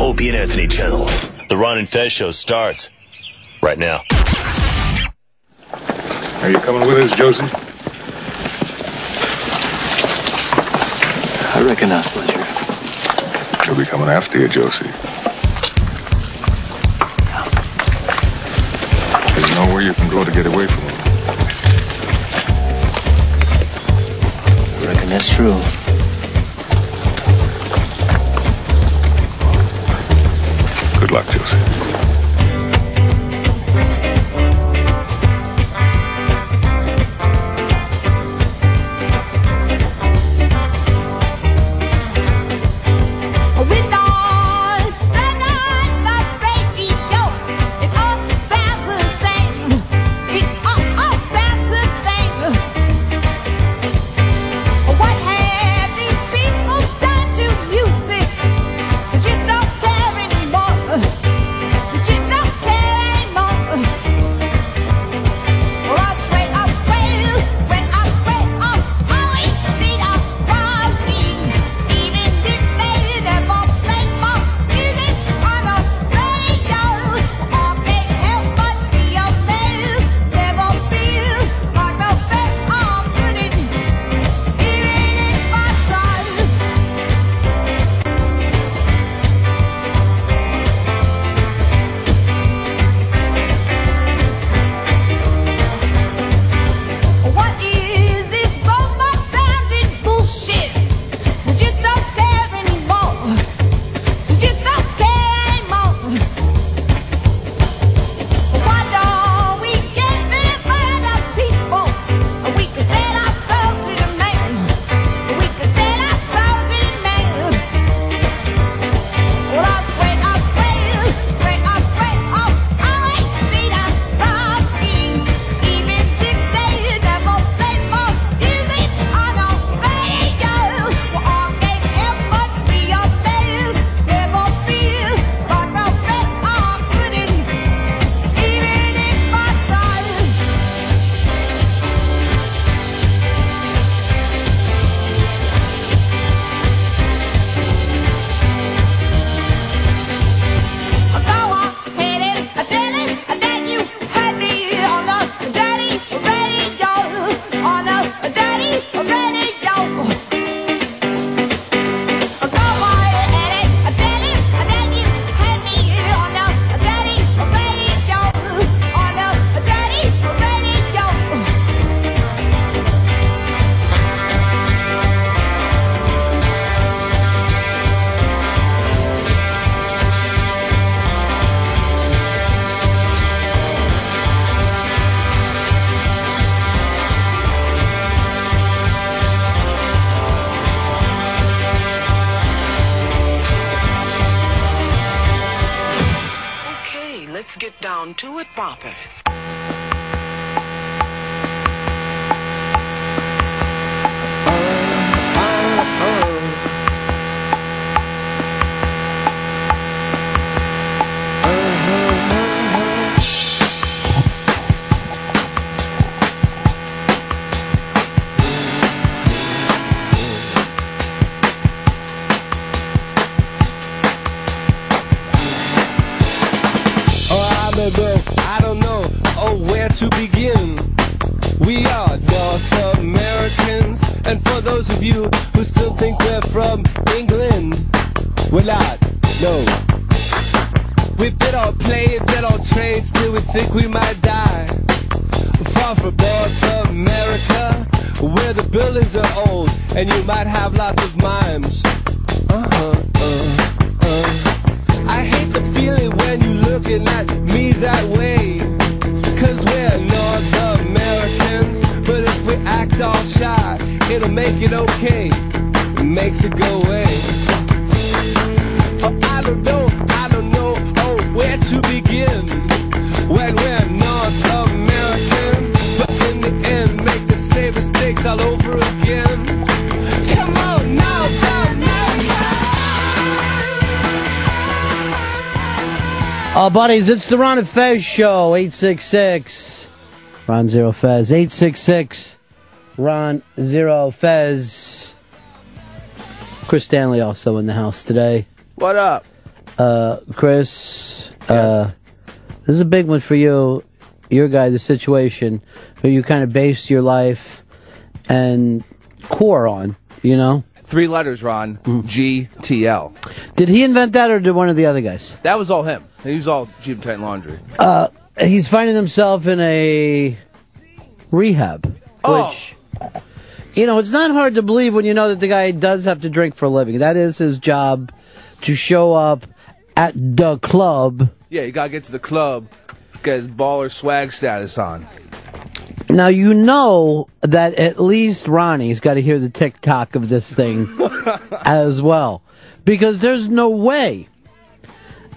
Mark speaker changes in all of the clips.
Speaker 1: Opie and Anthony channel.
Speaker 2: The Ron and Fez show starts right now.
Speaker 3: Are you coming with us, Josie?
Speaker 4: I reckon not, Fletcher.
Speaker 3: She'll be coming after you, Josie. There's nowhere you can go to get away from her.
Speaker 4: I reckon that's true.
Speaker 3: Good luck, Josie.
Speaker 5: With all dragon vibrating door, it all sounds the same. It all, all sounds the same. What have these people done to music? They just don't care anymore. They just don't care anymore. Well, I swear, I swear, swear, I swear, I always see the Crosby. Even if they never play my music on the radio, I can't help but be amazed. Never feel like the best I'm good at, even if I try. What is this robot sounding bullshit? We just don't care anymore. We just don't care anymore. Why don't we get rid of other people? We can sell our souls to the man. We can sell our souls to the man. Well, I swear, I swear, swear, I swear, oh, I ain't seen a frosting. Even if they never play more music on the radio, well, I can't help but be amazed. Never feel like the best I couldn't, even if I tried. I go on, hit it, I did it, and then you had me on the dirty radio, on the dirty radio. I go on, hit it, I did it, and then you had me on the dirty radio, on the dirty radio.
Speaker 6: Okay, let's get down to it, boppers.
Speaker 7: Oh, I'm a girl, I don't know, oh, where to begin. We are North Americans, and for those of you who still think we're from England, we're not, no. We've been on planes and on trains till we think we might die. Far from North America, where the buildings are old, and you might have lots of mimes. Uh-huh, uh, uh. I hate the feeling when you looking at me that way. Cause we're North Americans, but if we act all shy, it'll make it okay. It makes it go away. Oh, I don't know, I don't know, oh, where to begin. When we're North American, but in the end, make the same mistakes all over again. Come on, North America!
Speaker 8: Oh, buddies, it's the Ron and Fez show. 866 Ron Zero Fez. 866 Ron Zero Fez. Chris Stanley also in the house today.
Speaker 9: What up?
Speaker 8: Uh, Chris, uh, this is a big one for you. Your guy, the situation who you kind of based your life and core on, you know?
Speaker 1: Three letters, Ron. GTL.
Speaker 8: Did he invent that or did one of the other guys?
Speaker 1: That was all him. He was all Jeep Tight Laundry.
Speaker 8: Uh, he's finding himself in a rehab,
Speaker 1: Oh.
Speaker 8: which, you know, it's not hard to believe when you know that the guy does have to drink for a living. That is his job to show up at the club.
Speaker 1: Yeah, you gotta get to the club, get his baller swag status on.
Speaker 8: Now, you know that at least Ronnie's got to hear the TikTok of this thing as well. Because there's no way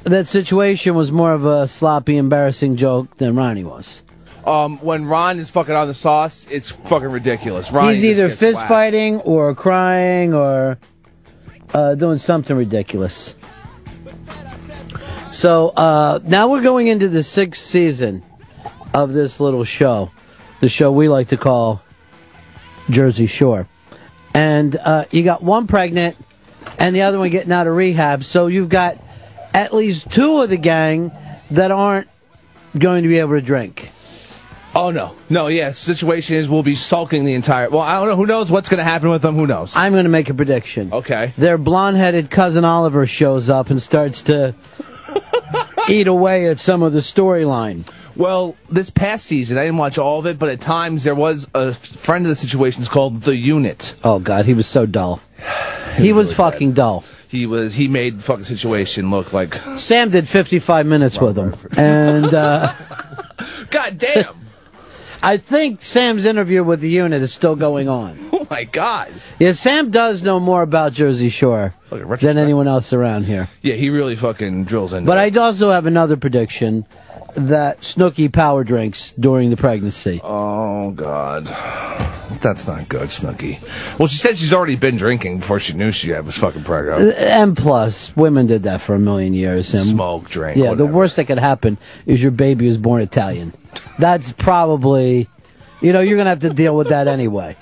Speaker 8: that situation was more of a sloppy, embarrassing joke than Ronnie was.
Speaker 1: Um, when Ron is fucking on the sauce, it's fucking ridiculous. Ron
Speaker 8: He's
Speaker 1: just
Speaker 8: either
Speaker 1: gets
Speaker 8: fist
Speaker 1: whacked.
Speaker 8: fighting or crying or uh, doing something ridiculous. So uh, now we're going into the sixth season of this little show, the show we like to call Jersey Shore. And uh, you got one pregnant and the other one getting out of rehab. So you've got at least two of the gang that aren't going to be able to drink.
Speaker 1: Oh no, no, yeah. Situation is we'll be sulking the entire. Well, I don't know. Who knows what's gonna happen with them? Who knows?
Speaker 8: I'm going to make a prediction.
Speaker 1: Okay.
Speaker 8: their blonde-headed cousin Oliver shows up and starts to eat away at some of the storyline.
Speaker 1: Well, this past season, I didn't watch all of it, but at times there was a f- friend of the situation's called the Unit.
Speaker 8: Oh God, he was so dull. He was fucking dull.
Speaker 1: He was he made the fucking situation look like
Speaker 8: Sam did 55 minutes with him, and uh,
Speaker 1: God damn.
Speaker 8: I think Sam's interview with the unit is still going on.
Speaker 1: oh my god.
Speaker 8: Yeah, Sam does know more about Jersey Shore
Speaker 1: Look at
Speaker 8: than
Speaker 1: retrospect.
Speaker 8: anyone else around here.
Speaker 1: Yeah, he really fucking drills in.
Speaker 8: But I also have another prediction that Snooky power drinks during the pregnancy.
Speaker 1: Oh God, that's not good, Snooky. Well, she said she's already been drinking before she knew she was fucking pregnant.
Speaker 8: And plus, women did that for a million years. And
Speaker 1: Smoke, drink.
Speaker 8: Yeah, the
Speaker 1: whatever.
Speaker 8: worst that could happen is your baby is born Italian. That's probably, you know, you're going to have to deal with that anyway.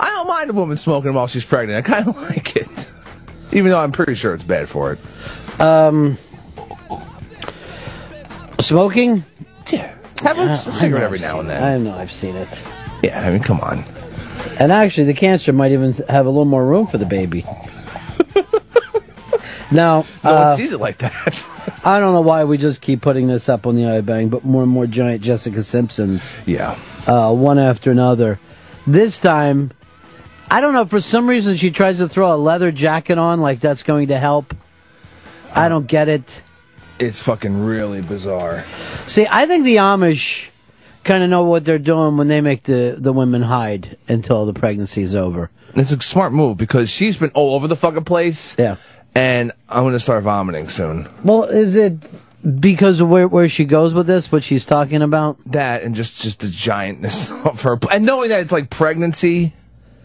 Speaker 1: I don't mind a woman smoking while she's pregnant. I kind of like it, even though I'm pretty sure it's bad for it. Um,
Speaker 8: Smoking?
Speaker 1: Yeah, have a cigarette every now and then.
Speaker 8: I know, I've seen it.
Speaker 1: yeah, I mean, come on.
Speaker 8: And actually, the cancer might even have a little more room for the baby. now,
Speaker 1: No
Speaker 8: uh,
Speaker 1: one sees it like that.
Speaker 8: I don't know why we just keep putting this up on the iBang, but more and more giant Jessica Simpsons.
Speaker 1: yeah.
Speaker 8: uh, one after another. This time, I don't know. For some reason, she tries to throw a leather jacket on, like that's going to help. I don't get it.
Speaker 1: It's fucking really bizarre.
Speaker 8: See, I think the Amish kind of know what they're doing when they make the the women hide until the pregnancy's over.
Speaker 1: It's a smart move because she's been all over the fucking place.
Speaker 8: Yeah.
Speaker 1: And I'm gonna start vomiting soon.
Speaker 8: Well, is it because of where where she goes with this? What she's talking about?
Speaker 1: that and just just the giantness of her and knowing that it's like pregnancy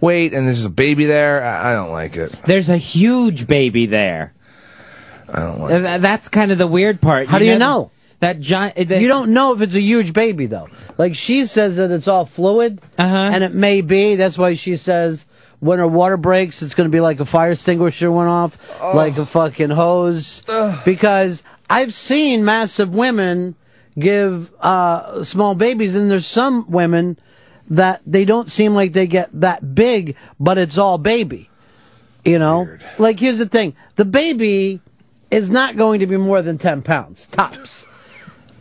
Speaker 1: wait and there's a baby there i, I don't like it
Speaker 9: There's a huge baby there.
Speaker 1: i don't like
Speaker 9: Uh,
Speaker 1: it.
Speaker 9: tha- That's kind of the weird part.
Speaker 8: How do you know?
Speaker 9: That giant. uh, that-
Speaker 8: You don't know if it's a huge baby though. Like she says that it's all fluid,
Speaker 9: Uh-huh.
Speaker 8: and it may be. That's why she says when her water breaks, it's going to be like a fire extinguisher went off, like a fucking hose. Because I've seen massive women give uh, small babies, and there's some women that they don't seem like they get that big, but it's all baby. You know, like here's the thing: the baby is not going to be more than ten pounds tops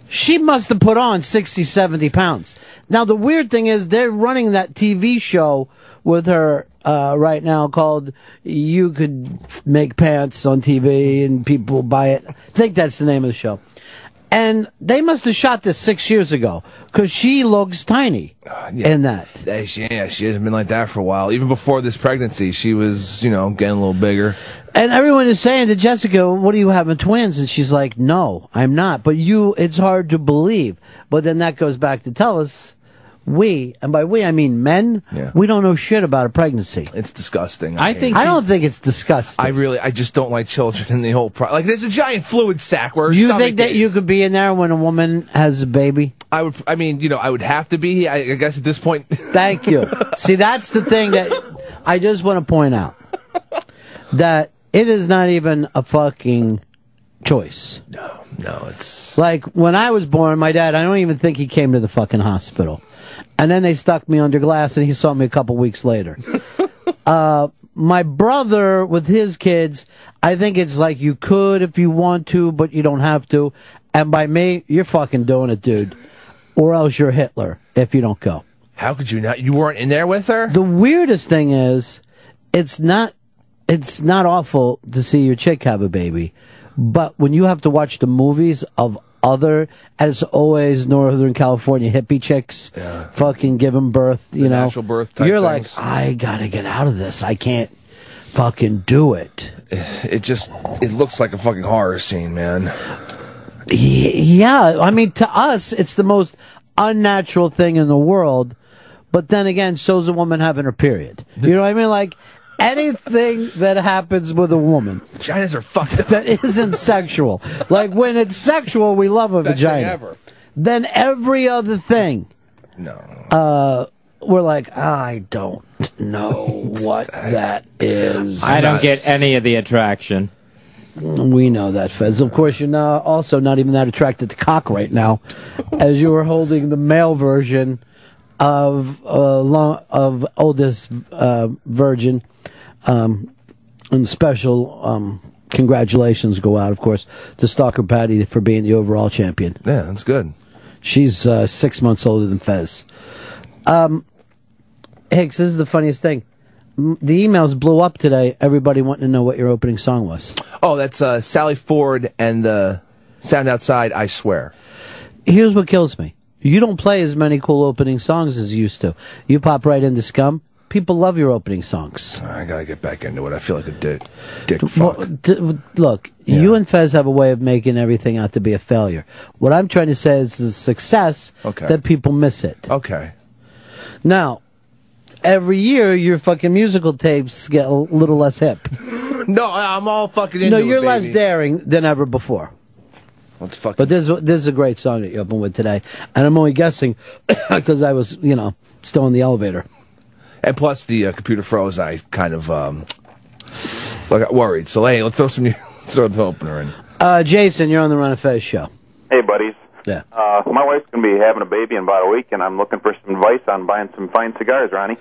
Speaker 8: she must have put on 60, 70 pounds. Now, the weird thing is they're running that TV show with her uh, right now called You Could Make Pants on TV and People Will Buy It. I think that's the name of the show. And they must have shot this six years ago because she looks tiny
Speaker 1: yeah.
Speaker 8: in that.
Speaker 1: Hey, she, yeah she hasn't been like that for a while even before this pregnancy she was you know getting a little bigger
Speaker 8: And everyone is saying to Jessica, what are you having twins? And she's like, no, I'm not. But you, it's hard to believe. But then that goes back to tell us we, and by we I mean men,
Speaker 1: Yeah.
Speaker 8: we don't know shit about a pregnancy.
Speaker 1: it's disgusting
Speaker 9: I
Speaker 1: hate
Speaker 9: think-
Speaker 1: it.
Speaker 8: I don't think it's
Speaker 1: i
Speaker 8: disgusting.
Speaker 1: really i just don't like children in the whole pro- like there's a giant fluid sack where her
Speaker 8: you
Speaker 1: stomach
Speaker 8: think that you
Speaker 1: is.
Speaker 8: could be in there when a woman has a baby?
Speaker 1: i would i mean you know i would have to be i, I guess at this point
Speaker 8: Thank you. See, that's the thing that I just want to point out that it is not even a fucking choice.
Speaker 1: No, it's
Speaker 8: Like when I was born, my dad, I don't even think he came to the fucking hospital. And then they stuck me under glass and he saw me a couple weeks later. uh, my brother with his kids, I think it's like you could if you want to, but you don't have to. And by me, you're fucking doing it, dude. Or else you're Hitler if you don't go.
Speaker 1: how could you not? You weren't in there with her.
Speaker 8: The weirdest thing is, it's not, it's not awful to see your chick have a baby, but when you have to watch the movies of other, as always, Northern California hippie chicks, fucking giving birth, you know,
Speaker 1: natural birth type
Speaker 8: you're
Speaker 1: things.
Speaker 8: like, I gotta get out of this. I can't fucking do it.
Speaker 1: It just it looks like a fucking horror scene, man.
Speaker 8: Y- Yeah, I mean, to us, it's the most unnatural thing in the world. But then again, so's a woman having her period. You know what I mean? Like anything that happens with a woman
Speaker 1: Vaginas are fucked up.
Speaker 8: that isn't sexual. Like when it's sexual, we love a
Speaker 1: Best thing
Speaker 8: vagina.
Speaker 1: ever.
Speaker 8: Then every other thing, uh,
Speaker 1: No,
Speaker 8: we're like, I don't know what that is.
Speaker 9: I don't get any of the attraction.
Speaker 8: We know that, Fez. Of course, you're not, also not even that attracted to cock right now, as you were holding the male version of uh, long, of oldest uh, virgin. Um, and special um, congratulations go out, of course, to Stalker Patty for being the overall champion.
Speaker 1: yeah, that's good.
Speaker 8: She's uh, six months older than Fez. Um, Hicks, this is the funniest thing. M- The emails blew up today. Everybody wanting to know what your opening song was.
Speaker 1: Oh, that's uh, Sally Ford and the Sound Outside. I swear.
Speaker 8: here's what kills me. You don't play as many cool opening songs as you used to. You pop right into Scum. People love your opening songs.
Speaker 1: I gotta get back into it. I feel like a dick. Dick fuck.
Speaker 8: Well, d- w- look, you and Fez have a way of making everything out to be a failure. What I'm trying to say is the success
Speaker 1: Okay.
Speaker 8: that people miss it.
Speaker 1: Okay.
Speaker 8: Now, every year your fucking musical tapes get a little less hip.
Speaker 1: No, I- I'm all fucking into
Speaker 8: no,
Speaker 1: it,
Speaker 8: you're less
Speaker 1: baby.
Speaker 8: daring than ever before.
Speaker 1: Let's fucking.
Speaker 8: But this this is a great song that you open with today, and I'm only guessing because I was you know still in the elevator.
Speaker 1: and plus, the uh, computer froze. I kind of um, I got worried. So hey, let's throw some new, let's throw the opener in.
Speaker 8: Uh, Jason, you're on the Run of Fez show.
Speaker 10: Hey, buddies.
Speaker 8: Yeah.
Speaker 10: Uh, my wife's going to be having a baby in about a week, and I'm looking for some advice on buying some fine cigars, Ronnie.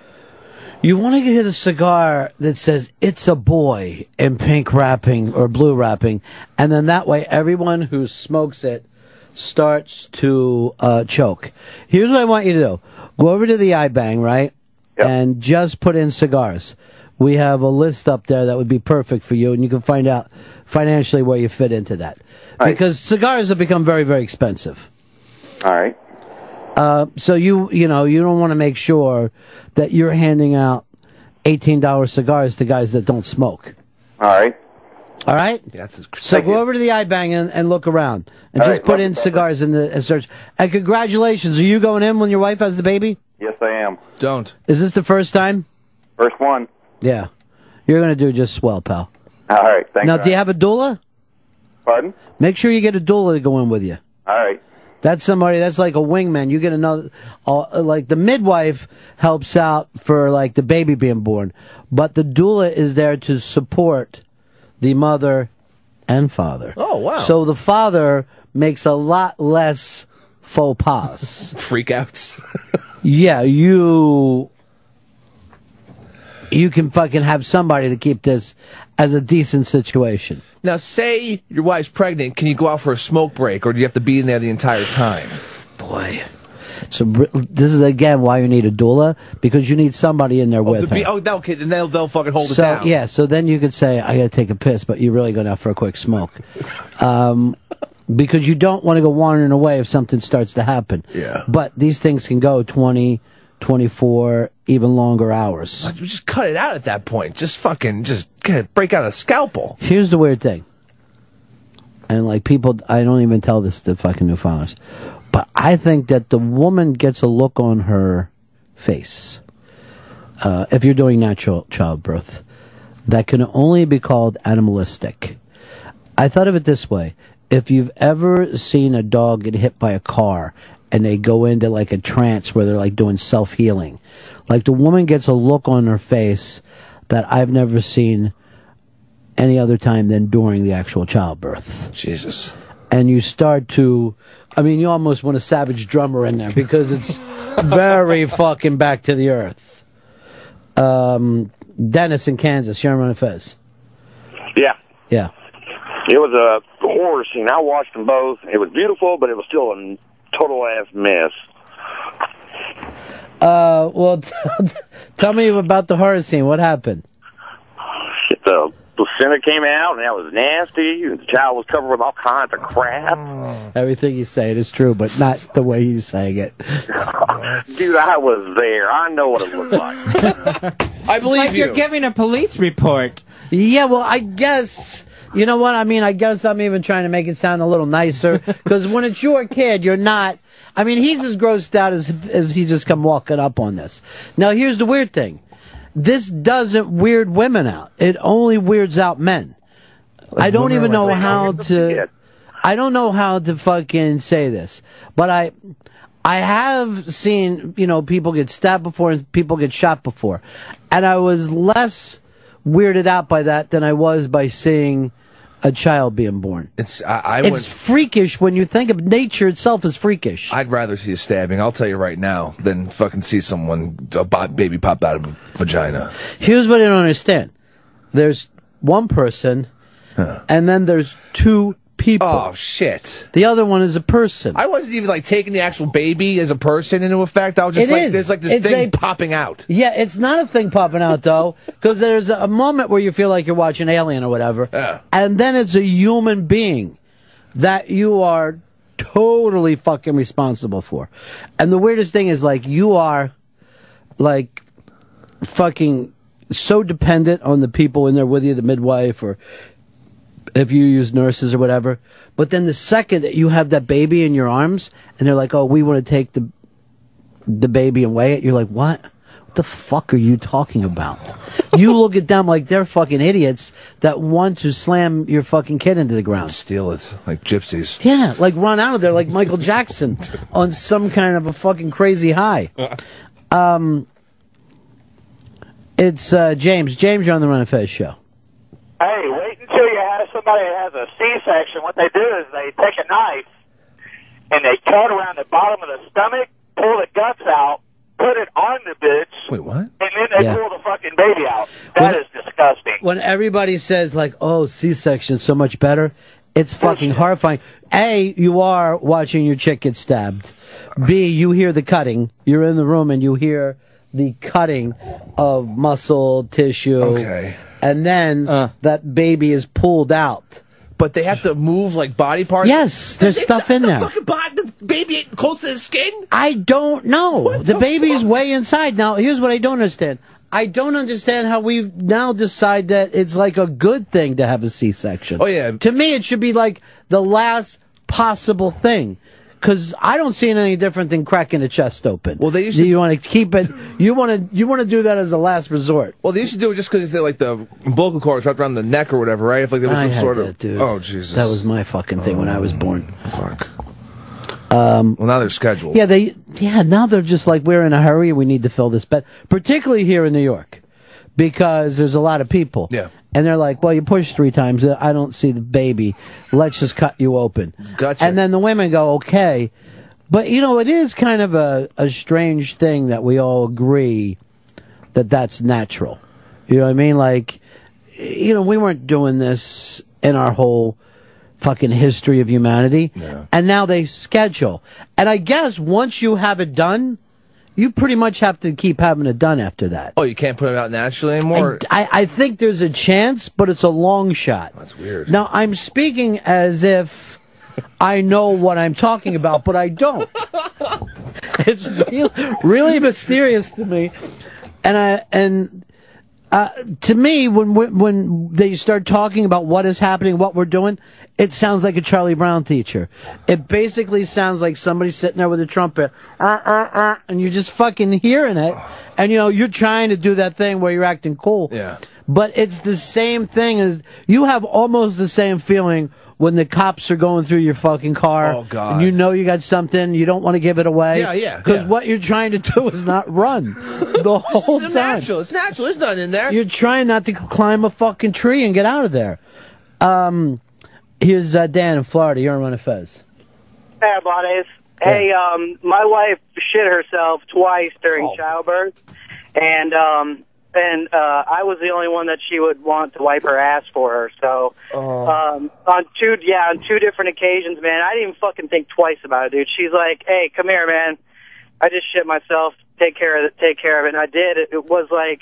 Speaker 8: You want to get a cigar that says "It's a boy" in pink wrapping or blue wrapping, and then that way everyone who smokes it starts to uh, choke. Here's what I want you to do: go over to the iBang, right,
Speaker 10: Yep.
Speaker 8: and just put in cigars. We have a list up there that would be perfect for you, and you can find out financially where you fit into that.
Speaker 10: Right.
Speaker 8: Because cigars have become very, very expensive.
Speaker 10: All right.
Speaker 8: Uh, so you you know you don't want to make sure that you're handing out eighteen dollar cigars to guys that don't smoke.
Speaker 10: All right.
Speaker 8: All right.
Speaker 1: Yeah, that's a,
Speaker 8: So
Speaker 1: thank
Speaker 8: go
Speaker 1: you.
Speaker 8: over to the iBang and, and look around, and
Speaker 10: All
Speaker 8: just
Speaker 10: right,
Speaker 8: put
Speaker 10: love
Speaker 8: in
Speaker 10: you, brother.
Speaker 8: cigars in the and search. And congratulations, are you going in when your wife has the baby?
Speaker 10: Yes, I am.
Speaker 1: Don't.
Speaker 8: Is this the first time?
Speaker 10: First one.
Speaker 8: Yeah, you're gonna do just swell, pal.
Speaker 10: All right. Thanks.
Speaker 8: now,
Speaker 10: Ronnie.
Speaker 8: do you have a doula?
Speaker 10: Pardon?
Speaker 8: Make sure you get a doula to go in with you.
Speaker 10: All right.
Speaker 8: That's somebody that's like a wingman. You get another, uh, like the midwife helps out for like the baby being born, but the doula is there to support the mother and father.
Speaker 1: Oh, wow.
Speaker 8: So the father makes a lot less faux pas.
Speaker 1: Freakouts.
Speaker 8: yeah, you you can fucking have somebody to keep this as a decent situation.
Speaker 1: now, say your wife's pregnant. Can you go out for a smoke break, or do you have to be in there the entire time?
Speaker 8: Boy. So br- this is again why you need a doula because you need somebody in there
Speaker 1: To
Speaker 8: with her.
Speaker 1: be, oh, no, okay. Then they'll they'll fucking hold
Speaker 8: so
Speaker 1: it down.
Speaker 8: yeah, so then you could say, "I gotta take a piss," but you're really going out for a quick smoke, um, because you don't want to go wandering away if something starts to happen.
Speaker 1: Yeah.
Speaker 8: But these things can go 20, 24, even longer hours.
Speaker 1: Just cut it out at that point. Just fucking just get- break out a scalpel.
Speaker 8: Here's the weird thing, and like people, I don't even tell this to fucking new fathers, but I think that the woman gets a look on her face uh, if you're doing natural childbirth that can only be called animalistic. I thought of it this way. If you've ever seen a dog get hit by a car and they go into like a trance where they're like doing self healing, like the woman gets a look on her face that I've never seen any other time than during the actual childbirth.
Speaker 1: Jesus.
Speaker 8: And you start to, I mean, you almost want a savage drummer in there because it's very fucking back to the earth. Um, Dennis in Kansas, Sherman and Fez.
Speaker 11: Yeah.
Speaker 8: Yeah.
Speaker 11: It was a horror scene. I watched them both. It was beautiful, but it was still a total ass mess.
Speaker 8: Uh, well, tell me about the horror scene. What happened?
Speaker 11: Shit, the placenta came out, and that was nasty. And the child was covered with all kinds of crap.
Speaker 8: Oh. Everything he's saying is true, but not the way he's saying it.
Speaker 11: Dude, I was there. I know what it looked like.
Speaker 1: I believe
Speaker 9: like
Speaker 8: you.
Speaker 9: are giving a police report.
Speaker 8: Yeah, well, I guess. You know what? I mean, I guess I'm even trying to make it sound a little nicer because when it's your kid, you're not. I mean, he's as grossed out as, as he just come walking up on this. Now, here's the weird thing this doesn't weird women out, it only weirds out men. I don't
Speaker 12: women are
Speaker 8: even
Speaker 12: like,
Speaker 8: know
Speaker 12: "Wait,
Speaker 8: how
Speaker 12: I'll get this
Speaker 8: to. I don't know how to fucking say this, but I. I have seen, you know, people get stabbed before and people get shot before. And I was less weirded out by that than I was by seeing a child being born.
Speaker 1: It's I, I
Speaker 8: it's
Speaker 1: went-
Speaker 8: freakish when you think of nature itself as freakish.
Speaker 1: I'd rather see a stabbing, I'll tell you right now, than fucking see someone, a bo- baby pop out of a vagina.
Speaker 8: Here's what I don't understand. There's one person, and then there's two people. Oh
Speaker 1: shit!
Speaker 8: The other one is a person.
Speaker 1: I wasn't even like taking the actual baby as a person into effect. I was just
Speaker 8: It
Speaker 1: like,
Speaker 8: is.
Speaker 1: there's like this
Speaker 8: It's
Speaker 1: thing
Speaker 8: a-
Speaker 1: popping out.
Speaker 8: Yeah, it's not a thing popping out though, because there's a moment where you feel like you're watching Alien or whatever, and then it's a human being that you are totally fucking responsible for. And the weirdest thing is like you are like fucking so dependent on the people in there with you, the midwife or if you use nurses or whatever. But then the second that you have that baby in your arms and they're like, "Oh, we want to take the the baby and weigh it," you're like, "What? What the fuck are you talking about?" you look at them like they're fucking idiots that want to slam your fucking kid into the ground.
Speaker 1: Steal it, like gypsies.
Speaker 8: Yeah, like run out of there like Michael Jackson on some kind of a fucking crazy high. Um, it's uh, James. James, you're on the Run and Fez show.
Speaker 13: Hey, wait until you have somebody that has a C-section. What they do is they take a knife and they cut around the bottom of the stomach, pull the guts out, put it on the bitch.
Speaker 1: Wait, what?
Speaker 13: And then they
Speaker 8: Yeah.
Speaker 13: pull the fucking baby out. That is disgusting.
Speaker 8: When everybody says like, "Oh, C-section so much better," it's fucking horrifying. A, you are watching your chick get stabbed. B, you hear the cutting. You're in the room and you hear the cutting of muscle tissue.
Speaker 1: Okay.
Speaker 8: And then that baby is pulled out.
Speaker 1: But they have to move like body parts.
Speaker 8: Yes, there's stuff in there.
Speaker 1: bot, the baby close to the skin?
Speaker 8: I don't know. the baby is way inside. Now, here's what I don't understand. I don't understand how we now decide that it's like a good thing to have a C-section. Oh yeah. To me, it should be like the last possible thing. Cause I don't see it any different than cracking the chest open. Well, they used to. You want to keep it. You want to. You want to do that as a last resort.
Speaker 1: Well, they used to do it just because they like the vocal cords wrapped around the neck or whatever, right? If like there was
Speaker 8: I
Speaker 1: some
Speaker 8: had
Speaker 1: sort of
Speaker 8: that, dude.
Speaker 1: oh Jesus,
Speaker 8: That was my fucking thing when I was born.
Speaker 1: Fuck.
Speaker 8: Um,
Speaker 1: well, now they're scheduled.
Speaker 8: Yeah, they yeah, now they're just like we're in a hurry and we need to fill this bed, particularly here in New York because there's a lot of people. Yeah. And they're like, "Well, you push three times. uh, I don't see the baby. Let's just cut you open." Gotcha. And then the women go, "Okay." But you know, it is kind of a a strange thing that we all agree that that's natural. You know what I mean? Like, you know, we weren't doing this in our whole fucking history of humanity. And now they schedule. And I guess once you have it done, you pretty much have to keep having it done after that.
Speaker 1: Oh, you can't put them out naturally anymore.
Speaker 8: I, I think there's a chance, but it's a long shot. That's
Speaker 1: weird.
Speaker 8: Now, I'm speaking as if I know what I'm talking about, but I don't. it's real, really mysterious to me. And I and uh, to me, when we- when they start talking about what is happening, what we're doing, it sounds like a Charlie Brown teacher. It basically sounds like somebody sitting there with a trumpet, uh, uh, uh, and you're just fucking hearing it, and you know you're trying to do that thing where you're acting cool.
Speaker 1: Yeah.
Speaker 8: But it's the same thing as you have almost the same feeling when the cops are going through your fucking car. Oh
Speaker 1: God.
Speaker 8: And you know you got something, you don't want to give it away.
Speaker 1: Yeah, yeah,
Speaker 8: Because
Speaker 1: yeah.
Speaker 8: what you're trying to do is not run the whole
Speaker 1: It's
Speaker 8: time.
Speaker 1: natural. It's natural. There's nothing in there.
Speaker 8: You're trying not to climb a fucking tree and get out of there. Um, here's uh, Dan in Florida. You're on Run a Fez.
Speaker 12: Hey, Blades. Hey, um, my wife shit herself twice during childbirth, and um, and uh, I was the only one that she would want to wipe her ass for her. So,
Speaker 5: Oh.
Speaker 12: um, on two, yeah, on two different occasions, man, I didn't even fucking think twice about it, dude. She's like, "Hey, come here, man. I just shit myself. Take care of it. Take care of it." And I did. It, it was like.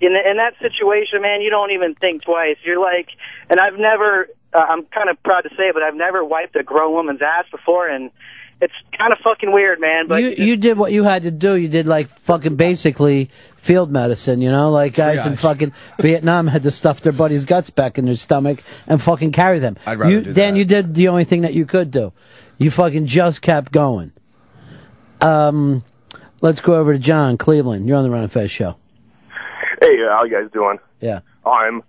Speaker 12: In, in that situation, man, you don't even think twice. You're like, and I've never, uh, I'm kind of proud to say, it, but I've never wiped a grown woman's ass before, and it's kind of fucking weird, man. But
Speaker 8: you you did what you had to do. You did like fucking basically field medicine, you know, like guys in
Speaker 12: Triage.
Speaker 8: fucking Vietnam had to stuff their buddies' guts back in their stomach and fucking carry them.
Speaker 1: I'd rather
Speaker 8: you,
Speaker 1: do
Speaker 8: Dan, you did the only thing that you could do. You fucking just kept going. Um, let's go over to John Cleveland. You're on the Ron and Fez show.
Speaker 14: Hey, uh, how you guys doing?
Speaker 8: Yeah. Oh,
Speaker 14: I'm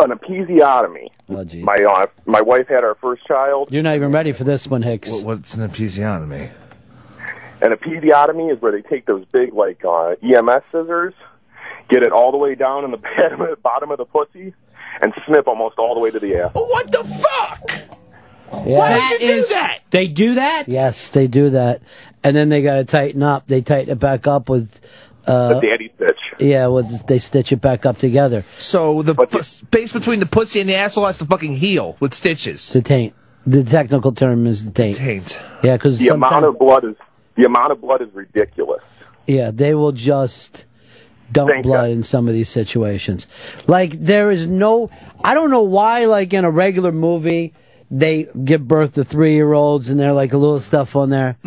Speaker 14: an episiotomy. my uh, my wife had our first child.
Speaker 8: You're not even ready for this one, Hicks.
Speaker 1: what's an episiotomy?
Speaker 14: An episiotomy is where they take those big like uh, EMS scissors, get it all the way down in the bottom of, bottom of the pussy, and snip almost all the way to the ass.
Speaker 1: What the fuck?
Speaker 9: That is- They do that?
Speaker 8: Yes, they do that. And then they got to tighten up. They tighten it back up with. Uh,
Speaker 14: The daddy stitch.
Speaker 8: Yeah, with, they stitch it back up together.
Speaker 1: So the pu- space between the pussy and the asshole has to fucking heal with stitches.
Speaker 8: The taint. The technical term is the taint.
Speaker 1: taint.
Speaker 8: Yeah, because
Speaker 14: The amount of blood is the amount of blood is ridiculous.
Speaker 8: yeah, they will just dump blood in some of these situations. Like there is no, I don't know why. Like in a regular movie, they give birth to three year olds and they're like a little stuff on there.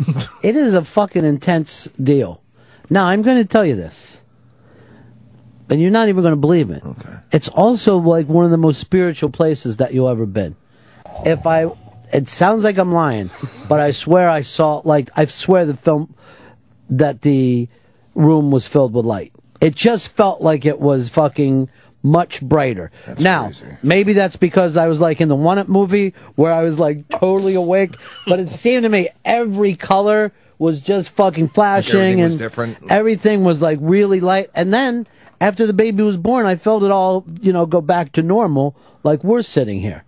Speaker 8: it is a fucking intense deal. Now I'm going to tell you this. and you're not even going to believe it. Okay. It's also like one of the most spiritual places that you'll ever been. If I, it sounds like I'm lying, but I swear I saw like I swear the film that the room was filled with light. It just felt like it was fucking much brighter. now, maybe that's because I was like in the one up movie where I was like totally awake, but it seemed to me every color was just fucking flashing
Speaker 1: everything
Speaker 8: and
Speaker 1: was different.
Speaker 8: everything was like really light and then after the baby was born i felt it all you know go back to normal like we're sitting here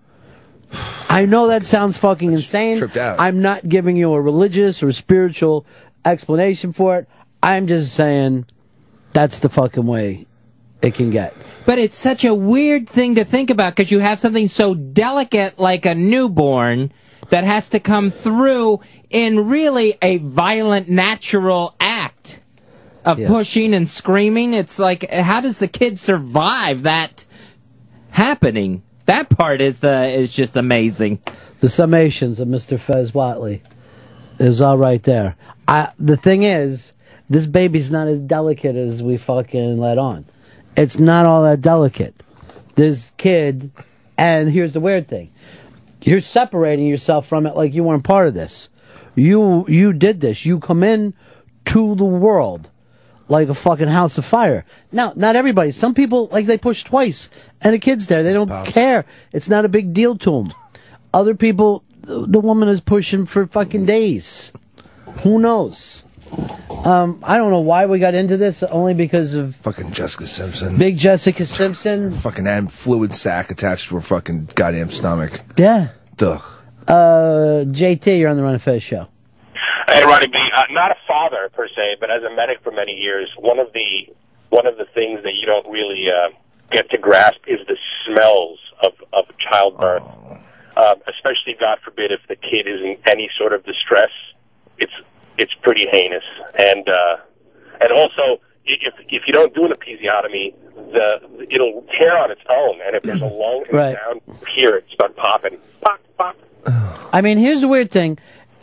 Speaker 8: i know that sounds fucking insane
Speaker 1: tripped out.
Speaker 8: i'm not giving you a religious or spiritual explanation for it i'm just saying that's the fucking way it can get
Speaker 9: But it's such a weird thing to think about because you have something so delicate like a newborn that has to come through in really a violent, natural act of pushing and screaming. It's like, how does the kid survive that happening? That part is the is just amazing.
Speaker 8: the summations of Mr. Fez Watley is all right there. I, the thing is, this baby's not as delicate as we fucking let on. It's not all that delicate. This kid, and here's the weird thing: you're separating yourself from it like you weren't part of this. You you did this. You come in to the world like a fucking house of fire. Now, not everybody. Some people like they push twice, and the kid's there. They don't care. It's not a big deal to them. Other people, th- the woman is pushing for fucking days. Who knows? Um, I don't know why we got into this. Only because of
Speaker 1: Fucking Jessica Simpson.
Speaker 8: Big Jessica Simpson.
Speaker 1: Fucking am- fluid sac attached to her fucking goddamn stomach.
Speaker 8: yeah.
Speaker 1: Duh.
Speaker 8: Uh, JT, you're on the Run and Fez show.
Speaker 15: Hey, Ronnie B. Uh, not a father per se, but as a medic for many years, one of the one of the things that you don't really uh, get to grasp is the smells of of childbirth. Uh, especially, God forbid, if the kid is in any sort of distress, it's it's pretty heinous. And uh, and also, i- if if you don't do an episiotomy, the it'll tear on its own, and if there's a long
Speaker 8: Right.
Speaker 15: sound, here it start popping. Pop, pop.
Speaker 8: I mean, here's the weird thing.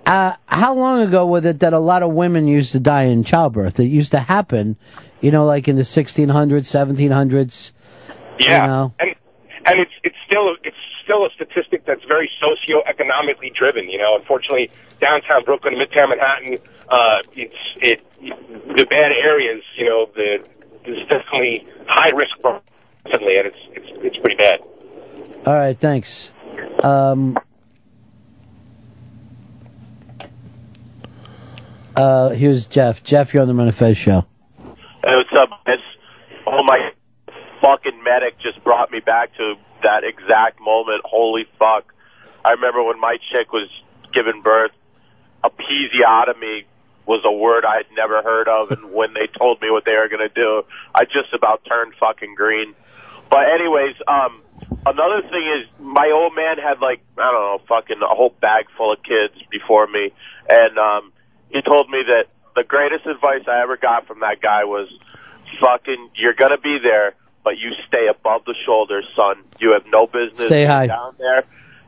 Speaker 8: Uh, how long ago was it that a lot of women used to die in childbirth? It used to happen, you know, like in the 1600s, 1700s.
Speaker 15: Yeah,
Speaker 8: You know?
Speaker 15: and and it's it's still it's still a statistic that's very socioeconomically driven. You know, unfortunately, downtown Brooklyn, Midtown Manhattan, uh, it's it the bad areas. You know, the there's definitely high risk for suddenly, and it's it's it's pretty bad.
Speaker 8: All right, thanks. Um, uh, here's Jeff. Jeff, you're on the Run of Fez show.
Speaker 16: Hey, what's up? It's, oh my fucking medic just brought me back to that exact moment. Holy fuck! I remember when my chick was giving birth, episiotomy was a word I had never heard of, and when they told me what they were going to do, I just about turned fucking green. But anyways, um, another thing is my old man had like I don't know, fucking a whole bag full of kids before me, and um, he told me that the greatest advice I ever got from that guy was, "Fucking, you're gonna be there, but you stay above the shoulder, son. You have no business
Speaker 8: Stay
Speaker 16: being
Speaker 8: high.
Speaker 16: down there.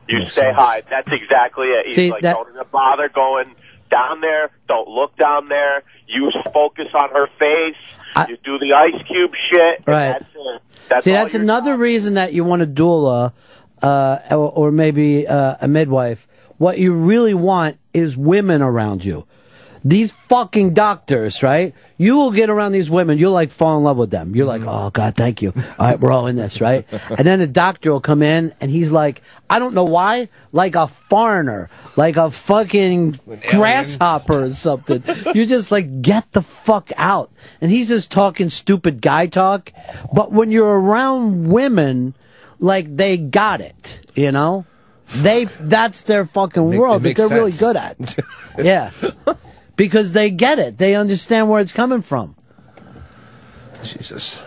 Speaker 16: You stay high. That's exactly it. He's
Speaker 8: See,
Speaker 16: like,
Speaker 8: that-
Speaker 16: don't even bother going." Down there, don't look down there. You focus on her face. you do the ice cube shit. and
Speaker 8: Right.
Speaker 16: That's it. That's
Speaker 8: See,
Speaker 16: all
Speaker 8: that's
Speaker 16: you're
Speaker 8: another reason that you want a doula, uh, or, or maybe uh, a midwife. What you really want is women around you. These fucking doctors, right? You will get around these women. You'll like fall in love with them. You're
Speaker 16: Mm-hmm.
Speaker 8: like, oh God, thank you. All right, we're all in this, right? And then a doctor will come in and he's like, I don't know why, like a foreigner, like a fucking grasshopper or something. You're just like, get the fuck out. And he's just talking stupid guy talk. But when you're around women, like they got it, you know? They that's their fucking
Speaker 1: Make-
Speaker 8: world
Speaker 1: it
Speaker 8: Oh, that they're really
Speaker 1: makes
Speaker 8: good at. yeah. Because they get it. They understand where it's coming from.
Speaker 1: Jesus.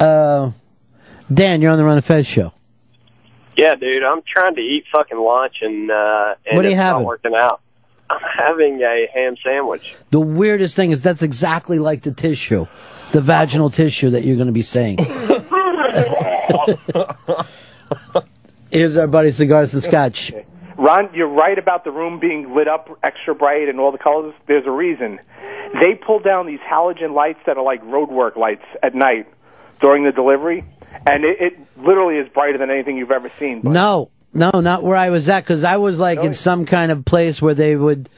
Speaker 8: Uh Dan, you're on the Run of Fez show.
Speaker 17: Yeah, dude, I'm trying to eat fucking lunch and uh and
Speaker 8: What are you
Speaker 17: it's
Speaker 8: having?
Speaker 17: not working out. I'm having a ham sandwich.
Speaker 8: The weirdest thing is that's exactly like the tissue, the vaginal tissue that you're going to be saying. Here's our buddy Cigars and Scotch.
Speaker 18: Ron, you're right about the room being lit up extra bright and all the colors. There's a reason. They pull down these halogen lights that are like roadwork lights at night during the delivery, and it, it literally is brighter than anything you've ever seen.
Speaker 8: No, no, not where I was at because I was like in some kind of place where they would.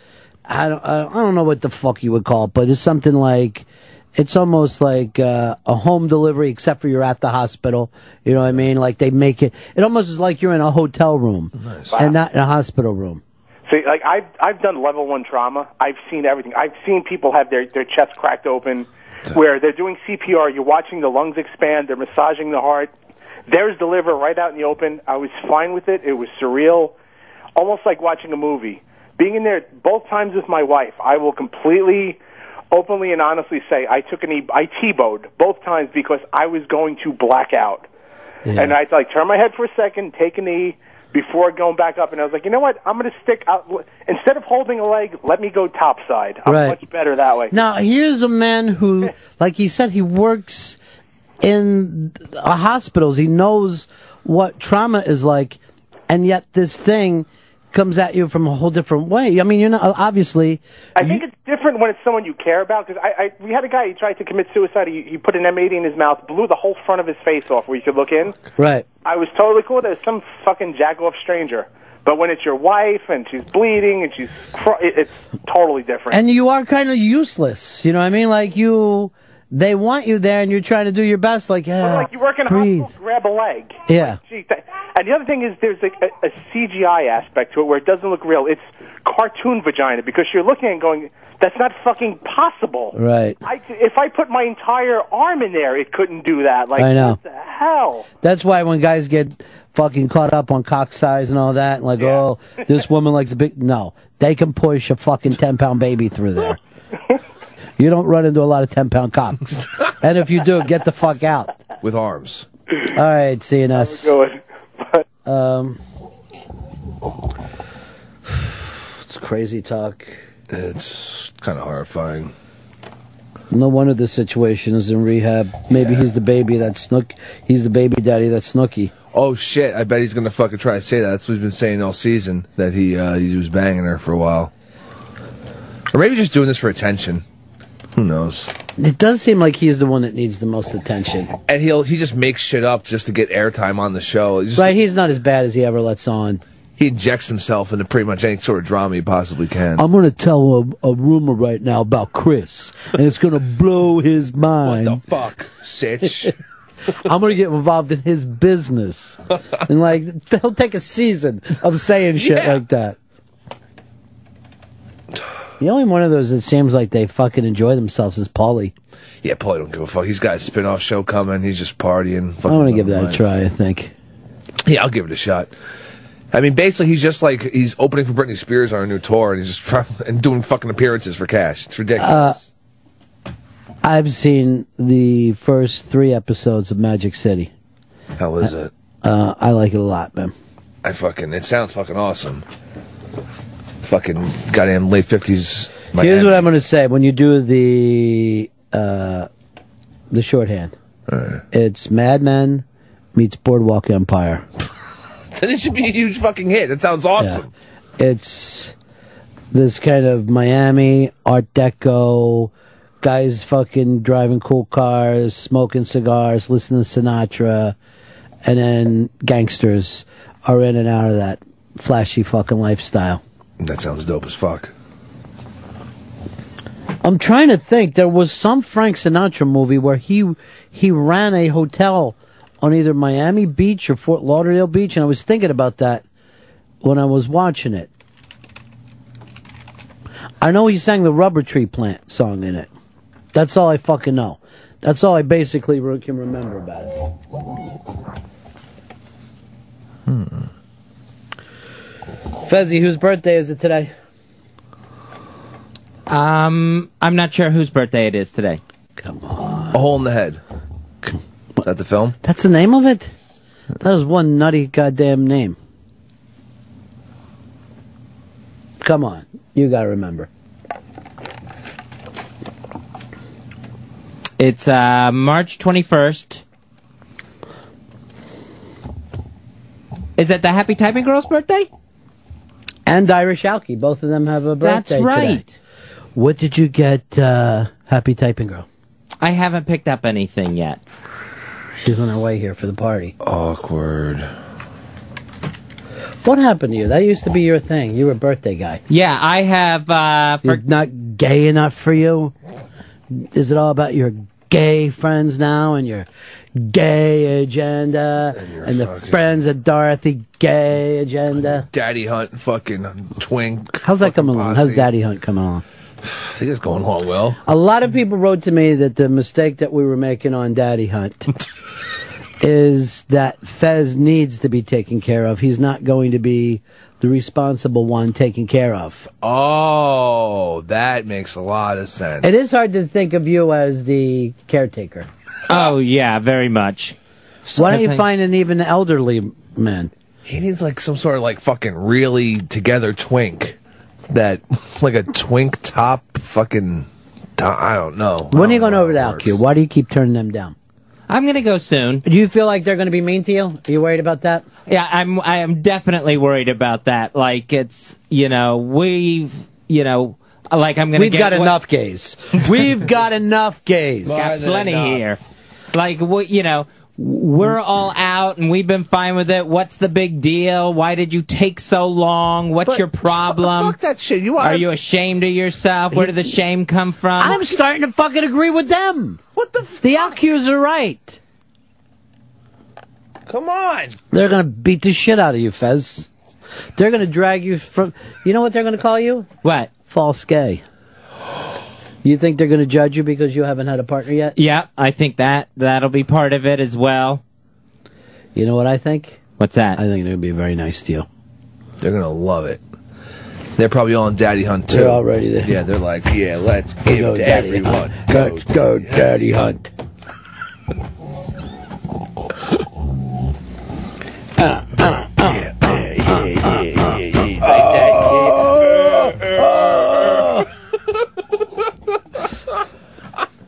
Speaker 8: I don't, I don't know what the fuck you would call it, but it's something like, it's almost like uh, a home delivery, except for you're at the hospital. You know what I mean? Like they make it. It almost is like you're in a hotel room and not in a hospital room.
Speaker 18: See, like I've I've done level one trauma. I've seen everything. I've seen people have their their chest cracked open, where they're doing CPR. You're watching the lungs expand. They're massaging the heart. There's the liver right out in the open. I was fine with it. It was surreal, almost like watching a movie. Being in there both times with my wife, I will completely, openly and honestly say I took an e- I T-bowed both times because I was going to black out. And I like turn my head for a second, take a knee before going back up, and I was like, you know what? I'm going to stick out instead of holding a leg. Let me go topside. I'm
Speaker 8: Right.
Speaker 18: much better that way.
Speaker 8: Now, here's a man who, like he said, he works in uh, hospitals. He knows what trauma is like, and yet this thing comes at you from a whole different way. I mean, you're not obviously.
Speaker 18: I think it's different when it's someone you care about. Because I, I, we had a guy he tried to commit suicide. He, he put an M80 in his mouth, blew the whole front of his face off, where you could look in.
Speaker 8: Right.
Speaker 18: I was totally cool. There's some fucking jack off stranger. But when it's your wife and she's bleeding and she's, cr- it, it's totally different.
Speaker 8: And you are kind of useless. You know what I mean? Like you, they want you there, and you're trying to do your best. Like yeah,
Speaker 18: like you work in a
Speaker 8: breathe.
Speaker 18: hospital, grab a leg.
Speaker 8: Yeah.
Speaker 18: Gee, th- and the other thing is there's like a, a CGI aspect to it where it doesn't look real. It's cartoon vagina because you're looking at it and going, that's not fucking possible.
Speaker 8: Right.
Speaker 18: I, if I put my entire arm in there, it couldn't do that. Like,
Speaker 8: I know.
Speaker 18: what the hell?
Speaker 8: That's why when guys get fucking caught up on cock size and all that, and like, oh, this woman likes big. No, they can push a fucking 10 pound baby through there. you don't run into a lot of 10 pound cocks. and if you do, get the fuck out.
Speaker 1: With arms.
Speaker 8: All right, seeing us. um, it's crazy talk.
Speaker 1: It's kind of horrifying.
Speaker 8: No wonder the situation is in rehab. Maybe he's the baby that's Snook. He's the baby daddy that's Snooky.
Speaker 1: Oh shit! I bet he's gonna fucking try to say that. That's what he's been saying all season. That he uh, he was banging her for a while, or maybe just doing this for attention. Who knows?
Speaker 8: It does seem like he's the one that needs the most attention.
Speaker 1: And he'll he just makes shit up just to get airtime on the show. He's just-
Speaker 8: right, he's not as bad as he ever lets on.
Speaker 1: He injects himself into pretty much any sort of drama he possibly can.
Speaker 8: I'm going to tell a, a rumor right now about Chris, and it's going to blow his mind.
Speaker 1: Fuck, sitch.
Speaker 8: I'm going to get involved in his business. And like, he'll take a season of saying shit like that. The only one of those that seems like they fucking enjoy themselves is Paulie.
Speaker 1: Yeah, Paulie don't give a fuck. He's got a spin off show coming. He's just partying.
Speaker 8: I'm going to give that a try, I think.
Speaker 1: Yeah, I'll give it a shot. I mean, basically, he's just like he's opening for Britney Spears on a new tour, and he's just trying, and doing fucking appearances for cash. It's ridiculous.
Speaker 8: Uh, I've seen the first three episodes of Magic City.
Speaker 1: How is it?
Speaker 8: Uh, I like it a lot, man.
Speaker 1: I fucking it sounds fucking awesome. Fucking goddamn late fifties.
Speaker 8: Here's what I'm going to say when you do the uh, the shorthand. It's Mad Men meets Boardwalk Empire.
Speaker 1: Then it should be a huge fucking hit. That sounds awesome.
Speaker 8: It's this kind of Miami Art Deco guys fucking driving cool cars, smoking cigars, listening to Sinatra, and then gangsters are in and out of that flashy fucking lifestyle.
Speaker 1: That sounds dope as fuck.
Speaker 8: I'm trying to think. There was some Frank Sinatra movie where he he ran a hotel on either Miami Beach or Fort Lauderdale Beach, and I was thinking about that when I was watching it. I know he sang the Rubber Tree Plant song in it. That's all I fucking know. That's all I basically re- can remember about it.
Speaker 5: Hmm.
Speaker 8: Fezzi, whose birthday is it today?
Speaker 9: Um, I'm not sure whose birthday it is today.
Speaker 8: Come
Speaker 1: on. A hole in the head. Is that the film?
Speaker 8: That's the name of it? That is one nutty goddamn name. Come on. You gotta remember.
Speaker 9: It's uh, March 21st. Is it the Happy Typing Girl's birthday?
Speaker 8: And Irish Alki. Both of them have a birthday.
Speaker 9: That's
Speaker 8: today.
Speaker 9: right.
Speaker 8: What did you get, uh, Happy Typing Girl?
Speaker 9: I haven't picked up anything yet.
Speaker 8: She's on her way here for the party.
Speaker 1: Awkward.
Speaker 8: What happened to you? That used to be your thing. You were a birthday guy.
Speaker 9: Yeah, I have. Uh, for-
Speaker 8: You're not gay enough for you? Is it all about your gay friends now and your gay agenda and, the friends of Dorothy gay agenda?
Speaker 1: Daddy Hunt, fucking twink.
Speaker 8: How's that coming along? How's Daddy Hunt coming along?
Speaker 1: I think it's going along well.
Speaker 8: A lot of people wrote to me that the mistake that we were making on Daddy Hunt is that Fez needs to be taken care of. He's not going to be the responsible one taken care of.
Speaker 1: Oh, that makes a lot of sense.
Speaker 8: It is hard to think of you as the caretaker.
Speaker 9: oh yeah, very much.
Speaker 8: Why don't you find an even elderly man?
Speaker 1: He needs like some sort of like fucking really together twink. That like a twink top fucking. to- I don't know.
Speaker 8: When are you going over to Alcue? Why do you keep turning them down?
Speaker 9: I'm gonna go soon.
Speaker 8: Do you feel like they're going to be mean to you? Are you worried about that?
Speaker 9: Yeah, I'm. I am definitely worried about that. Like it's you know we've you know like I'm gonna.
Speaker 8: We've
Speaker 9: get
Speaker 8: got
Speaker 9: what-
Speaker 8: enough gays. We've got enough gays.
Speaker 9: got plenty here. Like what you know. We're all out and we've been fine with it. What's the big deal? Why did you take so long? What's your problem? Fuck
Speaker 1: that shit. You
Speaker 9: are. you ashamed of yourself? Where did the shame come from?
Speaker 8: I'm starting to fucking agree with them. What the? F- the Alcues are right.
Speaker 1: Come on.
Speaker 8: They're going to beat the shit out of you, Fez. They're going to drag you from. You know what they're going to call you?
Speaker 9: What?
Speaker 8: False gay. You think they're going to judge you because you haven't had a partner yet?
Speaker 9: Yeah, I think that that'll be part of it as well.
Speaker 8: You know what I think?
Speaker 9: What's that?
Speaker 8: I think it would be a very nice deal.
Speaker 1: They're gonna love it. They're probably all on Daddy Hunt too.
Speaker 8: They're already there.
Speaker 1: Yeah, they're like, yeah, let's give
Speaker 8: Go
Speaker 1: to
Speaker 8: Daddy
Speaker 1: everyone.
Speaker 8: Hunt. Let's go, Daddy Hunt. Ah.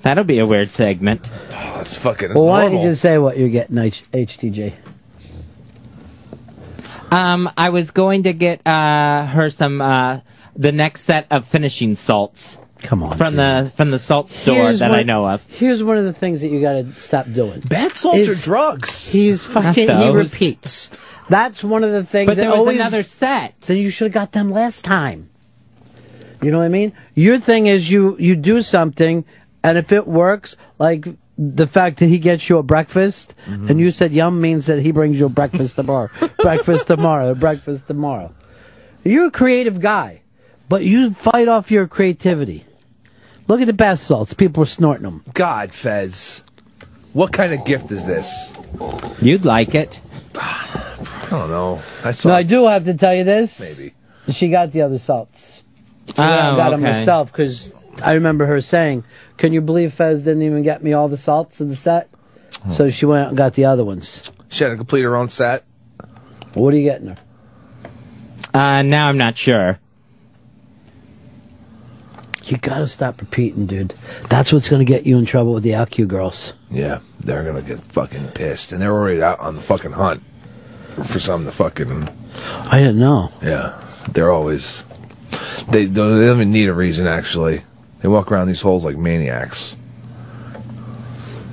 Speaker 9: That'll be a weird segment.
Speaker 1: Oh, that's fucking.
Speaker 8: well, why don't you just say what you're getting, H- HTJ?
Speaker 9: Um, I was going to get uh, her some uh, the next set of finishing salts.
Speaker 8: Come on,
Speaker 9: from the from the salt store
Speaker 8: Here's
Speaker 9: that I
Speaker 8: one-
Speaker 9: know of.
Speaker 8: Here's one of the things that you got to stop doing.
Speaker 1: Bad salts
Speaker 8: Is-
Speaker 1: are drugs.
Speaker 8: He's fucking.
Speaker 9: Not
Speaker 8: He
Speaker 9: those.
Speaker 8: repeats. That's one of the things.
Speaker 9: But
Speaker 8: that
Speaker 9: there was
Speaker 8: always,
Speaker 9: another set.
Speaker 8: So you should have got them last time. You know what I mean? Your thing is you you do something, and if it works, like the fact that he gets you a breakfast and you said yum means that he brings you a breakfast tomorrow. breakfast tomorrow. Breakfast tomorrow. You're a creative guy, but you fight off your creativity. Look at the bath salts. People are snorting them.
Speaker 1: God, Fez. What kind of gift is this?
Speaker 9: You'd like it.
Speaker 1: I don't know. I
Speaker 8: now, I do have to tell you this. Maybe. She got the other salts. She went and
Speaker 9: Oh,
Speaker 8: got them
Speaker 9: okay.
Speaker 8: herself because I remember her saying, Can you believe Fez didn't even get me all the salts of the set?
Speaker 1: Hmm.
Speaker 8: So she went out and got the other ones.
Speaker 1: She had to complete her own set.
Speaker 8: What are you getting her?
Speaker 9: Uh, now I'm not sure.
Speaker 8: You gotta stop repeating, dude. That's what's gonna get you in trouble with the LQ girls.
Speaker 1: Yeah, they're gonna get fucking pissed, and they're already out on the fucking hunt for something to fucking.
Speaker 8: I didn't know.
Speaker 1: Yeah, they're always. They don't, they don't even need a reason. Actually, they walk around these holes like maniacs.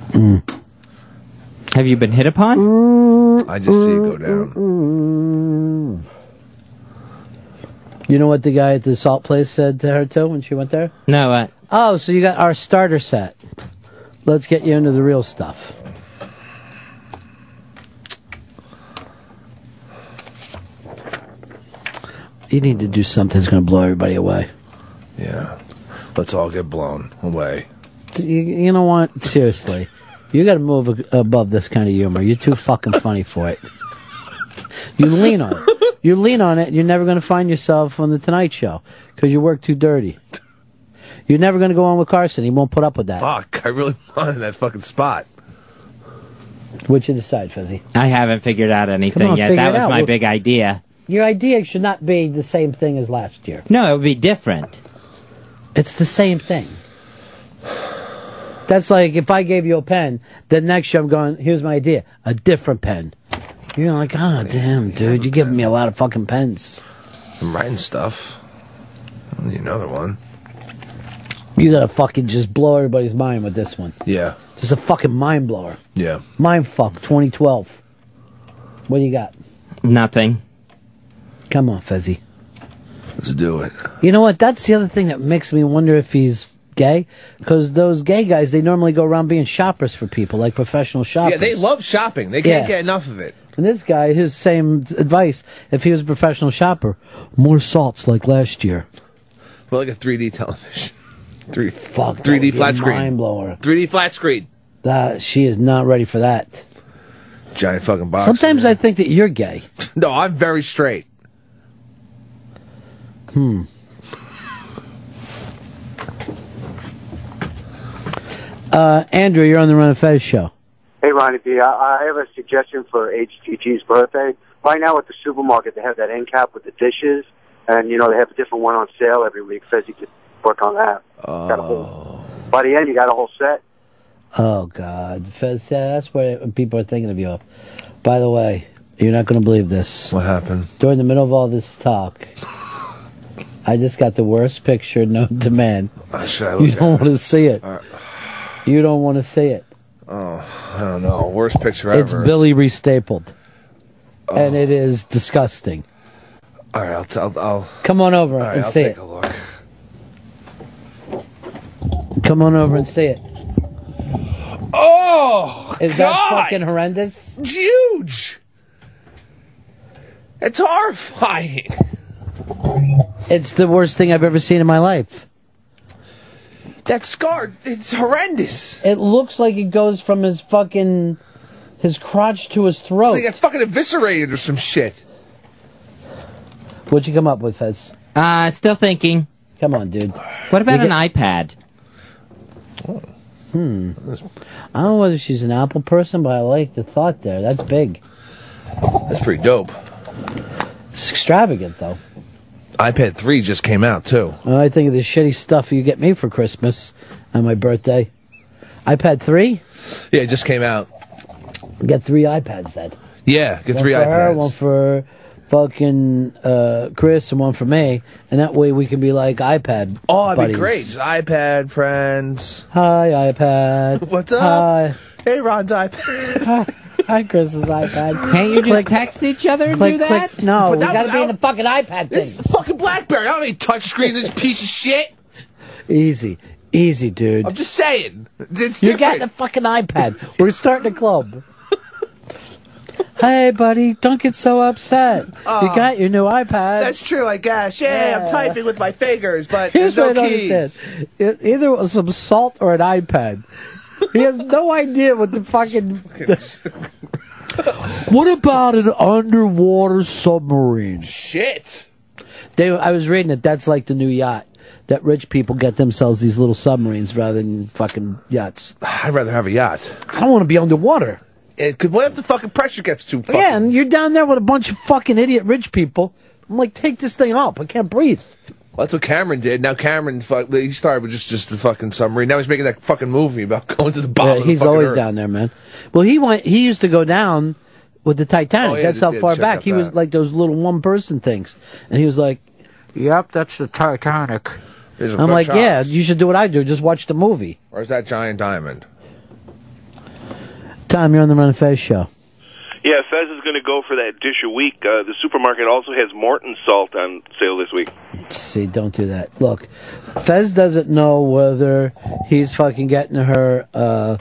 Speaker 8: Mm.
Speaker 9: Have you been hit upon?
Speaker 1: I just see it go down.
Speaker 8: You know what the guy at the salt place said to her too when she went there?
Speaker 9: No, uh,
Speaker 8: Oh, so you got our starter set. Let's get you into the real stuff. You need to do something that's going to blow everybody away.
Speaker 1: Yeah, let's all get blown away.
Speaker 8: You, you know what? Seriously, you got to move a- above this kind of humor. You're too fucking funny for it. You lean on it. You lean on it, and you're never going to find yourself on the Tonight Show because you work too dirty. You're never going to go on with Carson. He won't put up with that.
Speaker 1: Fuck! I really wanted that fucking spot.
Speaker 8: What you decide, Fuzzy?
Speaker 9: I haven't figured out anything
Speaker 8: on,
Speaker 9: yet.
Speaker 8: figure
Speaker 9: That
Speaker 8: it
Speaker 9: was
Speaker 8: out.
Speaker 9: my
Speaker 8: We'll-
Speaker 9: big idea.
Speaker 8: Your idea should not be the same thing as last year.
Speaker 9: No, it would be different.
Speaker 8: It's the same thing. That's like if I gave you a pen, then next year I'm going, here's my idea, a different pen. You're like, oh, damn, dude, you're giving me a lot of fucking pens.
Speaker 1: I'm writing stuff. I need another one.
Speaker 8: You gotta fucking just blow everybody's mind with this one.
Speaker 1: Yeah,
Speaker 8: Just a fucking mind blower.
Speaker 1: yeah.
Speaker 8: Mind fuck 2012. What do you got?
Speaker 9: Nothing.
Speaker 8: Come on, Fezzi.
Speaker 1: Let's do it.
Speaker 8: You know what? That's the other thing that makes me wonder if he's gay. Because those gay guys, they normally go around being shoppers for people, like professional shoppers.
Speaker 1: Yeah, they love shopping. They can't
Speaker 8: Yeah.
Speaker 1: get enough of it.
Speaker 8: And this guy, his same advice, if he was a professional shopper, more salts like last year.
Speaker 1: Well, like a 3D television. Three
Speaker 8: fuck.
Speaker 1: Three D
Speaker 8: would be a
Speaker 1: flat screen.
Speaker 8: mind blower.
Speaker 1: Three D flat screen.
Speaker 8: That she is not ready for that.
Speaker 1: Giant fucking box.
Speaker 8: Sometimes I think that you're gay.
Speaker 1: No, I'm very straight.
Speaker 8: Hmm. Uh, Andrew, you're on the Run of Fez show.
Speaker 19: Hey, Ronnie P, I, I have a suggestion for HTG's birthday. Right now at the supermarket, they have that end cap with the dishes, and, you know, they have a different one on sale every week. Says you could work on that. Got a whole- by the end, you got a whole set.
Speaker 8: Oh God, Fez, yeah, that's what people are thinking of you. By the way, you're not going to believe this.
Speaker 1: What happened?
Speaker 8: During the middle of all this talk, I just got the worst picture known to man.
Speaker 1: should I
Speaker 8: you
Speaker 1: look
Speaker 8: don't
Speaker 1: at it?
Speaker 8: want
Speaker 1: Uh,
Speaker 8: to see it.
Speaker 1: All right.
Speaker 8: You don't want to see it.
Speaker 1: Oh, I don't know. Worst picture
Speaker 8: It's
Speaker 1: ever.
Speaker 8: Billy restapled,
Speaker 1: Oh.
Speaker 8: and it is disgusting.
Speaker 1: All right, I'll. T- I'll, I'll
Speaker 8: Come on over
Speaker 1: all right,
Speaker 8: and
Speaker 1: I'll
Speaker 8: see
Speaker 1: take
Speaker 8: it.
Speaker 1: a look.
Speaker 8: Come on over and see it.
Speaker 1: Oh,
Speaker 8: is that fucking horrendous?
Speaker 1: It's huge. It's horrifying.
Speaker 8: It's the worst thing I've ever seen in my life.
Speaker 1: That scar, it's horrendous.
Speaker 8: It looks like it goes from his fucking his crotch to his throat.
Speaker 1: They got fucking eviscerated or some shit.
Speaker 8: What'd you come up with, Fez?
Speaker 9: Uh, still thinking.
Speaker 8: Come on, dude.
Speaker 9: What about
Speaker 8: We
Speaker 9: an iPad?
Speaker 8: Hmm. I don't know whether she's an Apple person, but I like the thought there. That's big.
Speaker 1: That's pretty dope.
Speaker 8: It's extravagant, though.
Speaker 1: iPad 3 just came out, too.
Speaker 8: When I think of the shitty stuff you get me for Christmas and my birthday. iPad 3?
Speaker 1: Yeah, it just came out.
Speaker 8: Get three iPads then.
Speaker 1: Yeah, get
Speaker 8: one
Speaker 1: three
Speaker 8: for her,
Speaker 1: iPads.
Speaker 8: one for fucking uh, Chris, and one for me. And that way we can be like iPad.
Speaker 1: oh, that'd
Speaker 8: buddies.
Speaker 1: be great. Just iPad friends.
Speaker 8: Hi, iPad.
Speaker 1: What's up?
Speaker 8: Hi.
Speaker 1: Hey, Ron's iPad.
Speaker 8: Hi, hi Chris's iPad.
Speaker 9: Can't you just text each other and
Speaker 8: click,
Speaker 9: do that?
Speaker 8: Click. No,
Speaker 9: But
Speaker 8: we
Speaker 9: that
Speaker 8: gotta
Speaker 9: was
Speaker 8: be in
Speaker 9: out-
Speaker 8: the fucking iPad thing.
Speaker 1: This fucking BlackBerry. I don't need touchscreen. This piece of shit.
Speaker 8: Easy. Easy, dude.
Speaker 1: I'm just saying. It's
Speaker 8: you got the fucking iPad. We're starting a club. hey, buddy, don't get so upset. you
Speaker 1: Aw.
Speaker 8: got your new iPad. That's
Speaker 1: Ah, true, I guess. Yeah,
Speaker 8: Yeah.
Speaker 1: I'm typing with my fingers, but
Speaker 8: Here's
Speaker 1: there's
Speaker 8: what
Speaker 1: no
Speaker 8: I
Speaker 1: keys.
Speaker 8: don't understand. E- Either it was some salt or an iPad. He has no idea what the fucking. what about an underwater submarine?
Speaker 1: Shit.
Speaker 8: They, I was reading it. That's like the new yacht. That rich people get themselves these little submarines rather than fucking yachts.
Speaker 1: I'd rather have a yacht.
Speaker 8: I don't want to be underwater.
Speaker 1: It could, what if the fucking pressure gets too fucking...
Speaker 8: Yeah, and you're down there with a bunch of fucking idiot rich people. I'm like, take this thing up. I can't breathe.
Speaker 1: Well, that's what Cameron did. Now Cameron, fuck, he started with just, just the fucking submarine. Now he's making that fucking movie about going to the bottom
Speaker 8: Yeah,
Speaker 1: of the
Speaker 8: he's
Speaker 1: fucking
Speaker 8: always
Speaker 1: earth.
Speaker 8: down there, man. Well, he went. He used to go down with the Titanic.
Speaker 1: Oh, yeah,
Speaker 8: that's
Speaker 1: they
Speaker 8: how
Speaker 1: did
Speaker 8: far
Speaker 1: check
Speaker 8: back
Speaker 1: out
Speaker 8: he was.
Speaker 1: that.
Speaker 8: Like those little one-person things, and he was like, "Yep, that's the Titanic."
Speaker 1: These are
Speaker 8: I'm
Speaker 1: quick
Speaker 8: like,
Speaker 1: shots.
Speaker 8: "Yeah, you should do what I do. Just watch the movie."
Speaker 1: Or is that giant diamond?
Speaker 8: Tom, you're on the Run and Fez show.
Speaker 20: Yeah, Fez is going to go for that dish a week. Uh, the supermarket also has Morton salt on sale this week.
Speaker 8: See, don't do that. Look, Fez doesn't know whether he's fucking getting her uh,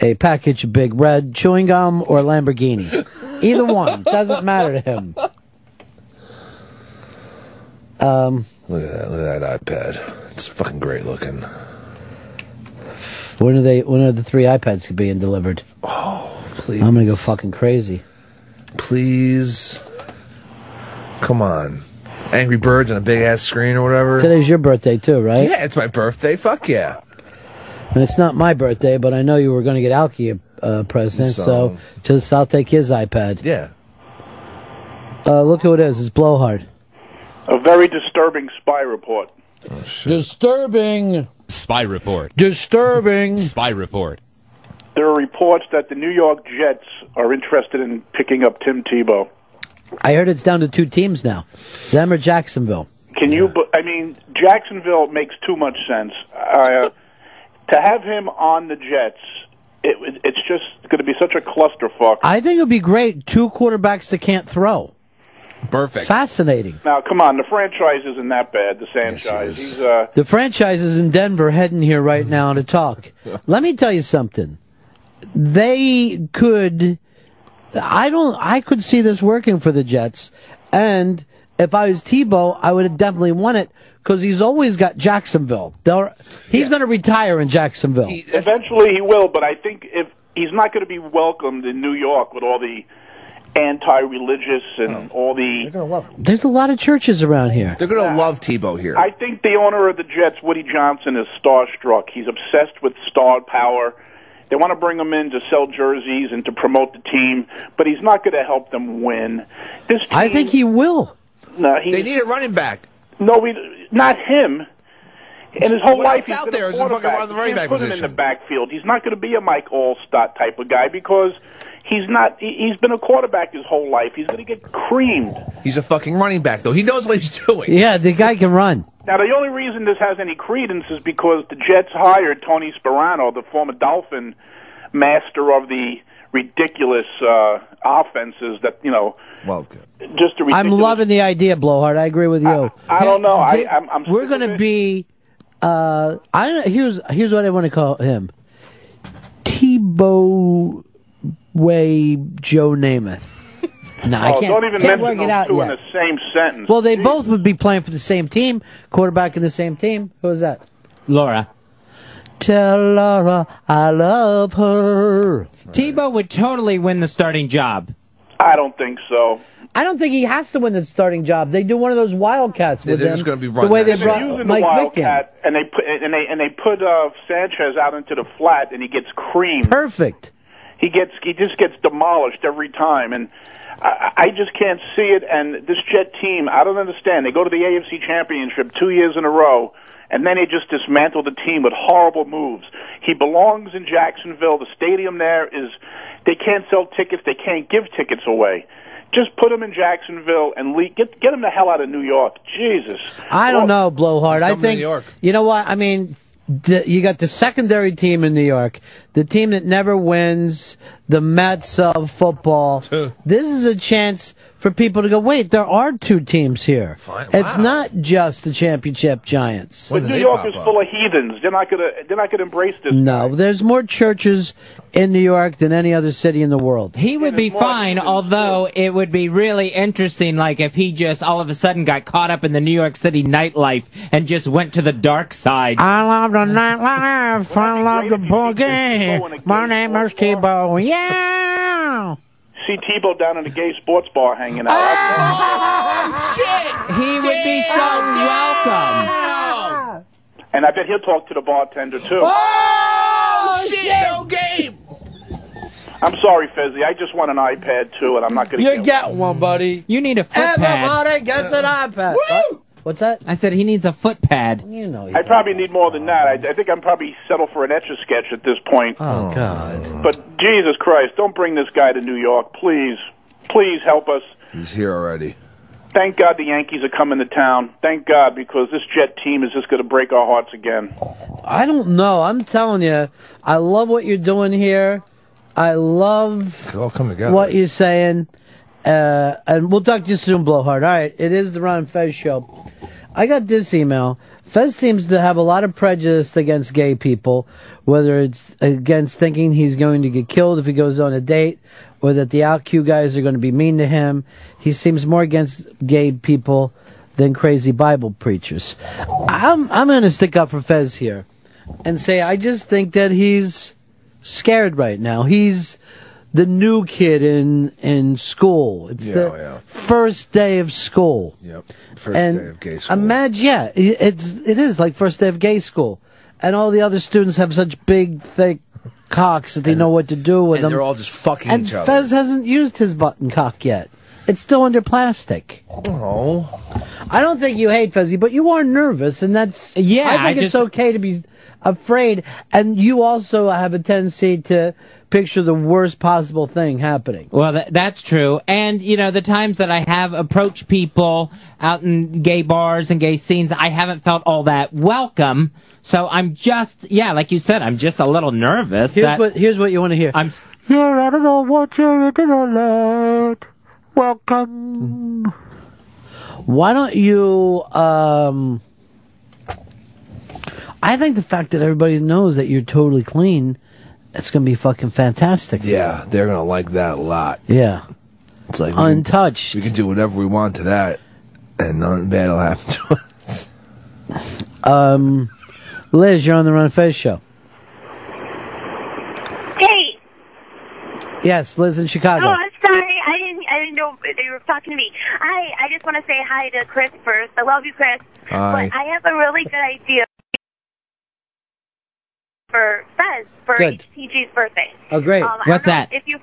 Speaker 8: a package of Big Red chewing gum or Lamborghini. Either one doesn't matter to him. Um,
Speaker 1: Look at that. Look at that iPad. It's fucking great looking.
Speaker 8: when are they? When are the three iPads being delivered?
Speaker 1: Oh, please.
Speaker 8: I'm gonna go fucking crazy.
Speaker 1: Please. Come on. Angry Birds on a big ass screen or whatever.
Speaker 8: Today's your birthday too, right?
Speaker 1: Yeah, it's my birthday. Fuck yeah.
Speaker 8: And it's not my birthday, but I know you were gonna get Alki a uh, present,
Speaker 1: So-
Speaker 8: so just I'll take his iPad.
Speaker 1: Yeah.
Speaker 8: Uh, look who it is. It's Blowhard.
Speaker 21: A very disturbing spy report.
Speaker 8: Disturbing.
Speaker 22: Spy report.
Speaker 8: Disturbing.
Speaker 22: Spy report.
Speaker 21: There are reports that the New York Jets are interested in picking up Tim Tebow.
Speaker 8: I heard it's down to two teams now, them or Jacksonville.
Speaker 21: Can you? b- I mean, Jacksonville makes too much sense. Uh, to have him on the Jets, it, it's just going to be such a clusterfuck.
Speaker 8: I think it would be great. Two quarterbacks that can't throw.
Speaker 1: Perfect.
Speaker 8: Fascinating.
Speaker 21: Now, come on, the franchise isn't that bad. The franchise. He's uh,
Speaker 8: The franchises in Denver heading here right now to talk. Let me tell you something. They could. I don't. I could see this working for the Jets. And if I was Tebow, I would have definitely won it because he's always got Jacksonville. They're, he's going to retire in Jacksonville.
Speaker 21: eventually he will, but I think if he's not going to be welcomed in New York with all the anti-religious and all the. They're going to love him.
Speaker 8: There's a lot of churches around here.
Speaker 1: They're going to love Tebow here.
Speaker 21: I think the owner of the Jets, Woody Johnson, is starstruck. He's obsessed with star power. They want to bring him in to sell jerseys and to promote the team, but he's not going to help them win. This team, I think he
Speaker 8: will.
Speaker 21: No, he,
Speaker 1: They need a running back.
Speaker 21: No, we not him. And his whole
Speaker 1: What
Speaker 21: life
Speaker 1: else
Speaker 21: he's
Speaker 1: out
Speaker 21: been
Speaker 1: there
Speaker 21: a
Speaker 1: is a fucking
Speaker 21: quarterback.
Speaker 1: running- running
Speaker 21: You can't
Speaker 1: back
Speaker 21: put him
Speaker 1: position.
Speaker 21: in the backfield. He's not going to be a Mike Allstott type of guy because he's not. He, he's been a quarterback his whole life. He's going to get creamed.
Speaker 1: He's a fucking running back, though. He knows what he's doing.
Speaker 8: Yeah, the guy can run.
Speaker 21: Now, the only reason this has any credence is because the Jets hired Tony Sperano, the former Dolphin master of the ridiculous uh, offenses that, you know,
Speaker 1: well,
Speaker 21: just a ridiculous.
Speaker 8: I'm loving the idea, Blowhard. I agree with you. I,
Speaker 21: I don't know. I- I'm- I'm
Speaker 8: we're going to be. Uh, I here's here's what I want to call him. Tebow way Joe Namath. No, I
Speaker 21: Oh,
Speaker 8: can't.
Speaker 21: don't even mention
Speaker 8: can't work
Speaker 21: those
Speaker 8: it out
Speaker 21: two
Speaker 8: yet.
Speaker 21: in the same sentence.
Speaker 8: Well, they both would be playing for the same team, quarterback in the same team. Who was that?
Speaker 9: Laura.
Speaker 8: Tell Laura I love her.
Speaker 9: Tebow would totally win the starting job.
Speaker 21: I don't think so.
Speaker 8: I don't think he has to win the starting job. They do one of those Wildcats with
Speaker 21: They're
Speaker 8: him.
Speaker 21: just gonna be
Speaker 8: the way they
Speaker 21: They're
Speaker 8: brought
Speaker 21: using
Speaker 8: Mike
Speaker 21: the
Speaker 8: Vick in.
Speaker 21: Wildcat, and they put and they and they put uh, Sanchez out into the flat, and he gets creamed.
Speaker 8: Perfect.
Speaker 21: He gets he just gets demolished every time, and I, I just can't see it. And this Jet team, I don't understand. They go to the AFC Championship two years in a row, and then they just dismantle the team with horrible moves. He belongs in Jacksonville. The stadium there is they can't sell tickets. They can't give tickets away. Just put him in Jacksonville and le- get get him the hell out of New York. Jesus.
Speaker 8: I don't know, Blowhard. I
Speaker 21: coming to
Speaker 8: think
Speaker 21: New York.
Speaker 8: you know what I mean. The, you got the secondary team in New York. the team that never wins, the Mets of football. this is a chance for people to go, wait, there are two teams here. It's not just the championship Giants.
Speaker 21: But New York is full of heathens. They're not gonna. They're not gonna embrace this.
Speaker 8: No, there's more churches in New York than any other city in the world.
Speaker 9: He would be fine, although it would be really interesting, like if he just all of a sudden got caught up in the New York City nightlife and just went to the dark side.
Speaker 8: I love the nightlife. I love the boogie. My name is Tebow. Yeah.
Speaker 21: See Tebow down in the gay sports bar hanging out.
Speaker 9: He would be so welcome.
Speaker 21: And I bet he'll talk to the bartender too.
Speaker 5: Oh, shit, no game.
Speaker 21: I'm sorry, Fezzi. I just want an iPad too, and I'm not gonna.
Speaker 8: You
Speaker 21: get
Speaker 8: got one, buddy.
Speaker 9: You need a foot
Speaker 8: Everybody gets an iPad. What? What's that?
Speaker 9: I said he needs a foot pad.
Speaker 8: You know.
Speaker 21: I probably need more than that. I, I think I'm probably settled for an etch a sketch at this point.
Speaker 8: Oh God!
Speaker 21: But Jesus Christ, don't bring this guy to New York, please. Please help us.
Speaker 1: He's here already.
Speaker 21: Thank God the Yankees are coming to town. Thank God because this Jet team is just going to break our hearts again.
Speaker 8: I don't know. I'm telling you, I love what you're doing here. I love
Speaker 1: all come together.
Speaker 8: what you're saying. Uh, and we'll talk to you soon, Blowhard. All right, it is the Ron Fez show. I got this email. Fez seems to have a lot of prejudice against gay people, whether it's against thinking he's going to get killed if he goes on a date, or that the out Q guys are going to be mean to him. He seems more against gay people than crazy Bible preachers. I'm I'm going to stick up for Fez here and say I just think that he's scared right now. He's the new kid in in school. It's
Speaker 1: Yeah, oh,
Speaker 8: the
Speaker 1: yeah.
Speaker 8: first day of school.
Speaker 1: Yep. First
Speaker 8: and
Speaker 1: day of gay school.
Speaker 8: Imagine, yeah, i- it's it is like first day of gay school, and all the other students have such big thick cocks that they know what to do with
Speaker 1: and
Speaker 8: them.
Speaker 1: they're all just fucking
Speaker 8: and
Speaker 1: each other.
Speaker 8: Fez hasn't used his button cock yet. It's still under plastic.
Speaker 1: Oh.
Speaker 8: I don't think you hate Fezzy, but you are nervous, and that's
Speaker 9: Yeah,
Speaker 8: I
Speaker 9: I
Speaker 8: think it's
Speaker 9: just-
Speaker 8: okay to be afraid, and you also have a tendency to picture the worst possible thing happening.
Speaker 9: Well, tha that's true. And, you know, the times that I have approached people out in gay bars and gay scenes, I haven't felt all that welcome. So I'm just, yeah, like you said, I'm just a little nervous.
Speaker 8: Here's
Speaker 9: that
Speaker 8: what here's what you want to hear.
Speaker 9: I'm
Speaker 8: Here, I don't know what you're into tonight. Welcome. Why don't you? um I think the fact that everybody knows that you're totally clean, it's gonna be fucking fantastic.
Speaker 1: Yeah, they're gonna like that a lot.
Speaker 8: Yeah.
Speaker 1: It's like
Speaker 8: untouched.
Speaker 1: We can, do whatever we want to that, and nothing bad will happen to us.
Speaker 8: Um, Liz, you're on the Run Fez show.
Speaker 2: Hey,
Speaker 8: Yes, Liz in
Speaker 2: oh,
Speaker 8: Chicago.
Speaker 2: I'm sorry. I didn't. I didn't know they were talking to me. Hi. I just want to say hi to Chris first. I love you, Chris.
Speaker 1: Hi.
Speaker 2: But I have a really good idea for Fez for
Speaker 9: Good.
Speaker 2: HTG's birthday.
Speaker 9: Oh, great.
Speaker 2: Um, I don't
Speaker 9: What's
Speaker 2: know
Speaker 9: that?
Speaker 2: If you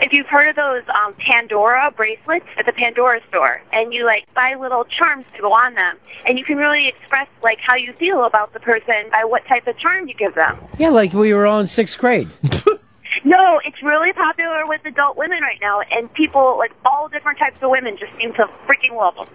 Speaker 2: if you've heard of those um, Pandora bracelets at the Pandora store, and you like buy little charms to go on them, and you can really express like how you feel about the person by what type of charm you give them.
Speaker 8: Yeah, like we were all in sixth grade.
Speaker 2: No, it's really popular with adult women right now, and people, like all different types of women, just seem to freaking love them.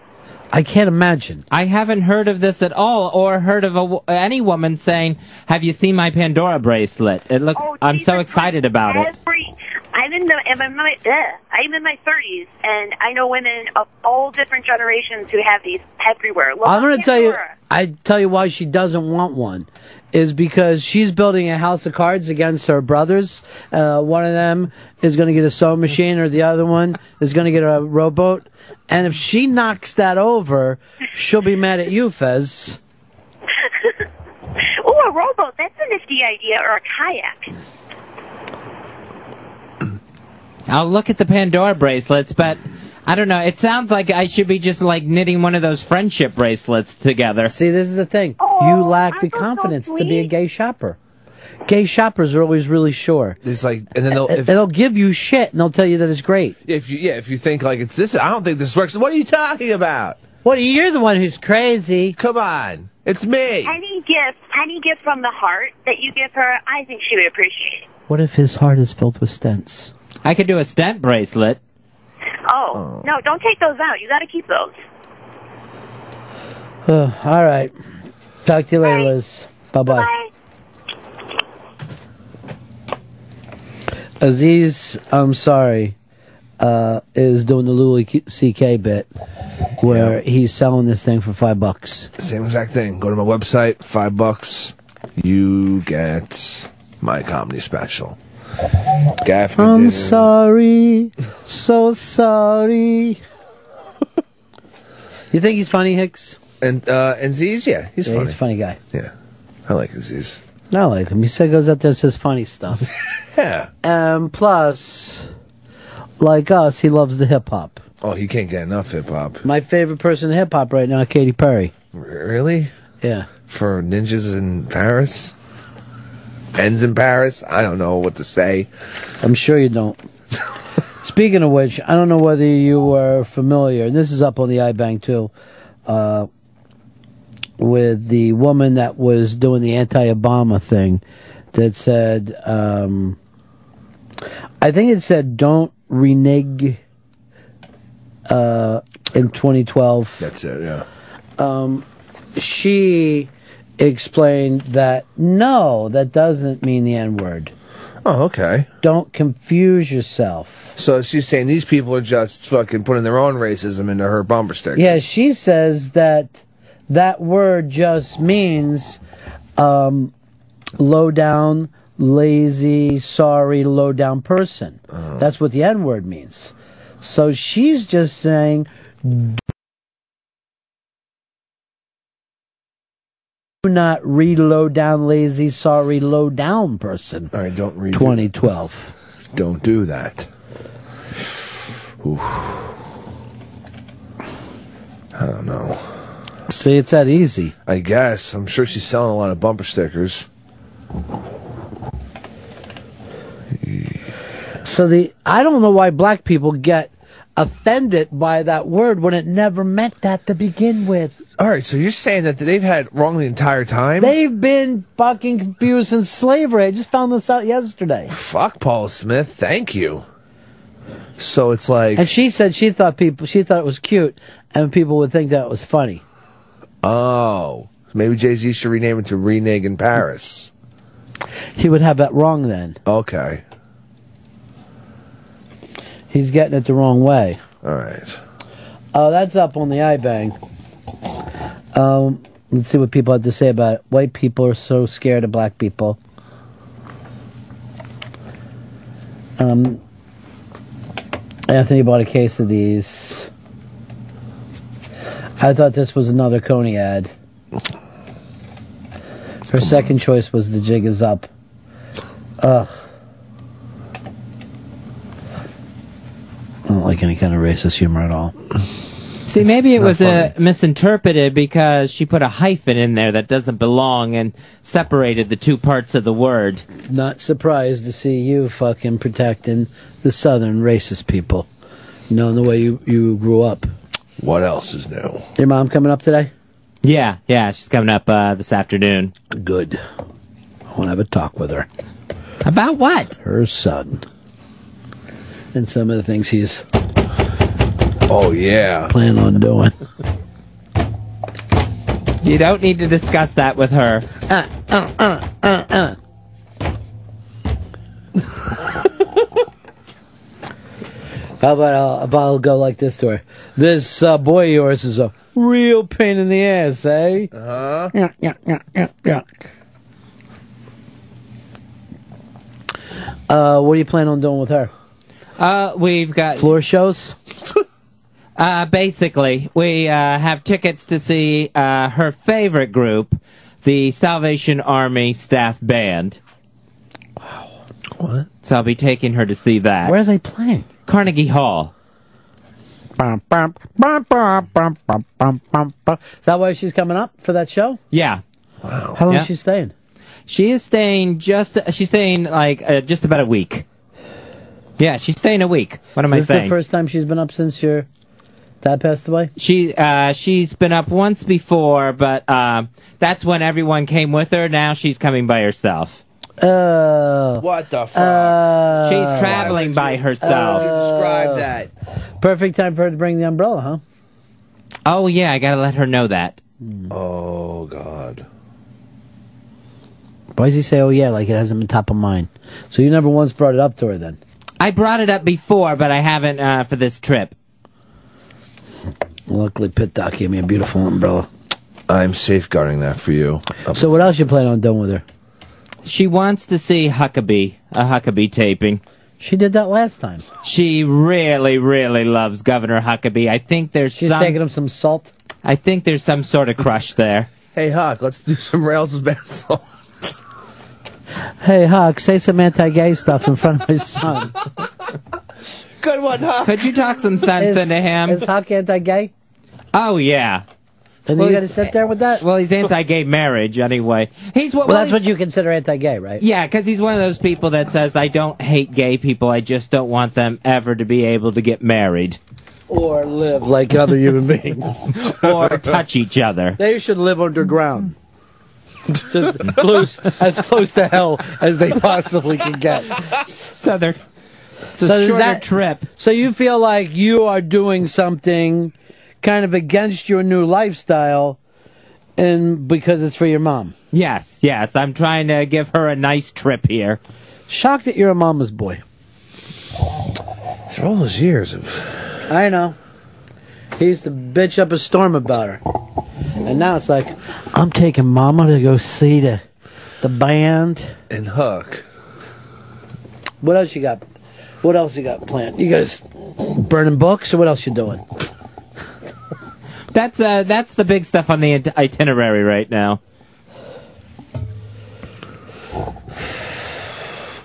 Speaker 8: I can't imagine.
Speaker 9: I haven't heard of this at all or heard of a w any woman saying, have you seen my Pandora bracelet? It look, I'm so excited about it.
Speaker 2: Every, I'm in the, I'm in my, ugh, I'm in my 30s, and I know women of all different generations who have these everywhere. Look,
Speaker 8: I'm going to tell you. I tell you why she doesn't want one is because she's building a house of cards against her brothers. Uh, one of them is going to get a sewing machine, or the other one is going to get a rowboat. And if she knocks that over, she'll be mad at you, Fez.
Speaker 2: oh, a rowboat, that's a nifty idea, or a kayak.
Speaker 9: I'll look at the Pandora bracelets, but I don't know. It sounds like I should be just like knitting one of those friendship bracelets together.
Speaker 8: See, this is the thing. you lack the confidence to be a gay shopper. Gay shoppers are always really sure.
Speaker 1: It's like, and then they'll
Speaker 8: And
Speaker 1: if,
Speaker 8: they'll give you shit, and they'll tell you that it's great.
Speaker 1: if you yeah if you think like it's this. I don't think this works. What are you talking about?
Speaker 8: What? You're the one who's crazy.
Speaker 1: Come on, it's me.
Speaker 2: Any gift, any gift from the heart that you give her, I think she would appreciate.
Speaker 8: What if his heart is filled with stents?
Speaker 9: I could do a stent bracelet.
Speaker 2: Oh, no, don't take those out. You got to keep those.
Speaker 8: Ugh, all right. Talk to you later, Liz. Bye bye. Aziz, I'm sorry, uh, is doing the Louis CK bit where he's selling this thing for five bucks.
Speaker 1: Same exact thing. Go to my website, five bucks. You get my comedy special. Gaffney
Speaker 8: I'm
Speaker 1: did-
Speaker 8: sorry, so sorry. you think he's funny, Hicks?
Speaker 1: And uh, and Z's, yeah, he's
Speaker 8: Yeah,
Speaker 1: funny.
Speaker 8: he's a funny guy.
Speaker 1: Yeah, I like Aziz.
Speaker 8: Not like him. He said goes out there and says funny stuff.
Speaker 1: yeah.
Speaker 8: And Um, plus, like us, he loves the hip hop.
Speaker 1: Oh, he can't get enough hip hop.
Speaker 8: My favorite person in hip hop right now, Katy Perry.
Speaker 1: Really?
Speaker 8: Yeah.
Speaker 1: For ninjas in Paris, ends in Paris. I don't know what to say.
Speaker 8: I'm sure you don't. Speaking of which, I don't know whether you were familiar, and this is up on the iBank too, uh, with the woman that was doing the anti-Obama thing that said, um, I think it said, "Don't renege." Uh, in 2012.
Speaker 1: That's it. Yeah.
Speaker 8: Um, she explained that no, that doesn't mean the N word.
Speaker 1: Oh, okay.
Speaker 8: Don't confuse yourself.
Speaker 1: So she's saying these people are just fucking putting their own racism into her bumper sticker.
Speaker 8: Yeah, she says that that word just means um, low down, lazy, sorry, low down person.
Speaker 1: Uh-huh.
Speaker 8: That's what the N word means. So she's just saying. Do not read low down, lazy, sorry, low down person.
Speaker 1: All right, don't read.
Speaker 8: 2012.
Speaker 1: Don't do that. Oof. I don't know.
Speaker 8: See, it's that easy.
Speaker 1: I guess. I'm sure she's selling a lot of bumper stickers.
Speaker 8: So the I don't know why black people get offended by that word when it never meant that to begin with.
Speaker 1: All right, so you're saying that they've had it wrong the entire time?
Speaker 8: They've been fucking confused since slavery. I just found this out yesterday.
Speaker 1: Fuck Paul Smith. Thank you. So it's like,
Speaker 8: And she said she thought people she thought it was cute and people would think that it was funny.
Speaker 1: oh, maybe Jay Z should rename it to Reneg in Paris.
Speaker 8: He would have that wrong then.
Speaker 1: Okay.
Speaker 8: He's getting it the wrong way.
Speaker 1: All right.
Speaker 8: Oh, that's up on the iBang. Um, let's see what people have to say about it. White people are so scared of black people. Um, Anthony bought a case of these. I thought this was another Coney ad. Her second choice was the jig is up. Ugh. I don't like any kind of racist humor at all.
Speaker 9: See, maybe it
Speaker 8: Not
Speaker 9: was uh, misinterpreted because she put a hyphen in there that doesn't belong and separated the two parts of the word.
Speaker 8: Not surprised to see you fucking protecting the southern racist people, knowing the way you, you grew up.
Speaker 1: What else is new?
Speaker 8: Your mom coming up today?
Speaker 9: Yeah, yeah, she's coming up uh, this afternoon.
Speaker 8: Good. I want to have a talk with her.
Speaker 9: About what?
Speaker 8: Her son. And some of the things he's
Speaker 1: Oh, yeah.
Speaker 8: planning on doing.
Speaker 9: You don't need to discuss that with her.
Speaker 8: Uh, uh, uh, uh, uh. How about I'll, if I'll go like this to her? This uh, boy of yours is a real pain in the ass, eh?
Speaker 1: Uh
Speaker 8: huh. Yuck, yuck, yuck, yuck, yuck. Uh, what do you plan on doing with her?
Speaker 9: Uh, we've got
Speaker 8: floor shows.
Speaker 9: uh, basically, we uh, have tickets to see uh, her favorite group, the Salvation Army Staff Band. Wow.
Speaker 8: What?
Speaker 9: So I'll be taking her to see that.
Speaker 8: Where are they playing?
Speaker 9: Carnegie Hall.
Speaker 8: Bum, bum, bum, bum, bum, bum, bum, bum, bum. Is that why she's coming up for that show?
Speaker 9: Yeah.
Speaker 8: Wow. How long
Speaker 9: Yeah.
Speaker 8: is she staying?
Speaker 9: She is staying just. She's staying like uh, just about a week. Yeah, she's staying a week. What am
Speaker 8: is
Speaker 9: I
Speaker 8: this
Speaker 9: saying?
Speaker 8: the first time she's been up since your dad passed away?
Speaker 9: She uh, she's been up once before, but uh, that's when everyone came with her. Now she's coming by herself.
Speaker 8: Oh.
Speaker 1: What the fuck?
Speaker 9: she's traveling by herself.
Speaker 1: Describe that.
Speaker 8: Oh. Perfect time for her to bring the umbrella, huh?
Speaker 9: Oh yeah, I gotta let her know that.
Speaker 1: Oh God.
Speaker 8: Why does he say, oh yeah, like it hasn't been top of mind? So you never once brought it up to her then?
Speaker 9: I brought it up before, but I haven't uh, for this trip.
Speaker 8: Luckily, Pit Doc gave me a beautiful umbrella.
Speaker 1: I'm safeguarding that for you. Um,
Speaker 8: So what else you plan on doing with her?
Speaker 9: She wants to see Huckabee, a Huckabee taping.
Speaker 8: She did that last time.
Speaker 9: She really, really loves Governor Huckabee. I think there's
Speaker 8: She's
Speaker 9: some,
Speaker 8: taking him some salt.
Speaker 9: I think there's some sort of crush there.
Speaker 1: Hey Huck, let's do some rails of bad song.
Speaker 8: Hey, Huck, say some anti-gay stuff in front of his son.
Speaker 1: Good one, Huck.
Speaker 9: Could you talk some sense
Speaker 8: Is-
Speaker 9: into him?
Speaker 8: Is Huck anti-gay?
Speaker 9: oh yeah.
Speaker 8: Then you gotta sit there with that?
Speaker 9: Well, he's anti-gay marriage anyway. He's
Speaker 8: Well,
Speaker 9: what?
Speaker 8: that's what you consider anti-gay, right?
Speaker 9: Yeah, because he's one of those people that says, "I don't hate gay people. I just don't want them ever to be able to get married
Speaker 8: Or live like other human beings.
Speaker 9: or touch each other."
Speaker 8: They should live underground. To- close, as close to hell as they possibly can get.
Speaker 9: So they're it's a
Speaker 8: does
Speaker 9: shorter trip.
Speaker 8: So you feel like you are doing something kind of against your new lifestyle, and because it's for your mom.
Speaker 9: Yes, yes. I'm trying to give her a nice trip here.
Speaker 8: Shocked that you're a mama's boy.
Speaker 1: Through all those years of
Speaker 8: I know. He used to bitch up a storm about her, and now it's like I'm taking mama to go see the the band.
Speaker 1: and Huck
Speaker 8: What else you got? What else you got planned? You guys burning books, or what else you doing?
Speaker 9: That's uh, that's the big stuff on the it- itinerary right now.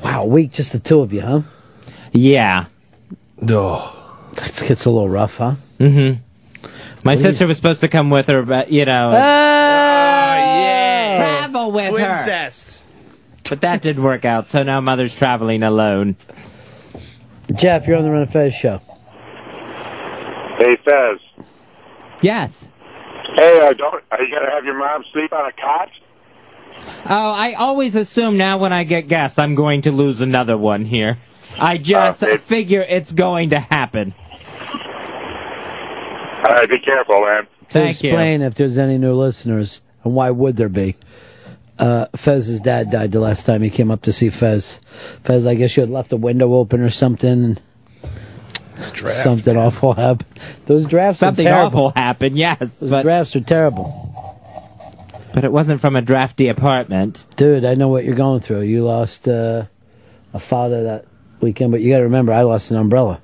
Speaker 8: Wow, a week just the two of you, huh?
Speaker 9: Yeah.
Speaker 1: No.
Speaker 8: That gets a little rough, huh?
Speaker 9: Mm-hmm. My
Speaker 8: Please. Ah!
Speaker 9: sister was supposed to come with her, but you know,
Speaker 1: Oh,
Speaker 8: yeah.
Speaker 9: Oh, travel with her. but that didn't work out. So now mother's traveling alone.
Speaker 8: Jeff, you're on the Run and Fez show.
Speaker 4: Hey, Fez.
Speaker 9: Yes.
Speaker 4: Hey, uh, don't, are you going to have your mom sleep on a cot?
Speaker 9: Oh, I always assume now when I get guests, I'm going to lose another one here. I just figure it's going to happen.
Speaker 4: All right, be careful, man.
Speaker 8: to
Speaker 9: Thank you.
Speaker 8: explain if there's any new listeners, and why would there be? Uh, Fez's dad died the last time he came up to see Fez. Fez, I guess you had left the window open or something.
Speaker 1: draft,
Speaker 8: something awful happened. Those drafts
Speaker 9: Something
Speaker 8: are terrible.
Speaker 9: awful happened, yes.
Speaker 8: Those
Speaker 9: But,
Speaker 8: drafts are terrible,
Speaker 9: but it wasn't from a drafty apartment.
Speaker 8: dude. I know what you're going through. You lost uh, a father that weekend, but you got to remember, I lost an umbrella,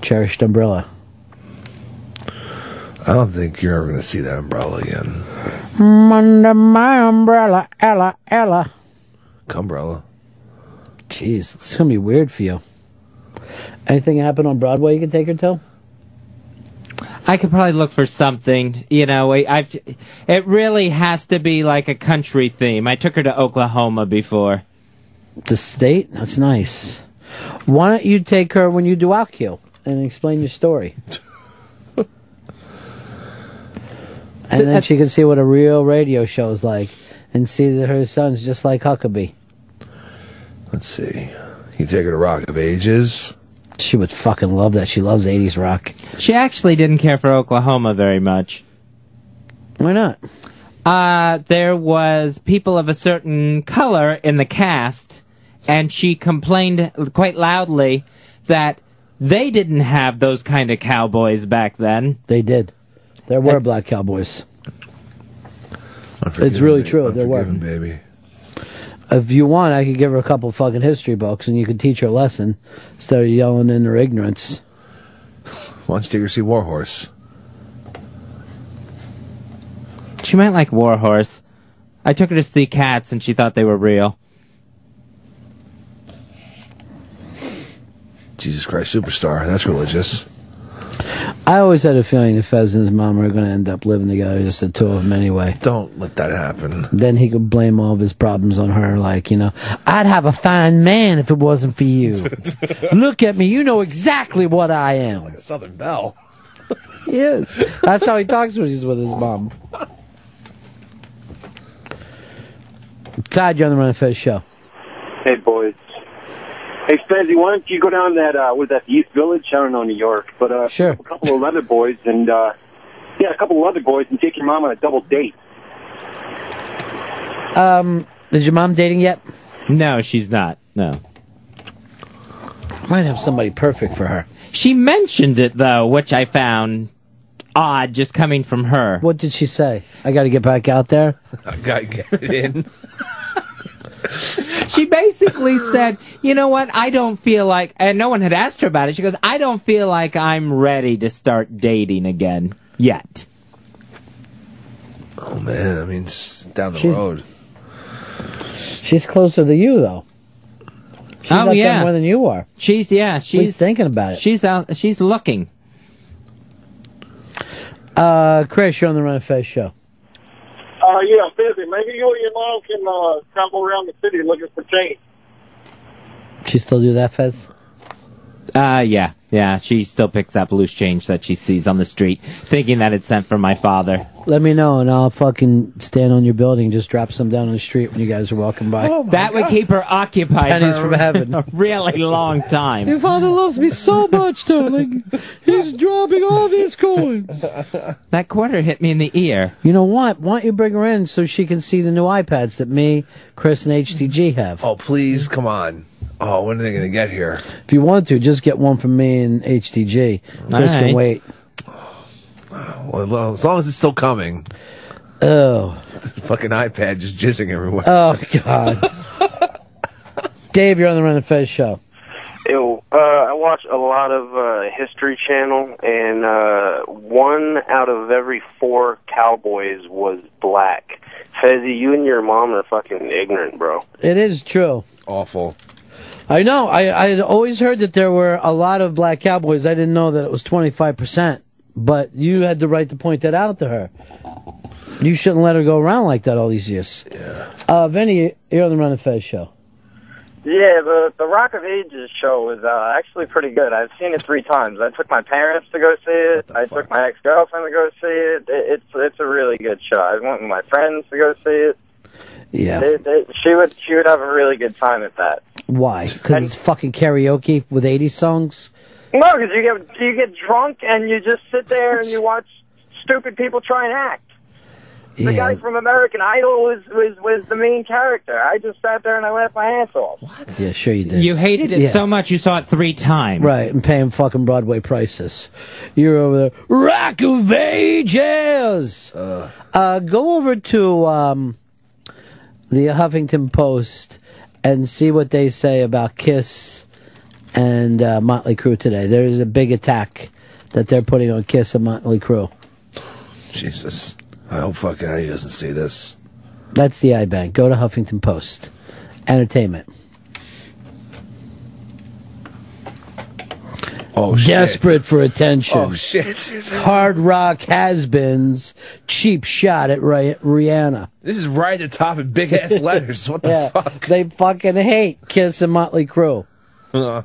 Speaker 8: cherished umbrella.
Speaker 1: I don't think you're ever gonna see that umbrella again.
Speaker 8: Mm, Under my umbrella, Ella, Ella.
Speaker 1: Cumbrella.
Speaker 8: Jeez, it's gonna be weird for you. Anything happen on Broadway you can take her to?
Speaker 9: I could probably look for something, you know. I- I've, it really has to be like a country theme. I took her to Oklahoma before.
Speaker 8: The state? That's nice. Why don't you take her when you do Alkio and explain your story? and then she can see what a real radio show is like and see that her son's just like Huckabee.
Speaker 1: Let's see. You take her to Rock of Ages.
Speaker 8: She would fucking love that. She loves 80s rock.
Speaker 9: She actually didn't care for Oklahoma very much.
Speaker 8: Why not?
Speaker 9: Uh, there was people of a certain color in the cast, and she complained quite loudly that they didn't have those kind of cowboys back then.
Speaker 8: They did. There were black cowboys. It's
Speaker 1: Unforgiven,
Speaker 8: really
Speaker 1: ba-
Speaker 8: true. There were.
Speaker 1: Unforgiven, baby.
Speaker 8: If you want, I could give her a couple fucking history books and you could teach her a lesson instead of yelling in her ignorance.
Speaker 1: Why don't you take her to see Warhorse?
Speaker 9: She might like Warhorse. I took her to see cats, and she thought they were real.
Speaker 1: Jesus Christ Superstar. That's religious.
Speaker 8: I always had a feeling that Fez and his mom were going to end up living together, just the two of them anyway.
Speaker 1: Don't let that happen.
Speaker 8: Then he could blame all of his problems on her, like, you know, I'd have a fine man if it wasn't for you. Look at me, you know exactly what I am.
Speaker 1: Southern Belle.
Speaker 8: He is. That's how he talks when he's with his mom. Todd, you're on the Run and Fez show.
Speaker 4: Hey, boys. Hey, Spezzy, why don't you go down that, uh, was that the East Village? I don't know, New York. But uh,
Speaker 8: Sure.
Speaker 4: a couple of leather boys and, uh, yeah, a couple of leather boys and take your mom on a double date.
Speaker 8: Um, Is your mom dating yet?
Speaker 9: No, she's not. No.
Speaker 8: Might have somebody perfect for her.
Speaker 9: She mentioned it though, which I found odd, just coming from her.
Speaker 8: What did she say? I got to get back out there.
Speaker 1: I gotta Uh, get it in.
Speaker 9: She basically said, "You know what? I don't feel like." And no one had asked her about it. She goes, "I don't feel like I'm ready to start dating again yet."
Speaker 1: Oh man, I mean, it's down the
Speaker 8: She-
Speaker 1: road.
Speaker 8: She's closer to you though. She's
Speaker 9: Oh,
Speaker 8: out there
Speaker 9: yeah.
Speaker 8: more than you are.
Speaker 9: She's yeah. She's
Speaker 8: thinking about it.
Speaker 9: She's out. She's looking.
Speaker 8: Uh, Chris, you're on the Run of Fez show.
Speaker 3: Uh, yeah, busy. Maybe you and your mom can uh, travel around the city looking for change.
Speaker 8: She still do that, Fez?
Speaker 9: Uh, yeah, yeah. She still picks up loose change that she sees on the street, thinking that it's sent from my father.
Speaker 8: Let me know, and I'll fucking stand on your building. Just drop some down on the street when you guys are walking by.
Speaker 9: that would keep her occupied
Speaker 8: Oh Pennies
Speaker 9: for
Speaker 8: from heaven.
Speaker 9: a really long time.
Speaker 8: father loves me so much, darling. He's dropping all these coins.
Speaker 9: That quarter hit me in the ear.
Speaker 8: You know what? Why don't you bring her in so she can see the new iPads that me, Chris, and HTG have?
Speaker 1: Oh please, come on. Oh, when are they gonna get here?
Speaker 8: If you want to, just get one from me and HTG. Chris can
Speaker 1: Alright.
Speaker 8: wait.
Speaker 1: Well, as long as it's still coming.
Speaker 8: Oh.
Speaker 1: This fucking iPad just jizzing everywhere.
Speaker 8: Oh, God. Dave, you're on the Run and Fez show.
Speaker 11: Ew. Uh, I watch a lot of uh, History Channel, and uh, one out of every four cowboys was black. Fezzi, you and your mom are fucking ignorant, bro.
Speaker 8: It is true.
Speaker 1: Awful.
Speaker 8: I know. I I had always heard that there were a lot of black cowboys. I didn't know that it was twenty five percent. But you had the right to point that out to her. You shouldn't let her go around like that all these years. Yeah. Uh, Vinny, you're on the Run and Fez show.
Speaker 22: Yeah, the the Rock of Ages show was uh, actually pretty good. I've seen it three times. I took my parents to go see it. I took my ex girlfriend to go see it. it. It's it's a really good show. I went with my friends to go see it.
Speaker 8: Yeah.
Speaker 22: They- they- she would she would have a really good time at that.
Speaker 8: Why? Because it's fucking karaoke with eighty songs.
Speaker 22: No, because you get you get drunk and you just sit there and you watch stupid people try and act. The
Speaker 8: Yeah.
Speaker 22: guy from American Idol was, was was the main character. I just sat there and I laughed my ass off.
Speaker 8: Yeah, sure you did.
Speaker 9: You hated it
Speaker 8: Yeah.
Speaker 9: so much you saw it three times.
Speaker 8: Right, and paying fucking Broadway prices. You're over there. Rock of Ages! Uh, go over to um, the Huffington Post and see what they say about Kiss and uh, Motley Crue today. There is a big attack that they're putting on Kiss and Motley Crue.
Speaker 1: Jesus. I hope fucking Eddie doesn't see this.
Speaker 8: That's the IBank. Go to Huffington Post. Entertainment.
Speaker 1: Oh, shit.
Speaker 8: Desperate for attention.
Speaker 1: Oh, shit.
Speaker 8: Hard rock has-beens. Cheap shot at Ri- Rihanna.
Speaker 1: This is right at the top in big ass letters. What the
Speaker 8: Yeah,
Speaker 1: fuck?
Speaker 8: They fucking hate Kiss and Motley Crue
Speaker 1: Uh,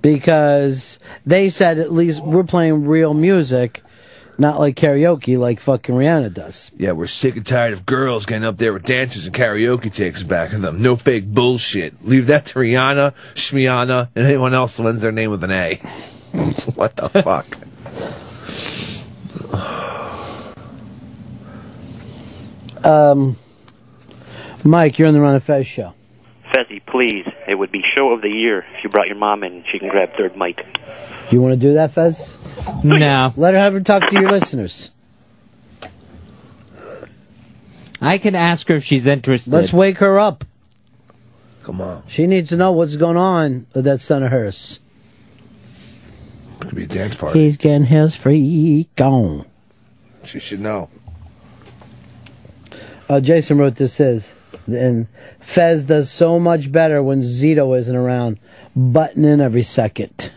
Speaker 8: because they said at least we're playing real music, not like karaoke like fucking Rihanna does.
Speaker 1: yeah, we're sick and tired of girls getting up there with dancers and karaoke takes back of them. No fake bullshit. Leave that to Rihanna, Shmiana, and anyone else who ends their name with an A. what the fuck?
Speaker 8: Um, Mike, you're on the Run of Fez show.
Speaker 23: Fezzi, please. It would be show of the year if you brought your mom in. She can grab third mic.
Speaker 8: You want to do that, Fez?
Speaker 9: No.
Speaker 8: Let her have her talk to your listeners.
Speaker 9: I can ask her if she's interested.
Speaker 8: Let's wake her up.
Speaker 1: Come on.
Speaker 8: She needs to know what's going on with that son of hers.
Speaker 1: It could be a dance party.
Speaker 8: He's getting his freak on.
Speaker 1: She should know.
Speaker 8: Uh, Jason wrote this is, and Fez does so much better when Zito isn't around, butting in every second.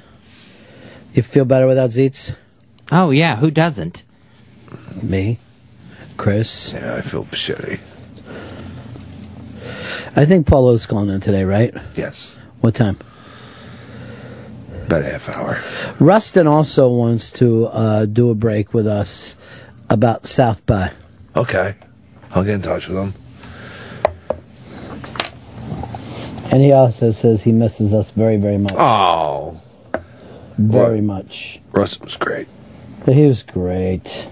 Speaker 8: You feel better without Zeets?
Speaker 9: Oh yeah, who doesn't?
Speaker 8: Me, Chris.
Speaker 1: Yeah, I feel shitty.
Speaker 8: I think Paulo's calling in today, right?
Speaker 1: Yes.
Speaker 8: What time?
Speaker 1: About a half hour.
Speaker 8: Rustin also wants to uh, do a break with us about South by.
Speaker 1: Okay. I'll get in touch with him.
Speaker 8: And he also says he misses us very, very much.
Speaker 1: Oh.
Speaker 8: very much.
Speaker 1: Russell was great.
Speaker 8: But he was great.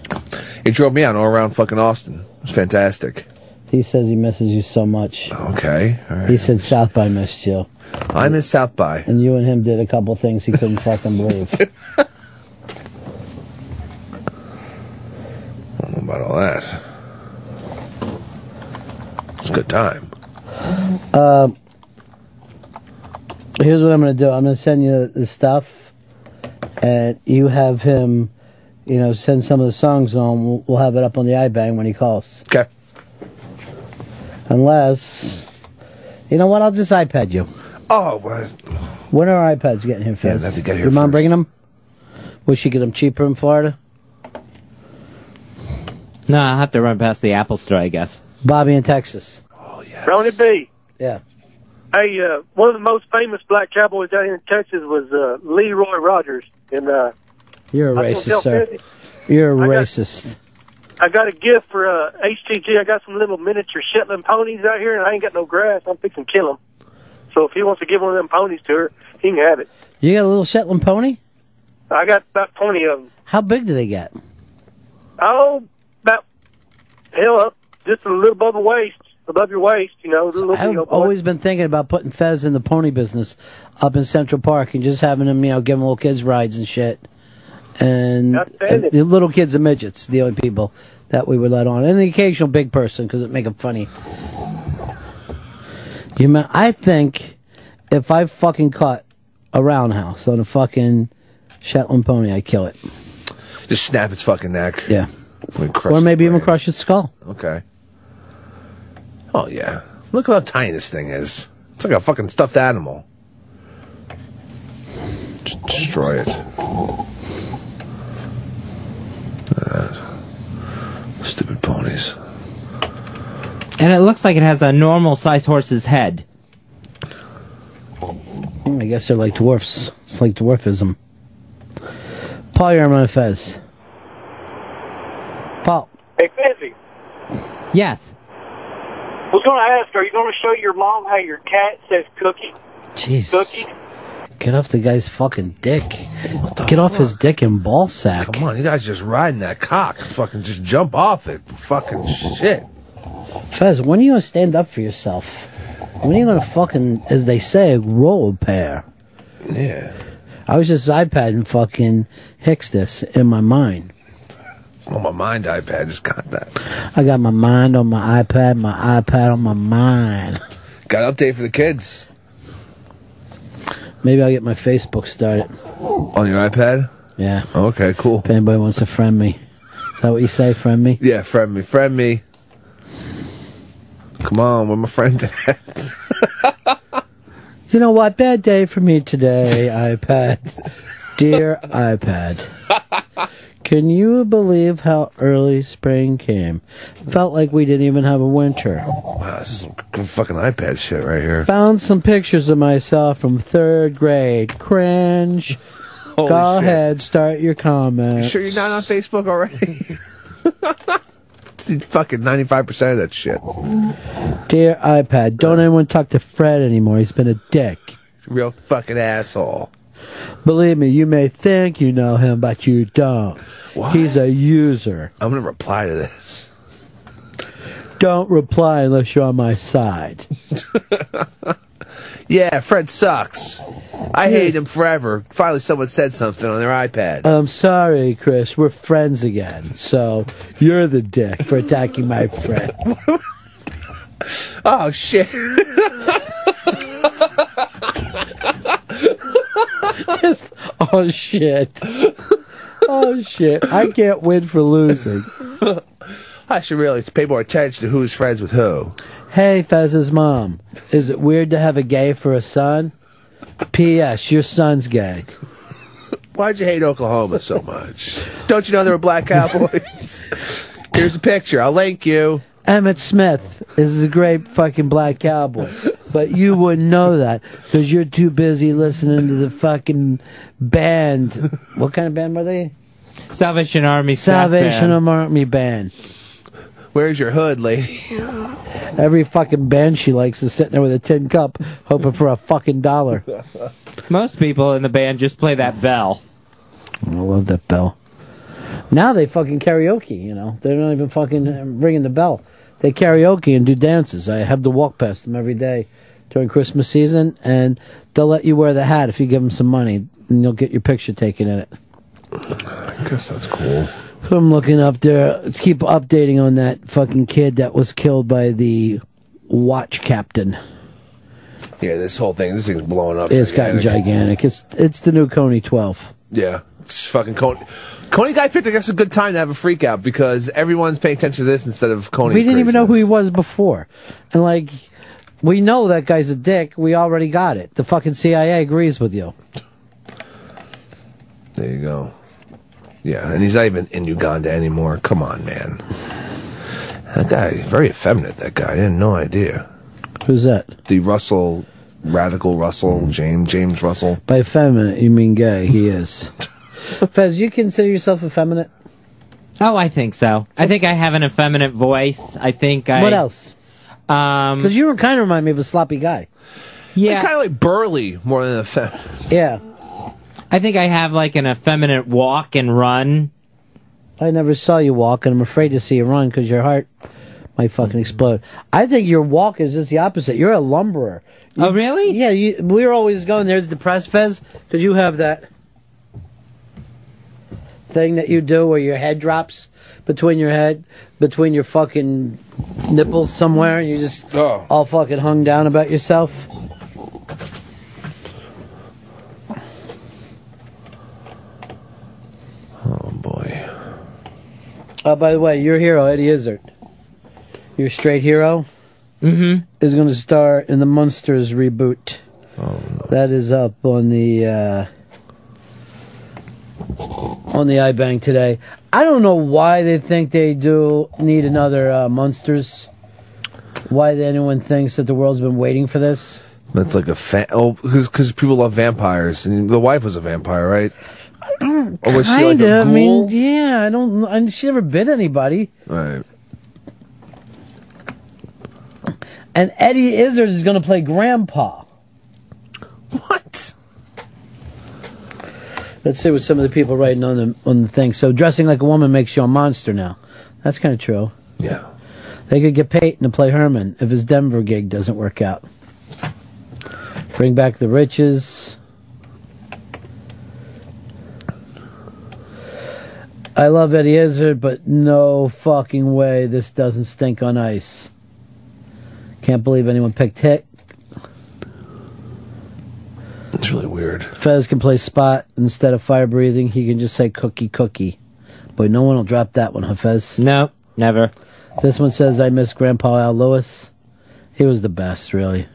Speaker 1: He drove me out all around fucking Austin. It was fantastic.
Speaker 8: He says he misses you so much.
Speaker 1: Okay.
Speaker 8: He said South by missed you.
Speaker 1: I miss South by.
Speaker 8: And you and him did a couple things he couldn't fucking believe.
Speaker 1: I don't know about all that. It's a good time.
Speaker 8: Uh, here's what I'm gonna do. I'm gonna send you the stuff, and you have him, you know, send some of the songs on. We'll- We'll have it up on the iBang when he calls.
Speaker 1: Okay.
Speaker 8: Unless, you know what? I'll just iPad you.
Speaker 1: Oh, well,
Speaker 8: When are iPads getting here
Speaker 1: Yeah,
Speaker 8: first?
Speaker 1: they have to get here
Speaker 8: Your mom
Speaker 1: first.
Speaker 8: bringing them? Will she get them cheaper in Florida?
Speaker 9: No, I'll have to run past the Apple store, I guess.
Speaker 8: Bobby in Texas.
Speaker 6: Ronnie B.
Speaker 8: Yeah.
Speaker 6: Hey, uh, one of the most famous black cowboys out here in Texas was uh, Leroy Rogers, and uh,
Speaker 8: You're a
Speaker 6: I was
Speaker 8: racist,
Speaker 6: gonna
Speaker 8: sir.
Speaker 6: tell Fezzi,
Speaker 8: You're a racist.
Speaker 6: I got a gift for uh, HTG. I got some little miniature Shetland ponies out here, and I ain't got no grass. I'm fixing to kill them. So if he wants to give one of them ponies to her, he can have it.
Speaker 8: You got a little Shetland pony?
Speaker 6: I got about 20 of them.
Speaker 8: How big do they get?
Speaker 6: Oh, about hell up, just a little above the waist, above your waist, you know, the little
Speaker 8: I've
Speaker 6: old boy.
Speaker 8: always been thinking about putting Fez in the pony business up in Central Park and just having him, you know, giving little kids rides and shit. And and
Speaker 6: Outstanding.
Speaker 8: the little kids and midgets, the only people that we would let on, and the occasional big person because it make them funny. You man, I think if I fucking caught a roundhouse on a fucking Shetland pony, I kill it,
Speaker 1: Just snap its fucking neck.
Speaker 8: Yeah.
Speaker 1: We crush
Speaker 8: or maybe even crush its skull.
Speaker 1: Okay. Oh yeah. Look how tiny this thing is. It's like a fucking stuffed animal. Just destroy it. Uh, stupid ponies.
Speaker 9: And it looks like it has a normal sized horse's head.
Speaker 8: I guess they're like dwarfs. It's like dwarfism. Paul, you're on Fez. Paul.
Speaker 7: Hey, Fezzi,
Speaker 9: Yes.
Speaker 7: I was going to ask, are you going to show your mom how your cat says cookie?
Speaker 8: Jeez.
Speaker 7: Cookie?
Speaker 8: Get off the guy's fucking dick. Get off his dick and ball sack.
Speaker 1: Come on, you guys just riding that cock. Fucking just jump off it. Fucking shit.
Speaker 8: Fez, when are you gonna stand up for yourself? When are you gonna fucking, as they say, roll a pair?
Speaker 1: Yeah.
Speaker 8: I was just iPad and fucking Hicks this in my mind.
Speaker 1: On my mind iPad just got that.
Speaker 8: I got my mind on my iPad, my iPad on my mind.
Speaker 1: Got an update for the kids.
Speaker 8: Maybe I'll get my Facebook started.
Speaker 1: On your iPad?
Speaker 8: Yeah.
Speaker 1: Okay, cool.
Speaker 8: If anybody wants to friend me. Is that what you say, friend me?
Speaker 1: Yeah, friend me, friend me. Come on, where my friend at?
Speaker 8: You know what? Bad day for me today, iPad. Dear iPad. Can you believe how early spring came? Felt like we didn't even have a winter.
Speaker 1: Wow, this is some good fucking iPad shit right here.
Speaker 8: Found some pictures of myself from third grade. Cringe.
Speaker 1: Holy
Speaker 8: Go
Speaker 1: shit.
Speaker 8: ahead, start your comment.
Speaker 1: You sure you're not on Facebook already? See, fucking 95% of that shit.
Speaker 8: Dear iPad, don't anyone talk to Fred anymore. He's been a dick.
Speaker 1: Real fucking asshole.
Speaker 8: Believe me, you may think you know him, but you don't. He's a user.
Speaker 1: I'm gonna reply to this.
Speaker 8: Don't reply unless you're on my side.
Speaker 1: Yeah, Fred sucks.
Speaker 8: Hmm.
Speaker 1: I hated him forever. Finally, someone said something on their iPad.
Speaker 8: I'm sorry, Chris. We're friends again. So you're the dick for attacking my friend.
Speaker 1: Oh, shit.
Speaker 8: Just, oh, shit. Oh, shit. I can't win for losing.
Speaker 1: I should really pay more attention to who's friends with who.
Speaker 8: Hey, Fez's mom. Is it weird to have a gay for a son? P.S. Your son's gay.
Speaker 1: Why'd you hate Oklahoma so much? Don't you know there were black cowboys? Here's a picture. I'll link you.
Speaker 8: Emmett Smith is a great fucking black cowboy. But you wouldn't know that because you're too busy listening to the fucking band. What kind of band were they?
Speaker 9: Salvation Army. snack
Speaker 8: Salvation
Speaker 9: band.
Speaker 8: Army band.
Speaker 1: Where's your hood, lady?
Speaker 8: Every fucking band she likes is sitting there with a tin cup, hoping for a fucking dollar.
Speaker 9: Most people in the band just play that bell.
Speaker 8: I love that bell. Now they fucking karaoke, you know. They're not even fucking ringing the bell. They karaoke and do dances. I have to walk past them every day during Christmas season, and they'll let you wear the hat if you give them some money, and you'll get your picture taken in it.
Speaker 1: I guess that's cool.
Speaker 8: I'm looking up there. Keep updating on that fucking kid that was killed by the watch captain.
Speaker 1: Yeah, this whole thing, this thing's blowing up.
Speaker 8: It's gotten gigantic. It's it's the new Coney 12.
Speaker 1: Yeah, it's fucking Coney. Coney guy picked, I guess, a good time to have a freak out because everyone's paying attention to this instead of Coney.
Speaker 8: we didn't even know who he was before, and like we know that guy's a dick. We already got it. The fucking CIA agrees with you.
Speaker 1: There you go. Yeah, and he's not even in Uganda anymore. Come on, man. That guy, very effeminate, that guy. I had no idea.
Speaker 8: Who's that?
Speaker 1: The Russell, radical Russell, James, James Russell.
Speaker 8: By effeminate, you mean gay? He is. Fez, you consider yourself effeminate?
Speaker 9: Oh, I think so. I think I have an effeminate voice. I think I.
Speaker 8: What else?
Speaker 9: Um,
Speaker 8: Because you kind of remind me of a sloppy guy.
Speaker 9: Yeah.
Speaker 1: kind of like burly more than effeminate.
Speaker 8: Yeah.
Speaker 9: I think I have like an effeminate walk and run.
Speaker 8: I never saw you walk, and I'm afraid to see you run because your heart might fucking explode. I think your walk is just the opposite. You're a lumberer.
Speaker 9: oh, really?
Speaker 8: Yeah, you, we're always going. There's the press fez because you have that thing that you do where your head drops between your head, between your fucking nipples somewhere, and you just all fucking hung down about yourself.
Speaker 1: Oh boy.
Speaker 8: Oh, by the way, your hero Eddie Izzard, your straight hero,
Speaker 9: mm-hmm.
Speaker 8: is going to star in the Monsters reboot. Oh, That is up on the uh, on the iBank today. I don't know why they think they do need another uh, Monsters. Why anyone thinks that the world's been waiting for this?
Speaker 1: That's like a fan. Oh, because people love vampires. And the wife was a vampire, right? Or Oh, was she like
Speaker 8: Kinda,
Speaker 1: a
Speaker 8: I mean,
Speaker 1: ghoul?
Speaker 8: yeah, I don't. I, she never bit anybody.
Speaker 1: Right.
Speaker 8: And Eddie Izzard is going to play Grandpa.
Speaker 1: What?
Speaker 8: Let's see what some of the people writing on the on the thing. So dressing like a woman makes you a monster now. That's kind of true.
Speaker 1: Yeah.
Speaker 8: They could get Peyton to play Herman if his Denver gig doesn't work out. Bring back the riches. I love Eddie Izzard, but no fucking way this doesn't stink on ice. Can't believe anyone picked Hick.
Speaker 1: It's really weird.
Speaker 8: Fez can play spot instead of fire breathing. He can just say cookie cookie. Boy, no one will drop that one, huh, Fez?
Speaker 9: No, never.
Speaker 8: This one says I miss Grandpa Al Lewis. He was the best, really.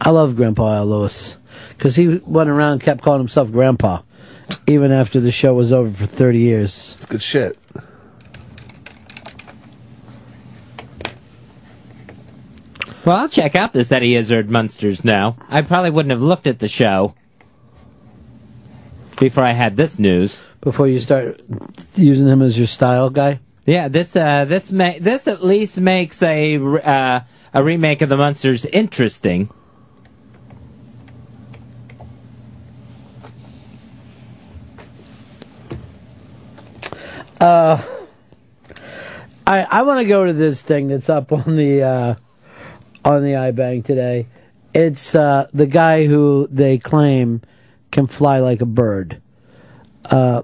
Speaker 8: I love Grandpa Al Lewis because he went around and kept calling himself Grandpa, even after the show was over for thirty years. It's
Speaker 1: good shit.
Speaker 9: Well, I'll check out this Eddie Izzard Munsters now. I probably wouldn't have looked at the show before I had this news.
Speaker 8: Before you start using him as your style guy,
Speaker 9: Yeah, this uh, this ma- this at least makes a re- uh, a remake of the Munsters interesting.
Speaker 8: uh, I I want to go to this thing that's up on the uh, on the iBank today. It's uh, the guy who they claim can fly like a bird. Uh,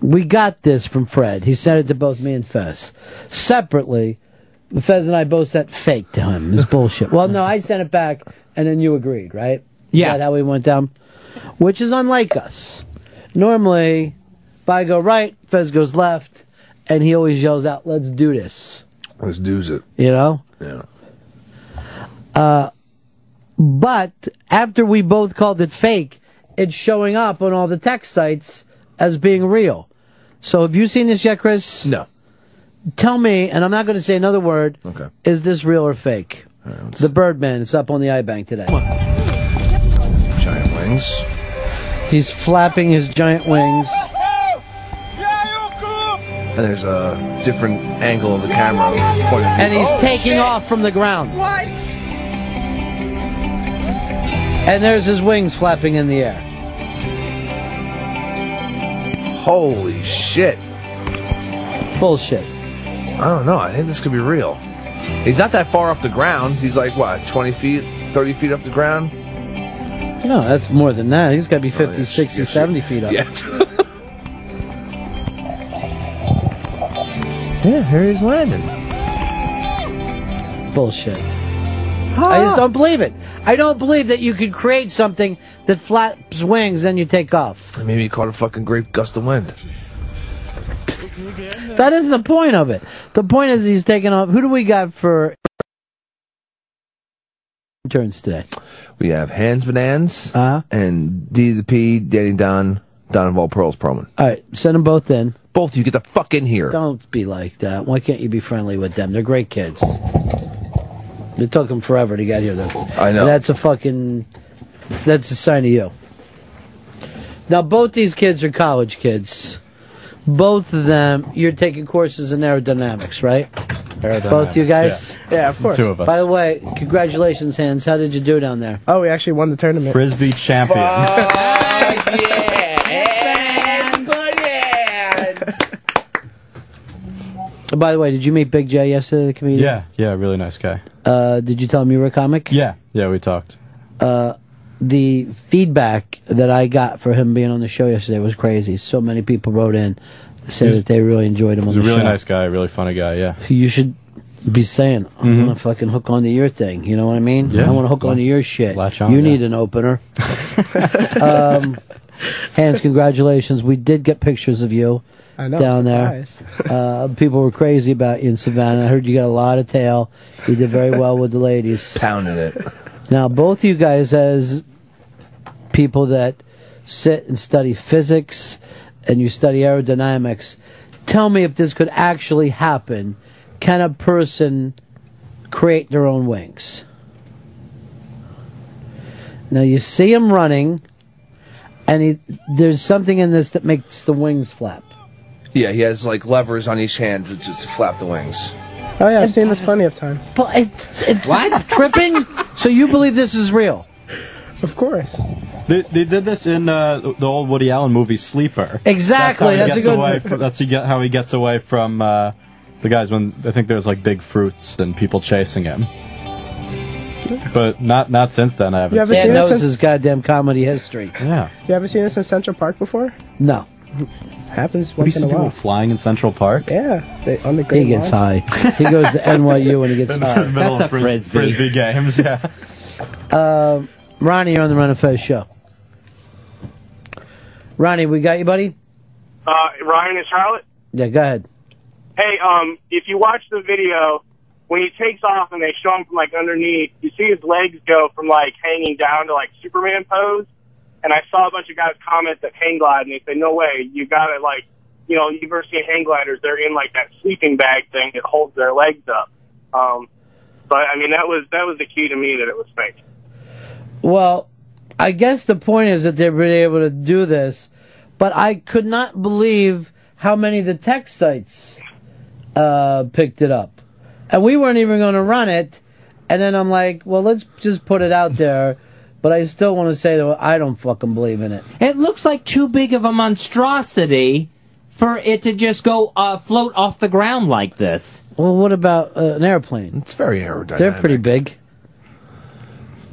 Speaker 8: we got this from Fred. He sent it to both me and Fez. Separately, Fez and I both sent fake to him. It's bullshit. Well, no, I sent it back, and then you agreed, right? Yeah. Is that how we went down? Which is unlike us. Normally, if I go right, Fez goes left, and he always yells out, let's do this.
Speaker 1: Let's do it.
Speaker 8: You know?
Speaker 1: Yeah.
Speaker 8: Uh, but after we both called it fake, it's showing up on all the tech sites as being real. So have you seen this yet, Chris?
Speaker 1: No.
Speaker 8: Tell me, and I'm not going to say another word.
Speaker 1: Okay.
Speaker 8: Is this real or fake? the Birdman. It's up on the iBank today.
Speaker 1: Giant wings.
Speaker 8: He's flapping his giant wings.
Speaker 1: And there's a different angle of the camera. Point of view. Oh,
Speaker 8: And he's taking off from the ground.
Speaker 5: What?
Speaker 8: And there's his wings flapping in the air.
Speaker 1: Holy shit.
Speaker 8: bullshit?
Speaker 1: I don't know. I think this could be real. He's not that far off the ground. He's like, what, 20 feet, 30 feet off the ground?
Speaker 8: No, that's more than that. He's got to be 50, 60, 70 feet up.
Speaker 1: Yeah.
Speaker 8: yeah, here he's landing. Bullshit. I just don't believe it. I don't believe that you could create something that flaps wings and you take off.
Speaker 1: Maybe he caught a fucking great gust of wind.
Speaker 8: That isn't the point of it. The point is he's taking off. Who do we got for interns today?
Speaker 1: We have Hans Vanans
Speaker 8: Uh-huh.
Speaker 1: and DDP, Danny Don, Don of all Pearls Perlman.
Speaker 8: All right, send them both in.
Speaker 1: Both of you get the fuck in here.
Speaker 8: Don't be like that. Why can't you be friendly with them? They're great kids. It took them forever to get here, though.
Speaker 1: I know.
Speaker 8: And that's a fucking. That's a sign of you. Now, both these kids are college kids. Both of them, you're taking courses in aerodynamics, right? Both you guys?
Speaker 10: yeah. Yeah, of course. Two of us.
Speaker 8: By the way, congratulations, Hans. How did you do down there?
Speaker 10: Oh, we actually won the tournament.
Speaker 8: Frisbee
Speaker 10: champions.
Speaker 8: And By the way, did you meet Big J yesterday, the comedian?
Speaker 10: Yeah, yeah, really nice guy.
Speaker 8: Uh, did you tell him you were a comic?
Speaker 10: Yeah, yeah, we talked.
Speaker 8: Uh, the feedback that I got for him being on the show yesterday was crazy. So many people wrote in, said
Speaker 10: He's-
Speaker 8: that they really enjoyed him on
Speaker 10: He's
Speaker 8: the
Speaker 10: a really
Speaker 8: show.
Speaker 10: nice guy, really funny guy. Yeah.
Speaker 8: You should be saying, "I want to fucking hook onto your thing." You know what I mean?
Speaker 10: Mm-hmm. Yeah.
Speaker 8: I want to hook onto your shit.
Speaker 10: on,
Speaker 8: you
Speaker 10: yeah.
Speaker 8: need an opener. um, Hans, congratulations. We did get pictures of you
Speaker 10: I know, I'm
Speaker 8: down there. Uh, people were crazy about you in Savannah. I heard you got a lot of tail. You did very well with the ladies.
Speaker 1: Pounded it.
Speaker 8: Now, both you guys, as people that sit and study physics and you study aerodynamics, tell me if this could actually happen. Can a person create their own wings? Now, you see him running, and he, there's something in this that makes the wings flap.
Speaker 1: Yeah, he has like levers on each hand to just flap the wings.
Speaker 10: Oh yeah, I've seen this plenty of times.
Speaker 8: But it, it's what? Tripping? So you believe this is real?
Speaker 10: Of course. They, they did this in uh, the old Woody Allen movie Sleeper.
Speaker 8: Exactly, that's
Speaker 10: That's, how
Speaker 8: a
Speaker 10: he gets
Speaker 8: good-
Speaker 10: away fr- that's he get- how he gets away from uh, the guys when I think there was like big fruits and people chasing him. But not not since then I haven't.
Speaker 8: You
Speaker 10: seen
Speaker 8: Dan knows his goddamn comedy history.
Speaker 10: Yeah.
Speaker 8: You ever seen this in Central Park before? No.
Speaker 10: Happens
Speaker 8: once in a while.
Speaker 10: People flying in Central Park. Yeah, they, on the
Speaker 8: He gets high. He goes to NYU when he gets high.
Speaker 10: middle of fris- frisbee games. Yeah.
Speaker 8: Um, Ronnie, you're on the Run and Fez show. Ronnie, we got you, buddy?
Speaker 12: Uh, Ryan and Charlotte.
Speaker 8: Yeah, go ahead.
Speaker 12: Hey, um, if you watch the video, when he takes off and they show him from like underneath, you see his legs go from like hanging down to like Superman pose. And I saw a bunch of guys comment that hang glide, and they said, "No way, you gotta like, you know, University of hang gliders, they're in like that sleeping bag thing that holds their legs up." Um, but I mean, that was that was the key to me that it was fake.
Speaker 8: Well, I guess the point is that they've been able to do this, but I could not believe how many of the tech sites uh, picked it up. And we weren't even going to run it. And then I'm like, well, let's just put it out there. But I still want to say that I don't fucking believe in it.
Speaker 9: It looks like too big of a monstrosity for it to just go uh, float off the ground like this.
Speaker 8: Well, what about uh, an airplane?
Speaker 1: It's very aerodynamic.
Speaker 8: They're pretty big.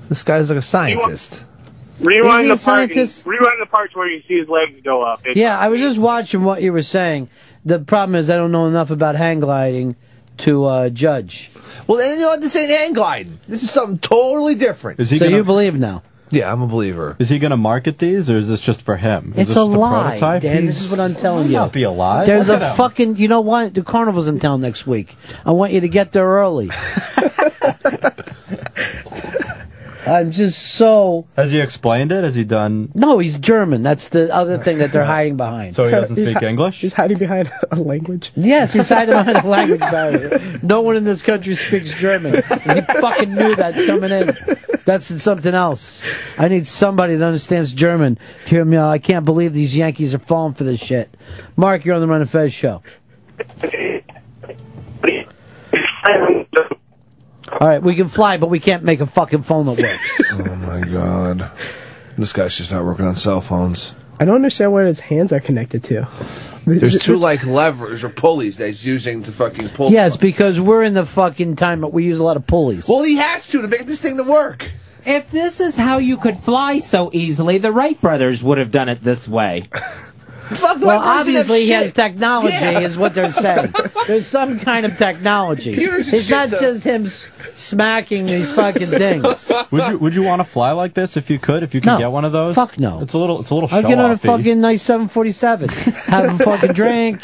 Speaker 1: This guy's like a scientist.
Speaker 8: Is
Speaker 12: Rewind
Speaker 8: he
Speaker 12: the
Speaker 8: a
Speaker 12: part.
Speaker 8: scientist?
Speaker 12: Rewind the parts where you see his legs go up. It's-
Speaker 8: Yeah, I was just watching what you were saying. The problem is I don't know enough about hang gliding to uh, judge.
Speaker 1: Well, then you know what? This ain't hang gliding. This is something totally different.
Speaker 10: Is he So gonna- you
Speaker 8: believe now?
Speaker 1: Yeah, I'm a believer.
Speaker 10: Is he going to market these, or is this just for him?
Speaker 8: It's
Speaker 10: Is this
Speaker 8: a
Speaker 10: the
Speaker 8: lie,
Speaker 10: prototype?
Speaker 8: Dan. This is what I'm telling
Speaker 10: Might
Speaker 8: you.
Speaker 10: Not be a lie.
Speaker 8: There's
Speaker 10: Look at
Speaker 8: a
Speaker 10: him.
Speaker 8: fucking. You know what? The carnival's in town next week. I want you to get there early. I'm just so.
Speaker 10: Has he explained it? Has he done?
Speaker 8: No, he's German. That's the other thing that they're hiding behind.
Speaker 10: So he doesn't He's speak hi- English?
Speaker 8: He's hiding behind a language. Yes, he's hiding behind a language barrier. No one in this country speaks German. And he fucking knew that coming in. That's something else. I need somebody that understands German. to Hear me out. I can't believe these Yankees are falling for this shit. Mark, you're on the Run and Fez show. All right, we can fly, but we can't make a fucking phone that works.
Speaker 1: Oh my god. This guy's just not working on cell phones.
Speaker 13: I don't understand what his hands are connected to.
Speaker 1: There's two like levers or pulleys that he's using to fucking pull.
Speaker 8: Yes, because we're in the fucking time, but we use a lot of pulleys.
Speaker 1: Well, he has to to make this thing to work.
Speaker 9: If this is how you could fly so easily, the Wright brothers would have done it this way.
Speaker 1: Fuck,
Speaker 8: well,
Speaker 9: Wright Brothers
Speaker 8: obviously he
Speaker 9: have
Speaker 8: has
Speaker 9: shit.
Speaker 8: technology,
Speaker 9: Yeah.
Speaker 8: is what they're saying. There's some kind of technology.
Speaker 10: Computers and
Speaker 8: It's
Speaker 10: shit,
Speaker 8: not
Speaker 10: though.
Speaker 8: just him s- smacking these fucking things.
Speaker 10: would you Would you want to fly like this if you could? If you could get one of those? Fuck
Speaker 8: no.
Speaker 10: It's a little. It's a little.
Speaker 8: I'll get on a
Speaker 10: show-offy.
Speaker 8: fucking nice 747, have a fucking drink.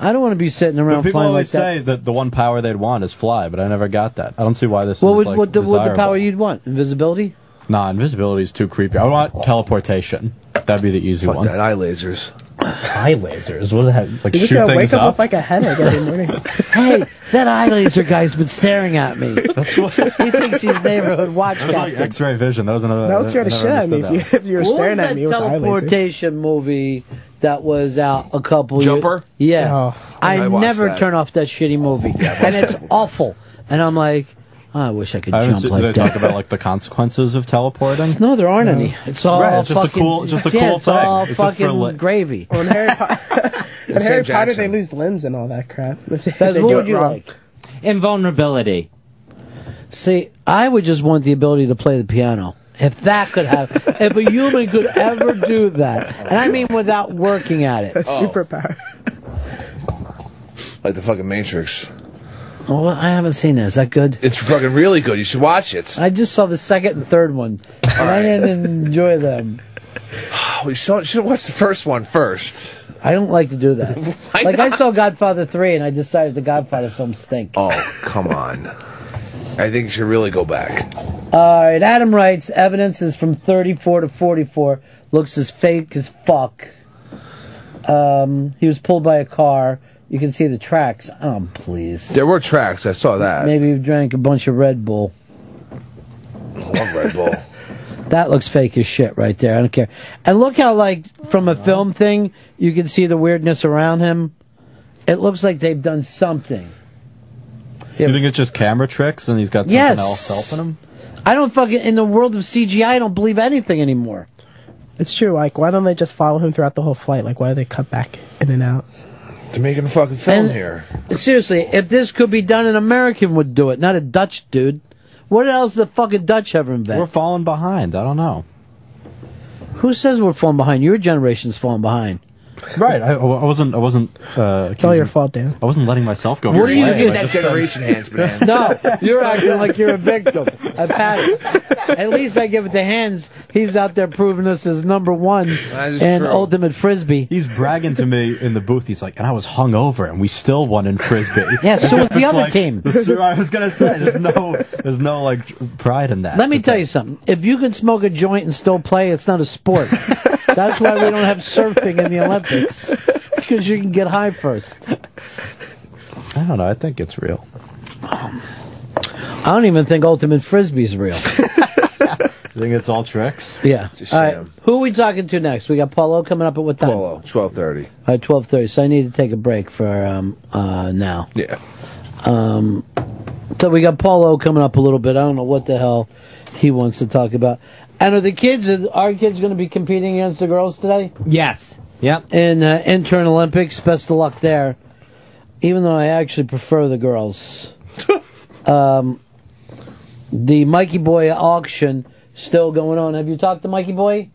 Speaker 8: I don't want to be sitting
Speaker 10: But
Speaker 8: around
Speaker 10: people
Speaker 8: flying
Speaker 10: always
Speaker 8: like that.
Speaker 10: say that. the one power they'd want is fly, but I never got that. I don't see why this
Speaker 8: What
Speaker 10: is
Speaker 8: would
Speaker 10: like
Speaker 8: what the, what the
Speaker 10: desirable.
Speaker 8: power you'd want? Invisibility?
Speaker 10: Nah, invisibility is too creepy. I want teleportation. That'd be the easy one.
Speaker 1: that eye lasers.
Speaker 10: eye lasers? What the heck? Like
Speaker 13: you just
Speaker 10: shoot
Speaker 13: gotta wake
Speaker 10: things
Speaker 13: up,
Speaker 10: up?
Speaker 13: with like a headache every morning.
Speaker 8: hey, that eye laser guy's been staring at me. he thinks he's neighborhood watch
Speaker 10: That was like
Speaker 8: guy.
Speaker 10: X-ray vision. That was another.
Speaker 13: That would scare the
Speaker 10: Uh, I
Speaker 13: shit
Speaker 10: never
Speaker 13: out of me
Speaker 10: understood
Speaker 13: if
Speaker 10: that
Speaker 13: you, if you were
Speaker 8: What was
Speaker 13: staring at
Speaker 8: that
Speaker 13: me with eye lasers.
Speaker 8: teleportation movie that was out a couple years.
Speaker 13: Jumper?
Speaker 8: Yeah,
Speaker 13: Oh.
Speaker 8: I,
Speaker 13: I watched
Speaker 8: never
Speaker 13: that.
Speaker 8: turn off that shitty movie,
Speaker 10: watched
Speaker 8: and it's
Speaker 10: that
Speaker 8: awful. And I'm like, "Oh, I wish I could
Speaker 10: one. I haven't
Speaker 8: jump
Speaker 10: seen-
Speaker 8: like
Speaker 10: they
Speaker 8: that.
Speaker 10: talk about like the consequences of teleporting.
Speaker 8: No, there aren't any. It's all
Speaker 10: Right, it's just a
Speaker 8: fucking,
Speaker 10: cool- just a
Speaker 8: yeah,
Speaker 10: cool
Speaker 8: it's all
Speaker 10: thing. It's just for
Speaker 8: fucking
Speaker 10: lit.
Speaker 8: gravy.
Speaker 13: Well, in Harry, Po- in
Speaker 8: Sam
Speaker 13: Harry Potter,
Speaker 8: Jackson.
Speaker 13: they lose limbs and all that crap. If they,
Speaker 8: Fez,
Speaker 13: they
Speaker 8: what
Speaker 13: do
Speaker 8: would
Speaker 13: it
Speaker 8: you
Speaker 13: wrong.
Speaker 8: like?
Speaker 9: Invulnerability.
Speaker 8: See, I would just want the ability to play the piano. If that could happen, if a human could ever do that, and I mean without working at it,
Speaker 13: That's superpower.
Speaker 1: Like the fucking Matrix.
Speaker 8: Oh, well, I haven't seen that. Is that good?
Speaker 1: It's fucking really good. You should watch it.
Speaker 8: I just saw the second and third one, and I didn't enjoy them.
Speaker 1: We saw, should watch the first one first.
Speaker 8: I don't like to do that. like I saw Godfather three, and I decided the Godfather films stink.
Speaker 1: Oh, come on. I think you should really go back.
Speaker 8: All right, Adam writes evidence is from 34 to 44. Looks as fake as fuck. Um, he was pulled by a car. You can see the tracks. Um, please.
Speaker 1: There were tracks. I saw that.
Speaker 8: Maybe you drank a bunch of Red Bull.
Speaker 1: I love Red Bull.
Speaker 8: That looks fake as shit right there. I don't care. And look how, like, from a film thing, you can see the weirdness around him. It looks like they've done something.
Speaker 10: You think it's just camera tricks and he's got something
Speaker 8: Yes.
Speaker 10: else helping him?
Speaker 8: I don't fucking, in the world of CGI, I don't believe anything anymore.
Speaker 13: It's true. Like, why don't they just follow him throughout the whole flight? Like, why do they cut back in and out?
Speaker 1: They're making a fucking film
Speaker 8: And-
Speaker 1: here.
Speaker 8: Seriously, if this could be done, an American would do it, not a Dutch dude. What else the fucking Dutch ever invent? We're
Speaker 10: falling behind. I don't know.
Speaker 8: Who says we're falling behind? Your generation's falling behind.
Speaker 10: Right. I, I wasn't. I wasn't. Uh, it's all your
Speaker 13: fault, Dan.
Speaker 10: I wasn't letting myself go.
Speaker 8: Where do you
Speaker 10: away.
Speaker 8: get
Speaker 10: I
Speaker 8: that
Speaker 10: just-
Speaker 1: generation hands, man?
Speaker 8: No, you're acting like you're a victim. I pass. At least I give it to Hands. He's out there proving us as number one
Speaker 10: is
Speaker 8: and oh,
Speaker 10: true.
Speaker 8: ultimate frisbee.
Speaker 10: He's bragging to me in the booth. He's like, and I was hungover, and we still won in frisbee.
Speaker 8: Yeah, so
Speaker 10: As
Speaker 8: was
Speaker 10: if
Speaker 8: the
Speaker 10: it's
Speaker 8: other
Speaker 10: like-
Speaker 8: team.
Speaker 10: so I was gonna say, there's no, there's no like pride in that.
Speaker 8: Let me tell you something. If you can smoke a joint and still play, it's not a sport. That's why we don't have surfing in the Olympics because you can get high first.
Speaker 10: I don't know. I think it's real.
Speaker 8: I don't even think ultimate frisbee's real.
Speaker 10: You think it's all tricks?
Speaker 8: Yeah. All right. Who are we talking to next? We got Paulo coming up at what time? Paulo,
Speaker 1: twelve thirty.
Speaker 8: All right, twelve thirty. So I need to take a break for um uh now.
Speaker 1: Yeah.
Speaker 8: Um, so we got Paulo coming up a little bit. I don't know what the hell he wants to talk about. And are the kids? Are our kids going to be competing against the girls today?
Speaker 9: Yes. Yep.
Speaker 8: In uh, intern Olympics. Best of luck there. Even though I actually prefer the girls. um, the Mikey Boy auction still going on. Have you talked to Mikey Boy?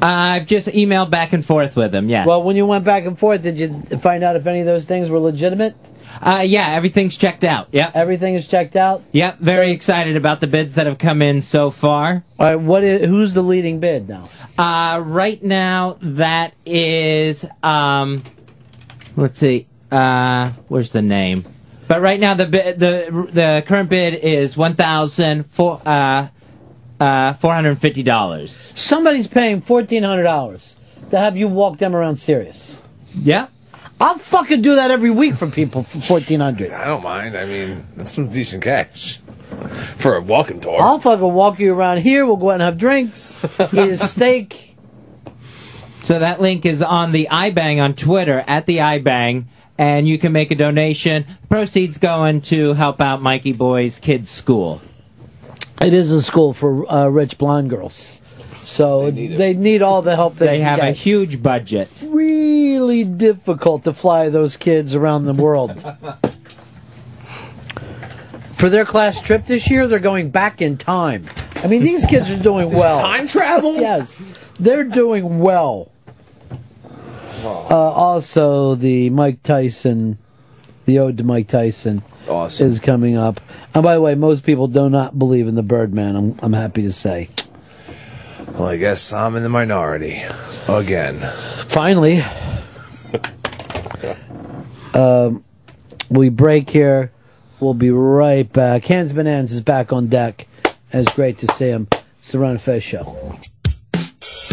Speaker 9: I've just emailed back and forth with him. Yes.
Speaker 8: Well, when you went back and forth, did you find out if any of those things were legitimate?
Speaker 9: Uh, yeah, everything's checked out. Yep.
Speaker 8: Everything is checked out.
Speaker 9: Yep. Very excited about the bids that have come in so far.
Speaker 8: All right, what is, who's the leading bid now?
Speaker 9: Uh, right now, that is, um, let's see, uh, where's the name? But right now, the bid, the the current bid is one thousand four uh, uh, four hundred fifty dollars.
Speaker 8: Somebody's paying fourteen hundred dollars to have you walk them around serious.
Speaker 9: Yeah.
Speaker 8: I'll fucking do that every week for people for fourteen hundred.
Speaker 1: I don't mind. I mean, that's some decent cash for a walking tour.
Speaker 8: I'll fucking walk you around here. We'll go out and have drinks, eat a steak.
Speaker 9: So that link is on the iBang on Twitter at the iBang, and you can make a donation. Proceeds going to help out Mikey Boy's kids' school.
Speaker 8: It is a school for uh, rich blonde girls. So they need, all the help they,
Speaker 9: They
Speaker 8: can
Speaker 9: have a
Speaker 8: get.
Speaker 9: huge budget.
Speaker 8: really difficult to fly those kids around the world. For their class trip this year, they're going back in time. I mean, these kids are doing well.
Speaker 1: Time travel?
Speaker 8: yes. They're doing well. Uh, also, the Mike Tyson, the Ode to Mike Tyson,
Speaker 1: awesome.
Speaker 8: is coming up. And by the way, most people do not believe in the Birdman, I'm, I'm happy to say.
Speaker 1: Well, I guess I'm in the minority again.
Speaker 8: Finally, um, we break here. We'll be right back. Hans Bonanza is back on deck. And it's great to see him. It's the Ron Fez Show.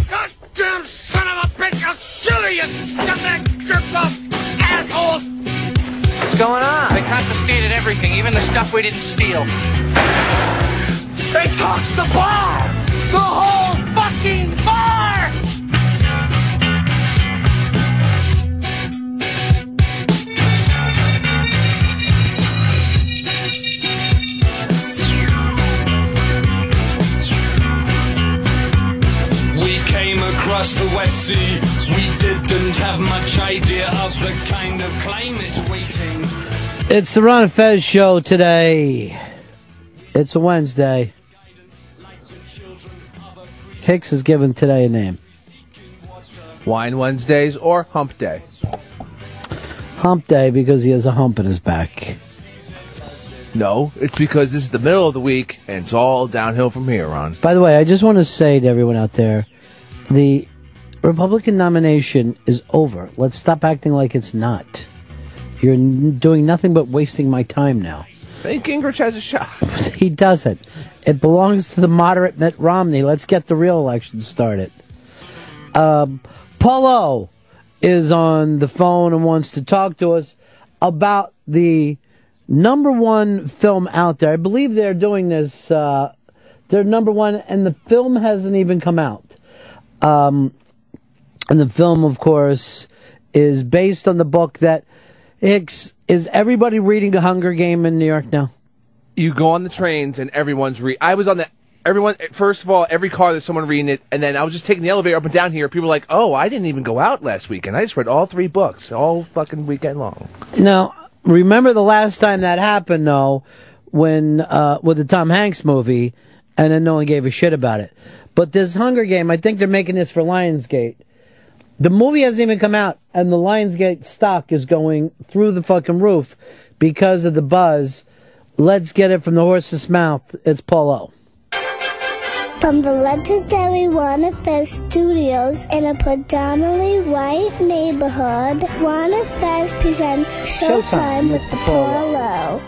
Speaker 5: Goddamn son of a bitch! I'll kill you, scumbag, jerk off, assholes!
Speaker 14: What's going on? They confiscated everything, even the stuff we didn't steal.
Speaker 5: They took the bar! The whole fucking bar!
Speaker 15: We came across the wet sea. We didn't have much idea of the kind of climate waiting.
Speaker 8: It's the Ron Fez Show today. It's a Wednesday. Hicks is given today a name.
Speaker 1: Wine Wednesdays or Hump Day.
Speaker 8: Hump Day because he has a hump in his back.
Speaker 1: No, it's because this is the middle of the week and it's all downhill from here on.
Speaker 8: By the way, I just want to say to everyone out there, the Republican nomination is over. Let's stop acting like it's not. You're n- doing nothing but wasting my time now.
Speaker 1: Think Gingrich has a shot.
Speaker 8: he doesn't. It belongs to the moderate Mitt Romney. Let's get the real election started. Um, Paulo is on the phone and wants to talk to us about the number one film out there. I believe they're doing this. Uh, they're number one, and the film hasn't even come out. Um, and the film, of course, is based on the book that Hicks. Is everybody reading The Hunger Game in New York now?
Speaker 1: You go on the trains and everyone's re. I was on the. Everyone, first of all, every car there's someone reading it, and then I was just taking the elevator up and down here. People were like, oh, I didn't even go out last weekend. I just read all three books all fucking weekend long.
Speaker 8: Now, remember the last time that happened, though, when uh, with the Tom Hanks movie, and then no one gave a shit about it. But this Hunger Game, I think they're making this for Lionsgate. The movie hasn't even come out, and the Lionsgate stock is going through the fucking roof because of the buzz. Let's get it from the horse's mouth. It's Paulo.
Speaker 16: From the legendary Warner Fest Studios in a predominantly white neighborhood, Warner Fest presents Showtime with the Polo.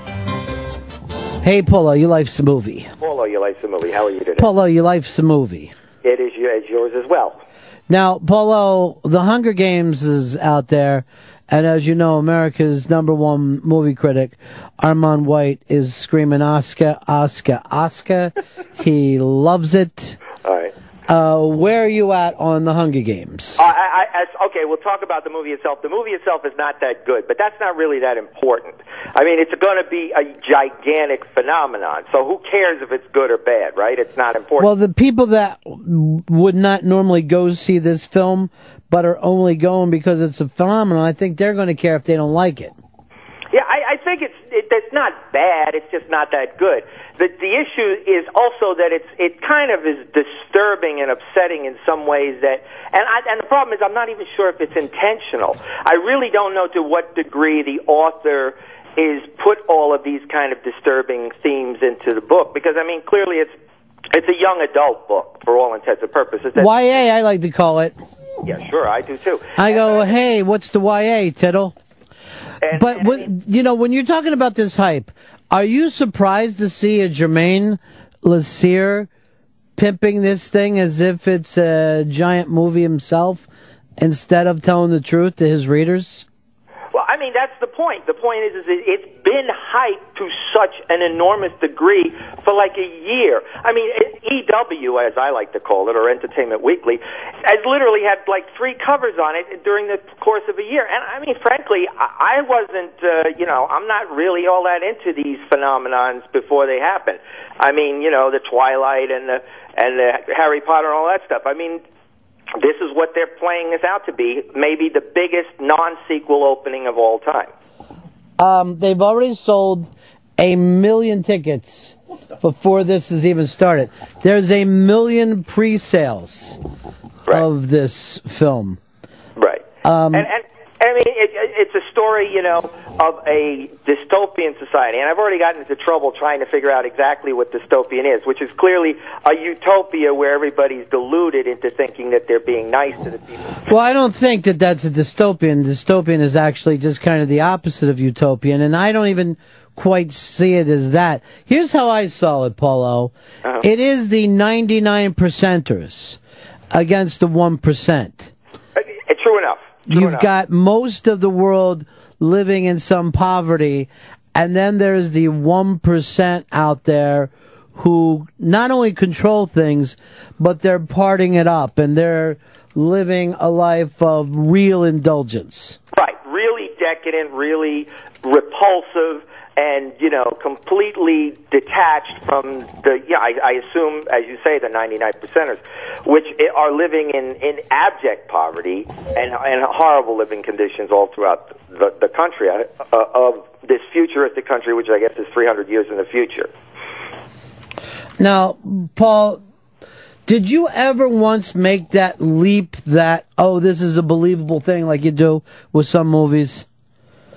Speaker 8: Hey, Paulo, your life's a movie.
Speaker 24: Paulo, your life's a movie. How are oh, you today?
Speaker 8: Paulo, your life's a movie.
Speaker 24: It is your, it's yours as well.
Speaker 8: Now, Paulo, The Hunger Games is out there, and as you know, America's number one movie critic, Armand White, is screaming Oscar, Oscar, Oscar. he loves it.
Speaker 24: All right.
Speaker 8: Uh, where are you at on The Hunger Games?
Speaker 24: Uh, I, I, as- okay, we'll talk about the movie itself. The movie itself is not that good, but that's not really that important. I mean, it's going to be a gigantic phenomenon. So who cares if it's good or bad, right? It's not important.
Speaker 8: Well, the people that w- would not normally go see this film, but are only going because it's a phenomenon, I think they're going to care if they don't like it.
Speaker 24: Yeah, I, I think it's it, it's not bad. It's just not that good. The the issue is also that it's it kind of is disturbing and upsetting in some ways. That and I, and the problem is I'm not even sure if it's intentional. I really don't know to what degree the author is put all of these kind of disturbing themes into the book because I mean clearly it's it's a young adult book for all intents and purposes. That's-
Speaker 8: YA, I like to call it.
Speaker 24: Yeah, sure, I do too.
Speaker 8: I go, hey, what's the YA, Tittle? but when, you know, when you're talking about this hype, are you surprised to see a Jermaine Lasir pimping this thing as if it's a giant movie himself, instead of telling the truth to his readers?
Speaker 24: Well, I mean, that's the point. The point is, is it, it's been hyped to such an enormous degree for like a year. I mean, it- EW, as I like to call it, or Entertainment Weekly, has literally had like three covers on it during the course of a year. And I mean, frankly, I, I wasn't, uh, you know, I'm not really all that into these phenomenons before they happen. I mean, you know, the Twilight and the and the Harry Potter and all that stuff. I mean, this is what they're playing this out to be. Maybe the biggest non-sequel opening of all time.
Speaker 8: Um, they've already sold a million tickets before this has even started. There's a million pre-sales of this film.
Speaker 24: Right.
Speaker 8: Um,
Speaker 24: and, and I mean, it, it- it's a story, you know, of a dystopian society. And I've already gotten into trouble trying to figure out exactly what dystopian is, which is clearly a utopia where everybody's deluded into thinking that they're being nice to the people.
Speaker 8: Well, I don't think that that's a dystopian. Dystopian is actually just kind of the opposite of utopian, and I don't even quite see it as that. Here's how I saw it, Paulo. It is the 99 percenters against the 1%.
Speaker 24: It's true enough.
Speaker 8: You've got most of the world living in some poverty, and then there's the 1% out there who not only control things, but they're parting it up and they're living a life of real indulgence.
Speaker 24: Right. Really decadent, really repulsive, and, you know, completely detached from the, yeah, I, I assume, as you say, the 99 percenters, which i- are living in, in abject poverty and, and horrible living conditions all throughout the, the country uh, of this futuristic country, which I guess is 300 years in the future.
Speaker 8: Now, Paul, did you ever once make that leap that, oh, this is a believable thing like you do with some movies?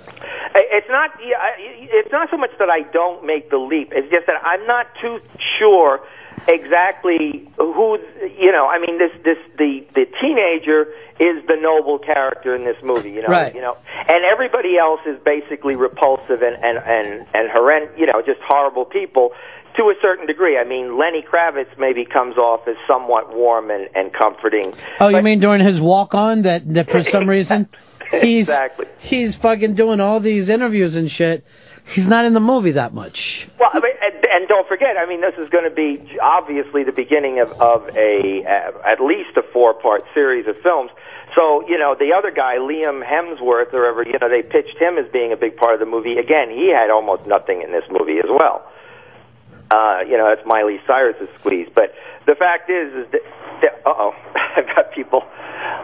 Speaker 24: I- It's not. yeah, I- It's not so much that I don't make the leap. It's just that I'm not too sure exactly who. You know, I mean, this this the the teenager is the noble character in this movie. You know,
Speaker 17: Right.
Speaker 24: you know, and everybody else is basically repulsive and and and and horrend. You know, just horrible people. To a certain degree, I mean, Lenny Kravitz maybe comes off as somewhat warm and, and comforting.
Speaker 8: Oh, you mean during his walk on that, that for some reason he's
Speaker 24: Exactly.
Speaker 8: he's fucking doing all these interviews and shit. He's not in the movie that much.
Speaker 24: Well, I mean, and, and don't forget, I mean, this is going to be obviously the beginning of, of a uh, at least a four part series of films. So you know, the other guy, Liam Hemsworth, or ever, you know, they pitched him as being a big part of the movie. Again, he had almost nothing in this movie as well. Uh, you know, that's Miley Cyrus's squeeze. But the fact is, is that, that uh oh, I've got people.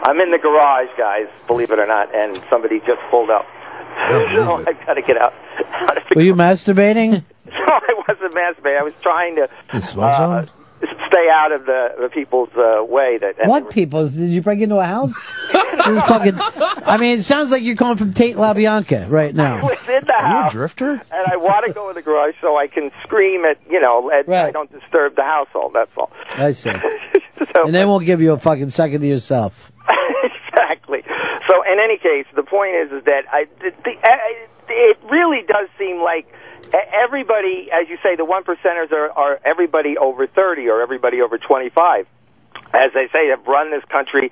Speaker 24: I'm in the garage, guys. Believe it or not, and somebody just pulled up. so I got to get out.
Speaker 8: Were you masturbating?
Speaker 24: So I wasn't masturbating. I was trying to uh,
Speaker 8: smells on.
Speaker 24: stay out of the, the people's uh, way. That and
Speaker 8: What people? Did you break into a house? this is fucking. I mean, it sounds like you're calling from Tate LaBianca right
Speaker 24: I
Speaker 8: now.
Speaker 24: was in the house.
Speaker 8: drifter?
Speaker 24: And I want to go in the garage so I can scream at you know. At, I don't disturb the household. That's all.
Speaker 8: I see. and they won't give you a fucking second to yourself.
Speaker 24: exactly. So in any case, the point is is that I, the, the, I it really does seem like e- everybody, as you say, the one percenters are, are everybody over thirty or everybody over twenty five. As they say, have run this country,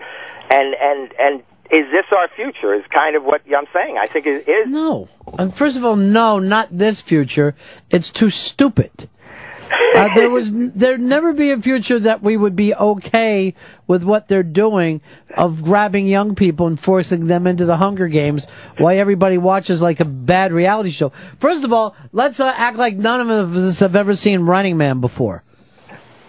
Speaker 24: and and and is this our future? Is kind of what I'm saying. I think it is.
Speaker 8: No. And first of all, no, not this future. It's too stupid. Uh, there was there'd never be a future that we would be okay with what they're doing of grabbing young people and forcing them into the Hunger Games while everybody watches like a bad reality show. First of all, let's uh, act like none of us have ever seen Running Man before.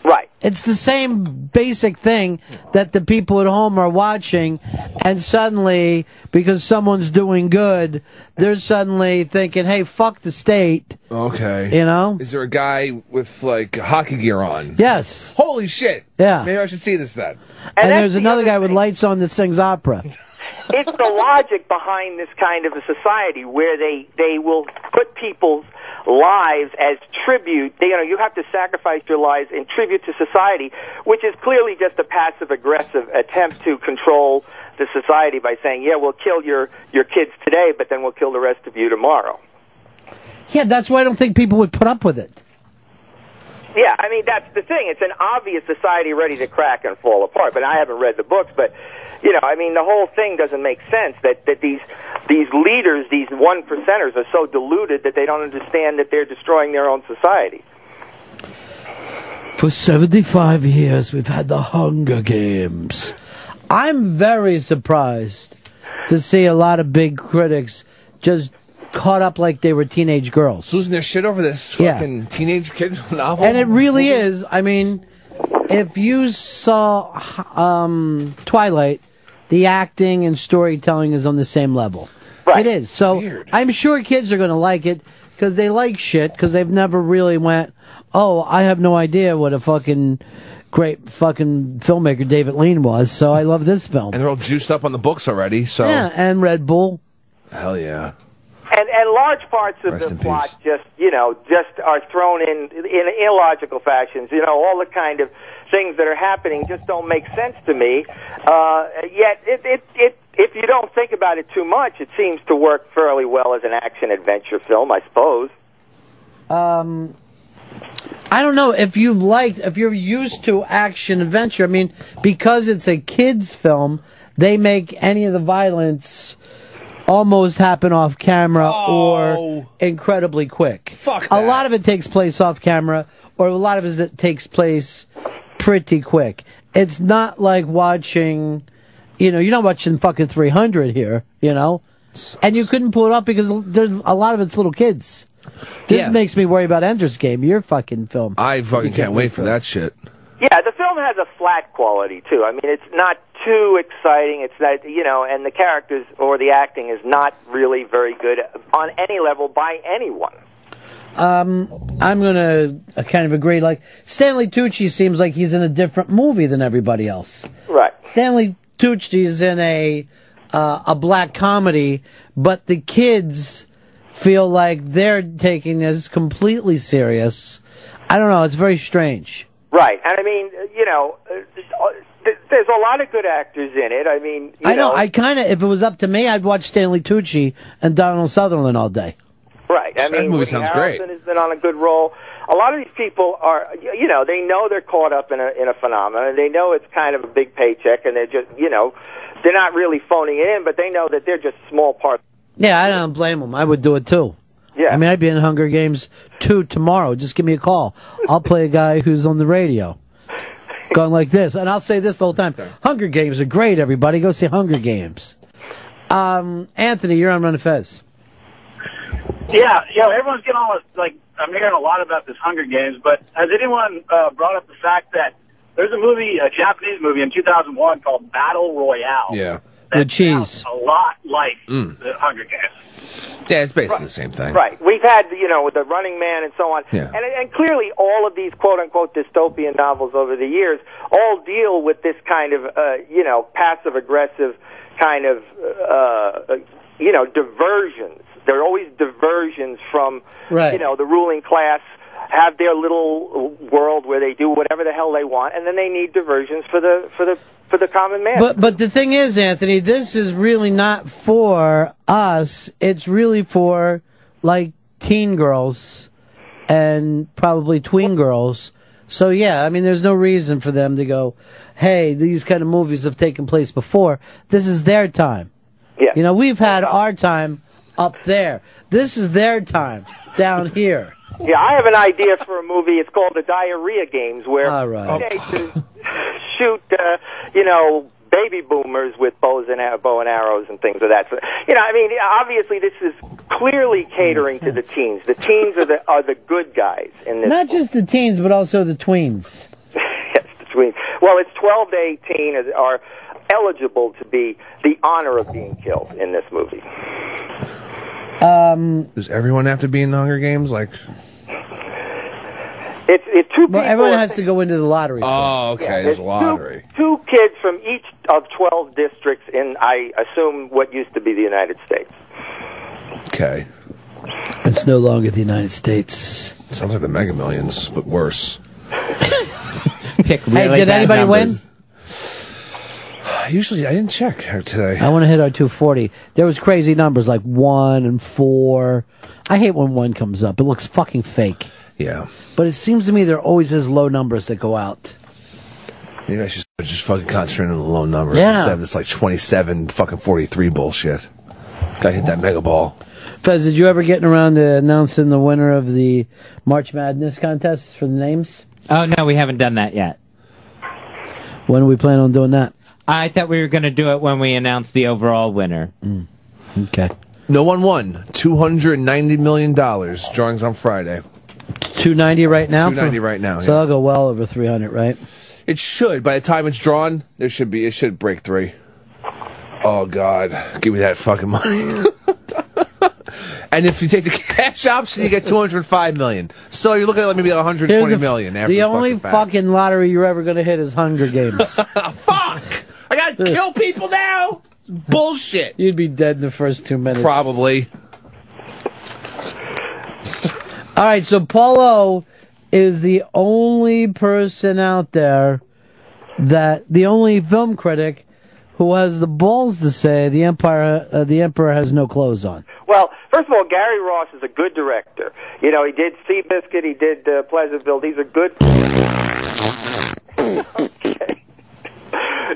Speaker 24: Right.
Speaker 8: It's the same basic thing that the people at home are watching, and suddenly, because someone's doing good, they're suddenly thinking, hey, fuck the state.
Speaker 1: Okay.
Speaker 8: You know?
Speaker 1: Is there a guy with like hockey gear on?
Speaker 8: Yes.
Speaker 1: Holy shit.
Speaker 8: Yeah.
Speaker 1: Maybe I should see this then.
Speaker 8: And, there's another guy with lights on that sings opera.
Speaker 24: it's the logic behind this kind of a society where they they will put people's lives as tribute. They, you know, you have to sacrifice your lives in tribute to society, which is clearly just a passive aggressive attempt to control the society by saying, "Yeah, we'll kill your your kids today, but then we'll kill the rest of you tomorrow."
Speaker 8: Yeah, that's why I don't think people would put up with it.
Speaker 24: Yeah, I mean that's the thing. It's an obvious society ready to crack and fall apart. But I haven't read the books, but you know, I mean the whole thing doesn't make sense that that these these leaders, these one percenters, are so deluded that they don't understand that they're destroying their own society.
Speaker 8: For 75 years, we've had the Hunger Games. I'm very surprised to see a lot of big critics just caught up like they were teenage girls.
Speaker 1: Losing their shit over this
Speaker 8: Yeah.
Speaker 1: fucking teenage kid novel.
Speaker 8: And it really is. I mean, if you saw um, Twilight, the acting and storytelling is on the same level. It is. So I'm sure kids are going to like it because they like shit because they've never really went, oh, I have no idea what a fucking great fucking filmmaker David Lean was. So I love this film.
Speaker 1: And they're all juiced up on the books already, so.
Speaker 8: Yeah, and Red Bull.
Speaker 1: Hell yeah.
Speaker 24: And and large parts of
Speaker 1: Rest
Speaker 24: the
Speaker 1: in
Speaker 24: plot just you know just are thrown in in illogical fashions. You know all the kind of things that are happening just don't make sense to me. Uh, yet it it it. If you don't think about it too much, it seems to work fairly well as an action adventure film, I suppose.
Speaker 8: Um, I don't know if you've liked, if you're used to action adventure. I mean, because it's a kids' film, they make any of the violence almost happen off camera or incredibly quick. Fuck. A lot of it takes place off camera, or a lot of it takes place pretty quick. It's not like watching, you know, you're not watching fucking 300 here, you know? And you couldn't pull it up because there's a lot of it's little kids. This makes me worry about Ender's Game, your fucking film.
Speaker 1: I fucking can't wait for that shit.
Speaker 24: Yeah, the film has a flat quality too. I mean, it's not too exciting. It's not you know, and the characters or the acting is not really very good on any level by anyone.
Speaker 8: Um, I'm gonna uh, kind of agree. Like Stanley Tucci seems like he's in a different movie than everybody else.
Speaker 24: Right.
Speaker 8: Stanley Tucci's in a uh, a black comedy, but the kids feel like they're taking this completely serious. I don't know. It's very strange.
Speaker 24: Right, and I mean, you know, uh, th- there's a lot of good actors in it. I mean, you
Speaker 8: I know. I kind of, if it was up to me, I'd watch Stanley Tucci and Donald Sutherland all day.
Speaker 24: Right. I
Speaker 8: That
Speaker 24: mean,
Speaker 8: movie
Speaker 24: Woody
Speaker 8: sounds
Speaker 24: Harrelson has been on a good roll. A lot of these people are, y- you know, they know they're caught up in a in a phenomenon. They know it's kind of a big paycheck, and they're just, you know, they're not really phoning it in, but they know that they're just small parts.
Speaker 8: Yeah, I don't blame him. I would do it too.
Speaker 24: Yeah.
Speaker 8: I mean, I'd be in Hunger Games 2 tomorrow. Just give me a call. I'll play a guy who's on the radio. Going like this. And I'll say this the whole time. Hunger Games are great, everybody. Go see Hunger Games. Um, Anthony, you're on Run of Fez.
Speaker 7: Yeah, yeah. Everyone's getting all this, like I'm hearing a lot about this Hunger Games, but has anyone uh, brought up the fact that there's a movie, a Japanese movie in 2001 called Battle Royale?
Speaker 1: Yeah.
Speaker 8: With cheese.
Speaker 7: A lot like
Speaker 1: Mm.
Speaker 7: the Hunger Games.
Speaker 1: Yeah, it's basically the same thing.
Speaker 24: Right. We've had, you know, with the Running Man and so on.
Speaker 1: Yeah.
Speaker 24: And, and clearly, all of these quote unquote dystopian novels over the years all deal with this kind of, uh, you know, passive aggressive kind of, uh, you know, diversions. They're always diversions from,
Speaker 17: Right.
Speaker 24: you know, the ruling class have their little world where they do whatever the hell they want, and then they need diversions for the for the for the common man.
Speaker 8: But but the thing is, Anthony, this is really not for us. It's really for like teen girls and probably tween girls. So yeah, I mean, there's no reason for them to go, hey, these kind of movies have taken place before. This is their time.
Speaker 24: Yeah.
Speaker 8: You know, we've had our time up there. This is their time down here.
Speaker 24: Yeah, I have an idea for a movie. It's called The Diarrhea Games, where
Speaker 8: All right. Oh.
Speaker 24: teenagers shoot, uh, you know, baby boomers with bows and ar- bow and arrows and things of that. So, you know, I mean, obviously this is clearly catering to the teens. The teens are the are the good guys in this.
Speaker 8: Not just the teens, but also the tweens.
Speaker 24: between well, it's 12 to 18 is- are eligible to be the honor of being killed in this movie.
Speaker 8: Um,
Speaker 1: Does everyone have to be in the Hunger Games? Like,
Speaker 24: It's it's two
Speaker 8: well, everyone
Speaker 24: people-
Speaker 8: has to go into the lottery.
Speaker 1: oh, okay, there's a lottery.
Speaker 24: Two kids from each of 12 districts in, I assume, what used to be the United States.
Speaker 1: Okay.
Speaker 8: It's no longer the United States.
Speaker 1: Sounds like the Mega Millions, but worse.
Speaker 9: Pick
Speaker 8: really did bad anybody numbers.
Speaker 1: win? Usually, I didn't check today.
Speaker 8: I want to hit our 240. There was crazy numbers like one and four. I hate when one comes up. It looks fucking fake.
Speaker 1: Yeah.
Speaker 8: But it seems to me there always is low numbers that go out.
Speaker 1: Maybe I should just fucking concentrate on the low numbers
Speaker 8: Yeah.
Speaker 1: instead of this like 27 fucking 43 bullshit. Gotta hit that mega ball.
Speaker 8: Fez, did you ever get around to announcing the winner of the March Madness contest for the names?
Speaker 9: Oh no, we haven't done that yet.
Speaker 8: When do we plan on doing that?
Speaker 9: I thought we were going to do it when we announced the overall winner.
Speaker 8: Okay.
Speaker 1: No one won. $290 million. Drawings on Friday.
Speaker 8: 290 right now?
Speaker 1: 290 right now,
Speaker 8: So
Speaker 1: yeah.
Speaker 8: I'll go well over 300, right?
Speaker 1: It should. By the time it's drawn, there should be. It should break three. Oh God, give me that fucking money. and if you take the cash option, you get two hundred five million. So you're looking at maybe one hundred
Speaker 8: Here's
Speaker 1: twenty
Speaker 8: the-
Speaker 1: million. after
Speaker 8: the only
Speaker 1: fucking, fact.
Speaker 8: fucking lottery you're ever going to hit is Hunger Games.
Speaker 1: I gotta kill people now. Bullshit.
Speaker 8: You'd be dead in the first two minutes.
Speaker 1: Probably.
Speaker 8: All right, so Paulo is the only person out there that the only film critic who has the balls to say the empire uh, the emperor has no clothes on.
Speaker 24: Well, first of all, Gary Ross is a good director. You know, he did Seabiscuit, he did uh, Pleasantville. These are good.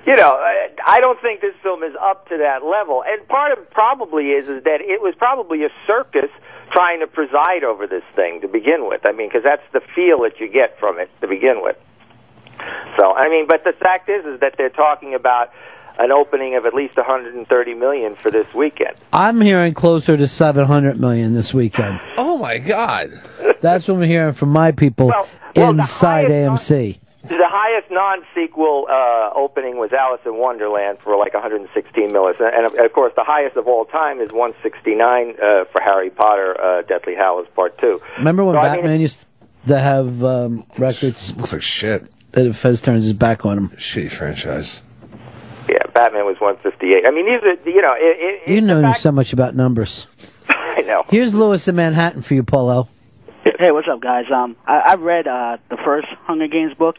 Speaker 24: You know, I, I don't think this film is up to that level. And part of probably is is that it was probably a circus trying to preside over this thing to begin with. I mean, because that's the feel that you get from it to begin with. So, I mean, but the fact is is that they're talking about an opening of at least 130 million for this weekend.
Speaker 8: I'm hearing closer to 700 million this weekend.
Speaker 1: Oh my God.
Speaker 8: That's what I'm hearing from my people inside AMC.
Speaker 24: The highest non-sequel uh, opening was Alice in Wonderland for like 116 million, and of- of course the highest of all time is 169 uh, for Harry Potter: uh, Deathly Hallows Part Two.
Speaker 8: Remember when
Speaker 24: So, I mean,
Speaker 8: Batman used to have um, records?
Speaker 1: Looks like shit.
Speaker 8: That Fez turns his back on him.
Speaker 1: Shitty franchise.
Speaker 24: yeah, Batman was 158. I mean, these are you know, it, it,
Speaker 8: You know so much about numbers.
Speaker 24: I know.
Speaker 8: Here's Lewis in Manhattan for you, Paulo.
Speaker 17: Hey, what's up, guys? Um, I, I read uh, the first Hunger Games book,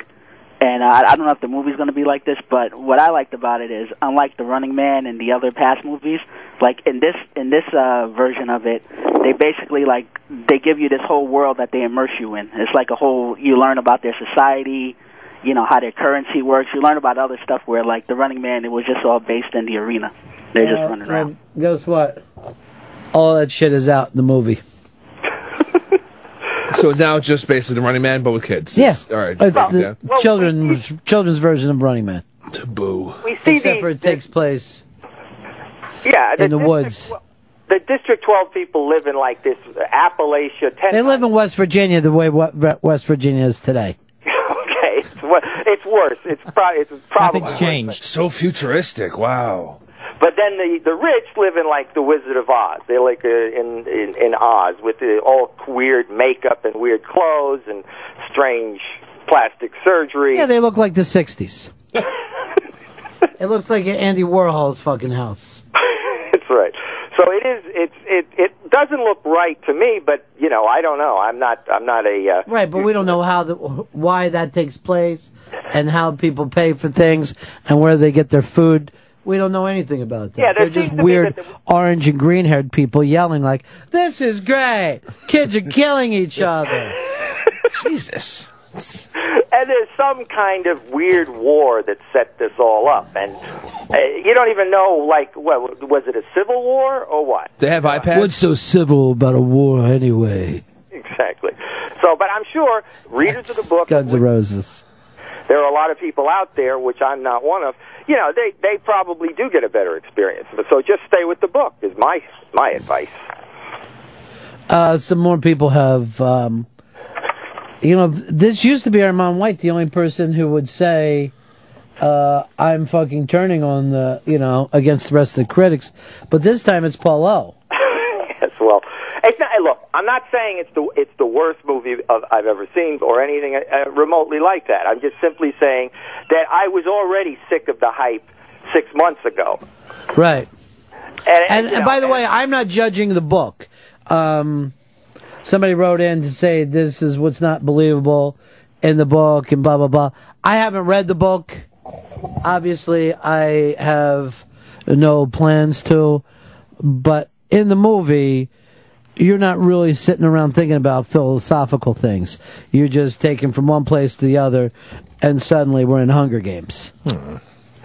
Speaker 17: and uh, I don't know if the movie's going to be like this, but what I liked about it is, unlike the Running Man and the other past movies, like in this in this uh, version of it, they basically like they give you this whole world that they immerse you in. It's like a whole you learn about their society, you know how their currency works. You learn about other stuff where like the Running Man, it was just all based in the arena. They're just running around.
Speaker 8: Uh, guess what? All that shit is out in the movie.
Speaker 1: So now it's just basically the Running Man, but with kids.
Speaker 8: Yeah.
Speaker 1: It's- All right.
Speaker 8: It's the
Speaker 1: yeah.
Speaker 8: children's, children's version of Running Man.
Speaker 1: Boo.
Speaker 24: We see
Speaker 8: Except
Speaker 24: the-
Speaker 8: for it takes place
Speaker 24: yeah,
Speaker 8: in the
Speaker 24: District-
Speaker 8: woods.
Speaker 24: The District 12 people live in like this Appalachia tent.
Speaker 8: They live in West Virginia the way wa- Re- West Virginia is today.
Speaker 24: okay, it's, wor- it's worse. It's, pro- it's probably
Speaker 1: changed. So futuristic. Wow.
Speaker 24: But then the the rich live in like the Wizard of Oz. They're like uh, in, in in Oz with the, all weird makeup and weird clothes and strange plastic surgery.
Speaker 8: Yeah, they look like the 60s. it looks like Andy Warhol's fucking house.
Speaker 24: That's right. So it is. It's it it doesn't look right to me. But you know, I don't know. I'm not. I'm not a. Uh,
Speaker 8: Right, but we don't know how the, why that takes place and how people pay for things and where they get their food. We don't know anything about that.
Speaker 17: Yeah, there
Speaker 8: They're just
Speaker 17: seems to be
Speaker 8: weird orange and green haired people yelling like, This is great. Kids are killing each other.
Speaker 1: Jesus.
Speaker 24: and there's some kind of weird war that set this all up, and uh, you don't even know. Like, what was it? A civil war or what?
Speaker 1: They have iPads.
Speaker 8: What's so civil about a war anyway?
Speaker 24: Exactly. So, but I'm sure readers of the book
Speaker 8: Guns N' Roses.
Speaker 24: there are a lot of people out there, which I'm not one of. You know, they they probably do get a better experience. But so just stay with the book is my my advice.
Speaker 8: Uh, some more people have, um, you know, this used to be Armand White, the only person who would say, uh, I'm fucking turning on the, you know, against the rest of the critics. But this time it's Paul O.
Speaker 24: yes, well, it's not. hey, Look, I'm not saying it's the it's the worst movie of, I've ever seen or anything uh, remotely like that. I'm just simply saying that I was already sick of the hype six months ago.
Speaker 8: Right.
Speaker 24: And,
Speaker 8: and, and by the way, I'm not judging the book. Um, somebody wrote in to say this is what's not believable in the book and blah blah blah. I haven't read the book. Obviously, I have no plans to. But in the movie, you're not really sitting around thinking about philosophical things. You're just taken from one place to the other, and suddenly we're in Hunger Games.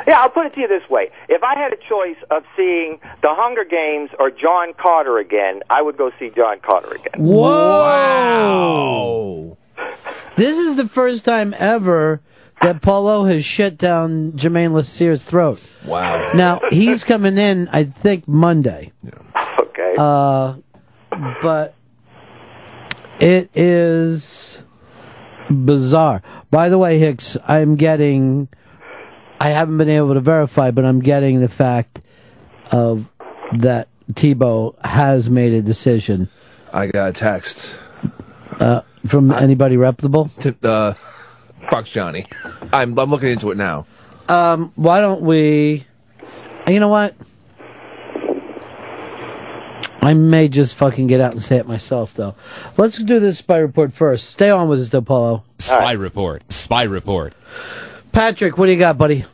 Speaker 24: Yeah, I'll put it to you this way. If I had a choice of seeing The Hunger Games or John Carter again, I would go see John Carter again.
Speaker 8: Whoa! This is the first time ever that Paulo has shut down Jermaine Lassere's throat.
Speaker 1: Wow.
Speaker 8: Now he's coming in, I think Monday.
Speaker 24: Okay.
Speaker 8: Uh, but it is bizarre. By the way, Hicks, I'm getting, I haven't been able to verify, but I'm getting the fact of that Tebow has made a decision.
Speaker 1: I got a text.
Speaker 8: Uh, from anybody reputable?
Speaker 1: To, uh, Fox Johnny. I'm, I'm looking into it now.
Speaker 8: Um, why don't we? You know what? I may just fucking get out and say it myself, though. Let's do this spy report first. Stay on with us, though, Paulo.
Speaker 18: Spy report. Spy report.
Speaker 8: Patrick, what do you got, buddy?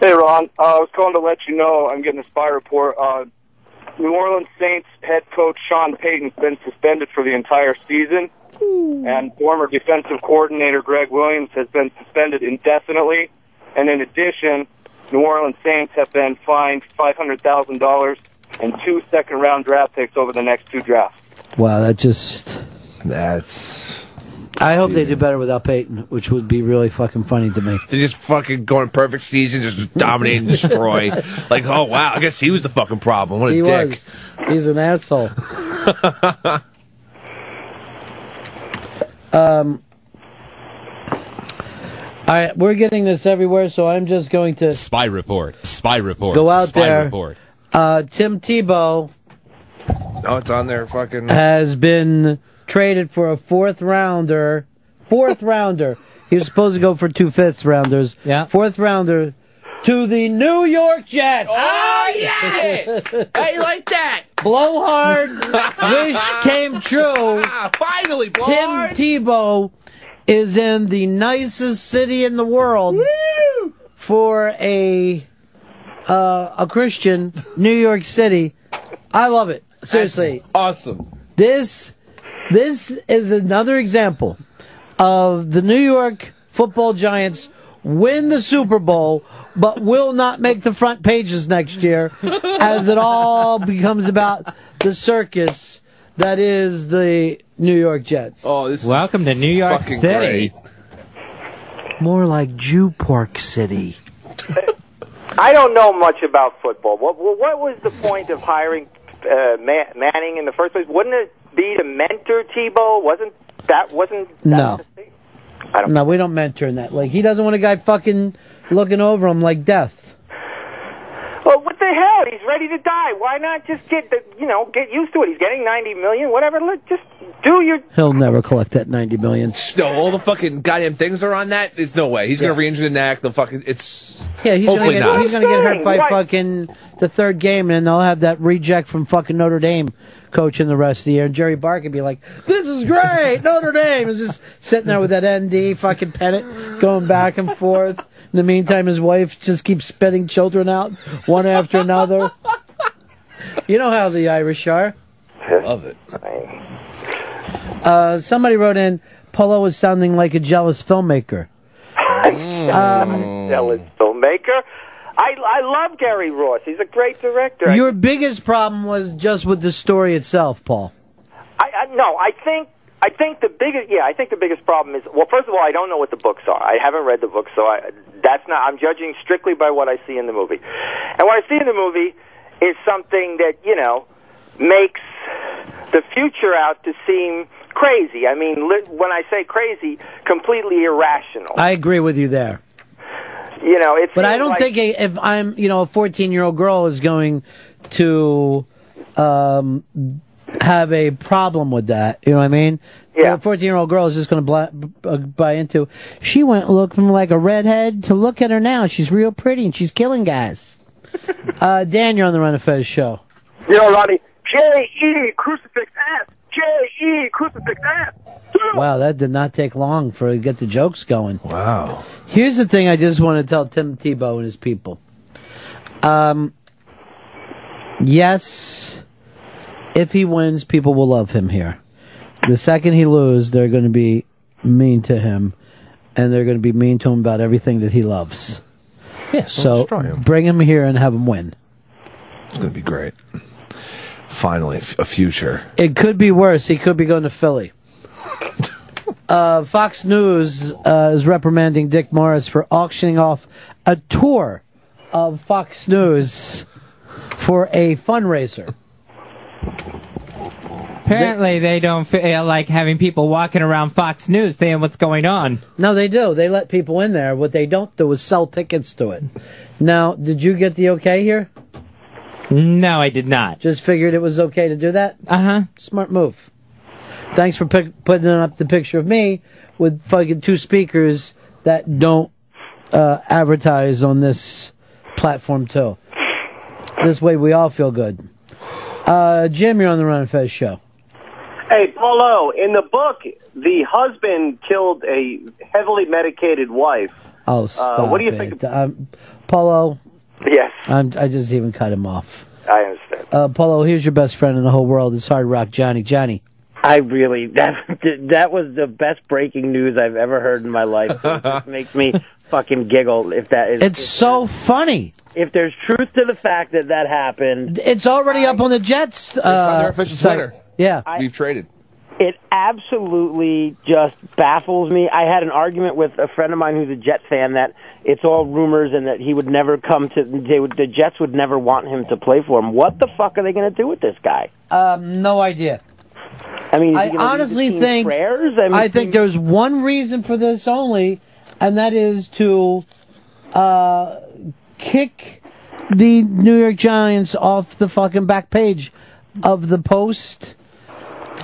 Speaker 19: Hey, Ron. Uh, I was calling to let you know I'm getting a spy report. Uh, New Orleans Saints head coach Sean Payton's been suspended for the entire season,
Speaker 16: Hmm.
Speaker 19: and former defensive coordinator Greg Williams has been suspended indefinitely. And in addition, New Orleans Saints have been fined $500,000 and two second round draft picks over the next two drafts.
Speaker 8: Wow, that just.
Speaker 1: That's.
Speaker 8: I hope they do better without Peyton, which would be really fucking funny to me.
Speaker 1: They just fucking go on perfect season, just dominate and destroy. like, oh wow, I guess he was the fucking problem. What a
Speaker 8: he
Speaker 1: dick.
Speaker 8: was. He's an asshole. um. All right, we're getting this everywhere, so I'm just going to
Speaker 18: Spy report. Spy report.
Speaker 8: go out
Speaker 18: Spy
Speaker 8: there.
Speaker 18: report.
Speaker 8: Uh, Tim Tebow
Speaker 1: Oh, it's on there. Fucking.
Speaker 8: has been traded for a fourth rounder. Fourth rounder. He was supposed to go for two fifth rounders. Yeah. Fourth rounder to the New York Jets.
Speaker 5: Oh, yes!
Speaker 1: hey, like that!
Speaker 8: Blowhard wish came true.
Speaker 1: Finally,
Speaker 8: Tim Tebow is in the nicest city in the world for a uh, a Christian, New York City. I love it. Seriously.
Speaker 1: That's awesome.
Speaker 8: This this is another example of the New York Football Giants win the Super Bowl but will not make the front pages next year as it all becomes about the circus that is the New York Jets.
Speaker 1: Oh, this
Speaker 9: Welcome to New York
Speaker 8: fucking
Speaker 9: City.
Speaker 8: More like Jew Pork City.
Speaker 24: I don't know much about football. What, what what was the point of hiring uh, Ma- Manning in the first place? Wouldn't it be to mentor Tebow? Wasn't that wasn't
Speaker 8: No. No, we don't mentor in that. Like he doesn't want a guy fucking looking over him like death.
Speaker 24: Well, what the hell? He's ready to die. Why not just get the you know get used to it? He's getting ninety million, whatever. Let just do your.
Speaker 8: He'll never collect that ninety million.
Speaker 1: No, all the fucking goddamn things are on that. There's no way he's gonna re-injure the neck. The fucking it's.
Speaker 8: Yeah, he's
Speaker 1: hopefully
Speaker 8: gonna get,
Speaker 1: not.
Speaker 8: he's gonna get hurt by
Speaker 24: Right.
Speaker 8: fucking the third game, and they'll have that reject from fucking Notre Dame coaching the rest of the year. And Jerry Bark would be like, "This is great, Notre Dame." Is just sitting there with that ND fucking pennant going back and forth. In the meantime, his wife just keeps spitting children out one after another. You know how the Irish are.
Speaker 1: Love it.
Speaker 8: Uh, somebody wrote in, Polo is sounding like a jealous filmmaker. Um,
Speaker 24: jealous filmmaker. I I love Gary Ross. He's a great director.
Speaker 8: Your biggest problem was just with the story itself, Paul.
Speaker 24: I, I no, I think I think the biggest yeah, I think the biggest problem is well, first of all, I don't know what the books are. I haven't read the books, so I that's not. I'm judging strictly by what I see in the movie, and what I see in the movie is something that you know makes the future out to seem crazy. I mean, li- when I say crazy, completely irrational.
Speaker 8: I agree with you there.
Speaker 24: You know, it's
Speaker 8: But I
Speaker 24: seems
Speaker 8: don't
Speaker 24: like-
Speaker 8: think a, if I'm, you know, a 14 year old girl is going to um, have a problem with that. You know what I mean? Yeah. A 14 year old girl is just going to b- uh, buy into. She went look from like a redhead to look at her now. She's real pretty and she's killing guys. uh, Dan, you're on the Run of Fez show.
Speaker 3: Yo, Ronnie. J E crucifix F. J E crucifix F.
Speaker 8: Wow, that did not take long for to get the jokes going.
Speaker 1: Wow.
Speaker 8: Here's the thing I just want to tell Tim Tebow and his people. Um, yes, if he wins, people will love him here. The second he loses, they're going to be mean to him, and they're going to be mean to him about everything that he loves.
Speaker 1: Yeah,
Speaker 8: so
Speaker 1: destroy him.
Speaker 8: bring him here and have him win.
Speaker 1: It's gonna be great. Finally, f- a future.
Speaker 8: It could be worse. He could be going to Philly. Uh, Fox News uh, is reprimanding Dick Morris for auctioning off a tour of Fox News for a fundraiser.
Speaker 9: Apparently, they don't feel like having people walking around Fox News saying what's going on.
Speaker 8: No, they do. They let people in there. What they don't do is sell tickets to it. Now, did you get the okay here?
Speaker 9: No, I did not.
Speaker 8: Just figured it was okay to do that?
Speaker 9: Uh huh.
Speaker 8: Smart move. Thanks for pic- putting up the picture of me with fucking two speakers that don't uh, advertise on this platform, too. This way we all feel good. Uh, Jim, you're on the Ron and Fez show.
Speaker 2: Hey, Paulo, in the book, the husband killed a heavily medicated wife. Uh,
Speaker 8: Oh, stop
Speaker 2: what do you
Speaker 8: it.
Speaker 2: think-
Speaker 8: Um, Polo,
Speaker 2: Yes,
Speaker 8: I'm, I just even cut him off.
Speaker 2: I understand.
Speaker 8: Uh, Polo, here's your best friend in the whole world. It's Hard Rock Johnny. Johnny.
Speaker 4: I really that that was the best breaking news I've ever heard in my life. It just makes me fucking giggle if that is.
Speaker 8: It's so funny.
Speaker 4: if there's truth to the fact that that happened.
Speaker 8: It's already up on the Jets. Uh,
Speaker 4: on their official
Speaker 8: site.
Speaker 4: Twitter.
Speaker 8: Yeah.
Speaker 4: We've
Speaker 1: traded.
Speaker 4: It absolutely just baffles me. I had an argument with a friend of mine who's a Jet fan that it's all rumors and that he would never come to. They would, the Jets would never want him to play for him. What the fuck are they going to do with this guy?
Speaker 8: Um, no idea.
Speaker 4: I mean, is
Speaker 8: I
Speaker 4: he gonna lead the
Speaker 8: honestly
Speaker 4: team
Speaker 8: think
Speaker 4: prayers. I, mean,
Speaker 8: think there's one reason for this only, and that is to uh, kick the New York Giants off the fucking back page of the Post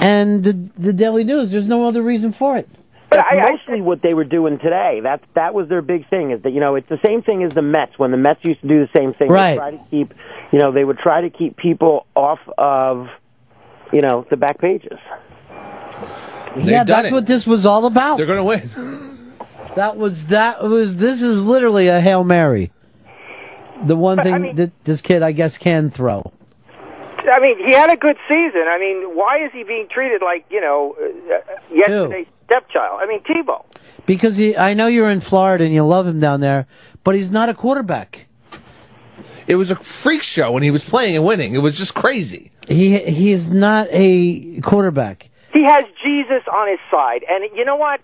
Speaker 8: and the, the Daily News. There's no other reason for it.
Speaker 4: But mostly what they were doing today. That that was their big thing. Is that you know it's the same thing as the Mets when the Mets used to do the same thing.
Speaker 8: Right.
Speaker 4: They try to keep, you know, they would try to keep people off of, you know, the back pages.
Speaker 8: yeah,
Speaker 4: done
Speaker 8: that's
Speaker 4: it.
Speaker 8: what this was all about. They're
Speaker 1: gonna win.
Speaker 8: that was that was this is literally a hail mary. The one thing that this kid, I guess, can throw.
Speaker 24: I mean, he had a good season. I mean, why is he being treated like you know uh, yesterday's stepchild? I mean, Tebow.
Speaker 8: Because he, I know you're in Florida and you love him down there, but he's not a quarterback.
Speaker 1: It was a freak show when he was playing and winning. It was just crazy.
Speaker 8: He he is not a quarterback.
Speaker 24: He has Jesus on his side, and you know what?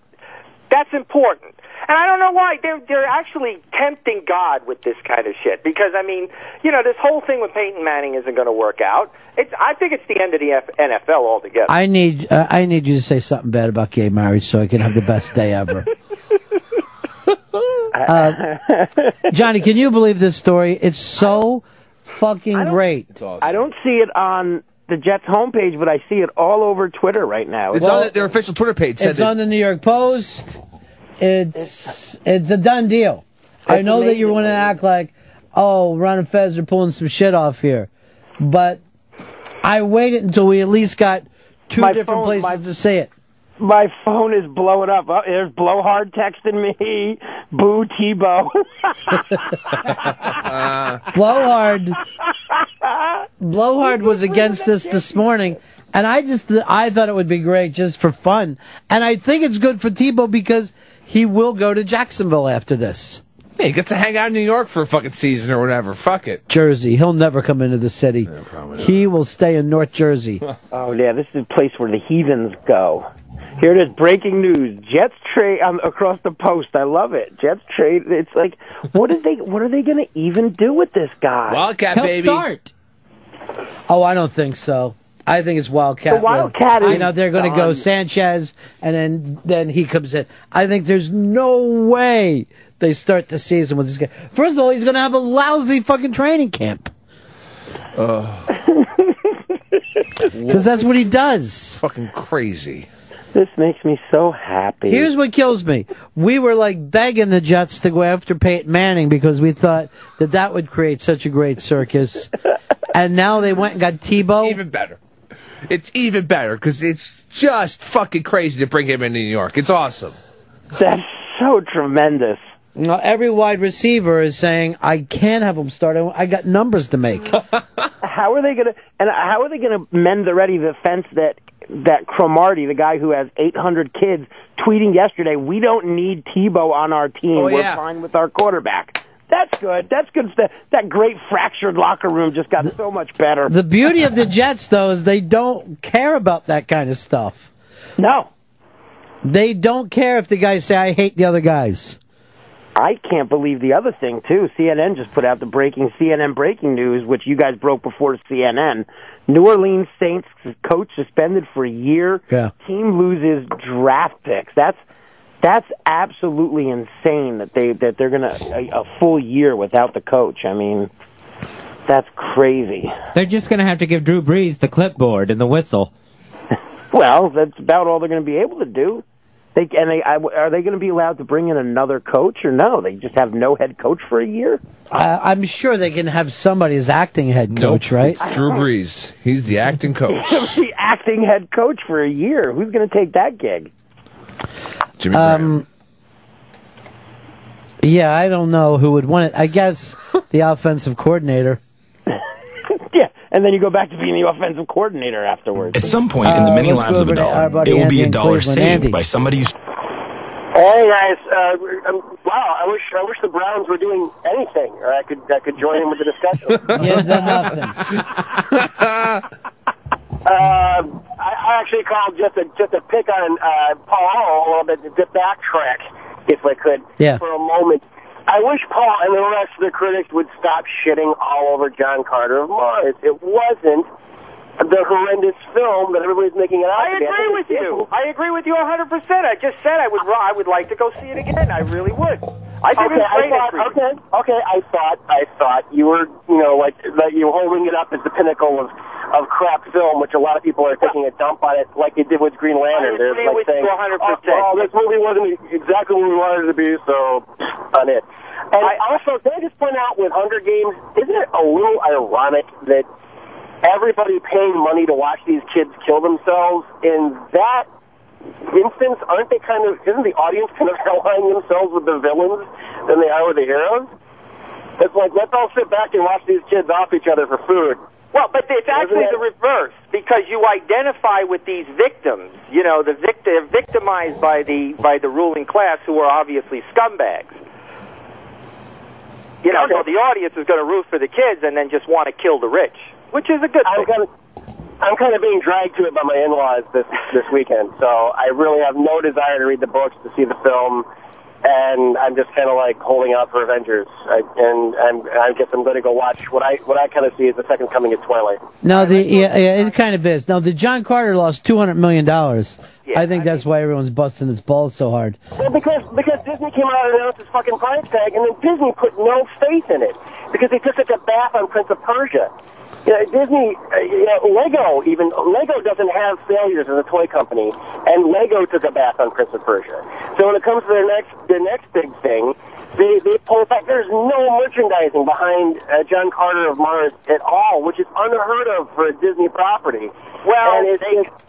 Speaker 24: That's important. And I don't know why they're they're actually tempting God with this kind of shit. Because I mean, you know, this whole thing with Peyton Manning isn't going to work out. It's I think it's the end of the F- NFL altogether.
Speaker 8: I need uh, I need you to say something bad about gay marriage so I can have the best day ever. Uh, Johnny, can you believe this story? It's so fucking great.
Speaker 4: I don't see it on the Jets homepage, but I see it all over Twitter right now.
Speaker 1: It's on their official Twitter page. Said
Speaker 8: It's
Speaker 1: that-
Speaker 8: on the New York Post. It's it's a done deal. I know that you want to act like, oh, Ron and Fez are pulling some shit off here, but I waited until we at least got two
Speaker 4: My
Speaker 8: different
Speaker 4: phone-
Speaker 8: places
Speaker 4: my-
Speaker 8: to say it.
Speaker 4: My phone is blowing up. Oh, there's blowhard texting me. Boo Tebow.
Speaker 8: Blowhard, Blowhard was against this this morning, and I just I thought it would be great just for fun, and I think it's good for Tebow because he will go to Jacksonville after this.
Speaker 1: Yeah, he gets to hang out in New York for a fucking season or whatever. Fuck it.
Speaker 8: Jersey. He'll never come into the city. he will stay in North Jersey.
Speaker 4: oh yeah, this is the place where the heathens go. Here it is, breaking news. Jets trade um, across the post. I love it. Jets trade. It's like, what are they? What are they going to even do with this guy?
Speaker 1: Wildcat He'll baby. start.
Speaker 8: Oh, I don't think so. I think it's Wildcat.
Speaker 4: The Wildcat
Speaker 8: Lynn.
Speaker 4: is
Speaker 8: You know they're going to go
Speaker 4: done.
Speaker 8: Sanchez, and then then he comes in. I think there's no way they start the season with this guy. First of all, he's going to have a lousy fucking training camp because that's what he does.
Speaker 1: Fucking crazy.
Speaker 4: This makes me so happy.
Speaker 8: Here's what kills me. We were like begging the Jets to go after Peyton Manning because we thought that that would create such a great circus. and now they went and got Tebow.
Speaker 1: Even better. It's even better because it's just fucking crazy to bring him into New York. It's awesome.
Speaker 4: That's so tremendous.
Speaker 8: Now, every wide receiver is saying, I can't have him start. I I got numbers to make.
Speaker 4: How are they going to? And how are they going to mend already the fence that that Cromartie, the guy who has 800 kids, tweeting yesterday, we don't need Tebow on our team.
Speaker 20: Oh,
Speaker 4: We're
Speaker 20: yeah.
Speaker 4: fine with our quarterback. That's good. That's good. That, that great fractured locker room just got so much better.
Speaker 8: the beauty of the Jets, though, is they don't care about that kind of stuff.
Speaker 4: No.
Speaker 8: They don't care if the guys say, I hate the other guys.
Speaker 4: I can't believe the other thing too. CNN just put out the breaking CNN breaking news, which you guys broke before CNN. New Orleans Saints coach suspended for a year.
Speaker 8: Yeah.
Speaker 4: Team loses draft picks. That's that's absolutely insane that they that they're gonna a, a full year without the coach. I mean, that's crazy.
Speaker 9: They're just going to have to give Drew Brees the clipboard and the whistle.
Speaker 4: Well, that's about all they're going to be able to do. They and they I, are they going to be allowed to bring in another coach or no? They just have no head coach for a year.
Speaker 8: I, Uh, I'm sure they can have somebody as acting head coach, right?
Speaker 1: It's Drew Brees. He's the acting coach.
Speaker 4: the acting head coach for a year. Who's going to take that gig?
Speaker 1: Jimmy
Speaker 8: um, yeah, I don't know who would want it. I guess the offensive coordinator.
Speaker 4: yeah, and then you go back to being the offensive coordinator afterwards.
Speaker 11: At some point in the many lives of a dollar, it will be a dollar saved by somebody who's.
Speaker 3: Hey guys, uh, um, wow! I wish I wish the Browns were doing anything, or I could I could join in with the discussion.
Speaker 8: Give them nothing.
Speaker 3: Uh, I, I actually called just a just a pick on uh, Paul a little bit to backtrack, if I could,
Speaker 8: Yeah.
Speaker 3: for a moment. I wish Paul and the rest of the critics would stop shitting all over John Carter of Mars. It wasn't the horrendous film that everybody's making it out
Speaker 24: I
Speaker 3: to be.
Speaker 24: agree with
Speaker 3: think it's
Speaker 24: you. I agree with you 100%. I just said I would I would like to go see it again. I really would. I think
Speaker 3: okay,
Speaker 24: it's great.
Speaker 3: I
Speaker 24: intrigue.
Speaker 3: thought, okay, okay, I thought, I thought you were, you know, like that you were holding it up as the pinnacle of of crap film, which a lot of people are taking a dump on it, like they did with Green Lantern. They're
Speaker 24: agree
Speaker 3: like
Speaker 24: with you
Speaker 3: saying,
Speaker 24: 100%.
Speaker 3: Oh, well, this movie wasn't exactly what we wanted it to be, so on it. And also, can I just point out with Hunger Games, isn't it a little ironic that everybody paying money to watch these kids kill themselves in that instance, aren't they kind of, isn't the audience kind of allying themselves with the villains than they are with the heroes? It's like, let's all sit back and watch these kids off each other for food.
Speaker 24: Well, but it's actually the reverse because you identify with these victims. You know, the victim victimized by the by the ruling class, who are obviously scumbags. You know, so the audience is going to root for the kids and then just want to kill the rich, which is a good thing.
Speaker 3: I'm kind of, I'm kind of being dragged to it by my in-laws this, this weekend, so I really have no desire to read the books, to see the film, and I'm just kind of like holding out for Avengers, I, and I'm, I guess I'm going to go watch what I, what I kind of see is the second coming of Twilight.
Speaker 8: No, the yeah, yeah, it kind of is. Now the John Carter lost two hundred million dollars. I think that's why everyone's busting his balls so hard.
Speaker 3: Well, because because Disney came out and announced his fucking price tag, and then Disney put no faith in it because they took such a bath on Prince of Persia. You know, Disney, uh, you know, Lego even Lego doesn't have failures as a toy company, and Lego took a bath on Prince of Persia. So when it comes to their next their next big thing, they they pull back. There's no merchandising behind uh, John Carter of Mars at all, which is unheard of for a Disney property.
Speaker 24: Well,
Speaker 3: and it's,
Speaker 24: they-
Speaker 3: it's-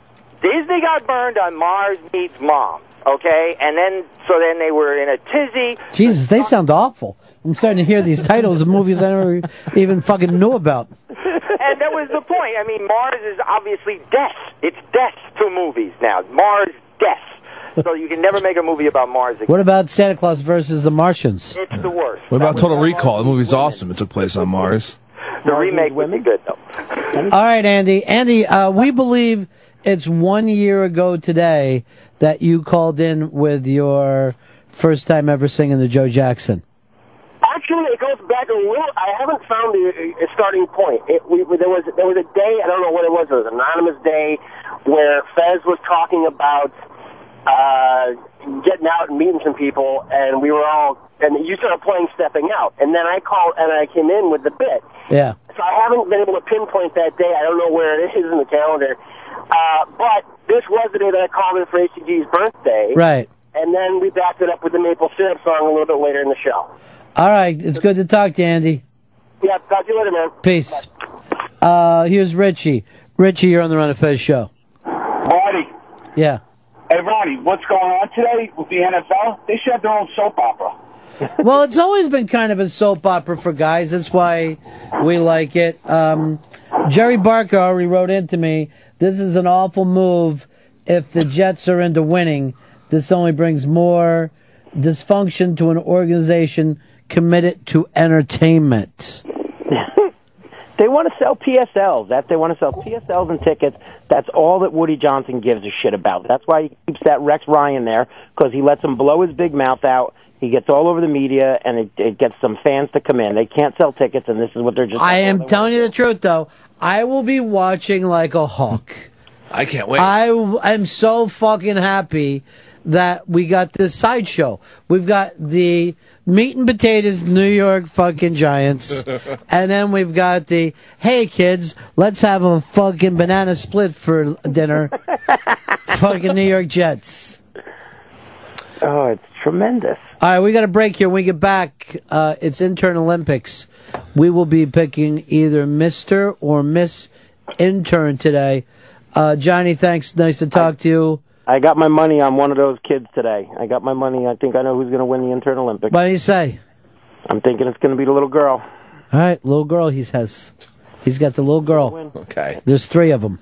Speaker 24: Disney got burned on Mars Needs Mom, okay, and then so then they were in a tizzy.
Speaker 8: Jesus, they sound awful. I'm starting to hear these titles of movies I never even fucking knew about.
Speaker 24: and that was the point. I mean, Mars is obviously death. It's death to movies now. Mars death. So you can never make a movie about Mars again.
Speaker 8: What about Santa Claus versus the Martians?
Speaker 24: It's the worst.
Speaker 1: What about Total Recall? The movie's awesome. It took place on Mars.
Speaker 24: The remake wasn't good though.
Speaker 8: All right, Andy. Andy, uh, we believe it's one year ago today that you called in with your first time ever singing the Joe Jackson.
Speaker 3: Actually, it goes back a little. I haven't found the uh, starting point. It, we, we- there was there was a day. I don't know what it was. It was an anonymous day where Fez was talking about uh, getting out and meeting some people, and we were all. And you started playing "Stepping Out," and then I called and I came in with the bit.
Speaker 8: Yeah.
Speaker 3: So I haven't been able to pinpoint that day. I don't know where it is in the calendar. Uh, but this was the day that I called in for HCG's birthday.
Speaker 8: Right.
Speaker 3: And then we backed it up with the maple syrup song a little bit later in the show.
Speaker 8: All right, it's good to talk to you, Andy.
Speaker 3: Yeah, talk to you later, man.
Speaker 8: Peace. Uh, here's Richie. Richie, you're on the Run of Fez show.
Speaker 20: Marty,
Speaker 8: Yeah.
Speaker 20: hey Ronnie, what's going on today with the NFL? They should have their own soap opera.
Speaker 8: well, it's always been kind of a soap opera for guys. That's why we like it. Um, Jerry Barker already wrote into me. This is an awful move. If the Jets are into winning, this only brings more dysfunction to an organization committed to entertainment.
Speaker 4: They want to sell PSLs. That they want to sell PSLs and tickets. That's all that Woody Johnson gives a shit about. That's why he keeps that Rex Ryan there because he lets him blow his big mouth out. He gets all over the media and it, it gets some fans to come in. They can't sell tickets, and this is what they're just.
Speaker 8: I am telling you the truth, though. I will be watching like a hawk.
Speaker 1: I can't wait.
Speaker 8: I am so fucking happy that we got this sideshow. We've got the meat and potatoes New York fucking Giants, and then we've got the hey kids, let's have a fucking banana split for dinner. fucking New York Jets.
Speaker 4: Oh, it's tremendous.
Speaker 8: All right, we got a break here. When we get back, uh, it's Intern Olympics. We will be picking either Mister or Miss Intern today. Uh, Johnny, thanks. Nice to talk to you.
Speaker 4: I got my money on one of those kids today. I got my money. I think I know who's going to win the Intern Olympics.
Speaker 8: What do you say?
Speaker 4: I'm thinking it's going to be the little girl.
Speaker 8: All right, little girl. He says he's got the little girl.
Speaker 1: Okay.
Speaker 8: There's three of them.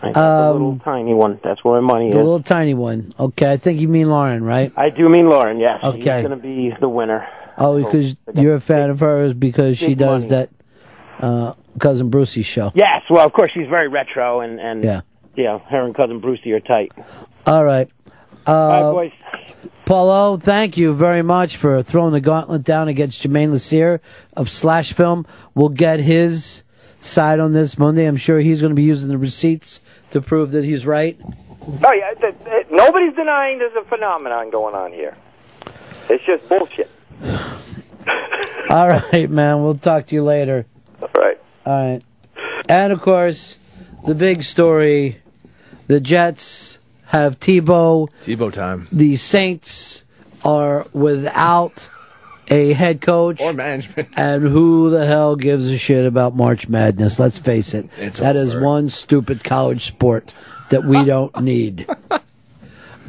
Speaker 4: I got the little tiny one. That's where my money
Speaker 8: Um, The
Speaker 4: is.
Speaker 8: little tiny one. Okay, I think you mean Lauren, right?
Speaker 4: I do mean Lauren. Yes. She's
Speaker 8: Okay.
Speaker 4: going to be the winner.
Speaker 8: Oh, because you're a fan of hers because she
Speaker 4: big
Speaker 8: does
Speaker 4: money.
Speaker 8: that uh, cousin Brucey show.
Speaker 4: Yes. Well, of course, she's very retro, and and
Speaker 8: Yeah.
Speaker 4: yeah, her and cousin Brucey are tight.
Speaker 8: All right. Uh,
Speaker 4: All right,
Speaker 8: Paulo, thank you very much for throwing the gauntlet down against Jermaine Lassier of Slash Film. We'll get his side on this Monday. I'm sure he's going to be using the receipts to prove that he's right.
Speaker 24: Oh yeah, th- th- nobody's denying there's a phenomenon going on here. It's just bullshit.
Speaker 8: All right, man. We'll talk to you later.
Speaker 24: All right.
Speaker 8: All right. And of course, the big story the Jets have Tebow.
Speaker 1: Tebow time.
Speaker 8: The Saints are without a head coach
Speaker 1: Or management.
Speaker 8: And who the hell gives a shit about March Madness? Let's face it.
Speaker 1: It's
Speaker 8: that is
Speaker 1: over.
Speaker 8: one stupid college sport that we don't need.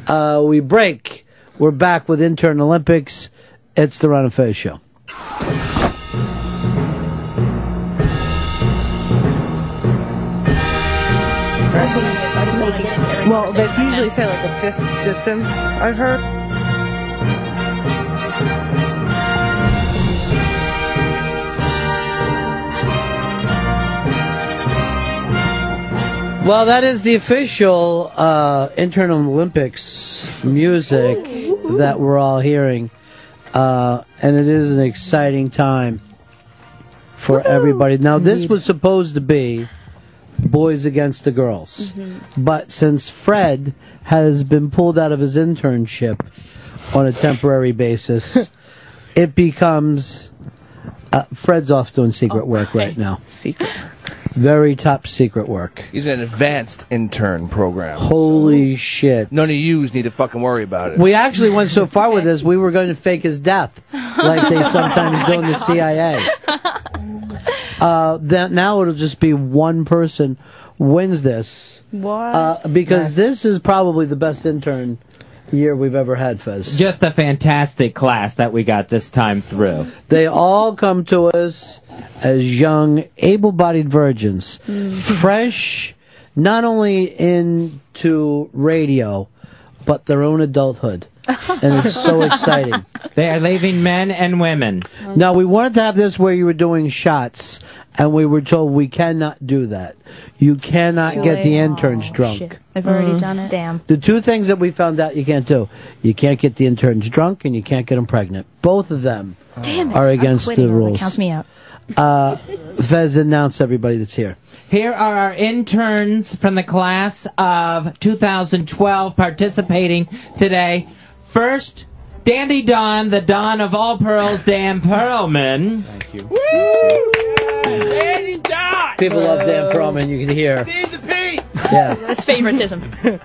Speaker 8: Uh, we break. We're back with Intern Olympics. It's the Ron and Fez show.
Speaker 6: Well, that's usually say like a fist's distance, I've heard.
Speaker 8: Well, that is the official uh, Intern Olympics music that we're all hearing. Uh, and it is an exciting time for everybody. Now, this was supposed to be boys against the girls. But since Fred has been pulled out of his internship on a temporary basis, it becomes. Uh, Fred's off doing secret work Oh, right now. Secret. Very top secret work.
Speaker 1: He's in an advanced intern program.
Speaker 8: Holy shit.
Speaker 1: None of yous need to fucking worry about it.
Speaker 8: We actually went so far with this, we were going to fake his death, like they sometimes do in the CIA. Uh, that now it'll just be one person wins this.
Speaker 6: What?
Speaker 8: Uh, because this is probably the best intern year we've ever had, Fez.
Speaker 9: Just a fantastic class that we got this time through.
Speaker 8: They all come to us as young, able bodied virgins, fresh, not only into radio, but their own adulthood. And it's so exciting.
Speaker 9: They are leaving men and women.
Speaker 8: Now, we wanted to have this where you were doing shots, and we were told we cannot do that. You cannot
Speaker 21: too
Speaker 8: get the
Speaker 21: late. Oh,
Speaker 8: interns
Speaker 12: Oh,
Speaker 8: drunk.
Speaker 21: I've already
Speaker 12: Mm.
Speaker 21: done it. Damn.
Speaker 8: The two things that we found out you can't do you can't get the interns drunk, and you can't get them pregnant. Both of them
Speaker 21: Damn it.
Speaker 8: are
Speaker 21: I'm
Speaker 8: against
Speaker 21: quitting.
Speaker 8: the
Speaker 21: That
Speaker 8: rules.
Speaker 21: counts me out.
Speaker 8: Uh, Fez, announce everybody that's here.
Speaker 9: Here are our interns from the class of 2012 participating today. First, Dandy Don, the Don of all pearls, Dan Perlman. Thank you.
Speaker 5: Danny Dot!
Speaker 8: People love Dan Perlman, you can hear.
Speaker 5: He's the Pete!
Speaker 8: Yeah.
Speaker 21: That's favoritism.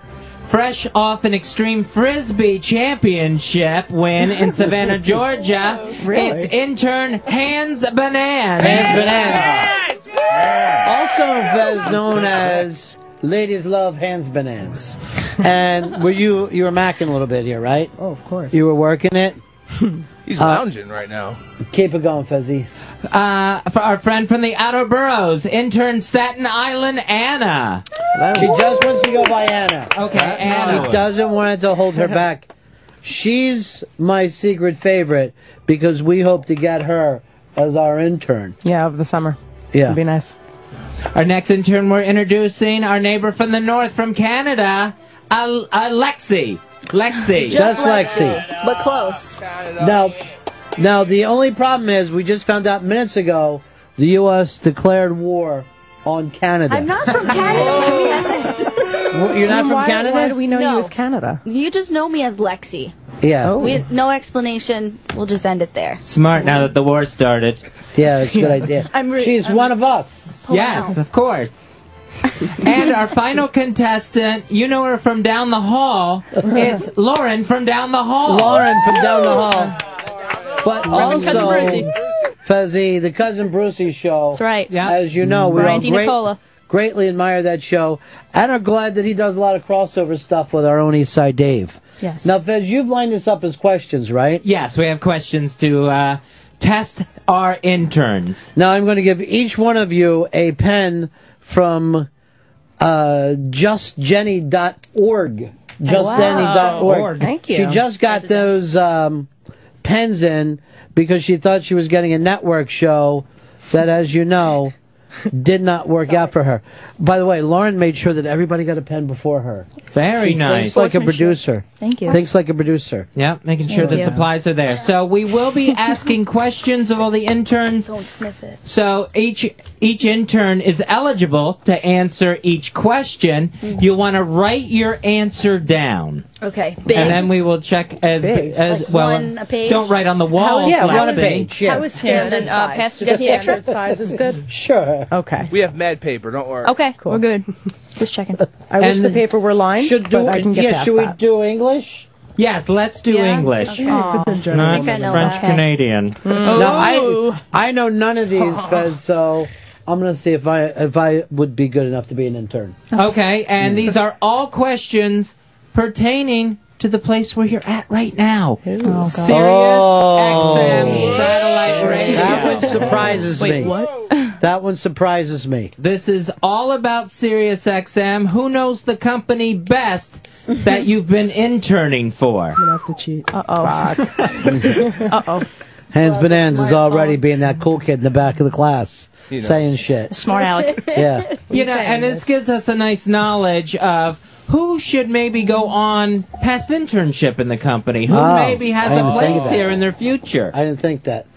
Speaker 9: Fresh off an extreme frisbee championship win in Savannah, Georgia,
Speaker 21: Really?
Speaker 9: it's intern Hans Banan.
Speaker 8: Hans Also, Fez, known as Ladies Love Hands Bananas. And were you you were macking a little bit here, right? Oh, of course. You were working it.
Speaker 1: He's
Speaker 8: Uh,
Speaker 1: lounging right now.
Speaker 8: Keep it going, Fezzy.
Speaker 9: Uh, for our friend from the Outer Boroughs, intern Staten Island, Anna.
Speaker 8: She just wants to go by Anna. Okay,
Speaker 9: Anna.
Speaker 8: She doesn't want it to hold her back. She's my secret favorite because we hope to get her as our intern.
Speaker 6: Yeah, of the summer.
Speaker 8: Yeah.
Speaker 9: It'd be nice. Our next intern, we're introducing our neighbor from the north, from Canada, Al- Alexi. Lexi.
Speaker 8: Just Just Lexi. Lexi.
Speaker 9: But close.
Speaker 8: Now, now the only problem is we just found out minutes ago the U.S. declared war on Canada.
Speaker 12: I'm not from Canada. Look at me as this.
Speaker 8: Well, you're not
Speaker 12: So
Speaker 8: from
Speaker 12: why-
Speaker 8: Canada.
Speaker 12: why do we know you No. as
Speaker 8: Canada?
Speaker 12: You just know me as Lexi.
Speaker 8: Yeah.
Speaker 9: Oh.
Speaker 12: We, no explanation. We'll just end it there.
Speaker 9: Smart now that the war started.
Speaker 8: Yeah, that's a good idea.
Speaker 12: I'm re-
Speaker 8: She's
Speaker 12: I'm-
Speaker 8: one of us.
Speaker 9: Yes, of course. and our final contestant, you know her from down the hall. It's Lauren from down the hall.
Speaker 8: Lauren from down the hall. But
Speaker 9: From Cousin Brucey.
Speaker 8: also, Fuzzy, the Cousin Brucey show. That's
Speaker 12: right. Yeah.
Speaker 8: As you know, we all
Speaker 12: Brian Di
Speaker 8: great-
Speaker 12: Nicola.
Speaker 8: greatly admire that show and are glad that he does a lot of crossover stuff with our own East Side Dave.
Speaker 9: Yes.
Speaker 8: Now, Fez, you've lined this up as questions, right?
Speaker 9: Yes, we have questions to uh, test our interns.
Speaker 8: Now I'm going to give each one of you a pen from uh, justjenny.org.
Speaker 9: Org.
Speaker 8: Justjenny.org.
Speaker 9: Thank you.
Speaker 8: She just got those um, pens in because she thought she was getting a network show that, as you know, did not work out for her. By the way, Lauren made sure that everybody got a pen before her.
Speaker 9: Very
Speaker 8: She
Speaker 9: nice.
Speaker 8: Thinks like a producer.
Speaker 12: Thank you.
Speaker 8: Thinks like a producer.
Speaker 9: Yep, making sure
Speaker 8: Thank
Speaker 9: the
Speaker 8: you.
Speaker 9: supplies are there. So we will be asking questions of all the interns.
Speaker 12: Don't sniff it.
Speaker 9: So each each intern is eligible to answer each question.
Speaker 12: Mm-hmm.
Speaker 9: You want to write your answer down.
Speaker 12: Okay. Big.
Speaker 9: And then we will check as as
Speaker 12: Like
Speaker 9: well. uh,
Speaker 12: one a page?
Speaker 9: Don't write on the
Speaker 12: How
Speaker 9: wall.
Speaker 12: is- Yeah, one a
Speaker 9: Lexi.
Speaker 12: page, yeah. How is standard
Speaker 6: And uh,
Speaker 12: size?
Speaker 6: past
Speaker 12: Just
Speaker 6: the
Speaker 12: picture?
Speaker 6: standard size is good.
Speaker 8: Sure.
Speaker 6: Okay.
Speaker 1: We have mad paper. Don't worry.
Speaker 12: Okay. We're good. Just checking.
Speaker 6: I wish the paper were lined,
Speaker 8: Should do
Speaker 6: but I can get past that.
Speaker 8: do English?
Speaker 9: Yes, let's do
Speaker 6: Yeah?
Speaker 9: English.
Speaker 6: Okay. Aw. I think I
Speaker 9: Not
Speaker 6: know
Speaker 9: French
Speaker 6: that.
Speaker 9: Canadian.
Speaker 12: Mm.
Speaker 8: No,
Speaker 9: Oh.
Speaker 8: I I know none of these, Fez, so I'm gonna see if I if I would be good enough to be an intern.
Speaker 9: Okay, and these are all questions pertaining to the place where you're at right now. Oh, Sirius XM satellite radio.
Speaker 8: Oh. That one surprises
Speaker 9: Wait,
Speaker 8: me. That one surprises me.
Speaker 9: This is all about Sirius XM. Who knows the company best that you've been interning for?
Speaker 6: I'm gonna have to cheat. Uh oh. uh oh.
Speaker 8: Hans Bonanza is already being that cool kid in the back of the class,
Speaker 9: He knows.
Speaker 8: saying shit.
Speaker 12: Smart aleck.
Speaker 8: Yeah.
Speaker 9: You know, and this gives us a nice knowledge of who should maybe go on past internship in the company. Who
Speaker 8: Oh,
Speaker 9: maybe has
Speaker 8: I
Speaker 9: a
Speaker 8: didn't think of
Speaker 9: place
Speaker 8: that.
Speaker 9: here in their future.
Speaker 8: I didn't think that.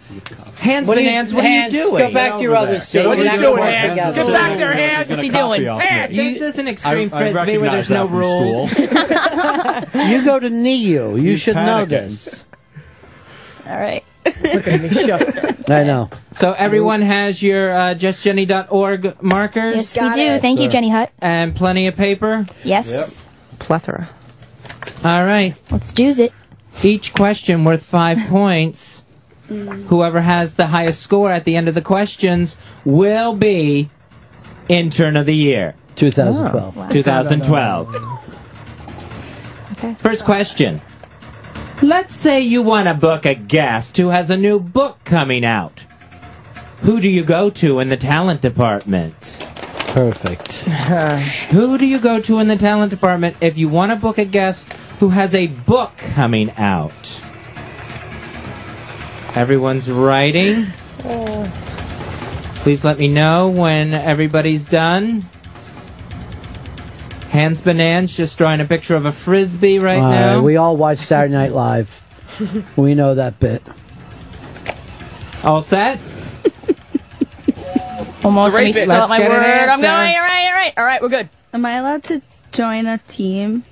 Speaker 9: Hands
Speaker 8: What are
Speaker 9: what
Speaker 8: you-
Speaker 9: hands, what
Speaker 8: Hans,
Speaker 9: are you
Speaker 8: go
Speaker 9: doing?
Speaker 8: back to your other seat. We're
Speaker 9: What are you
Speaker 8: not
Speaker 9: doing,
Speaker 8: gonna
Speaker 9: hands?
Speaker 8: work
Speaker 9: Get
Speaker 8: together.
Speaker 9: back there, hands.
Speaker 8: What's he doing?
Speaker 9: Hands, this is an extreme
Speaker 10: I, I
Speaker 9: frisbee where
Speaker 10: recognize
Speaker 9: there's no
Speaker 10: that from
Speaker 9: rules.
Speaker 10: school.
Speaker 8: You go to NEU. You, should know
Speaker 10: panicking.
Speaker 8: this.
Speaker 12: All right.
Speaker 8: I know.
Speaker 9: So everyone has your uh, justjenny.org markers.
Speaker 12: Yes, we do. Thank you, Jenny Hutt.
Speaker 9: And plenty of paper.
Speaker 12: Yes.
Speaker 9: Plethora. All right.
Speaker 12: Let's do it.
Speaker 9: Each question worth five points. Whoever has the highest score at the end of the questions will be intern of the year.
Speaker 8: 2012.
Speaker 12: Oh, wow.
Speaker 9: 2012. Okay. First question. Let's say you want to book a guest who has a new book coming out. Who do you go to in the talent department?
Speaker 8: Perfect.
Speaker 9: Who do you go to in the talent department if you want to book a guest who has a book coming out? Everyone's writing. Please let me know when everybody's done. Hans Banans just drawing a picture of a frisbee right
Speaker 8: All
Speaker 9: now.
Speaker 8: we all watch Saturday Night Live. we know that bit.
Speaker 9: All set?
Speaker 12: Almost. Let me
Speaker 9: The right bit.
Speaker 12: spell out
Speaker 9: Let's
Speaker 12: my
Speaker 9: get an
Speaker 12: word. I'm
Speaker 9: answer.
Speaker 12: going. All right. All right. All right. We're good. Am I allowed to join a team?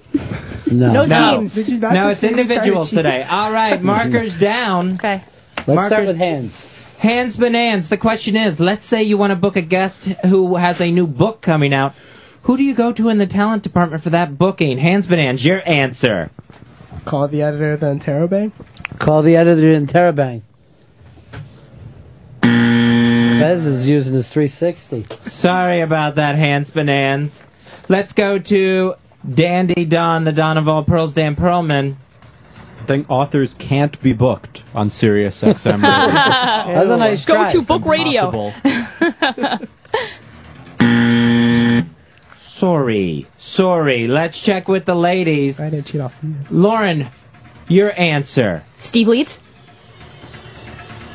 Speaker 8: No.
Speaker 12: No
Speaker 9: no.
Speaker 12: teams. Did you not
Speaker 9: No,
Speaker 12: just say we
Speaker 9: it's
Speaker 12: tried to
Speaker 9: individuals
Speaker 12: cheat?
Speaker 9: today. All right, markers down.
Speaker 12: Okay.
Speaker 8: Let's start with hands.
Speaker 9: Hands Bonans. The question is, let's say you want to book a guest who has a new book coming out. Who do you go to in the talent department for that booking? Hands Bonans, your answer.
Speaker 13: Call the editor of the Interrobang.
Speaker 8: Call the editor in Terabang. Fez is using his 360.
Speaker 9: Sorry about that, Hans Bonans. Let's go to Dandy Don, the Don of all pearls, Dan Perlman.
Speaker 10: I think authors can't be booked on Sirius XM.
Speaker 8: That's a nice
Speaker 9: Go
Speaker 8: try.
Speaker 9: to book radio.
Speaker 10: Impossible.
Speaker 9: Sorry, sorry. Let's check with the ladies. I didn't cheat off Lauren, your answer.
Speaker 12: Steve Leeds.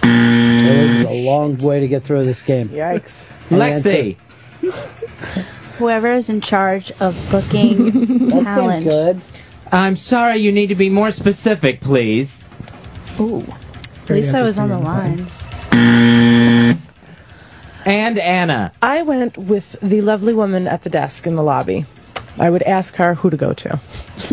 Speaker 8: So this is a long way to get through this game.
Speaker 6: Yikes.
Speaker 9: Lexi.
Speaker 7: Whoever is in charge of booking
Speaker 9: That sounds
Speaker 7: talent.
Speaker 9: I'm sorry, you need to be more specific, please.
Speaker 7: Ooh. At least I was on the lines.
Speaker 9: And Anna.
Speaker 5: I went with the lovely woman at the desk in the lobby. I would ask her who to go to.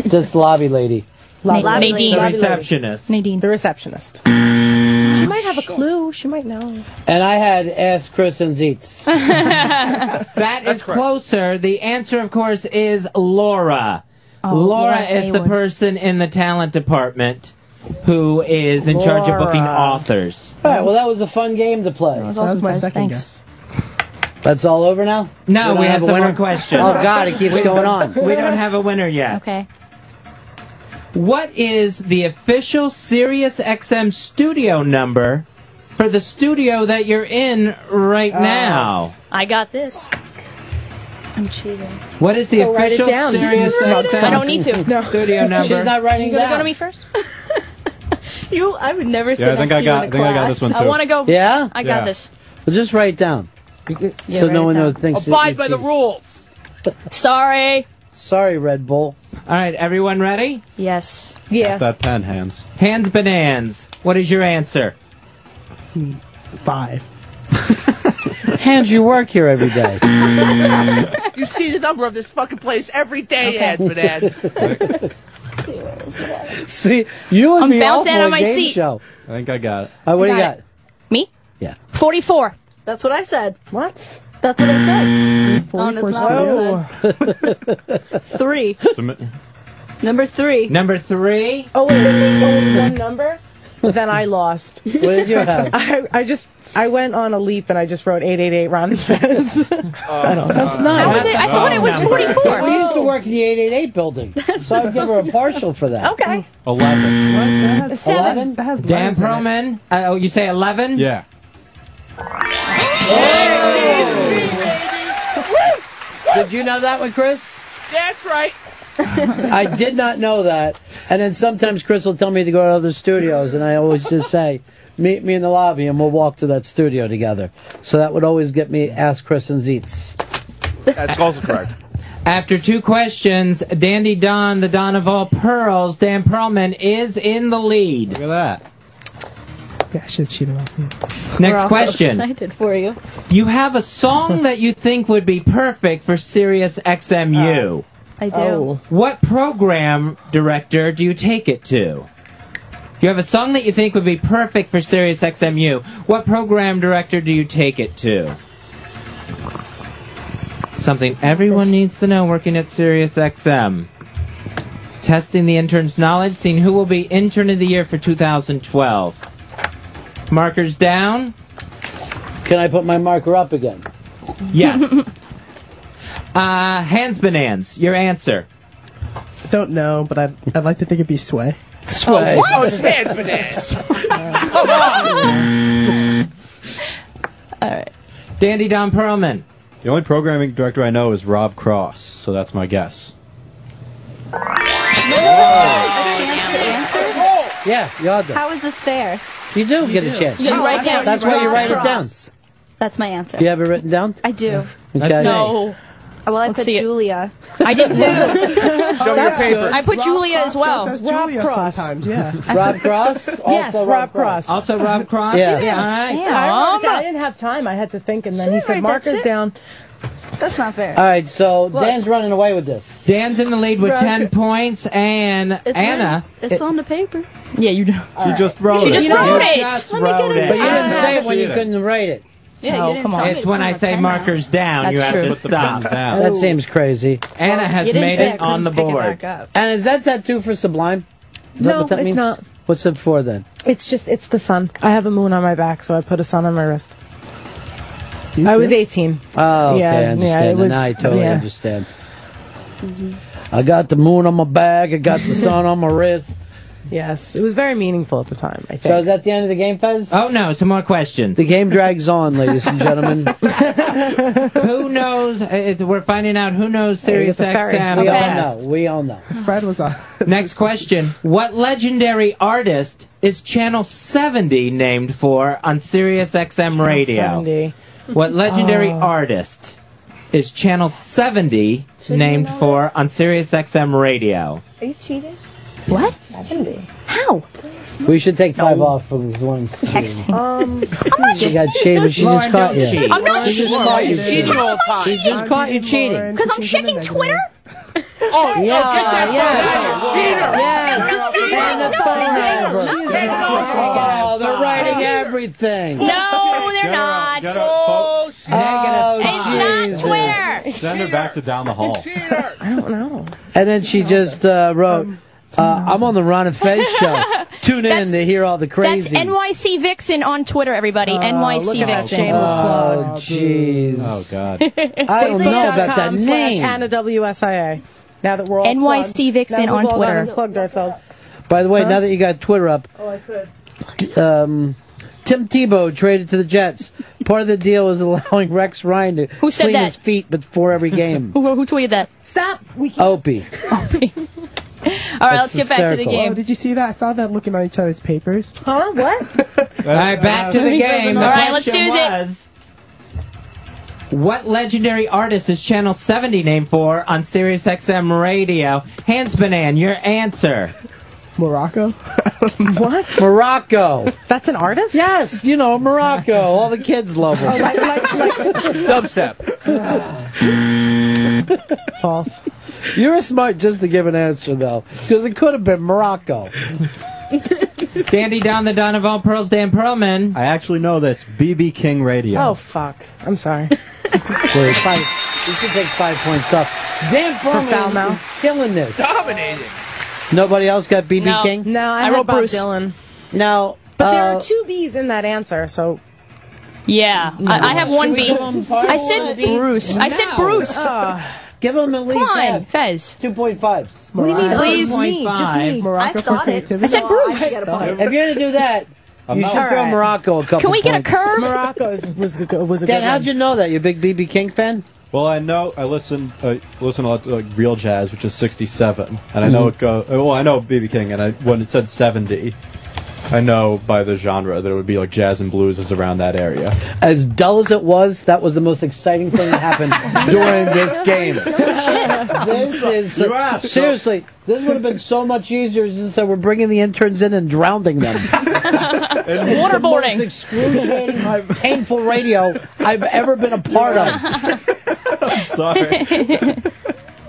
Speaker 8: This lobby lady.
Speaker 5: Lobby lady.
Speaker 9: Nadine. Nadine. The
Speaker 5: Lobby lady.
Speaker 9: receptionist.
Speaker 5: Nadine. The receptionist. She might have a clue. She might know.
Speaker 8: And I had asked Chris and Zeitz.
Speaker 9: That is closer. The answer, of course, is Laura.
Speaker 8: Oh,
Speaker 9: Laura
Speaker 8: Laura
Speaker 9: is the
Speaker 8: Haywood.
Speaker 9: person in the talent department who is in charge of booking
Speaker 8: Laura.
Speaker 9: authors.
Speaker 8: All right, well, that was a fun game to play. That was,
Speaker 9: awesome,
Speaker 8: my
Speaker 9: guys.
Speaker 8: second
Speaker 9: Thanks.
Speaker 8: guess. That's all over now?
Speaker 9: No,
Speaker 8: don't
Speaker 9: we have
Speaker 8: a
Speaker 9: some more
Speaker 8: winner?
Speaker 9: questions.
Speaker 8: Oh, God, it keeps
Speaker 9: We-
Speaker 8: going on.
Speaker 9: We don't have a winner yet.
Speaker 14: Okay.
Speaker 9: What is the official Sirius XM studio number for the studio that you're in right
Speaker 14: Oh.
Speaker 9: now?
Speaker 14: I got this. I'm cheating.
Speaker 9: What is the
Speaker 14: So write it
Speaker 9: official
Speaker 14: down.
Speaker 9: Sirius
Speaker 14: No, no, no.
Speaker 9: XM
Speaker 14: I don't need to. No.
Speaker 9: studio number?
Speaker 14: you gonna go to me first? you, I would never
Speaker 10: sit Yeah, I think next I to you got- in a I think I got class. this one,
Speaker 14: I
Speaker 10: too.
Speaker 14: want to go.
Speaker 8: Yeah?
Speaker 14: I got
Speaker 8: Yeah.
Speaker 14: this.
Speaker 8: Well, just write it down. You can-
Speaker 14: Yeah,
Speaker 8: so
Speaker 14: write
Speaker 8: no
Speaker 14: it
Speaker 8: one
Speaker 14: down.
Speaker 8: thinks that
Speaker 14: Abide
Speaker 8: you
Speaker 14: by the
Speaker 8: cheated.
Speaker 14: rules. Sorry.
Speaker 8: Sorry, Red Bull.
Speaker 9: All right, everyone ready?
Speaker 14: Yes.
Speaker 9: Yeah.
Speaker 10: That pen hands.
Speaker 9: Hands bananas. What is your answer?
Speaker 8: Five. Hands, you work here every day.
Speaker 1: you see the number of this fucking place every day,
Speaker 8: Okay.
Speaker 1: ads but ads.
Speaker 8: See, you and
Speaker 14: I'm
Speaker 8: me
Speaker 14: bouncing
Speaker 8: off
Speaker 14: out of
Speaker 8: a
Speaker 14: my
Speaker 8: game
Speaker 14: seat.
Speaker 8: show.
Speaker 10: I think I got it.
Speaker 8: Uh, what do you
Speaker 14: Got
Speaker 8: got?
Speaker 14: it. Me?
Speaker 8: Yeah.
Speaker 14: 44.
Speaker 7: That's what I said.
Speaker 5: What?
Speaker 7: That's what I said. Oh, that's not what I said.
Speaker 14: Three.
Speaker 5: Number three.
Speaker 9: Number three.
Speaker 5: Oh, wait, if they go with one number, then I lost. What
Speaker 8: did you have?
Speaker 5: I, I just I went on a leap and I just wrote 888 Ron Fez. I don't know.
Speaker 8: That's nice.
Speaker 5: That was it. I thought it was
Speaker 8: Number.
Speaker 5: 44.
Speaker 8: We used to work in the 888 building, so I'd give her a partial for that.
Speaker 5: Okay.
Speaker 10: 11.
Speaker 8: Seven.
Speaker 9: Dan Proman. Uh, oh, you say 11?
Speaker 10: Yeah.
Speaker 8: Did you know that one, Chris?
Speaker 1: That's right.
Speaker 8: I did not know that. And then sometimes Chris will tell me to go to other studios, and I always just say, meet me in the lobby, and we'll walk to that studio together. So that would always get me, ask Chris and Zeitz.
Speaker 1: That's also correct.
Speaker 9: After two questions, Dandy Don, the Don of all pearls, Dan Perlman is in the lead. Look at that.
Speaker 25: Yeah, I should have cheated off you.
Speaker 9: Next question.
Speaker 14: excited for you.
Speaker 9: You have a song that you think would be perfect for Sirius XMU.
Speaker 7: I do. Oh.
Speaker 9: What program director do you take it to? You have a song that you think would be perfect for Sirius XMU. What program director do you take it to? Something everyone needs to know working at Sirius XM. Testing the intern's knowledge, seeing who will be intern of the year for 2012. Markers down.
Speaker 8: Can I put my marker up again?
Speaker 9: Yes. uh, hands bananas. Your answer.
Speaker 25: Don't know, but I'd, I'd like to think it'd be Sway.
Speaker 9: Sway.
Speaker 1: Oh, it's hands bananas. Come
Speaker 9: on. All right. Dandy Don Perlman.
Speaker 10: The only programming director I know is Rob Cross, so that's my guess.
Speaker 8: Yeah, you ought to.
Speaker 7: How is this fair?
Speaker 8: You do get a chance.
Speaker 7: You write down.
Speaker 8: That's why you
Speaker 7: Rob
Speaker 8: write it down.
Speaker 7: Cross. That's my answer.
Speaker 8: You have it written down?
Speaker 7: I do.
Speaker 8: Okay.
Speaker 14: No.
Speaker 7: Well, I put
Speaker 14: see it.
Speaker 7: Julia.
Speaker 14: I did too.
Speaker 7: Show me your papers.
Speaker 14: I put
Speaker 7: Rob
Speaker 14: Julia as well.
Speaker 7: Cross does Rob Julia Cross.
Speaker 25: sometimes, yeah.
Speaker 8: Rob Cross?
Speaker 5: Yes,
Speaker 8: Also
Speaker 5: Rob Cross.
Speaker 9: Also Rob Cross.
Speaker 8: Yeah.
Speaker 9: All right.
Speaker 5: I, wrote it down. I didn't have time. I had to think, and then he said
Speaker 7: write that
Speaker 5: markers
Speaker 7: shit.
Speaker 5: down.
Speaker 7: That's not fair.
Speaker 8: All right, so
Speaker 7: Look.
Speaker 8: Dan's running away with this.
Speaker 9: Dan's in the lead with
Speaker 7: Rob-
Speaker 9: ten points, and Anna.
Speaker 7: It's on the paper.
Speaker 14: Yeah, you do.
Speaker 9: She just wrote
Speaker 14: You just it. wrote it.
Speaker 9: Let me get it.
Speaker 8: But you didn't
Speaker 9: Ah.
Speaker 8: say it when you
Speaker 9: Cheater.
Speaker 8: couldn't write it.
Speaker 14: Yeah, oh, come on.
Speaker 9: It's when I say markers down,
Speaker 8: That's
Speaker 9: you have
Speaker 8: true.
Speaker 9: to
Speaker 8: Put the pens
Speaker 9: stop. Oh.
Speaker 8: down. That seems crazy.
Speaker 9: Anna
Speaker 8: Well,
Speaker 9: has
Speaker 8: Oh, you didn't
Speaker 9: made
Speaker 8: say I
Speaker 9: it on the
Speaker 8: couldn't pick it
Speaker 9: board.
Speaker 8: back And is that tattoo for Sublime? Is that
Speaker 5: No,
Speaker 8: what that
Speaker 5: it's
Speaker 8: means?
Speaker 5: not.
Speaker 8: What's it for then?
Speaker 5: It's just it's the sun. I have a moon on my back, so I put a sun on my wrist. I was 18.
Speaker 8: Oh, okay,
Speaker 5: Yeah,
Speaker 8: I
Speaker 5: yeah, it
Speaker 8: understand.
Speaker 5: was-
Speaker 8: now I totally
Speaker 5: yeah.
Speaker 8: understand. I got the moon on my back. I Mm-hmm. got the sun on my wrist.
Speaker 5: Yes, it was very meaningful at the time. I think.
Speaker 8: So is that the end of the game, Fez?
Speaker 9: Oh no, some more questions.
Speaker 8: The game drags on, ladies and gentlemen.
Speaker 9: who knows? It's, we're finding out who knows Sirius
Speaker 8: we
Speaker 9: XM
Speaker 8: all
Speaker 9: best.
Speaker 8: know. We all know.
Speaker 25: Fred was on.
Speaker 9: Next question. What legendary artist is Channel 70 named for on Sirius XM radio?
Speaker 5: 70.
Speaker 9: What legendary
Speaker 8: Uh,
Speaker 9: artist is Channel 70 named for on Sirius XM radio?
Speaker 14: Are you cheating? What? How?
Speaker 8: We should take five off from this one.
Speaker 5: Oh
Speaker 14: Um,
Speaker 8: She got shamed. She just
Speaker 14: Lauren,
Speaker 8: caught
Speaker 14: don't
Speaker 8: you.
Speaker 14: cheat. I'm not
Speaker 8: she just
Speaker 14: cheating.
Speaker 8: caught you
Speaker 14: She's cheating all the time.
Speaker 8: She just caught you cheating.
Speaker 14: because I'm checking Twitter.
Speaker 8: Oh, yeah, yes.
Speaker 14: Yes.
Speaker 8: And the phone over. Oh, they're writing everything.
Speaker 14: No, they're
Speaker 10: Get her
Speaker 14: not.
Speaker 10: out, get her out, folks.
Speaker 8: Oh,
Speaker 14: It's
Speaker 8: Jesus.
Speaker 14: not Twitter.
Speaker 10: Send her back to down the hall.
Speaker 8: I don't know. And then she just uh, wrote, uh, I'm on the Ron and Fez show. Tune in to hear all the crazy.
Speaker 14: That's NYC Vixen on Twitter, everybody. NYC Vixen.
Speaker 8: Oh, jeez. Oh,
Speaker 10: God.
Speaker 8: I don't know about that
Speaker 6: Facebook.com slash
Speaker 8: name.
Speaker 6: Anna WSIA. Now that we're all
Speaker 14: NYC
Speaker 6: plugged.
Speaker 14: Vixen
Speaker 6: Now that
Speaker 14: on
Speaker 6: we've all
Speaker 14: Twitter.
Speaker 6: gone and plugged ourselves.
Speaker 8: By the way,
Speaker 6: Huh?
Speaker 8: now that you got Twitter up,
Speaker 6: Oh, I could.
Speaker 8: um, Tim Tebow traded to the Jets. Part of the deal is allowing Rex Ryan to
Speaker 14: Who said
Speaker 8: clean
Speaker 14: that?
Speaker 8: his feet before every game.
Speaker 14: Who, who tweeted that? Stop. We
Speaker 8: Opie.
Speaker 14: All right, let's get back to the
Speaker 13: Oh,
Speaker 14: game.
Speaker 13: did you see that? I saw that looking at each other's papers.
Speaker 14: Huh? What?
Speaker 9: All right, back to the game. The
Speaker 14: All right, let's do
Speaker 9: question
Speaker 14: it.
Speaker 9: What legendary artist is Channel 70 named for on Sirius XM radio? Hans Banan, your answer.
Speaker 13: Morocco?
Speaker 8: what? Morocco.
Speaker 6: That's an artist? Oh,
Speaker 8: Yes, you know, Morocco. All the kids love him.
Speaker 1: Dubstep.
Speaker 8: False. You were smart just to give an answer, though, because it could have been Morocco.
Speaker 9: Dandy Don the Don of all pearls, Dan Perlman.
Speaker 10: I actually know this. BB King Radio.
Speaker 6: Oh, fuck. I'm sorry.
Speaker 8: Five. You should take five points off. Dan
Speaker 6: foul
Speaker 8: Perlman
Speaker 6: mouth.
Speaker 8: is killing this.
Speaker 1: Dominating.
Speaker 8: Nobody else got BB King?
Speaker 6: No, I, wrote Bob Dylan.
Speaker 8: Now,
Speaker 6: But there
Speaker 8: uh,
Speaker 6: are two B's in that answer, so.
Speaker 14: Yeah, I, I have one B. I said
Speaker 8: Bruce.
Speaker 14: I said Bruce.
Speaker 6: Oh.
Speaker 8: give him at least
Speaker 14: Come on,
Speaker 8: that.
Speaker 14: Fez.
Speaker 8: Two point fives.
Speaker 14: What do you mean, Please.
Speaker 6: me, just me.
Speaker 13: Morocco for creativity.
Speaker 14: I said Bruce.
Speaker 8: If you're gonna do that,
Speaker 13: I'm
Speaker 8: you
Speaker 13: not-
Speaker 8: should throw
Speaker 13: Alright.
Speaker 8: Morocco a couple.
Speaker 13: Can we get a
Speaker 8: points.
Speaker 13: curve?
Speaker 6: Morocco is, was, a- was a
Speaker 8: Dan,
Speaker 6: good
Speaker 8: how'd
Speaker 6: one.
Speaker 8: you know that? You a big BB King fan?
Speaker 10: Well, I know I listen uh, listen a lot to like real jazz, which is '67, and I know
Speaker 8: Mm-hmm.
Speaker 10: it go. oh, Well, I know BB King, and I, when it said '70, I know by the genre that it would be like jazz and blues is around that area.
Speaker 8: As dull as it was, that was the most exciting thing that happened during this game. this is
Speaker 10: You asked, so-
Speaker 8: seriously. This would have been so much easier since we're bringing the interns in and drowning them.
Speaker 14: Waterboarding.
Speaker 8: excruciating, uh, painful radio I've ever been a part of.
Speaker 10: I'm sorry.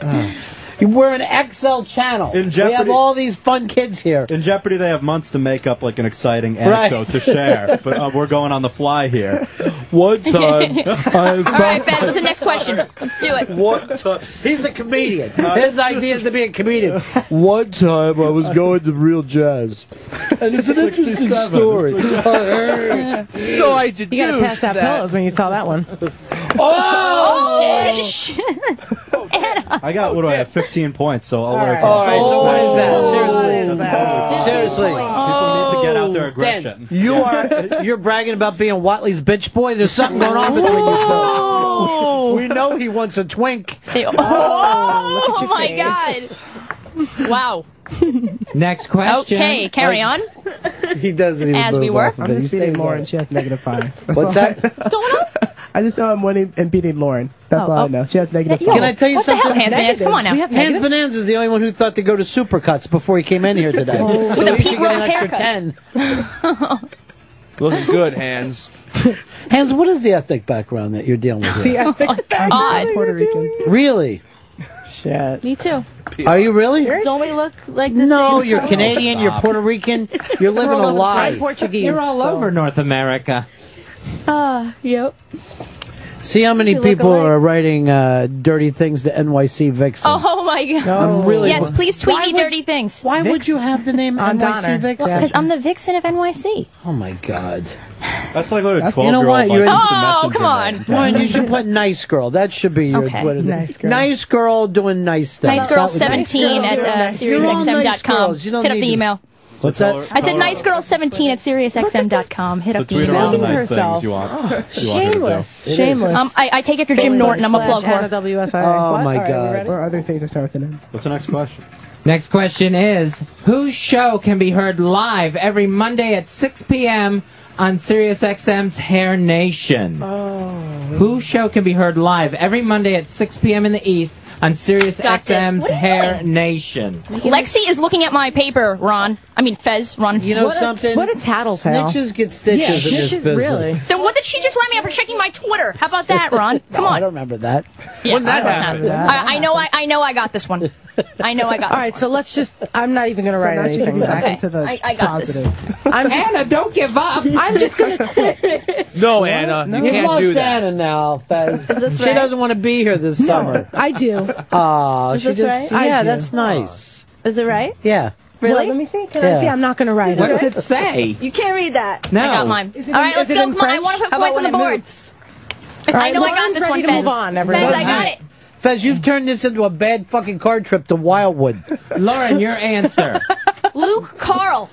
Speaker 8: We're an XL channel.
Speaker 10: In
Speaker 8: We have
Speaker 10: Jeopardy-
Speaker 8: all these fun kids here.
Speaker 10: In Jeopardy, they have months to make up like an exciting
Speaker 8: Right.
Speaker 10: anecdote to share, but uh, we're going on the fly here. One time, I
Speaker 14: All right, Fez, what's the next question? Let's do it.
Speaker 10: One time,
Speaker 8: he's a comedian. His idea is to be a comedian. One time I was going to real jazz, and it's an interesting story.
Speaker 1: So I deduced
Speaker 6: You gotta pass out
Speaker 1: that-
Speaker 6: pillows when you saw that one.
Speaker 14: Oh,
Speaker 10: I got what do I have? 15 points, so I'll wear it.
Speaker 8: Oh, All right, Oh, so what
Speaker 10: Oh,
Speaker 8: is that?
Speaker 10: Seriously,
Speaker 8: Seriously. Oh.
Speaker 10: people need to get out their aggression.
Speaker 8: Dan, you are you're bragging about being Watley's bitch boy. There's something going on between you. folks. We know he wants a twink.
Speaker 14: oh, my God. Wow.
Speaker 9: Next question.
Speaker 14: Okay, carry on.
Speaker 8: He doesn't
Speaker 14: even As we move were. off of
Speaker 13: I'm
Speaker 8: it. He
Speaker 13: just beating
Speaker 8: stays on
Speaker 13: Lauren.
Speaker 8: it.
Speaker 13: She has negative five.
Speaker 8: What's that?
Speaker 13: I just know I'm winning and beating Lauren. That's
Speaker 14: Oh,
Speaker 13: all
Speaker 14: oh.
Speaker 13: I know. She has negative
Speaker 8: Can I
Speaker 13: five.
Speaker 8: tell you
Speaker 14: What the
Speaker 8: something?
Speaker 14: hell, Hans Bananas? Come on now. We have
Speaker 8: Hans
Speaker 14: negatives?
Speaker 8: Bananas is the only one who thought to go to Supercuts before he came in here today.
Speaker 13: Oh.
Speaker 14: With a
Speaker 8: he should
Speaker 14: Pete
Speaker 8: get an
Speaker 14: Rose
Speaker 8: extra
Speaker 14: haircut.
Speaker 8: 10.
Speaker 1: Looking good, hands.
Speaker 8: Hans, what is the ethnic background that you're dealing with? here?
Speaker 14: Oh, Odd.
Speaker 13: Puerto Rican.
Speaker 8: Really?
Speaker 13: Shit.
Speaker 14: Me too.
Speaker 8: Are you really?
Speaker 14: Don't we look like this?
Speaker 8: No, you're Canadian, you're Puerto Rican, you're living a lie.
Speaker 6: Portuguese.
Speaker 9: You're all over North America.
Speaker 14: Ah, yep.
Speaker 8: See how many
Speaker 14: You look
Speaker 8: people
Speaker 14: alike.
Speaker 8: are writing uh, dirty things to NYC Vixen.
Speaker 14: Oh my God.
Speaker 8: I'm really-
Speaker 14: Yes, please tweet me dirty things.
Speaker 8: Why would you have the name
Speaker 6: On
Speaker 8: NYC
Speaker 6: Donner.
Speaker 8: Vixen?
Speaker 14: Because I'm the vixen of NYC.
Speaker 8: oh my God.
Speaker 10: That's like what a 12
Speaker 8: you know
Speaker 10: year
Speaker 8: what?
Speaker 10: old
Speaker 8: You're-
Speaker 14: Oh, come on.
Speaker 8: One, you should put nice girl. That should be your
Speaker 14: Okay.
Speaker 8: Twitter.
Speaker 13: Nice girl.
Speaker 8: Nice girl doing nice things.
Speaker 14: Nice girl
Speaker 8: That's what it is.
Speaker 14: 17 at uh,
Speaker 8: You're all nice
Speaker 14: SiriusXM.com.
Speaker 8: girls. You
Speaker 14: Hit
Speaker 8: don't
Speaker 14: up
Speaker 8: need
Speaker 14: the
Speaker 8: to-
Speaker 14: email.
Speaker 8: What's that? Uh,
Speaker 14: I said nice girl 17 at SiriusXM.com. Hit
Speaker 10: So
Speaker 14: up the
Speaker 10: tweet her all the
Speaker 14: email.
Speaker 10: nice
Speaker 6: herself.
Speaker 10: things you want. you want her to do.
Speaker 6: Oh, Shameless. Shameless.
Speaker 14: Um, I, I take after Jim Norton. I'm a plug
Speaker 6: Slash
Speaker 14: whore.
Speaker 6: Anna WSIA.
Speaker 8: Oh,
Speaker 6: What?
Speaker 8: my
Speaker 6: All right, we
Speaker 8: God.
Speaker 6: ready?
Speaker 13: Or other things that start with an M.
Speaker 10: What's the next question?
Speaker 9: Next question is Whose show can be heard live every Monday at 6 p.m. on Sirius XM's Hair Nation?
Speaker 6: Oh.
Speaker 9: Who Show can be heard live every Monday at 6 p.m. in the East on Sirius
Speaker 14: Got this.
Speaker 9: XM's
Speaker 14: What are you
Speaker 9: Hair Nation.
Speaker 14: Lexi is looking at my paper, Ron. I mean, Fez, Ron.
Speaker 8: You know What a- something? what a tattletale. Snitches get stitches Yeah, in this snitches business. really.
Speaker 14: Then what did she just write me after checking my Twitter? How about that, Ron?
Speaker 8: Come on. I don't remember that.
Speaker 14: Yeah,
Speaker 8: When that
Speaker 14: I don't
Speaker 8: happened.
Speaker 14: know. I, I know. I, I know. I got this one. I know. I got.
Speaker 6: All
Speaker 14: this
Speaker 6: right, so let's just. I'm not even going to write
Speaker 14: now she can
Speaker 6: anything.
Speaker 14: go back Okay. into the I- I got this.
Speaker 6: I'm just,
Speaker 9: Anna, don't give up.
Speaker 6: I'm just going to quit.
Speaker 1: No, Anna,
Speaker 8: No,
Speaker 1: you
Speaker 8: we
Speaker 1: can't
Speaker 8: lost
Speaker 1: do that.
Speaker 8: Anna now, Fez.
Speaker 6: this
Speaker 8: she
Speaker 6: right?
Speaker 8: doesn't want to be here this summer.
Speaker 6: I do.
Speaker 8: Oh,
Speaker 6: Is
Speaker 8: she
Speaker 6: this
Speaker 8: just
Speaker 6: right? I
Speaker 8: yeah,
Speaker 6: do.
Speaker 8: that's nice.
Speaker 6: Is it right?
Speaker 8: Yeah.
Speaker 6: Really? let me see. Can
Speaker 8: Yeah.
Speaker 6: I see? I'm not going to write
Speaker 8: What
Speaker 6: it.
Speaker 8: does it say?
Speaker 6: You can't read that.
Speaker 8: No. I got mine.
Speaker 6: Is it
Speaker 14: All
Speaker 6: in-
Speaker 14: right, let's
Speaker 6: is it
Speaker 14: go.
Speaker 6: in
Speaker 14: Come on, I
Speaker 6: French?
Speaker 14: wanna put
Speaker 6: How
Speaker 14: points
Speaker 6: about
Speaker 14: on the
Speaker 6: when it
Speaker 14: board.
Speaker 6: moves?
Speaker 14: I
Speaker 6: All right,
Speaker 14: know I got
Speaker 6: Lauren's
Speaker 14: this
Speaker 6: ready
Speaker 14: one,
Speaker 6: to
Speaker 14: Fez.
Speaker 6: move on,
Speaker 14: Fez,
Speaker 6: everyone.
Speaker 14: I got it.
Speaker 8: Fez, you've turned this into a bad fucking car trip to Wildwood.
Speaker 9: Lauren, your answer.
Speaker 14: one. Luke Carl.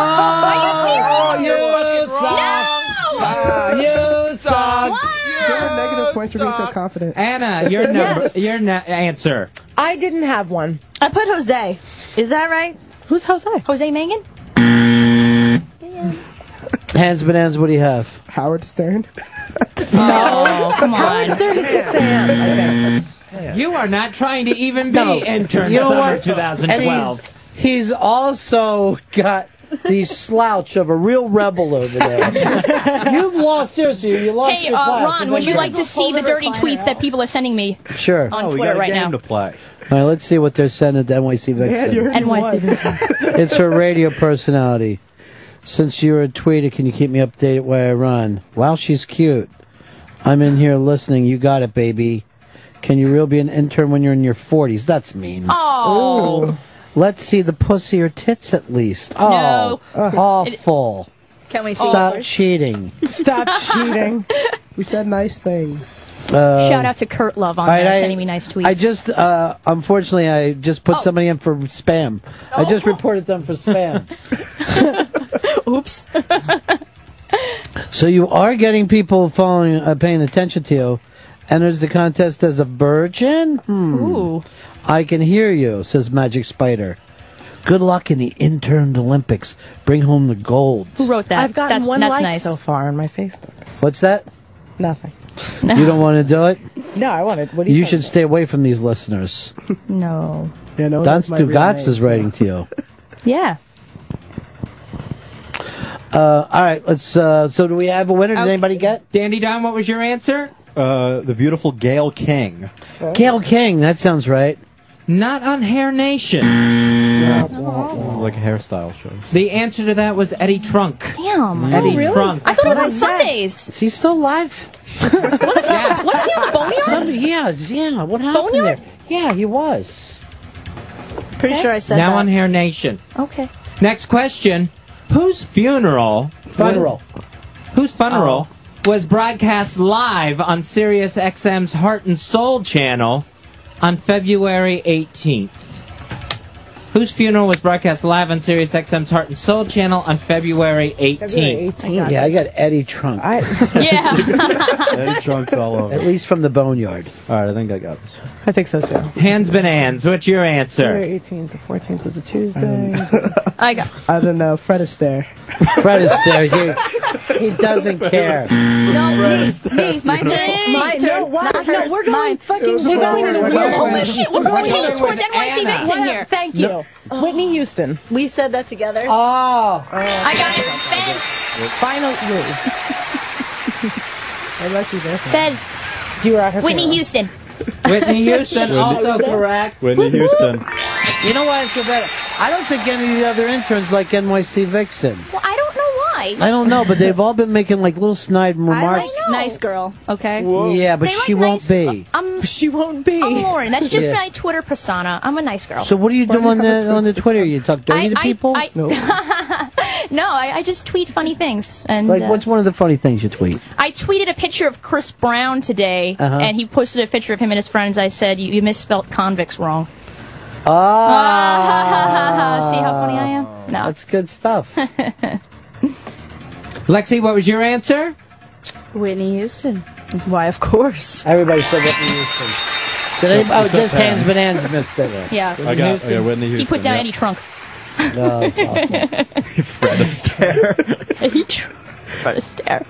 Speaker 5: Are you serious?
Speaker 8: you
Speaker 5: suck.
Speaker 13: negative points for being so confident.
Speaker 9: Anna, your number,
Speaker 13: Yes.
Speaker 9: your na- answer.
Speaker 6: I didn't have one. I put Jose. Is that right? Who's Jose?
Speaker 14: Jose Mangan?
Speaker 8: Hands bananas, what do you have?
Speaker 13: Howard Stern.
Speaker 14: Oh, come on.
Speaker 6: Howard Stern is 6 a.m.
Speaker 9: You are not trying to even be
Speaker 8: No.
Speaker 9: intern
Speaker 8: You know
Speaker 9: summer
Speaker 8: what?
Speaker 9: 2012.
Speaker 8: And he's, he's also got the slouch of a real rebel over there. You've lost seriously. You lost
Speaker 14: Hey,
Speaker 8: your
Speaker 14: uh,
Speaker 8: class.
Speaker 14: Ron, would you like to see the dirty tweets that people are sending me
Speaker 8: Sure. Oh,
Speaker 14: on Twitter right now?
Speaker 8: play. All right, let's see what they're sending to NYC Vic Center.
Speaker 14: NYC.
Speaker 8: It's her radio personality. Since you're a tweeter, can you keep me updated while I run? Wow, she's cute. I'm in here listening. You got it, baby. Can you real be an intern when you're in your 40s? That's mean.
Speaker 14: Oh.
Speaker 8: Ooh. Let's see the pussy or tits at least. Oh,
Speaker 13: No.
Speaker 8: awful.
Speaker 13: Can we see
Speaker 5: Oh.
Speaker 8: Stop
Speaker 13: yours?
Speaker 8: cheating.
Speaker 13: Stop cheating. We said nice things.
Speaker 8: Uh,
Speaker 14: Shout out to Kurt Love on
Speaker 8: all right,
Speaker 14: there,
Speaker 8: I-
Speaker 14: sending me nice tweets.
Speaker 8: I just, uh, unfortunately, I just put
Speaker 14: Oh.
Speaker 8: somebody in for spam. I just reported them for spam.
Speaker 14: Oops.
Speaker 8: So you are getting people following, uh, paying attention to you. Enters the contest as a virgin. Hmm.
Speaker 14: Ooh.
Speaker 8: I can hear you, says Magic Spider. Good luck in the intern Olympics. Bring home the gold.
Speaker 14: Who wrote that?
Speaker 6: I've gotten
Speaker 14: that's,
Speaker 6: one
Speaker 14: that's
Speaker 6: like
Speaker 14: nice.
Speaker 6: so far on my Facebook.
Speaker 8: What's that?
Speaker 6: Nothing.
Speaker 8: You don't want to do it.
Speaker 6: No, I wanted. What do
Speaker 8: You,
Speaker 6: you?
Speaker 8: should stay away from these listeners.
Speaker 14: No.
Speaker 13: Yeah, no.
Speaker 8: Don Stugatz is writing to you.
Speaker 14: Yeah.
Speaker 8: Uh, all right, let's. Uh, so, do we have a winner? Did
Speaker 9: Okay.
Speaker 8: anybody get?
Speaker 9: Dandy Don, what was your answer?
Speaker 10: Uh, the beautiful Gail King.
Speaker 8: Gail King. That sounds right.
Speaker 9: Not on Hair Nation.
Speaker 10: Like a hairstyle show.
Speaker 9: The answer to that was Eddie Trunk.
Speaker 14: Damn.
Speaker 9: Eddie Trunk.
Speaker 14: Oh, I thought it was on Sundays.
Speaker 8: Is he still alive?
Speaker 14: Wasn't he on the boneyard?
Speaker 8: Some- yeah, yeah. What happened there? Yeah, he was.
Speaker 6: Pretty sure I said
Speaker 9: now
Speaker 6: that.
Speaker 9: on Hair Nation.
Speaker 6: Okay.
Speaker 9: Next question: Whose funeral?
Speaker 8: Funeral. Oh.
Speaker 9: Whose funeral was broadcast live on Sirius XM's Heart and Soul channel on February 18th? Whose funeral was broadcast live on Sirius XM's Heart and Soul channel on February 18th?
Speaker 8: Yeah, I got Eddie Trunk.
Speaker 10: Eddie Trunk's all over.
Speaker 8: At least from the boneyard.
Speaker 10: All right, I think I got this.
Speaker 6: I think so too.
Speaker 9: Hands bananas. What's your answer?
Speaker 13: February 18th to 14th was a Tuesday.
Speaker 14: I got.
Speaker 13: I don't know. Fred Astaire.
Speaker 8: Fred Astaire. He, he doesn't care.
Speaker 13: No,
Speaker 12: Me, my turn. My turn.
Speaker 6: No, why?
Speaker 12: Not
Speaker 6: No,
Speaker 12: hers.
Speaker 6: we're going
Speaker 12: Mine.
Speaker 6: fucking.
Speaker 12: It was
Speaker 6: We're
Speaker 12: my
Speaker 6: going in a
Speaker 12: turn.
Speaker 6: weird.
Speaker 12: Holy
Speaker 14: shit, we're going hate towards NYC Vicks in
Speaker 6: What?
Speaker 14: here.
Speaker 6: Thank you.
Speaker 14: No.
Speaker 6: Whitney Houston.
Speaker 12: We said that together.
Speaker 8: Oh.
Speaker 14: I got it. Fez.
Speaker 6: Final three.
Speaker 13: Unless you there.
Speaker 14: Fez.
Speaker 6: You were at her
Speaker 14: Whitney
Speaker 6: funeral.
Speaker 14: Houston.
Speaker 9: Whitney Houston, also correct.
Speaker 10: Whitney Houston.
Speaker 8: You know why I feel bad? I don't think any of the other interns like NYC Vixen.
Speaker 14: Well, I don't know why.
Speaker 8: I don't know, but they've all been making like little snide remarks.
Speaker 12: Nice girl. Okay.
Speaker 8: Yeah, but
Speaker 14: They like
Speaker 8: she won't
Speaker 14: nice-
Speaker 8: be.
Speaker 14: I'm,
Speaker 6: She won't be.
Speaker 14: I'm Lauren. That's just
Speaker 8: Yeah.
Speaker 14: my Twitter persona. I'm a nice girl.
Speaker 8: So what do you do on the on the Twitter? You talk dirty
Speaker 14: I,
Speaker 8: to
Speaker 14: I-
Speaker 8: people?
Speaker 14: I- no, I, I just tweet funny things. And
Speaker 8: Like
Speaker 14: uh,
Speaker 8: what's one of the funny things you tweet?
Speaker 14: I tweeted a picture of Chris Brown today,
Speaker 8: Uh-huh.
Speaker 14: and he posted a picture of him and his friends. I said, "You, you misspelled convicts wrong."
Speaker 8: Ah,
Speaker 14: See how funny I am? No.
Speaker 8: That's good stuff.
Speaker 9: Lexi, what was your answer?
Speaker 12: Whitney Houston. Why, of course.
Speaker 8: Everybody said what you used to. Did anybody, oh,
Speaker 10: Except
Speaker 8: just hands
Speaker 10: hands.
Speaker 8: bananas missed it.
Speaker 14: Yeah.
Speaker 10: I got, I got Whitney Houston.
Speaker 14: He put down
Speaker 10: yeah.
Speaker 14: Eddie Trunk.
Speaker 8: No, it's awful.
Speaker 10: Fred Astaire.
Speaker 14: Eddie Trunk. Go to stare.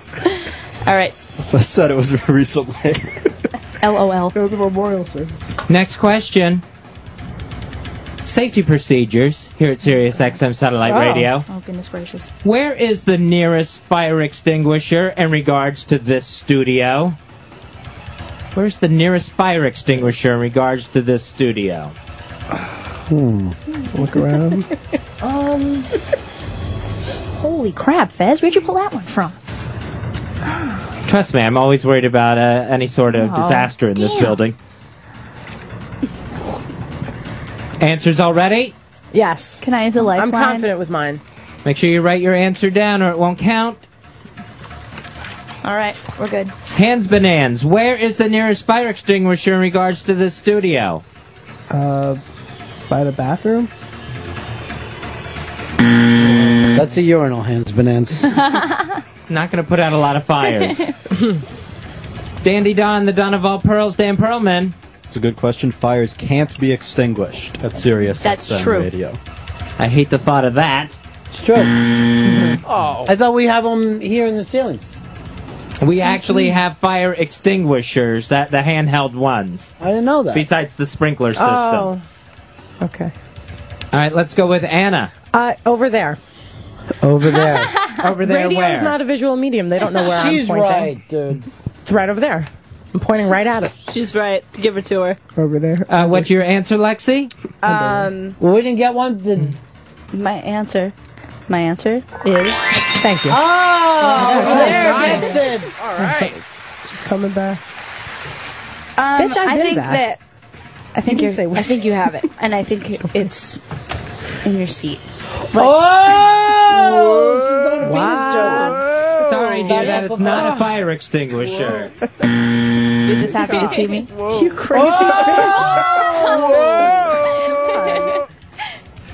Speaker 14: All right.
Speaker 10: I said it was recently.
Speaker 14: LOL.
Speaker 13: Go to the memorial service.
Speaker 9: Next question. Safety procedures here at Sirius XM Satellite
Speaker 21: Oh.
Speaker 9: Radio.
Speaker 21: Oh, goodness gracious.
Speaker 9: Where is the nearest fire extinguisher in regards to this studio? Where's the nearest fire extinguisher in regards to this studio?
Speaker 8: Hmm.
Speaker 13: Look around.
Speaker 21: Um. Holy crap, Fez. Where'd you pull that one from?
Speaker 9: Trust me, I'm always worried about uh, any sort of
Speaker 21: Oh,
Speaker 9: disaster in this
Speaker 21: damn.
Speaker 9: building. Answers already?
Speaker 21: Yes. Can I use a lifeline?
Speaker 6: I'm confident with mine.
Speaker 9: Make sure you write your answer down or it won't count.
Speaker 21: All right, we're good.
Speaker 9: Hands Banans, where is the nearest fire extinguisher in regards to this studio?
Speaker 13: Uh, by the bathroom.
Speaker 8: That's a urinal, hands bananas.
Speaker 9: It's not going to put out a lot of fires. Dandy Don, the Don of all pearls, Dan Perlman.
Speaker 10: It's a good question. Fires can't be extinguished at Sirius
Speaker 9: That's
Speaker 10: XM
Speaker 9: true.
Speaker 10: Radio.
Speaker 9: I hate the thought of that.
Speaker 8: It's true. Oh. I thought we have them here in the ceilings.
Speaker 9: We actually have fire extinguishers, that the handheld ones,
Speaker 8: I didn't know that.
Speaker 9: besides the sprinkler system.
Speaker 6: Oh. Okay.
Speaker 9: All right, let's go with Anna.
Speaker 6: Uh, over there.
Speaker 8: Over there.
Speaker 9: Over there,
Speaker 6: Radio's
Speaker 9: where?
Speaker 6: not a visual medium. They don't know where
Speaker 8: She's
Speaker 6: I'm pointing.
Speaker 8: right, dude.
Speaker 6: It's right over there. I'm pointing right at it.
Speaker 14: She's right. Give it to her.
Speaker 13: Over there.
Speaker 9: Uh, what's your answer, Lexi?
Speaker 14: Um,
Speaker 8: well, we didn't get one.
Speaker 14: Mm.
Speaker 12: My answer. My answer is.
Speaker 6: Thank you.
Speaker 8: Oh,
Speaker 12: over
Speaker 8: there
Speaker 12: nice.
Speaker 8: gets it.
Speaker 13: All right. She's coming back.
Speaker 12: Um,
Speaker 21: Bitch, I've
Speaker 12: I
Speaker 21: been
Speaker 12: think
Speaker 21: back.
Speaker 12: that. I think
Speaker 21: You
Speaker 12: you.
Speaker 21: say
Speaker 12: I think you have it, and I think it's in your seat.
Speaker 8: oh!
Speaker 9: Sorry, dear, that is not a fire extinguisher.
Speaker 21: You're just happy to see me. You
Speaker 6: crazy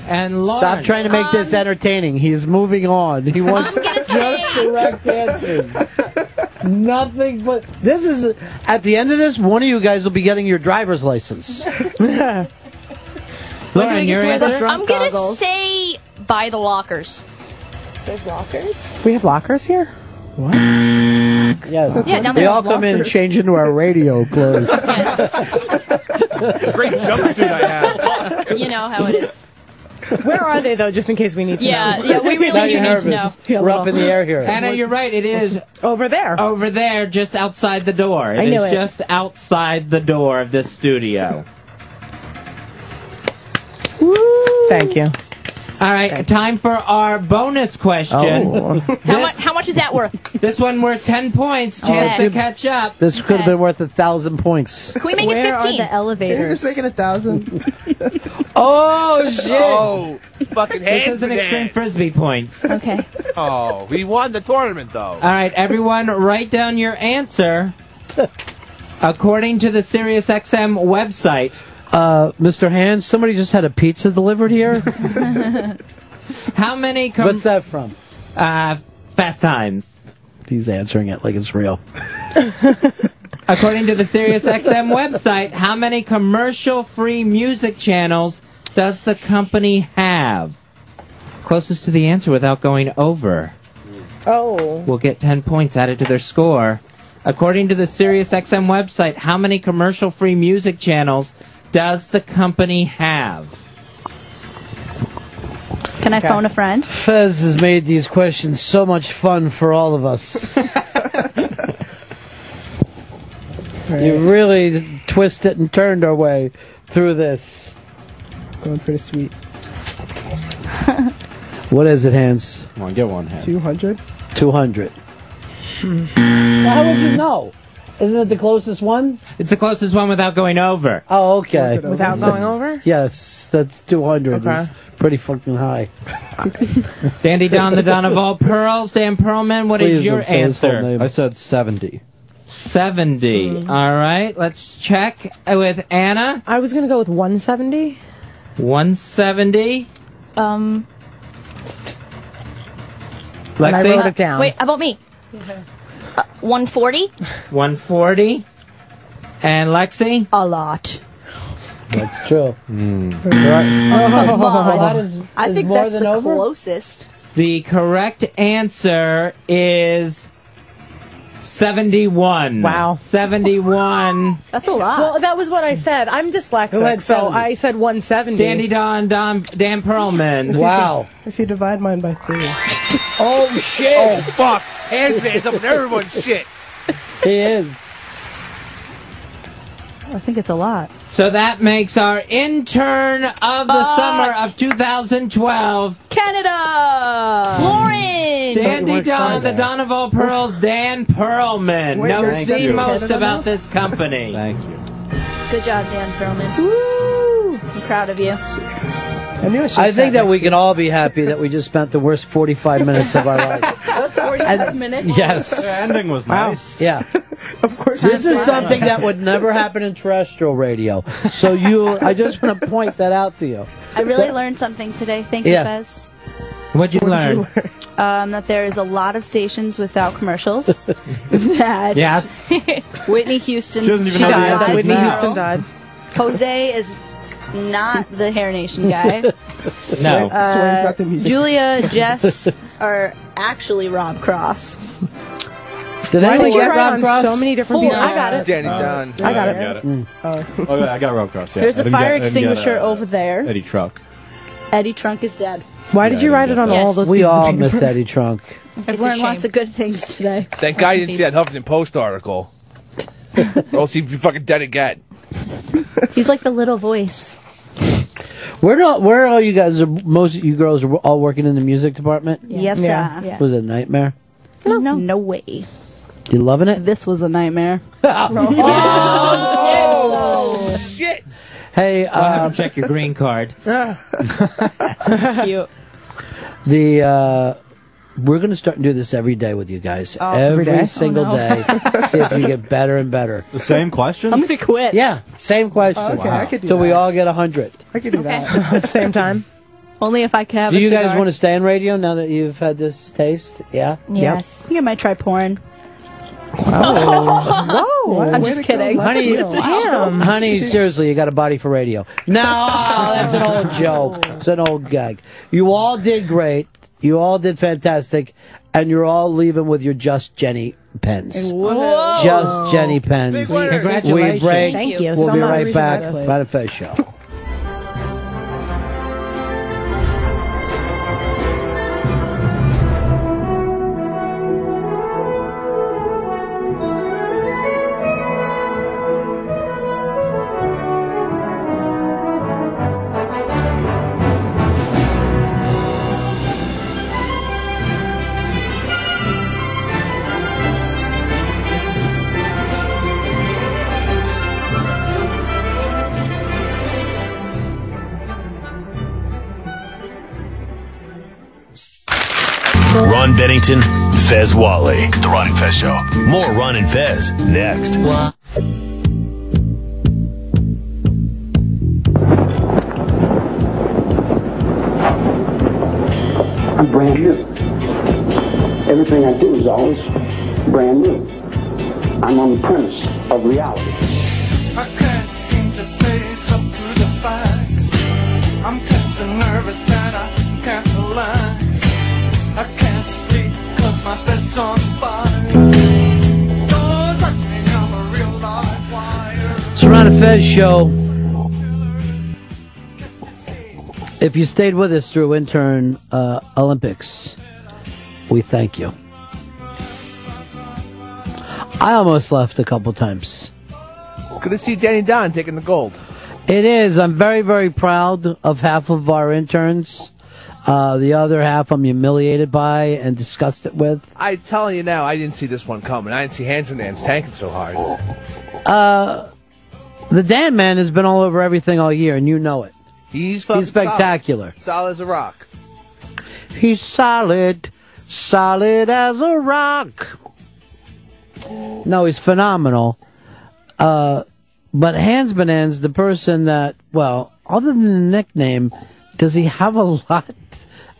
Speaker 9: And Lauren.
Speaker 8: Stop trying to make this entertaining. He's moving on. He
Speaker 5: I'm
Speaker 8: wants
Speaker 5: gonna
Speaker 8: just
Speaker 5: say-
Speaker 8: correct answers. Nothing but this is at the end of this, one of you guys will be getting your driver's license.
Speaker 9: Lauren, your answer.
Speaker 14: I'm going to say by the lockers.
Speaker 6: There's lockers? We have lockers here?
Speaker 8: What? Yes.
Speaker 14: Yeah, down
Speaker 8: Mm. they
Speaker 14: there.
Speaker 8: all come in and
Speaker 14: Lockers.
Speaker 8: change into our radio clothes.
Speaker 1: Great jumpsuit I have.
Speaker 14: You know how it is.
Speaker 6: Where are they, though, just in case we need to
Speaker 14: Yeah,
Speaker 6: know?
Speaker 14: yeah, we really
Speaker 8: Now do you're need to nervous. know. We're up in the air here.
Speaker 9: Anna, you're right. It is
Speaker 6: over there.
Speaker 9: Over there, just outside the door.
Speaker 6: I
Speaker 9: It
Speaker 6: knew
Speaker 9: is
Speaker 6: it.
Speaker 9: just outside the door of this studio.
Speaker 6: Thank you.
Speaker 9: All right, time for our bonus question.
Speaker 8: Oh.
Speaker 14: How, much, how much is that worth? Oh,
Speaker 9: This one worth 10 points. Chance
Speaker 14: Okay.
Speaker 9: to catch up.
Speaker 8: This could have been worth a thousand points.
Speaker 14: Can we make
Speaker 6: Where
Speaker 14: it 15?
Speaker 6: are the elevators?
Speaker 13: You're just making a thousand.
Speaker 8: Oh shit!
Speaker 1: Oh, fucking
Speaker 9: This
Speaker 1: hands
Speaker 9: is an
Speaker 1: down.
Speaker 9: extreme frisbee points.
Speaker 12: Okay.
Speaker 1: Oh, we won the tournament though.
Speaker 9: All right, everyone, write down your answer according to the SiriusXM website.
Speaker 8: Uh, Mr. Hands, somebody just had a pizza delivered here.
Speaker 9: How many? Com-
Speaker 8: What's that from?
Speaker 9: Uh, fast times.
Speaker 8: He's answering it like it's real.
Speaker 9: According to the SiriusXM website, how many commercial-free music channels does the company have? Closest to the answer without going over
Speaker 6: Oh.
Speaker 9: will get 10 points added to their score. According to the SiriusXM website, how many commercial-free music channels does the company have?
Speaker 12: Can I phone a friend?
Speaker 8: Fez has made these questions so much fun for all of us. You really twisted and turned our way through this.
Speaker 13: Going for the sweet.
Speaker 8: What is it, Hans?
Speaker 10: Come on, get one hand.
Speaker 13: Two hundred.
Speaker 8: 200.
Speaker 9: Hmm.
Speaker 8: How would you know? Isn't it the closest one?
Speaker 9: It's the closest one without going over.
Speaker 8: Oh, okay.
Speaker 6: Without going over?
Speaker 8: Yes, that's 200.
Speaker 6: Okay.
Speaker 8: It's pretty fucking high.
Speaker 9: Dandy Don, the Don of all pearls. Dan Perlman, What is
Speaker 8: Please
Speaker 9: your
Speaker 8: don't say his full
Speaker 9: answer?
Speaker 8: name.
Speaker 10: I said 70.
Speaker 9: 70. All right, let's check with Anna.
Speaker 6: Mm-hmm. I was going to go with 170.
Speaker 9: 170.
Speaker 12: Um,
Speaker 6: And I
Speaker 9: Lexi?
Speaker 6: wrote it down.
Speaker 14: Wait, how about me? Uh, 140?
Speaker 9: 140. And Lexi?
Speaker 21: A lot.
Speaker 8: That's true. Right.
Speaker 21: Oh,
Speaker 12: Uh-huh.
Speaker 8: That is-
Speaker 21: I
Speaker 8: is
Speaker 21: think
Speaker 14: Oh.
Speaker 8: more
Speaker 21: that's
Speaker 8: than
Speaker 21: the
Speaker 8: over?
Speaker 21: closest.
Speaker 9: The correct answer is 71. Wow. 71.
Speaker 5: That's a lot. Well, that was what I said. I'm
Speaker 9: Who had
Speaker 5: dyslexic, so
Speaker 9: 70?
Speaker 5: I said 170.
Speaker 9: Dandy Don, Don, Dan Perlman.
Speaker 26: If you divide mine by three.
Speaker 1: Oh shit! Oh fuck! Hands up in everyone's shit.
Speaker 8: He is.
Speaker 5: I think it's a lot.
Speaker 9: So that makes our intern of the
Speaker 5: Fuck.
Speaker 9: summer of 2012,
Speaker 5: Canada!
Speaker 14: Uh,
Speaker 5: Lauren!
Speaker 9: Dandy Don, the Don of all pearls, Dan Perlman,
Speaker 5: Wait,
Speaker 9: knows
Speaker 5: thank
Speaker 9: the
Speaker 5: you.
Speaker 9: most
Speaker 5: Canada
Speaker 9: about
Speaker 5: now?
Speaker 9: this company. Thank you.
Speaker 5: Good job, Dan Perlman. Woo! I'm proud of you.
Speaker 26: I knew I should
Speaker 8: I think that we can all be happy that we just spent the worst 45 minutes of our life.
Speaker 5: That's 45 minutes.
Speaker 8: Yes. Yeah.
Speaker 26: Of course.
Speaker 8: This is something that would never happen in terrestrial radio. So you, I just want to point that out to you.
Speaker 14: I really learned something today. Thank
Speaker 8: Yeah.
Speaker 14: you, Fez.
Speaker 9: What'd you learn?
Speaker 14: Um, that there is a lot of stations without commercials. that
Speaker 9: Yes.
Speaker 14: Whitney Houston
Speaker 9: She doesn't even
Speaker 14: she
Speaker 9: know the
Speaker 14: died.
Speaker 9: answers Whitney now. Houston
Speaker 14: died. Jose is not the Hair Nation guy.
Speaker 26: No.
Speaker 14: Uh,
Speaker 26: Swear's not the music.
Speaker 14: Julia, Jess are actually Rob Cross.
Speaker 8: Did
Speaker 14: Why
Speaker 8: anyone
Speaker 14: did you
Speaker 8: get
Speaker 14: try
Speaker 8: Rob
Speaker 14: on
Speaker 8: Cross?
Speaker 14: so many different Four. people? I got it.
Speaker 1: Dandy
Speaker 10: Uh,
Speaker 1: Don.
Speaker 10: I got it. Oh, yeah, I got Rob Cross. Yeah.
Speaker 14: There's
Speaker 10: I
Speaker 14: the
Speaker 10: didn't
Speaker 14: fire
Speaker 10: get- I didn't get,
Speaker 14: extinguisher
Speaker 10: uh,
Speaker 14: over there.
Speaker 10: Eddie Truck.
Speaker 14: Eddie Trunk is dead.
Speaker 10: Why did Yeah, you I
Speaker 14: write it on all those
Speaker 8: We
Speaker 14: pieces of
Speaker 8: all
Speaker 14: paper?
Speaker 8: miss Eddie Trunk.
Speaker 14: I've learned lots of good things today.
Speaker 1: Thank God you didn't see that Huffington Post article. or else you'd be fucking dead again.
Speaker 14: He's like the little voice.
Speaker 8: Where do all- where all you guys are? Most of you girls are all working in the music department.
Speaker 14: Yes, Yeah. sir. Yeah.
Speaker 8: Was it a nightmare?
Speaker 14: No, no, way.
Speaker 8: You loving it?
Speaker 14: This was a nightmare.
Speaker 6: Oh,
Speaker 1: shit!
Speaker 8: Hey, uh,
Speaker 9: check your green card.
Speaker 14: Cute.
Speaker 8: the uh, we're gonna start and do this every day with you guys.
Speaker 14: Oh. Every
Speaker 8: every
Speaker 14: day?
Speaker 8: single
Speaker 14: Oh, no.
Speaker 8: day. See if you get better and better. The
Speaker 10: same questions.
Speaker 14: I'm gonna quit. Oh,
Speaker 8: Yeah, same questions.
Speaker 14: Okay, I Wow. could do
Speaker 8: So we
Speaker 14: that.
Speaker 8: all get a hundred.
Speaker 26: I could do
Speaker 14: that.
Speaker 8: At the same time.
Speaker 14: Only if I could have
Speaker 8: Do
Speaker 14: a
Speaker 8: you guys
Speaker 14: cigar.
Speaker 8: want to stay in radio now that you've had this taste? Yeah.
Speaker 14: Yes. You might try porn.
Speaker 8: Whoa.
Speaker 14: I'm just kidding.
Speaker 8: Honey, honey, seriously, you got a body for radio. No, that's an old joke. It's an old gag. You all did great. You all did fantastic, and you're all leaving with your just Jenny pens.
Speaker 6: Whoa.
Speaker 8: Just Jenny pens.
Speaker 6: Oh. Big winner.
Speaker 8: We
Speaker 6: Congratulations.
Speaker 8: break.
Speaker 6: Thank you.
Speaker 8: We'll be
Speaker 6: Somehow
Speaker 8: right
Speaker 6: we
Speaker 8: back.
Speaker 6: survived this.
Speaker 8: By the Fez Show.
Speaker 16: Ron Bennington, Fez Wally. The Ron and Fez Show. More Ron and Fez next.
Speaker 8: Mm-hmm.
Speaker 27: I'm brand new. Everything I do is always brand new. I'm on the premise of reality.
Speaker 6: I can't seem to face up to the facts. I'm tense and nervous and I can't relax. I can't sleep cause my bed's on fire. Don't touch me, I'm a real live wire.
Speaker 8: It's the Ron and Fez Show. If you stayed with us through intern uh, Olympics, we thank you. I almost left a couple times.
Speaker 1: Good to see Danny Don taking the gold.
Speaker 8: It is. I'm very, very proud of half of our interns. Uh, the other half I'm humiliated by and disgusted with.
Speaker 1: I telling you now, I didn't see this one coming. I didn't see Hands and Hands tanking so hard.
Speaker 8: Uh, the Dan Man has been all over everything all year, and you know it.
Speaker 1: He's fucking
Speaker 8: He's spectacular.
Speaker 1: Solid, solid as a rock.
Speaker 8: He's solid, solid as a rock. No, he's phenomenal. Uh, but Hans Bonanz, the person that, well, other than the nickname, does he have a lot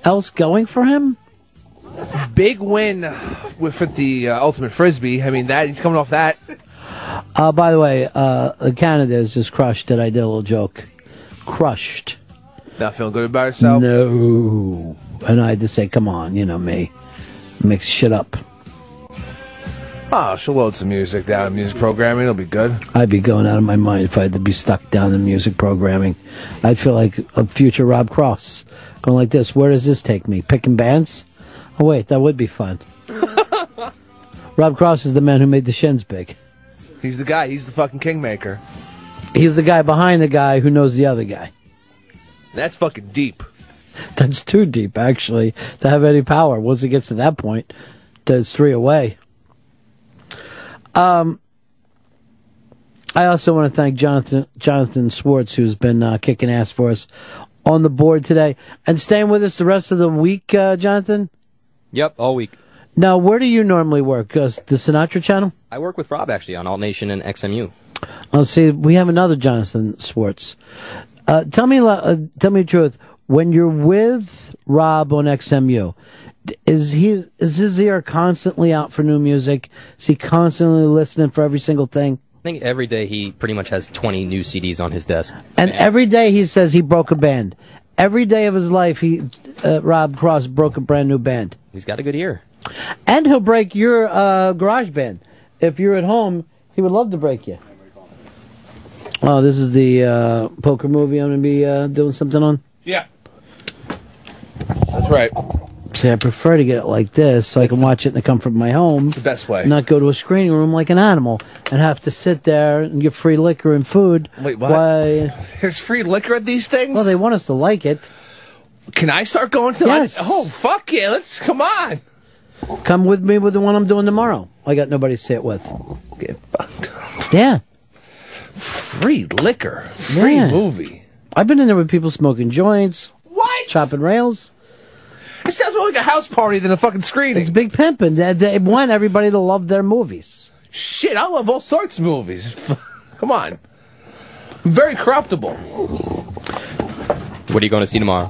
Speaker 8: else going for him?
Speaker 1: Big win with for the uh, ultimate frisbee. I mean that he's coming off that.
Speaker 8: Uh, by the way, uh, Canada is just crushed that I did a little joke. Crushed.
Speaker 1: Not feeling good about herself.
Speaker 8: No. And I just say, come on, you know me. Mix shit up.
Speaker 1: Oh, she'll load some music down in music programming. It'll be good.
Speaker 8: I'd be going out of my mind if I had to be stuck down in music programming. I'd feel like a future Rob Cross. Going like this, where does this take me? Picking bands? Oh, wait, that would be fun. Rob Cross is the man who made the shins big.
Speaker 1: He's the guy. He's the fucking kingmaker.
Speaker 8: He's the guy behind the guy who knows the other guy.
Speaker 1: That's fucking deep.
Speaker 8: That's too deep, actually, to have any power. Once it gets to that point, there's three away. Um, I also want to thank Jonathan Jonathan Swartz, who's been uh, kicking ass for us on the board today and staying with us the rest of the week. Uh, Jonathan,
Speaker 7: Yep, all week.
Speaker 8: now where do you normally work? Uh, the Sinatra Channel?
Speaker 7: I work with Rob actually on Alt Nation and XMU.
Speaker 8: Oh, see, we have another Jonathan Swartz. Uh, tell me, lo- uh, tell me the truth. When you're with Rob on XMU, d- is he is his ear constantly out for new music? Is he constantly listening for every single thing?
Speaker 7: I think every day he pretty much has 20 new CDs on his desk.
Speaker 8: And every day he says he broke a band. Every day of his life, he uh, Rob Cross broke a brand new band.
Speaker 7: He's got a good ear.
Speaker 8: And he'll break your uh, garage band. If you're at home, he would love to break you. Oh, this is the uh, poker movie I'm going to be uh, doing something on.
Speaker 1: Yeah. That's right.
Speaker 8: See, I prefer to get it like this so I can watch it in the comfort of my home.
Speaker 1: the best way.
Speaker 8: Not go to a screening room like an animal and have to sit there and get free liquor and food.
Speaker 1: Wait, what?
Speaker 8: Why?
Speaker 1: There's free liquor at these things?
Speaker 8: Well, they want us to like it.
Speaker 1: Can I start going to
Speaker 8: Yes.
Speaker 1: the Oh, fuck yeah. Let's come on.
Speaker 8: Come with me with the one I'm doing tomorrow. I got nobody to sit with. Get fucked. Yeah.
Speaker 1: Free liquor. Free
Speaker 8: Yeah.
Speaker 1: movie.
Speaker 8: I've been in there with people smoking joints.
Speaker 1: What?
Speaker 8: Chopping rails.
Speaker 1: It sounds more like a house party than a fucking screening.
Speaker 8: It's big pimping. They, they want everybody to love their movies.
Speaker 1: Shit, I love all sorts of movies. Come on. I'm very corruptible.
Speaker 7: What are you going to see tomorrow?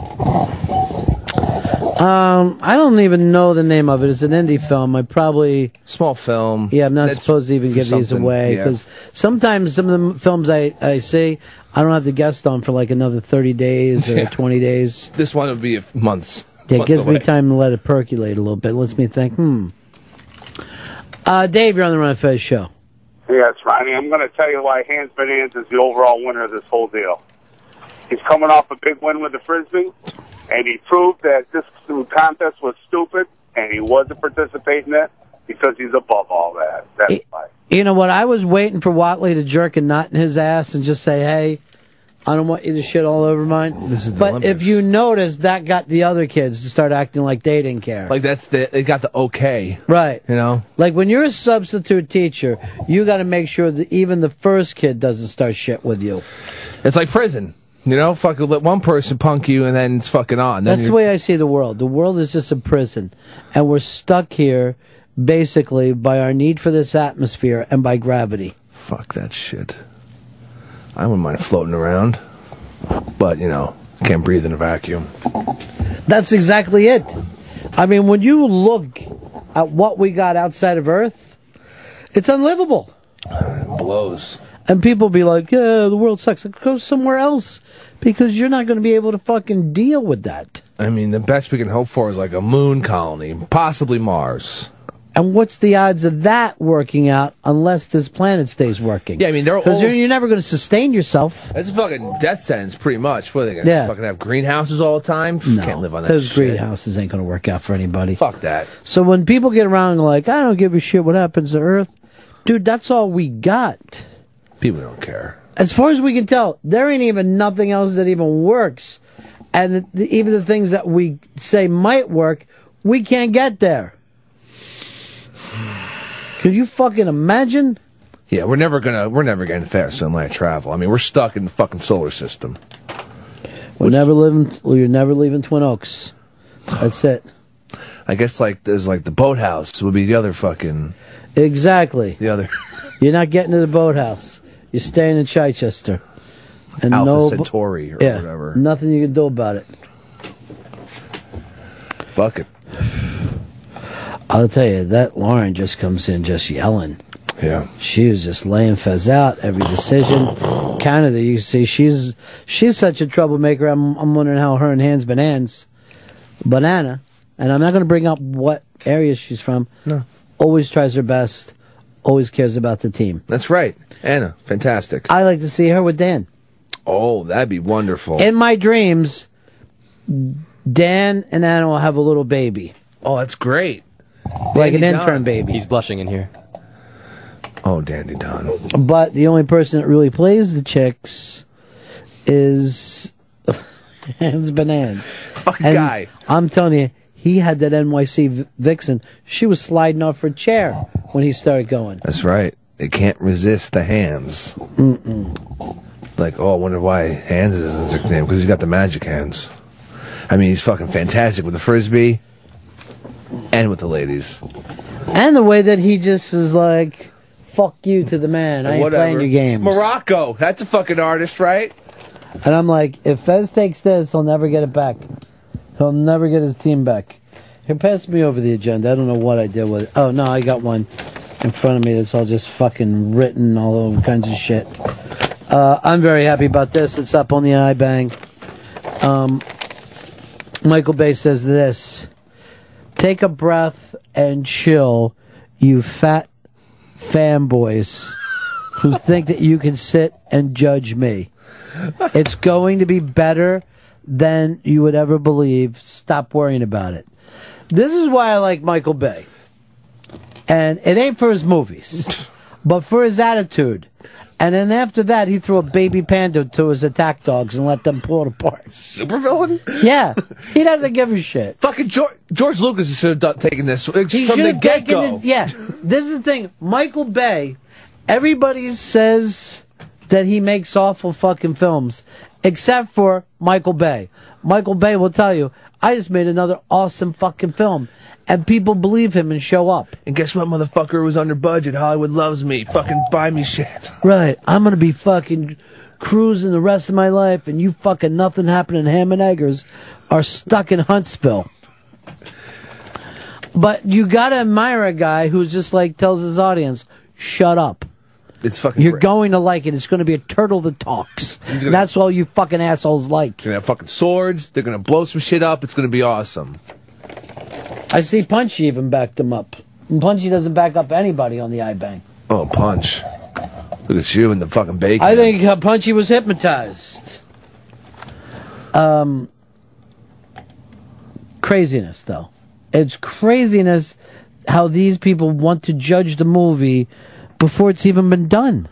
Speaker 8: Um, I don't even know the name of it. It's an indie film. I probably
Speaker 1: small film.
Speaker 8: Yeah, I'm not
Speaker 1: That's
Speaker 8: supposed to even
Speaker 1: for
Speaker 8: give these
Speaker 1: something,
Speaker 8: away
Speaker 1: yeah.
Speaker 8: because sometimes some of the m- films I I see, I don't have the guest on for like another 30 days or
Speaker 1: Yeah.
Speaker 8: 20 days.
Speaker 1: This one would be a f- months.
Speaker 8: Yeah, it
Speaker 1: months
Speaker 8: gives
Speaker 1: away.
Speaker 8: me time to let it percolate a little bit. Lets me think. Hmm. Uh, Dave, you're on the Run and Fez show.
Speaker 17: Yes, Ronnie. I'm going to tell you why Hans Bonanza is the overall winner of this whole deal. He's coming off a big win with the Frisbee, and he proved that this contest was stupid, and he wasn't participating in it because he's above all that. That's why.
Speaker 8: You know what? I was waiting for Watley to jerk a nut in his ass and just say, "Hey, I don't want you to shit all over mine." This is but if you notice, that got the other kids to start acting like they didn't care.
Speaker 1: Like that's the they got the okay.
Speaker 8: Right.
Speaker 1: You know?
Speaker 8: Like when you're a substitute teacher, you got to make sure that even the first kid doesn't start shit with you.
Speaker 1: It's like prison. You know, fucking let one person punk you and then it's fucking on. Then
Speaker 8: That's
Speaker 1: you're-
Speaker 8: the way I see the world. The world is just a prison, and we're stuck here basically by our need for this atmosphere and by gravity.
Speaker 1: Fuck that shit. I wouldn't mind floating around. But, you know, can't breathe in a vacuum.
Speaker 8: That's exactly it. I mean, when you look at what we got outside of Earth, it's unlivable.
Speaker 1: blows.
Speaker 8: And people be like, yeah, the world sucks. Like, Go somewhere else because you're not going to be able to fucking deal with that.
Speaker 1: I mean, the best we can hope for is like a moon colony, possibly Mars.
Speaker 8: And what's the odds of that working out unless this planet stays working?
Speaker 1: Yeah, I mean, they're
Speaker 8: Because
Speaker 1: all-
Speaker 8: you're, you're never going to sustain yourself.
Speaker 1: That's a fucking death sentence, pretty much. What are they gonna
Speaker 8: Yeah.
Speaker 1: fucking have greenhouses all the time? Pff, Can't live on that.
Speaker 8: Those
Speaker 1: shit.
Speaker 8: greenhouses ain't going to work out for anybody.
Speaker 1: Fuck that.
Speaker 8: So when people get around like, I don't give a shit what happens to Earth, dude, that's all we got.
Speaker 1: People don't care.
Speaker 8: As far as we can tell, there ain't even nothing else that even works. And the, even the things that we say might work, we can't get there. Can you fucking imagine?
Speaker 1: Yeah, we're never gonna we're never getting faster than light travel. I mean, we're stuck in the fucking solar system.
Speaker 8: We're never living. Well, you're never leaving Twin Oaks. That's it.
Speaker 1: I guess like there's like the boathouse would be the other fucking
Speaker 8: Exactly.
Speaker 1: the other
Speaker 8: You're not getting to the boathouse. You're staying in Chichester. And
Speaker 1: Alpha
Speaker 8: no,
Speaker 1: Centauri or
Speaker 8: yeah,
Speaker 1: whatever.
Speaker 8: Nothing you can do about it.
Speaker 1: Fuck it.
Speaker 8: I'll tell you that Lauren just comes in just yelling.
Speaker 1: Yeah.
Speaker 8: She was just laying Fez out every decision. Canada, you see, she's she's such a troublemaker. I'm I'm wondering how her and Hans been ends. Banana, and I'm not going to bring up what area she's from.
Speaker 1: No.
Speaker 8: Always tries her best. Always cares about the team.
Speaker 1: That's right. Anna, fantastic.
Speaker 8: I like to see her with Dan.
Speaker 1: Oh, that'd be wonderful.
Speaker 8: In my dreams, Dan and Anna will have a little baby,
Speaker 1: oh, that's great.
Speaker 8: like an
Speaker 1: Danny
Speaker 8: intern
Speaker 1: Don.
Speaker 8: baby.
Speaker 7: He's blushing in here.
Speaker 1: Oh, Dandy Don.
Speaker 8: But the only person that really plays the chicks is is Bananas.
Speaker 1: Fucking guy.
Speaker 8: I'm telling you, he had that NYC v- vixen. She was sliding off her chair when he started going.
Speaker 1: That's right. They can't resist the hands.
Speaker 8: Mm-mm.
Speaker 1: Like, oh, I wonder why Hands is his nickname because he's got the magic hands. I mean, he's fucking fantastic with the frisbee and with the ladies.
Speaker 8: And the way that he just is like, "Fuck you" to the man. I ain't playing your games.
Speaker 1: Morocco, that's a fucking artist, right?
Speaker 8: And I'm like, if Fez takes this, he'll never get it back. He'll never get his team back. He passed me over the agenda. I don't know what I did with it. Oh, no, I got one in front of me that's all just fucking written all over kinds of shit. Uh, I'm very happy about this. It's up on the iBang. Um, Michael Bay says this Take a breath and chill, you fat fanboys who think that you can sit and judge me. It's going to be better than you would ever believe. Stop worrying about it. This is why I like Michael Bay. And it ain't for his movies, but for his attitude. And then after that, he threw a baby panda to his attack dogs and let them pull it apart.
Speaker 1: Supervillain?
Speaker 8: Yeah. He doesn't give a shit.
Speaker 1: Fucking George, George Lucas should have done, taken this it's
Speaker 8: He
Speaker 1: from the
Speaker 8: should've
Speaker 1: get
Speaker 8: taken
Speaker 1: go.
Speaker 8: it- Yeah, this is the thing. Michael Bay. Everybody says that he makes awful fucking films, except for Michael Bay. Michael Bay will tell you, "I just made another awesome fucking film," and people believe him and show up.
Speaker 1: And guess what, motherfucker? It was under budget. Hollywood loves me. Fucking buy me shit.
Speaker 8: Right. I'm gonna be fucking cruising the rest of my life, and you fucking nothing happening. Ham and Eggers are stuck in Huntsville. But you gotta admire a guy who's just like tells his audience, "Shut up."
Speaker 1: It's fucking.
Speaker 8: You're going to like it. It's going to be a turtle that talks.
Speaker 1: He's
Speaker 8: And
Speaker 1: gonna-
Speaker 8: That's all you fucking assholes like.
Speaker 1: They're gonna have fucking swords. They're gonna blow some shit up. It's gonna be awesome.
Speaker 8: I see Punchy even backed him up. And Punchy doesn't back up anybody on the iBank.
Speaker 1: Oh, punch! Look at you and the fucking bacon.
Speaker 8: I think uh, Punchy was hypnotized. Um, craziness, though. It's craziness how these people want to judge the movie before it's even been done.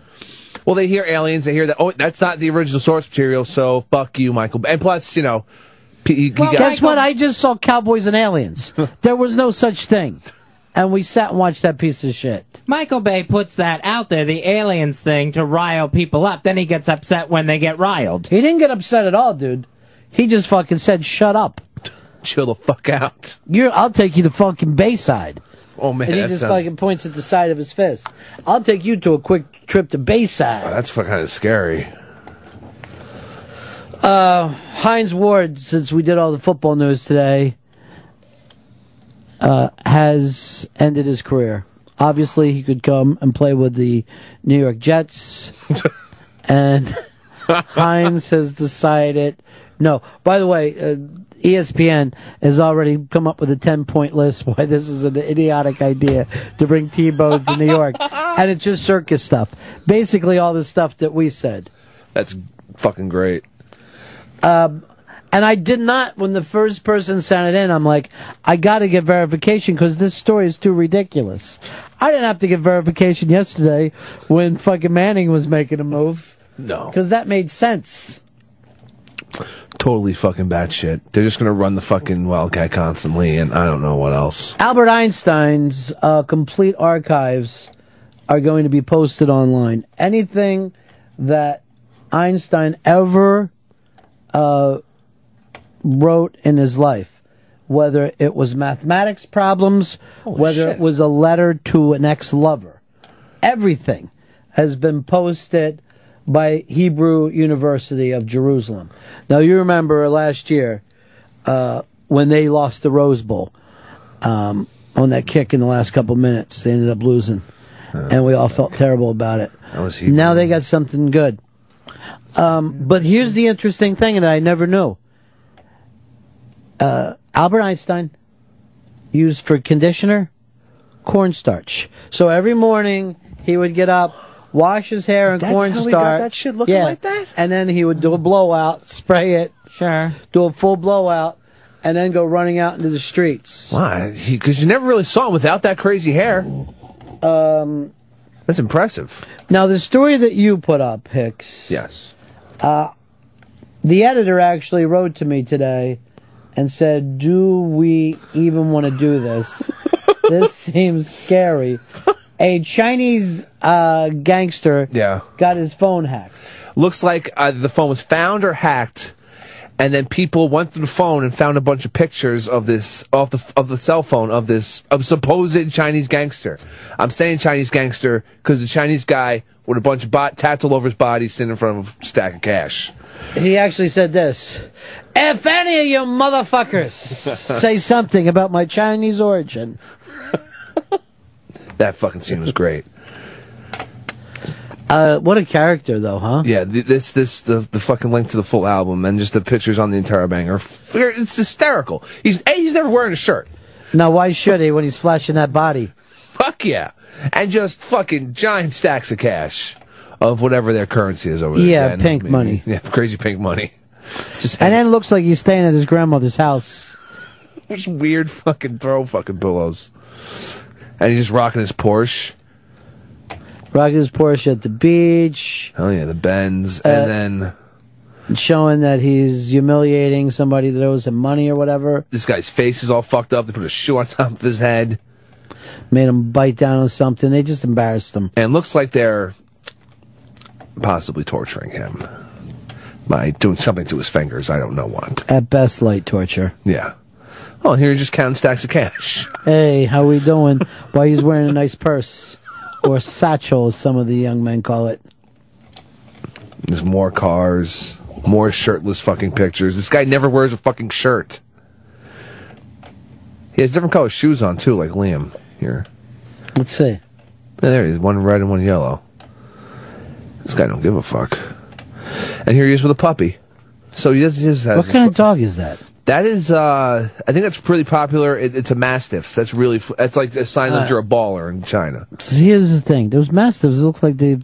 Speaker 1: Well, they hear aliens. They hear that. Oh, that's not the original source material. So fuck you, Michael. Bay. And plus, you know, he, he got-
Speaker 8: guess what? I just saw Cowboys and Aliens. there was no such thing. And we sat and watched that piece of shit.
Speaker 9: Michael Bay puts that out there, the aliens thing, to rile people up. Then he gets upset when they get riled.
Speaker 8: He didn't get upset at all, dude. He just fucking said, "Shut up."
Speaker 1: Chill the fuck out.
Speaker 8: You're. I'll take you to fucking Bayside.
Speaker 1: Oh man,
Speaker 8: and he
Speaker 1: that
Speaker 8: just
Speaker 1: sounds-
Speaker 8: fucking points at the side of his fist. I'll take you to a quick trip to Bayside.
Speaker 1: That's kind of scary.
Speaker 8: Uh, Heinz Ward, since we did all the football news today, uh, has ended his career. Obviously, he could come and play with the New York Jets, and Heinz has decided no. By the way, uh, ESPN has already come up with a ten-point list why this is an idiotic idea to bring Tebow to New York, and it's just circus stuff. Basically, all the stuff that we said.
Speaker 1: That's fucking great.
Speaker 8: Um, and I did not, when the first person sent it in, I'm like, I got to get verification because this story is too ridiculous. I didn't have to get verification yesterday when fucking Manning was making a move.
Speaker 1: No.
Speaker 8: Because that made sense.
Speaker 1: Totally fucking batshit. They're just gonna run the fucking wildcat constantly, and I don't know what else.
Speaker 8: Albert Einstein's uh, complete archives are going to be posted online. Anything that Einstein ever uh, wrote in his life, whether it was mathematics problems, whether
Speaker 18: shit.
Speaker 8: it was a letter to an ex lover, everything has been posted by Hebrew University of Jerusalem. Now, you remember last year uh, when they lost the Rose Bowl um, on that kick in the last couple minutes. They ended up losing, and we all felt terrible about it.
Speaker 1: That was Hebrew.
Speaker 8: Now they got something good. Um, but here's the interesting thing that I never knew. Uh, Albert Einstein used for conditioner cornstarch. So every morning he would get up, wash his hair in
Speaker 1: That's how he
Speaker 8: cornstarch.
Speaker 1: got that shit looking
Speaker 8: yeah,
Speaker 1: like that?
Speaker 8: And then he would do a blowout, spray it.
Speaker 9: Sure.
Speaker 8: Do a full blowout, and then go running out into the streets.
Speaker 1: Why? Because you never really saw him without that crazy hair.
Speaker 8: Um,
Speaker 1: That's impressive.
Speaker 8: Now the story that you put up, Hicks.
Speaker 1: Yes.
Speaker 8: Uh, the editor actually wrote to me today and said, "Do we even want to do this? this seems scary." A Chinese uh, gangster
Speaker 1: Yeah.
Speaker 8: got his phone hacked.
Speaker 1: Looks like either the phone was found or hacked, and then people went through the phone and found a bunch of pictures of this of the of the cell phone of this of supposed Chinese gangster. I'm saying Chinese gangster because the Chinese guy with a bunch of bot tats all over his body sitting in front of a stack of cash.
Speaker 8: He actually said this If any of you motherfuckers say something about my Chinese origin,
Speaker 1: That fucking scene was great.
Speaker 8: Uh, what a character, though, huh?
Speaker 1: Yeah, th- this this the the fucking link to the full album and just the pictures on the entire banger. F- It's hysterical. He's a he's never wearing a shirt.
Speaker 8: Now, why should he when he's flashing that body?
Speaker 1: Fuck yeah, and just fucking giant stacks of cash of whatever their currency is over there.
Speaker 8: Yeah, pink money.
Speaker 1: Yeah, crazy pink money.
Speaker 8: And then it looks like he's staying at his grandmother's house.
Speaker 1: Just weird fucking throw fucking pillows. And he's just rocking his Porsche.
Speaker 8: Rocking his Porsche at the beach,
Speaker 1: Oh yeah, the Benz,
Speaker 8: Uh,
Speaker 1: and then
Speaker 8: showing that he's humiliating somebody that owes him money or whatever.
Speaker 1: this guy's face is all fucked up. They put a shoe on top of his head.
Speaker 8: Made him bite down on something. They just embarrassed him.
Speaker 1: and looks like they're possibly torturing him by doing something to his fingers. I don't know what.
Speaker 8: At best, light torture.
Speaker 1: Yeah. Oh, and here he's just counting stacks of cash.
Speaker 8: Hey, how we doing? Why he's wearing a nice purse or satchel, as some of the young men call it.
Speaker 1: There's more cars, more shirtless fucking pictures. This guy never wears a fucking shirt. He has different color shoes on too, like Liam here.
Speaker 8: Let's see.
Speaker 1: Yeah, there he is, one red and one yellow. This guy don't give a fuck. And here he is with a puppy. So he does. He just has
Speaker 8: What kind of dog is that?
Speaker 1: That is, uh, I think that's pretty popular. It, it's a mastiff. That's really, f- that's like a sign
Speaker 8: Uh,
Speaker 1: that you're a baller in China.
Speaker 8: See, here's the thing. Those mastiffs look like they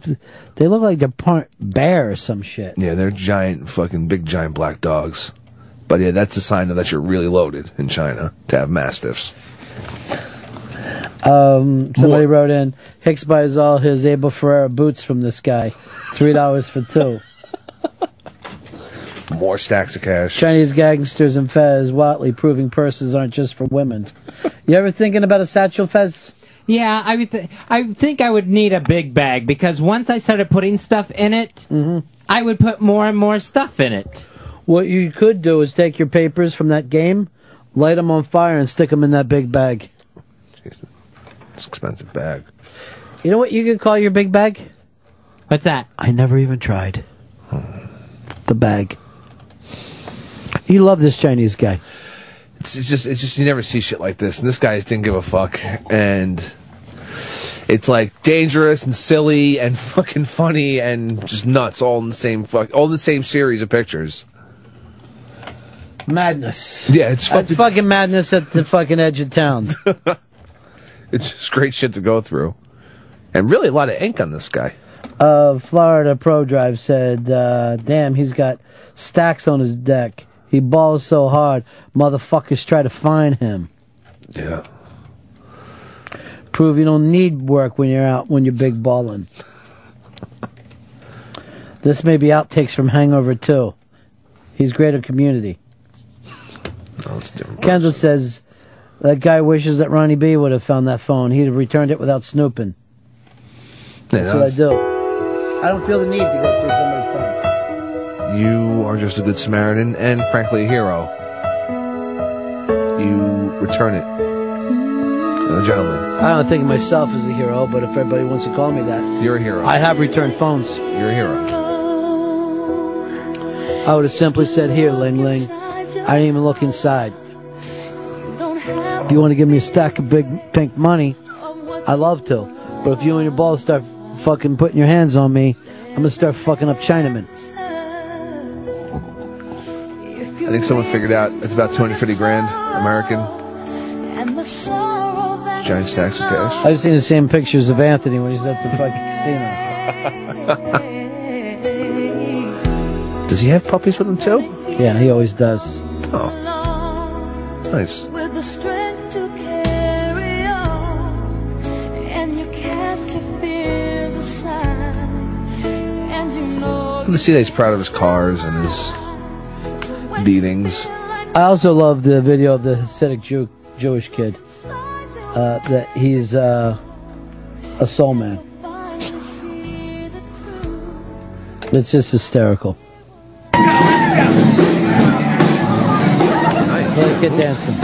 Speaker 8: they look like they're part bear or some shit.
Speaker 1: Yeah, they're giant, fucking big, giant black dogs. But yeah, that's a sign that you're really loaded in China to have mastiffs.
Speaker 8: Um, somebody wrote in Hicks buys all his Abel Ferrara boots from this guy, three dollars for two.
Speaker 1: More stacks of cash.
Speaker 8: Chinese gangsters and Fez Watley proving purses aren't just for women. You ever thinking about a satchel, Fez?
Speaker 9: Yeah, I would. Th- I think I would need a big bag because once I started putting stuff in it, I would put more and more stuff in it.
Speaker 8: What you could do is take your papers from that game, light them on fire, and stick them in that big bag.
Speaker 1: It's an expensive bag.
Speaker 8: You know what you could call your big bag?
Speaker 9: What's that?
Speaker 8: I never even tried. The bag. You love this Chinese guy.
Speaker 1: It's, it's just, it's just, you never see shit like this. And this guy just didn't give a fuck. And it's like dangerous and silly and fucking funny and just nuts all in the same fuck, all in the same series of pictures.
Speaker 8: Madness.
Speaker 1: Yeah, it's
Speaker 8: That's
Speaker 1: fucking,
Speaker 8: fucking madness at the fucking edge of town.
Speaker 1: it's just great shit to go through. And really a lot of ink on this guy.
Speaker 8: Uh, Florida Pro Drive said, uh, damn, he's got stacks on his deck. He balls so hard, motherfuckers try to find him.
Speaker 1: Yeah.
Speaker 8: Prove you don't need work when you're out, when you're big balling. this may be outtakes from Hangover 2. He's great at community.
Speaker 1: No, it's different.
Speaker 8: Kendall says, that guy wishes that Ronnie B would have found that phone. He'd have returned it without snooping.
Speaker 1: Yeah,
Speaker 8: That's what I do. I don't feel the need to go through somebody's phone.
Speaker 1: You are just a good Samaritan and, frankly, a hero. You return it. Uh, A gentleman.
Speaker 8: I don't think of myself as a hero, but if everybody wants to call me that,
Speaker 1: You're a hero.
Speaker 8: I have returned phones.
Speaker 1: You're a hero.
Speaker 8: I would have simply said, Here, Ling Ling. I didn't even look inside. If you want to give me a stack of big pink money, I love to. But if you and your balls start fucking putting your hands on me, I'm going to start fucking up Chinamen.
Speaker 1: I think someone figured out it's about 250 grand American. Giant stacks of cash.
Speaker 8: I've seen the same pictures of Anthony when he's at the fucking casino.
Speaker 1: Does he have puppies with him too?
Speaker 8: Yeah, he always does.
Speaker 1: Oh, nice.
Speaker 5: With the strength to carry on, and you cast your fears aside, and you know
Speaker 1: Good to see that he's proud of his cars and his beatings.
Speaker 8: I also love the video of the Hasidic Jew, Jewish kid. Uh, that he's uh, a soul man. It's just hysterical.
Speaker 1: Nice.
Speaker 8: Really good dancing.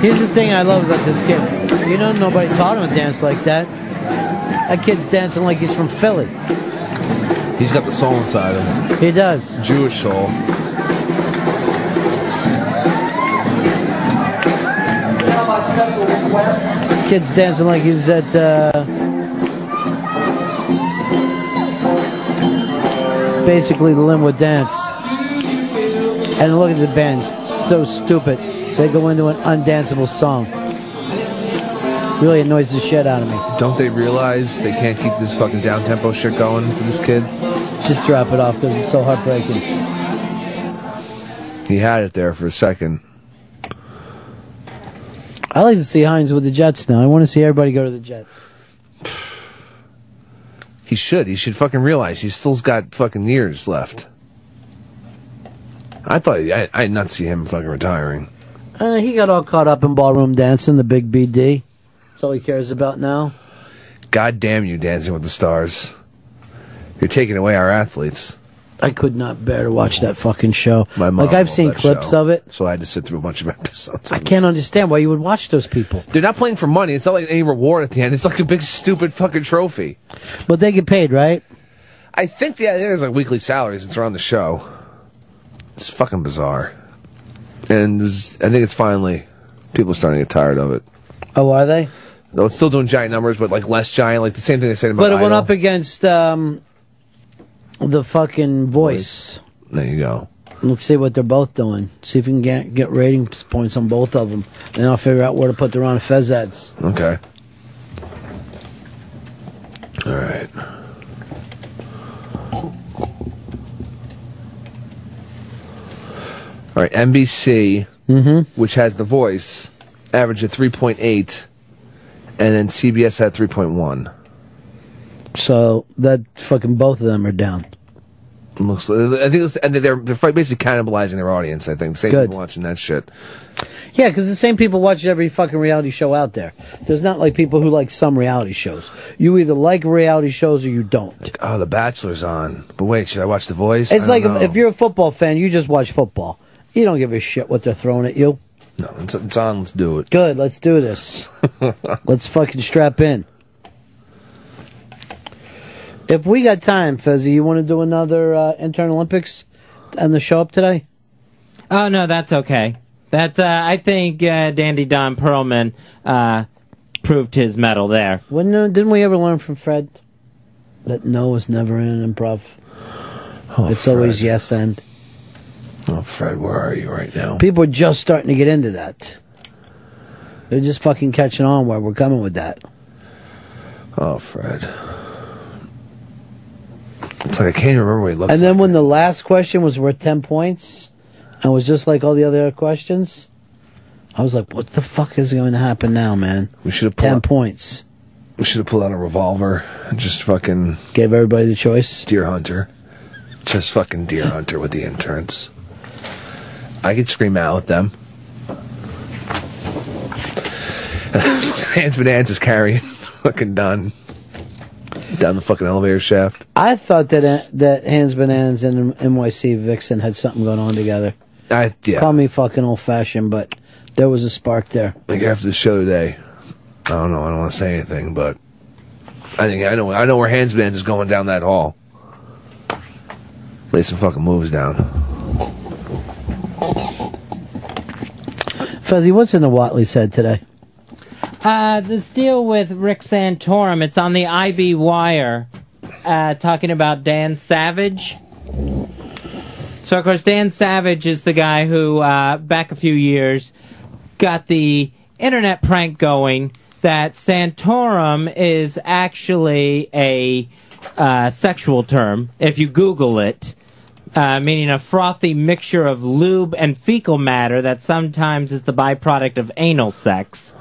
Speaker 8: Here's the thing I love about this kid. You know, nobody taught him to dance like that. That kid's dancing like he's from Philly.
Speaker 1: He's got the soul inside of him.
Speaker 8: He does.
Speaker 1: Jewish soul.
Speaker 8: Kid's dancing like he's at. Uh, basically, the Linwood dance. And look at the band. So stupid. They go into an undanceable song. Really annoys the shit out of me.
Speaker 1: Don't they realize they can't keep this fucking down tempo shit going for this kid?
Speaker 8: Just drop it off because it's so heartbreaking.
Speaker 1: He had it there for a second.
Speaker 8: I like to see Hines with the Jets now. I want to see everybody go to the Jets.
Speaker 1: He should. He should fucking realize he still's got fucking years left. I thought I, I did not see him fucking retiring.
Speaker 8: Uh, he got all caught up in ballroom dancing, the big BD. That's all he cares about now.
Speaker 1: God damn you, Dancing with the Stars! You're taking away our athletes.
Speaker 8: I could not bear to watch that fucking show.
Speaker 1: My mom
Speaker 8: Like, I've
Speaker 1: loved
Speaker 8: seen
Speaker 1: that
Speaker 8: clips
Speaker 1: show,
Speaker 8: of it.
Speaker 1: so I had to sit through a bunch of episodes.
Speaker 8: I can't understand why you would watch those people.
Speaker 1: They're not playing for money. It's not like any reward at the end. It's like a big stupid fucking trophy.
Speaker 8: But they get paid, right?
Speaker 1: I think the idea is like weekly salary since we're on the show. It's fucking bizarre. And it was, I think it's finally people are starting to get tired of it.
Speaker 8: Oh, are they?
Speaker 1: No, it's still doing giant numbers, but like less giant, like the same thing they said about.
Speaker 8: But it went
Speaker 1: Idol.
Speaker 8: up against um, the fucking voice.
Speaker 1: There you go.
Speaker 8: Let's see what they're both doing. See if you can get, get ratings points on both of them. And I'll figure out where to put the Ron Fez ads.
Speaker 1: Okay. All right. All right, NBC,
Speaker 8: Mm-hmm.
Speaker 1: which has The Voice, averaged at 3.8, and then CBS had 3.1.
Speaker 8: So that fucking both of them are down.
Speaker 1: It Looks, I think, it's, and they're they're fi- basically cannibalizing their audience. I think same
Speaker 8: Good.
Speaker 1: people watching that shit.
Speaker 8: Yeah, because the same people watch every fucking reality show out there. There's not like people who like some reality shows. You either like reality shows or you don't.
Speaker 1: Like, oh, The Bachelor's on, but wait, should I watch The Voice?
Speaker 8: It's
Speaker 1: I
Speaker 8: like
Speaker 1: don't
Speaker 8: if,
Speaker 1: know.
Speaker 8: if you're a football fan, you just watch football. You don't give a shit what they're throwing at you.
Speaker 1: no, it's, it's on. Let's do it.
Speaker 8: Good, let's do this. let's fucking strap in. If we got time, Fezzi, you want to do another uh, intern Olympics on the show up today?
Speaker 9: Oh no, that's okay. That's uh, I think uh, Dandy Don Perlman uh, proved his medal there.
Speaker 8: Wouldn't, uh, didn't we ever learn from Fred that no is never in improv? it's always yes and.
Speaker 1: Oh, Fred, where are you right now?
Speaker 8: People are just starting to get into that. They're just fucking catching on where we're coming with that.
Speaker 1: Oh, Fred. It's like I can't even remember what he looks
Speaker 8: and then when the last question was worth 10 points and was just like all the other questions, I was like, what the fuck is going to happen now, man?
Speaker 1: We should have
Speaker 8: 10 points.
Speaker 1: We should have pulled out a revolver and just fucking.
Speaker 8: Gave everybody the choice.
Speaker 1: Deer Hunter. Just fucking Deer Hunter with the interns. I could scream out at them. Hans Bonanz is carrying fucking Don down the fucking elevator shaft.
Speaker 8: I thought that uh, that Hans Bananas and NYC Vixen had something going on together.
Speaker 1: I, yeah.
Speaker 8: Call me fucking old fashioned, but there was a spark there.
Speaker 1: like after the show today, I don't know. I don't want to say anything, but I think I know. I know where Hans Bands is going down that hall. Lay some fucking moves down.
Speaker 8: Fuzzy, what's in the Watley said today?
Speaker 9: Uh, this deal with Rick Santorum, it's on the IB Wire, uh, talking about Dan Savage. So, of course, Dan Savage is the guy who, uh, back a few years, got the internet prank going that Santorum is actually a uh, sexual term, if you Google it, uh, meaning a frothy mixture of lube and fecal matter that sometimes is the byproduct of anal sex.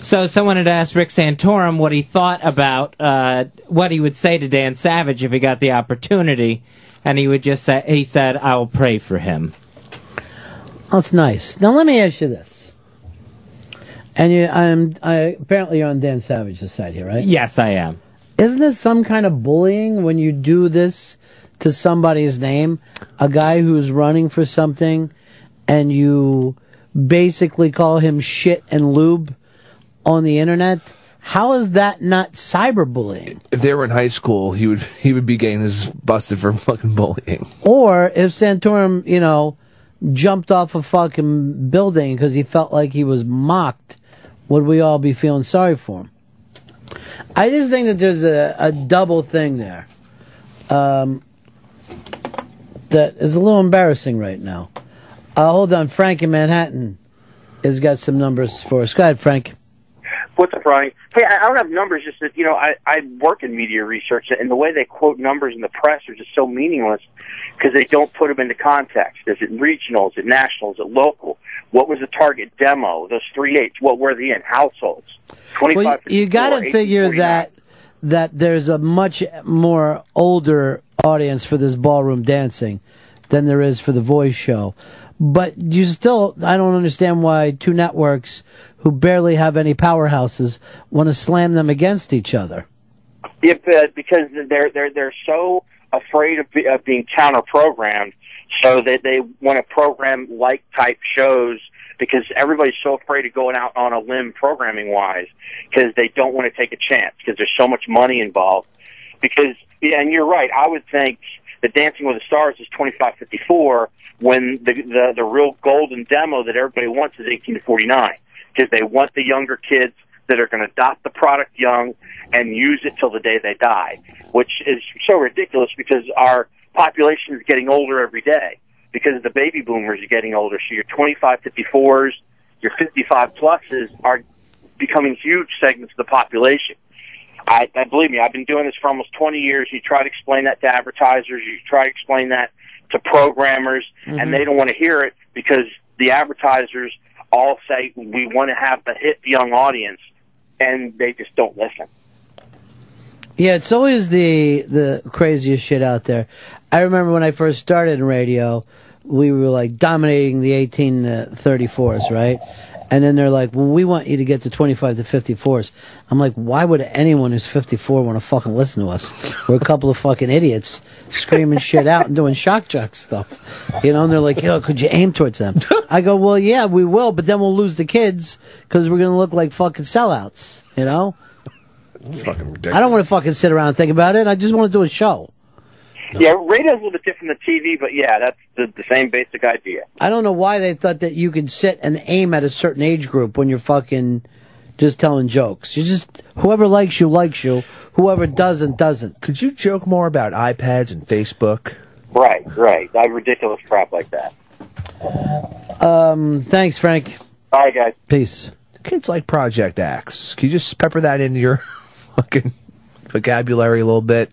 Speaker 9: So someone had asked Rick Santorum what he thought about uh, what he would say to Dan Savage if he got the opportunity, and he would just say he said, "I will pray for him."
Speaker 8: That's nice. Now let me ask you this. And you, I'm I, apparently you're on Dan Savage's side here, right?
Speaker 9: Yes, I am.
Speaker 8: Isn't this some kind of bullying when you do this to somebody's name, a guy who's running for something, and you basically call him shit and lube on the internet? How is that not cyberbullying?
Speaker 1: If they were in high school, he would he would be getting this busted for fucking bullying.
Speaker 8: Or if Santorum, you know, jumped off a fucking building because he felt like he was mocked, would we all be feeling sorry for him? I just think that there's a, a double thing there um, that is a little embarrassing right now. Uh, hold on, Frank in Manhattan has got some numbers for us. Go ahead, Frank.
Speaker 15: What's up, Ronnie? Hey, I I don't have numbers. Just that you know, I I work in media research, and the way they quote numbers in the press are just so meaningless because they don't put them into context. Is it regional? Is it national? Is it local? What was the target demo? Those three eights. What were the in households? Twenty five.
Speaker 8: Well, you got to figure that that there's a much more older audience for this ballroom dancing than there is for the voice show. But you still, I don't understand why two networks who barely have any powerhouses want to slam them against each other.
Speaker 15: If, uh, because they're they're they're so afraid of, be, of being counter programmed, so they they want to program like type shows because everybody's so afraid of going out on a limb programming wise because they don't want to take a chance because there's so much money involved. Because yeah, and you're right. I would think the Dancing with the Stars is 2554 when the the, the real golden demo that everybody wants is 1849 because they want the younger kids that are going to adopt the product young and use it till the day they die, which is so ridiculous because our population is getting older every day because the baby boomers are getting older. So your 25 54s, your 55 pluses are becoming huge segments of the population. I, I believe me, I've been doing this for almost 20 years. You try to explain that to advertisers, you try to explain that to programmers,
Speaker 4: Mhm.
Speaker 15: and they don't want to hear it because the advertisers all say we want to have the hip young audience, and they just don't listen.
Speaker 8: Yeah, it's always the the craziest shit out there. I remember when I first started in radio, we were like dominating the 18 to 34s, right? And then they're like, "Well, we want you to get to 25 to 54s." I'm like, "Why would anyone who's 54 want to fucking listen to us? We're a couple of fucking idiots screaming shit out and doing shock jock stuff." You know, and they're like, "Yo, could you aim towards them?" I go, "Well, yeah, we will, but then we'll lose the kids cuz we're going to look like fucking sellouts, you know?"
Speaker 1: Fucking ridiculous.
Speaker 8: I don't want to fucking sit around and think about it. I just want to do a show.
Speaker 15: Yeah, radio's a little bit different than TV, but yeah, that's the, the same basic idea.
Speaker 8: I don't know why they thought that you could sit and aim at a certain age group when you're fucking just telling jokes. You just whoever likes you likes you. Whoever doesn't doesn't.
Speaker 1: Could you joke more about iPads and Facebook?
Speaker 15: Right, right. That ridiculous crap like that.
Speaker 8: Um, thanks, Frank.
Speaker 15: Bye, guys.
Speaker 8: Peace.
Speaker 1: The kids like Project X. Can you just pepper that into your fucking vocabulary a little bit?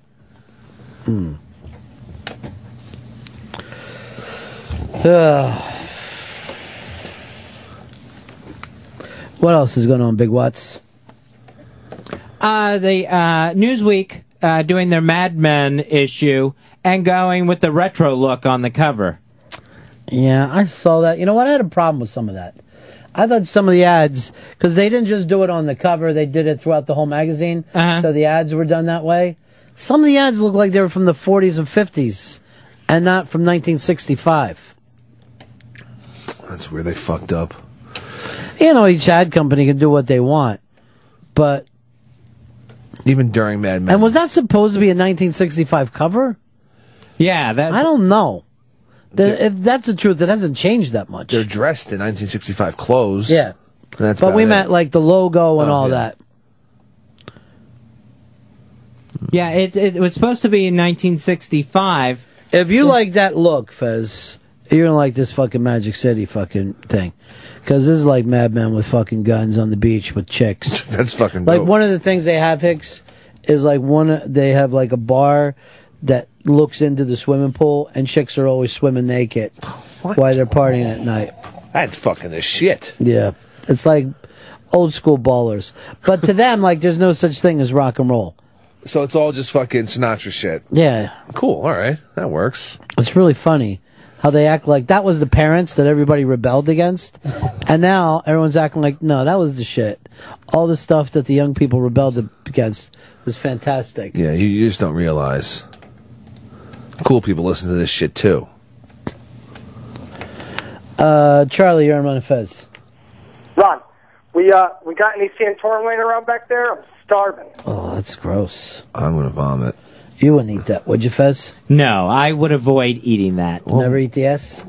Speaker 8: Hmm. Ugh. what else is going on, Big Watts?
Speaker 9: Uh, the uh, Newsweek uh, doing their Mad Men issue and going with the retro look on the cover.
Speaker 8: Yeah, I saw that. You know what? I had a problem with some of that. I thought some of the ads, because they didn't just do it on the cover, they did it throughout the whole magazine. So the ads were done that way. Some of the ads looked like they were from the 40s and 50s and not from 1965.
Speaker 1: That's where they fucked up.
Speaker 8: You know, each ad company can do what they want. But,
Speaker 1: Even during Mad Men.
Speaker 8: and was that supposed to be a 1965 cover?
Speaker 9: Yeah, that.
Speaker 8: I don't know. The- if that's the truth, it hasn't changed that much.
Speaker 1: They're dressed in 1965 clothes.
Speaker 8: Yeah.
Speaker 1: That's
Speaker 8: but
Speaker 1: about
Speaker 8: we
Speaker 1: it. Oh,
Speaker 8: meant like the logo and all that.
Speaker 9: Yeah, it, it was supposed to be in 1965.
Speaker 8: If you like that look, Fez, you're gonna like this fucking Magic City fucking thing, because this is like Mad Men with fucking guns on the beach with chicks.
Speaker 1: That's fucking
Speaker 8: like
Speaker 1: dope.
Speaker 8: one of the things they have Hicks is like one they have like a bar that looks into the swimming pool and chicks are always swimming naked while they're partying at night.
Speaker 1: That's fucking the shit.
Speaker 8: Yeah, it's like old school ballers, but to them like there's no such thing as rock and roll.
Speaker 1: So it's all just fucking Sinatra shit.
Speaker 8: Yeah.
Speaker 1: Cool. All right. That works.
Speaker 8: It's really funny how they act like that was the parents that everybody rebelled against, and now everyone's acting like no, that was the shit. All the stuff that the young people rebelled against was fantastic.
Speaker 1: Yeah, you, you just don't realize. Cool people listen to this shit too.
Speaker 8: Uh, Charlie, you're on Run and Fez.
Speaker 3: Ron, we uh, we got any Santorum laying around back there? I'm starving.
Speaker 8: Oh, that's gross.
Speaker 1: I'm gonna vomit.
Speaker 8: You wouldn't eat that, would you, Fez?
Speaker 9: No, I would avoid eating that.
Speaker 8: Never eat the ass.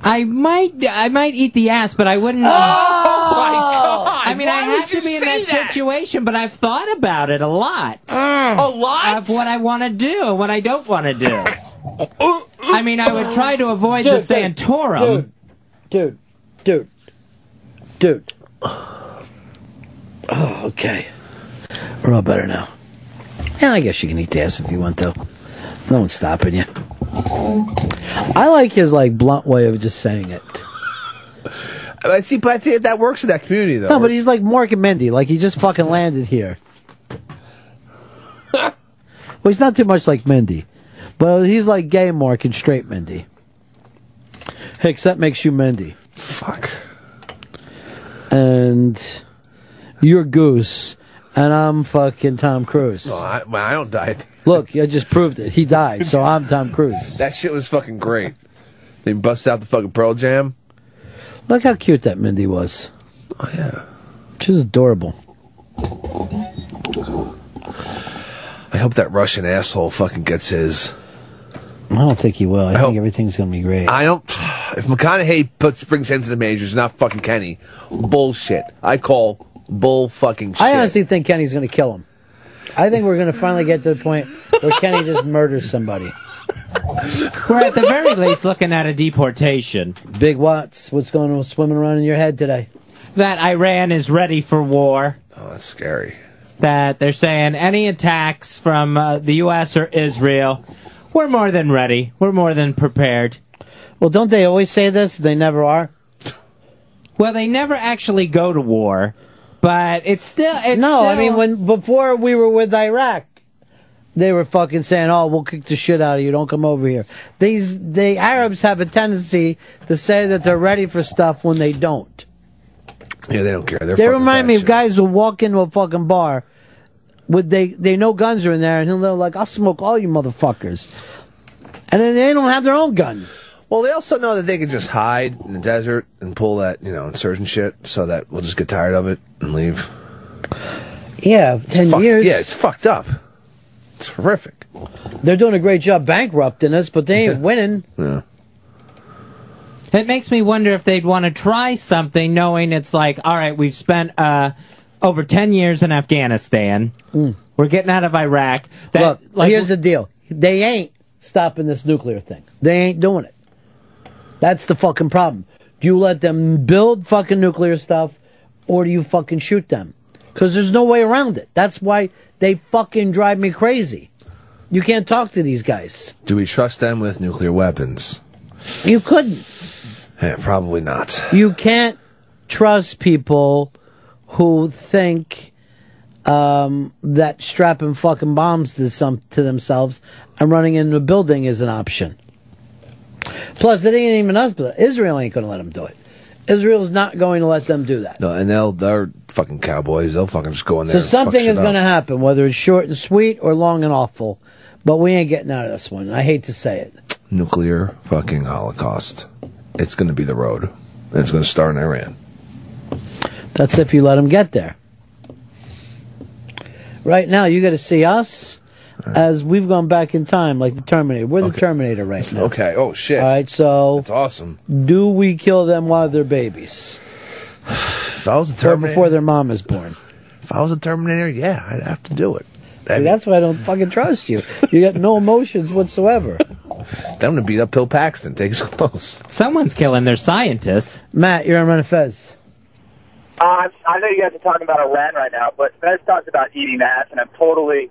Speaker 9: I might, I might eat the ass, but I wouldn't.
Speaker 5: Oh, my God.
Speaker 9: I mean,
Speaker 5: Why
Speaker 9: I
Speaker 5: would
Speaker 9: have
Speaker 5: you
Speaker 9: to be in
Speaker 5: say
Speaker 9: that, situation, but I've thought about it a lot.
Speaker 5: A lot?
Speaker 9: of what Uh, I want to do and what I don't want to do. I mean, I would try to avoid the
Speaker 8: Dude, dude,
Speaker 9: Santorum.
Speaker 8: Dude, dude, dude. Oh, okay. We're all better now. Yeah, I guess you can eat the ass if you want to. No one's stopping you. I like his like blunt way of just saying it.
Speaker 1: I Uh, see, but I think that works in that community though.
Speaker 8: No, but he's like Mork and Mindy. Like he just fucking landed here. well, he's not too much like Mindy, but he's like gay Mork and straight Mindy. Hicks, that makes you Mindy.
Speaker 1: Fuck.
Speaker 8: And you're Goose, and I'm fucking Tom Cruise.
Speaker 1: No, I, well, I don't die.
Speaker 8: Look, I just proved it. He died, so I'm Tom Cruise.
Speaker 1: That shit was fucking great. They bust out the fucking Pearl Jam.
Speaker 8: Look how cute that Mindy was.
Speaker 1: Oh yeah.
Speaker 8: She's adorable.
Speaker 1: I hope that Russian asshole fucking gets his.
Speaker 8: I don't think he will. I, think everything's gonna be great.
Speaker 1: I don't. If McConaughey puts brings him to the majors, not fucking Kenny. Bullshit. I call bull fucking shit.
Speaker 8: I honestly think Kenny's going to kill him. I think we're going to finally get to the point where Kenny just murders somebody.
Speaker 9: We're at the very least looking at a deportation.
Speaker 8: Big Watts, what's going on swimming around in your head today?
Speaker 9: That Iran is ready for war.
Speaker 1: Oh, that's scary.
Speaker 9: That they're saying any attacks from uh, the U.S. or Israel, we're more than ready. We're more than prepared.
Speaker 8: Well, don't they always say this? They never are.
Speaker 9: Well, they never actually go to war, but it's still. It's
Speaker 8: no, I
Speaker 9: still-
Speaker 8: mean when before we were with Iraq, they were fucking saying, "Oh, we'll kick the shit out of you. Don't come over here." These the Arabs have a tendency to say that they're ready for stuff when they don't.
Speaker 1: Yeah, they don't care. They're
Speaker 8: they
Speaker 1: fucking
Speaker 8: remind me of guys who walk into a fucking bar with they they know guns are in there and they're like, I'll smoke all you motherfuckers. And then they don't have their own gun.
Speaker 1: Well, they also know that they can just hide in the desert and pull that, you know, insurgent shit, so that we'll just get tired of it and leave.
Speaker 8: Yeah, ten years.
Speaker 1: Yeah, it's fucked up. It's horrific.
Speaker 8: They're doing a great job bankrupting us, but they ain't winning.
Speaker 1: Yeah.
Speaker 9: It makes me wonder if they'd want to try something, knowing it's like, all right, we've spent uh, over ten years in Afghanistan. We're getting out of Iraq. That,
Speaker 8: Hmm. Look, here's the deal. They ain't stopping this nuclear thing. They ain't doing it. That's the fucking problem. Do you let them build fucking nuclear stuff or do you fucking shoot them? Because there's no way around it. That's why they fucking drive me crazy. You can't talk to these guys.
Speaker 1: Do we trust them with nuclear weapons?
Speaker 8: You couldn't.
Speaker 1: Eh, probably not.
Speaker 8: You can't trust people who think um, that strapping fucking bombs to some to themselves and running into a building is an option. Plus, it ain't even us. But Israel ain't going to let them do it. Israel's not going to let them do that.
Speaker 1: No, and they'll they're fucking cowboys. They'll fucking just go in
Speaker 8: So
Speaker 1: there. and fuck
Speaker 8: something
Speaker 1: shit
Speaker 8: is
Speaker 1: up.
Speaker 8: going to happen, whether it's short and sweet or long and awful. But we ain't getting out of this one. I hate to say it.
Speaker 1: nuclear fucking holocaust. It's going to be the road. And it's going to start in Iran.
Speaker 8: That's if you let them get there. Right now, you got to see us as we've gone back in time, like the Terminator. We're the Terminator right now.
Speaker 1: Okay. Oh shit.
Speaker 8: All right. So
Speaker 1: That's awesome.
Speaker 8: Do we kill them while they're babies?
Speaker 1: If I was a
Speaker 8: Or
Speaker 1: Terminator,
Speaker 8: before their mom is born.
Speaker 1: if I was a Terminator, yeah, I'd have to do it.
Speaker 8: See, that's why I don't fucking trust you. You got no emotions whatsoever.
Speaker 1: Then I'm gonna beat up Bill Paxton. Take his clothes.
Speaker 9: Someone's killing their scientists.
Speaker 8: Matt, you're on Run and Fez.
Speaker 2: Uh, I know you guys are talking about Iran right now, but Fez talked about eating ass, and I'm totally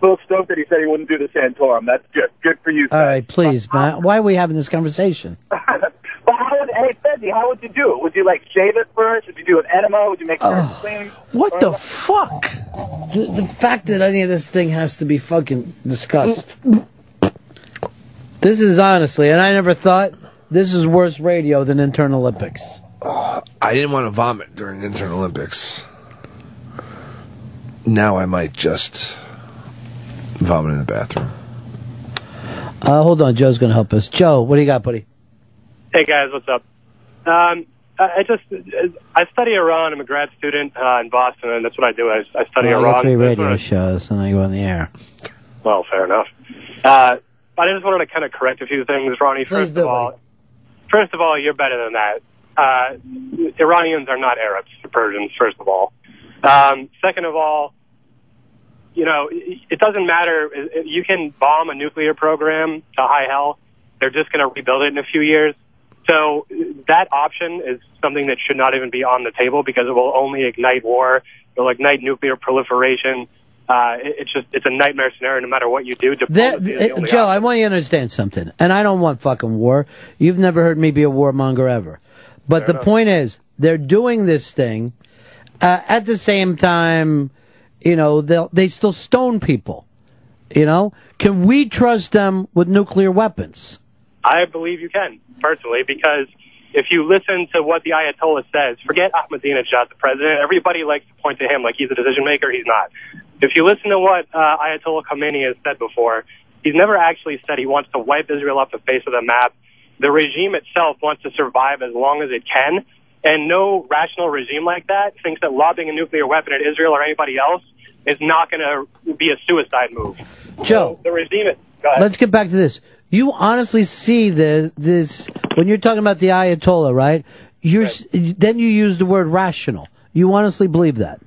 Speaker 2: so stoked that he said he wouldn't do the Santorum. That's good. Good for you.
Speaker 8: All right, please, Matt. Why are we having this conversation?
Speaker 2: But how would, hey, Fezzi, how would you do it? Would you, like, shave it first? Would you do an enema? Would you make sure it's clean?
Speaker 8: Oh, What the fuck? The, the fact that any of this thing has to be fucking discussed. this is honestly, and I never thought this is worse radio than internal Olympics.
Speaker 1: I didn't want to vomit during the Intern Olympics. Now I might just vomit in the bathroom.
Speaker 8: Uh, hold on, Joe's going to help us. Joe, what do you got, buddy?
Speaker 19: Hey guys, what's up? Um, I I just I study Iran. I'm a grad student uh, in Boston, and that's what I do. I, I study
Speaker 8: Well, I
Speaker 19: Iran.
Speaker 8: got three
Speaker 19: That's
Speaker 8: radio
Speaker 19: what I-
Speaker 8: shows, and I go on the air.
Speaker 19: well, fair enough. Uh, but I just wanted to kind of correct a few things, Ronnie. First of all, first of all, you're better than that. Uh, Iranians are not Arabs; they're Persians. First of all. Um, second of all, you know, it it doesn't matter. It- it- You can bomb a nuclear program to high hell. They're just going to rebuild it in a few years. So uh, that option is something that should not even be on the table because it will only ignite war. It'll ignite nuclear proliferation. Uh, it, it's just it's a nightmare scenario. No matter what you do,
Speaker 8: That,
Speaker 19: diplomacy is the
Speaker 8: uh,
Speaker 19: only
Speaker 8: Joe, I want you to understand something, and I don't want fucking war. You've never heard me be a warmonger ever. But
Speaker 19: Fair
Speaker 8: the
Speaker 19: enough.
Speaker 8: point is, they're doing this thing. Uh, at the same time, you know, they'll, they still stone people. You know? Can we trust them with nuclear weapons?
Speaker 19: I believe you can, personally, because if you listen to what the Ayatollah says, forget Ahmadinejad, the president. Everybody likes to point to him like he's a decision maker. He's not. If you listen to what uh, Ayatollah Khomeini has said before, he's never actually said he wants to wipe Israel off the face of the map. The regime itself wants to survive as long as it can, and no rational regime like that thinks that lobbing a nuclear weapon at Israel or anybody else is not going to be a suicide move.
Speaker 8: Joe.
Speaker 19: The regime. Go ahead.
Speaker 8: Let's get back to this. You honestly see the this when you're talking about the Ayatollah, right? You're s then you use the word rational. You honestly believe that,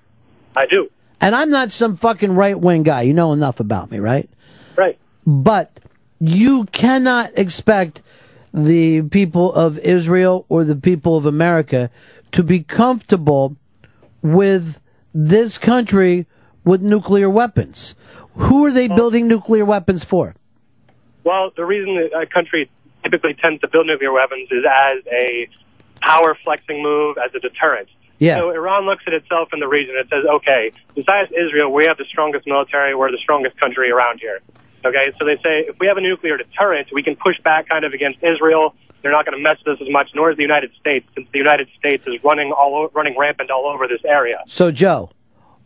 Speaker 19: I do.
Speaker 8: and I'm not some fucking right wing guy. You know enough about me, right?
Speaker 19: Right.
Speaker 8: But you cannot expect the people of Israel or the people of America to be comfortable with this country with nuclear weapons. Who are
Speaker 19: Oh.
Speaker 8: they building nuclear weapons for?
Speaker 19: Well, the reason that a country typically tends to build nuclear weapons is as a power flexing move, as a deterrent.
Speaker 8: Yeah.
Speaker 19: So Iran looks at itself in the region and says, okay, besides Israel, we have the strongest military, we're the strongest country around here. Okay, so they say if we have a nuclear deterrent, we can push back kind of against Israel. They're not going to mess with us as much, nor is the United States, since the United States is running all o- running rampant all over this area.
Speaker 8: So, Joe,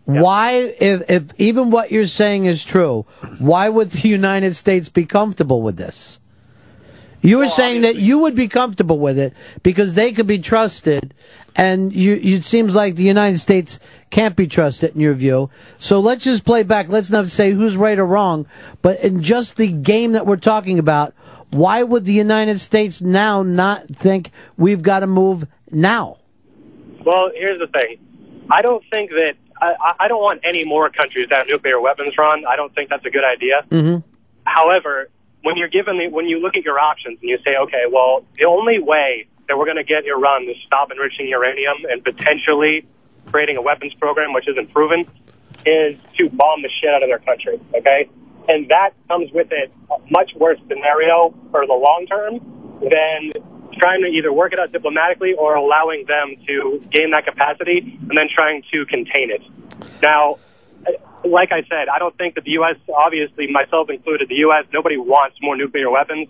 Speaker 8: why, if, if even what you're saying is true, why would the United States be comfortable with this? You were saying that you would be comfortable with it because they could be trusted, and you, it seems like the United States can't be trusted in your view. So let's just play back. Let's not say who's right or wrong, but in just the game that we're talking about, why would the United States now not think we've got to move now?
Speaker 19: Well, here's the thing. I don't think that I, I- I don't want any more countries to have nuclear weapons, Ron. I don't think that's a good idea.
Speaker 8: Mm-hmm.
Speaker 19: However, when you're given the, when you look at your options and you say, okay, well, the only way that we're going to get Iran to stop enriching uranium and potentially creating a weapons program, which isn't proven, is to bomb the shit out of their country. Okay, and that comes with it a much worse scenario for the long term than trying to either work it out diplomatically or allowing them to gain that capacity and then trying to contain it. Now, like I said, I don't think that the U.S., obviously, myself included, the U.S., nobody wants more nuclear weapons.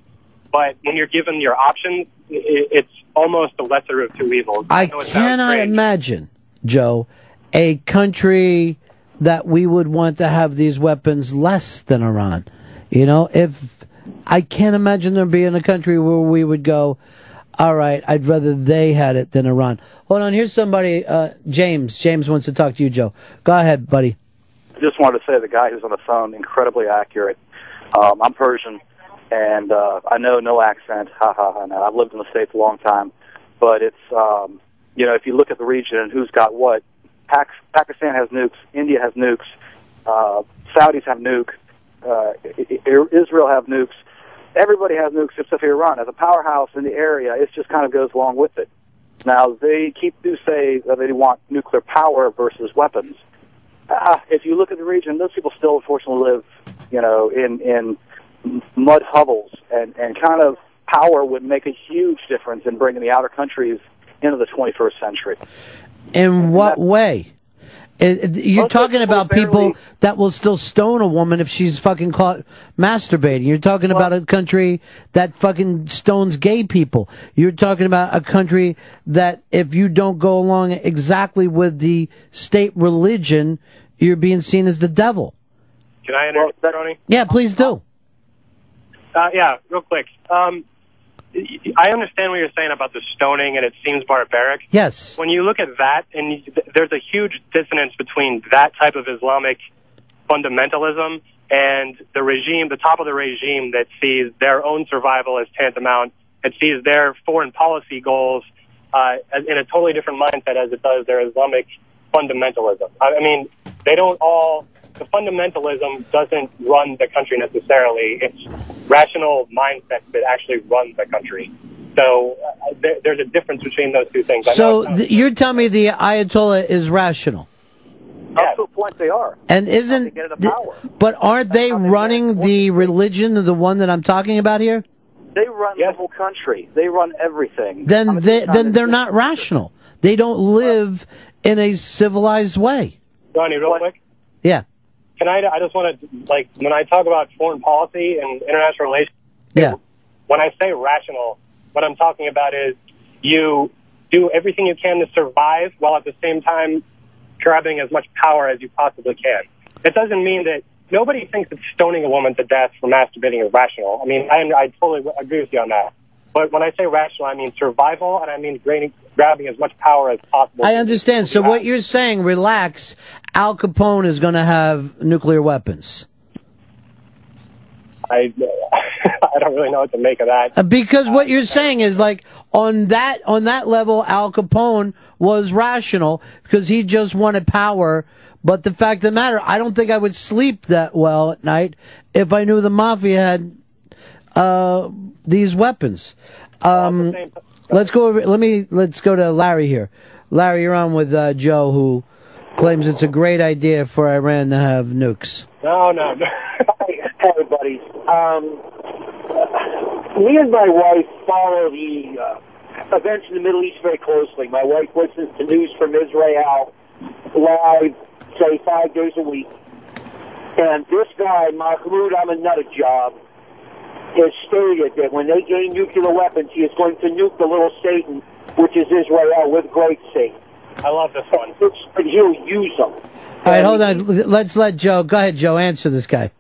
Speaker 19: But when you're given your options, i- i- it's almost the lesser of two evils.
Speaker 8: I
Speaker 19: know it sounds
Speaker 8: cannot imagine, Joe, a country that we would want to have these weapons less than Iran. You know, if I can't imagine there being a country where we would go, all right, I'd rather they had it than Iran. Hold on, here's somebody, uh, James. James wants to talk to you, Joe. Go ahead, buddy.
Speaker 22: I just wanted to say the guy who's on the phone incredibly accurate. Um, I'm Persian, and uh, I know no accent. Ha ha ha! No, I've lived in the states a long time, but it's um,
Speaker 15: you know, if you look at the region and who's got what, Pac- Pakistan has nukes, India has nukes, uh, Saudis have nukes, uh, I- I- Israel have nukes. Everybody has nukes except for Iran. As a powerhouse in the area, it just kind of goes along with it. Now, they keep do say that they want nuclear power versus weapons. Uh, if you look at the region, those people still unfortunately live, you know, in, in mud hovels, and, and kind of power would make a huge difference in bringing the outer countries into the 21st century.
Speaker 8: In what way? It- it- you're talking about people that will still stone a woman if she's fucking caught masturbating. You're talking about a country that fucking stones gay people. You're talking about a country that if you don't go along exactly with the state religion, you're being seen as the devil.
Speaker 19: Can I interrupt, Tony?
Speaker 8: Yeah, please do.
Speaker 19: Uh, yeah, real quick. Um, y- y- I understand what you're saying about the stoning, and it seems barbaric.
Speaker 8: Yes.
Speaker 19: When you look at that, and you, th- there's a huge dissonance between that type of Islamic fundamentalism and the regime, the top of the regime that sees their own survival as tantamount, and sees their foreign policy goals uh, as- in a totally different mindset as it does their Islamic fundamentalism. I, I mean, they don't all. The fundamentalism doesn't run the country necessarily. It's rational mindsets that actually run the country. So uh, there, there's a difference between those two things. I know
Speaker 8: So
Speaker 19: it sounds-
Speaker 8: th- you're telling me the Ayatollah is rational.
Speaker 15: Up to a point, they are.
Speaker 8: And isn't, th- but aren't they running the religion of the one that I'm talking about here?
Speaker 15: They run the whole country. They run everything.
Speaker 8: Then they, then they're not rational. They don't live in a civilized way.
Speaker 19: Ronnie, real quick.
Speaker 8: Yeah.
Speaker 19: Can I? I just want to like when I talk about foreign policy and international relations.
Speaker 8: Yeah.
Speaker 19: When I say rational, what I'm talking about is you do everything you can to survive while at the same time grabbing as much power as you possibly can. It doesn't mean that nobody thinks that stoning a woman to death for masturbating is rational. I mean, I, I totally agree with you on that. But when I say rational, I mean survival, and I mean grabbing, grabbing as much power as possible.
Speaker 8: I understand. So what you're saying, relax, Al Capone is going to have nuclear weapons.
Speaker 19: I, I don't really know what to make of that.
Speaker 8: Uh, Because what you're saying is like on that on that level, Al Capone was rational because he just wanted power. But the fact of the matter, I don't think I would sleep that well at night if I knew the mafia had uh, these weapons. Um, let's go. Over, let me. Let's go to Larry here. Larry, you're on with uh, Joe, who claims it's a great idea for Iran to have nukes.
Speaker 19: No, no, no.
Speaker 6: hey, everybody. Um, me and my wife follow the uh, events in the Middle East very closely. My wife listens to news from Israel live, say, five days a week. And this guy, Mahmoud Ahmadinejad, has stated that when they gain nuclear weapons, he is going to nuke the little Satan, which is Israel, with great Satan.
Speaker 19: I love this one.
Speaker 6: He'll use them.
Speaker 8: All right, hold on. Let's let Joe. Go ahead, Joe. Answer this guy.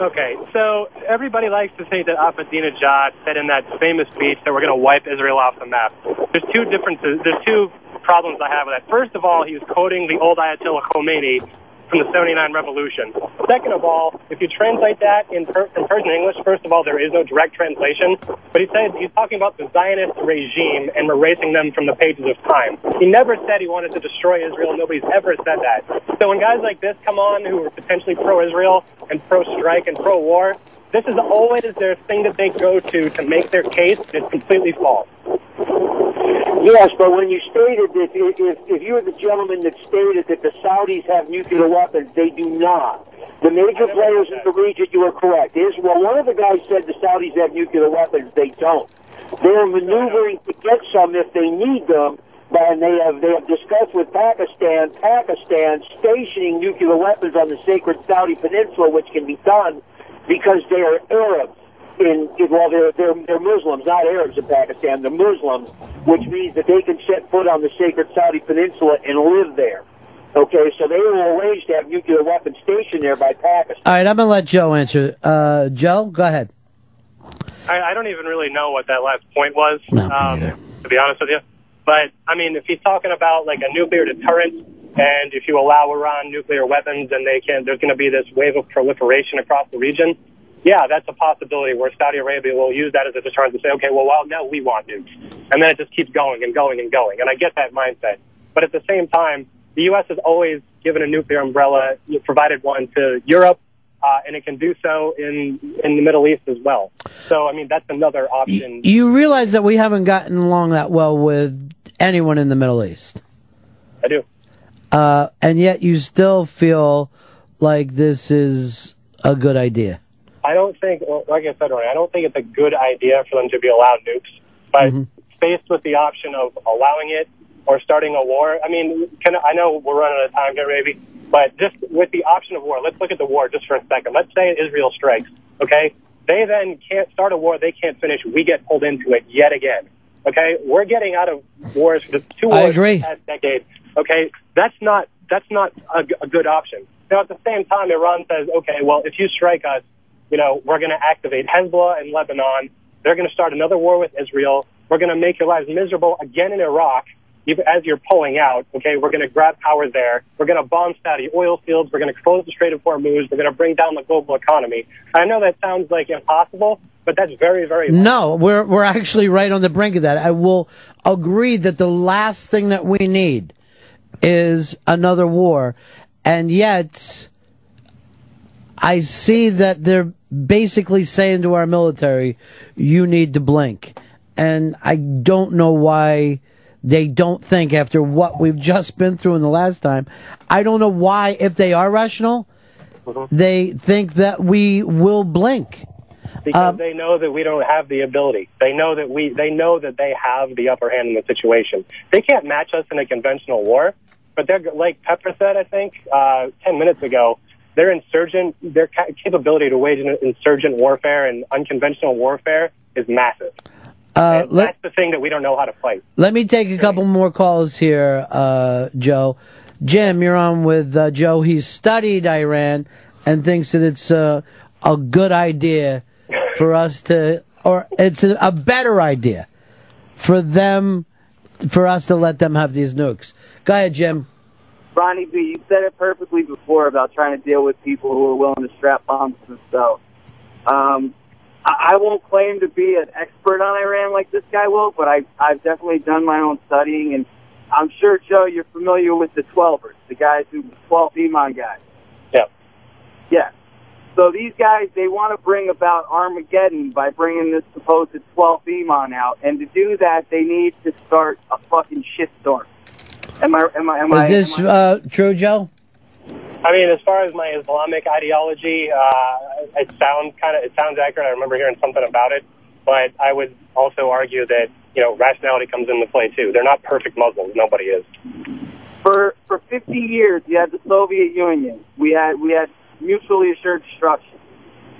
Speaker 19: Okay, so everybody likes to say that Ahmadinejad said in that famous speech that we're going to wipe Israel off the map. There's two differences. There's two problems I have with that. First of all, he was quoting the old Ayatollah Khomeini from the 79 Revolution. Second of all, if you translate that in, per- in Persian English, first of all, there is no direct translation. But he said he's talking about the Zionist regime and erasing them from the pages of time. He never said he wanted to destroy Israel. Nobody's ever said that. So when guys like this come on who are potentially pro-Israel and pro-strike and pro-war, this is always their thing that they go to to make their case, and it's completely false.
Speaker 6: Yes, but when you stated that if, if, if you were the gentleman that stated that the Saudis have nuclear weapons, they do not. The major players in the region, you are correct. Israel, one of the guys said the Saudis have nuclear weapons. They don't. They're maneuvering to get some if they need them, but and they have they have discussed with Pakistan, Pakistan stationing nuclear weapons on the sacred Saudi peninsula, which can be done because they are Arabs in, in well, they're, they're, they're Muslims, not Arabs in Pakistan. They're Muslims, which means that they can set foot on the sacred Saudi peninsula and live there. Okay, so they were arranged to have nuclear weapons stationed there by Pakistan.
Speaker 8: All right, I'm gonna let Joe answer. Uh, Joe, go ahead.
Speaker 19: I, I don't even really know what that last point was, um, to be honest with you. But I mean, if he's talking about like a nuclear deterrent, and if you allow Iran nuclear weapons, and they can, there's going to be this wave of proliferation across the region. yeah, that's a possibility where Saudi Arabia will use that as a deterrent to say, okay, well, well, no, we want nukes. And then it just keeps going and going and going. And I get that mindset. But at the same time, the U.S. has always given a nuclear umbrella, provided one to Europe, uh, and it can do so in, in the Middle East as well. So, I mean, that's another option.
Speaker 8: You realize that we haven't gotten along that well with anyone in the Middle East.
Speaker 19: I do.
Speaker 8: Uh, and yet you still feel like this is a good idea.
Speaker 19: I don't think, well, like I said earlier, I don't think it's a good idea for them to be allowed nukes. But
Speaker 8: Mm-hmm.
Speaker 19: faced with the option of allowing it or starting a war, I mean, can, I know we're running out of time here, maybe, but just with the option of war, let's look at the war just for a second. Let's say Israel strikes, okay? They then can't start a war they can't finish. We get pulled into it yet again. Okay, we're getting out of wars. The two wars
Speaker 8: I agree.
Speaker 19: in the past decade. Okay, that's not that's not a, g- a good option. Now, at the same time, Iran says, okay, well, if you strike us, you know, we're going to activate Hezbollah in Lebanon. They're going to start another war with Israel. We're going to make your lives miserable again in Iraq even as you're pulling out. Okay, we're going to grab power there. We're going to bomb Saudi oil fields. We're going to close the Strait of Hormuz. We're going to bring down the global economy. I know that sounds like impossible, but that's very, very
Speaker 8: No, we're we're actually right on the brink of that. I will agree that the last thing that we need is another war, and yet I see that they're basically saying to our military, "You need to blink," and I don't know why they don't think after what we've just been through in the last time. I don't know why, if they are rational,
Speaker 19: Mm-hmm.
Speaker 8: they think that we will blink. Um,
Speaker 19: because they know that we don't have the ability. They know that we they know that they have the upper hand in the situation. They can't match us in a conventional war, but they're like Pepper said, I think uh, ten minutes ago. Their insurgent their ca- capability to wage an insurgent warfare and unconventional warfare is massive.
Speaker 8: Uh, let,
Speaker 19: That's the thing that we don't know how to fight.
Speaker 8: Let me take a couple more calls here, uh, Joe. Jim, you're on with uh, Joe. He's studied Iran and thinks that it's uh, a good idea for us to, or it's a, a better idea for them, for us to let them have these nukes. Go ahead, Jim.
Speaker 6: Ronnie B, you said it perfectly before about trying to deal with people who are willing to strap bombs to themselves. Um, I, I won't claim to be an expert on Iran like this guy will, but I, I've definitely done my own studying, and I'm sure, Joe, you're familiar with the 12ers, the guys who, 12 Iman guys.
Speaker 19: Yeah.
Speaker 6: Yeah. So these guys, they want to bring about Armageddon by bringing this supposed 12th Iman out, and to do that, they need to start a fucking shitstorm. Am I? Am I? Am I?
Speaker 8: Is this
Speaker 6: am I-
Speaker 8: uh, true, Joe?
Speaker 19: I mean, as far as my Islamic ideology, uh, it sounds kind of it sounds accurate. I remember hearing something about it, but I would also argue that you know rationality comes into play too. They're not perfect Muslims. Nobody is.
Speaker 6: for for 50 years you had the Soviet Union. We had we had mutually assured destruction,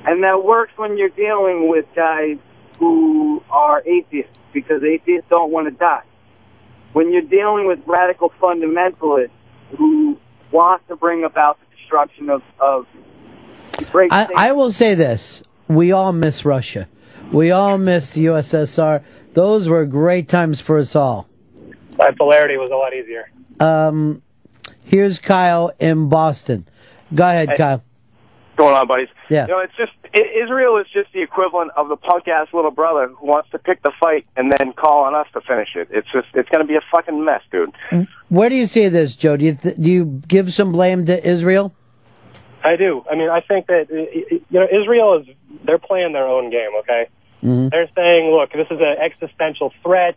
Speaker 6: and that works when you're dealing with guys who are atheists because atheists don't want to die. When you're dealing with radical fundamentalists who want to bring about the destruction of of great
Speaker 8: I, I will say this: we all miss Russia. We all miss the USSR. Those were great times for us all.
Speaker 19: Bipolarity was a lot easier.
Speaker 8: Um, here's Kyle in Boston. Go ahead,
Speaker 20: Hey.
Speaker 8: Kyle.
Speaker 20: going on, buddies.
Speaker 8: Yeah.
Speaker 20: You know, it's just I- Israel is just the equivalent of the punk ass little brother who wants to pick the fight and then call on us to finish it. It's just it's going to be a fucking mess, dude.
Speaker 8: Where do you see this, Joe? Do you th- do you give some blame to Israel?
Speaker 19: I do. I mean, I think that you know Israel is they're playing their own game. Okay,
Speaker 8: Mm-hmm.
Speaker 6: Mm-hmm.
Speaker 19: they're saying, look, this is an existential threat,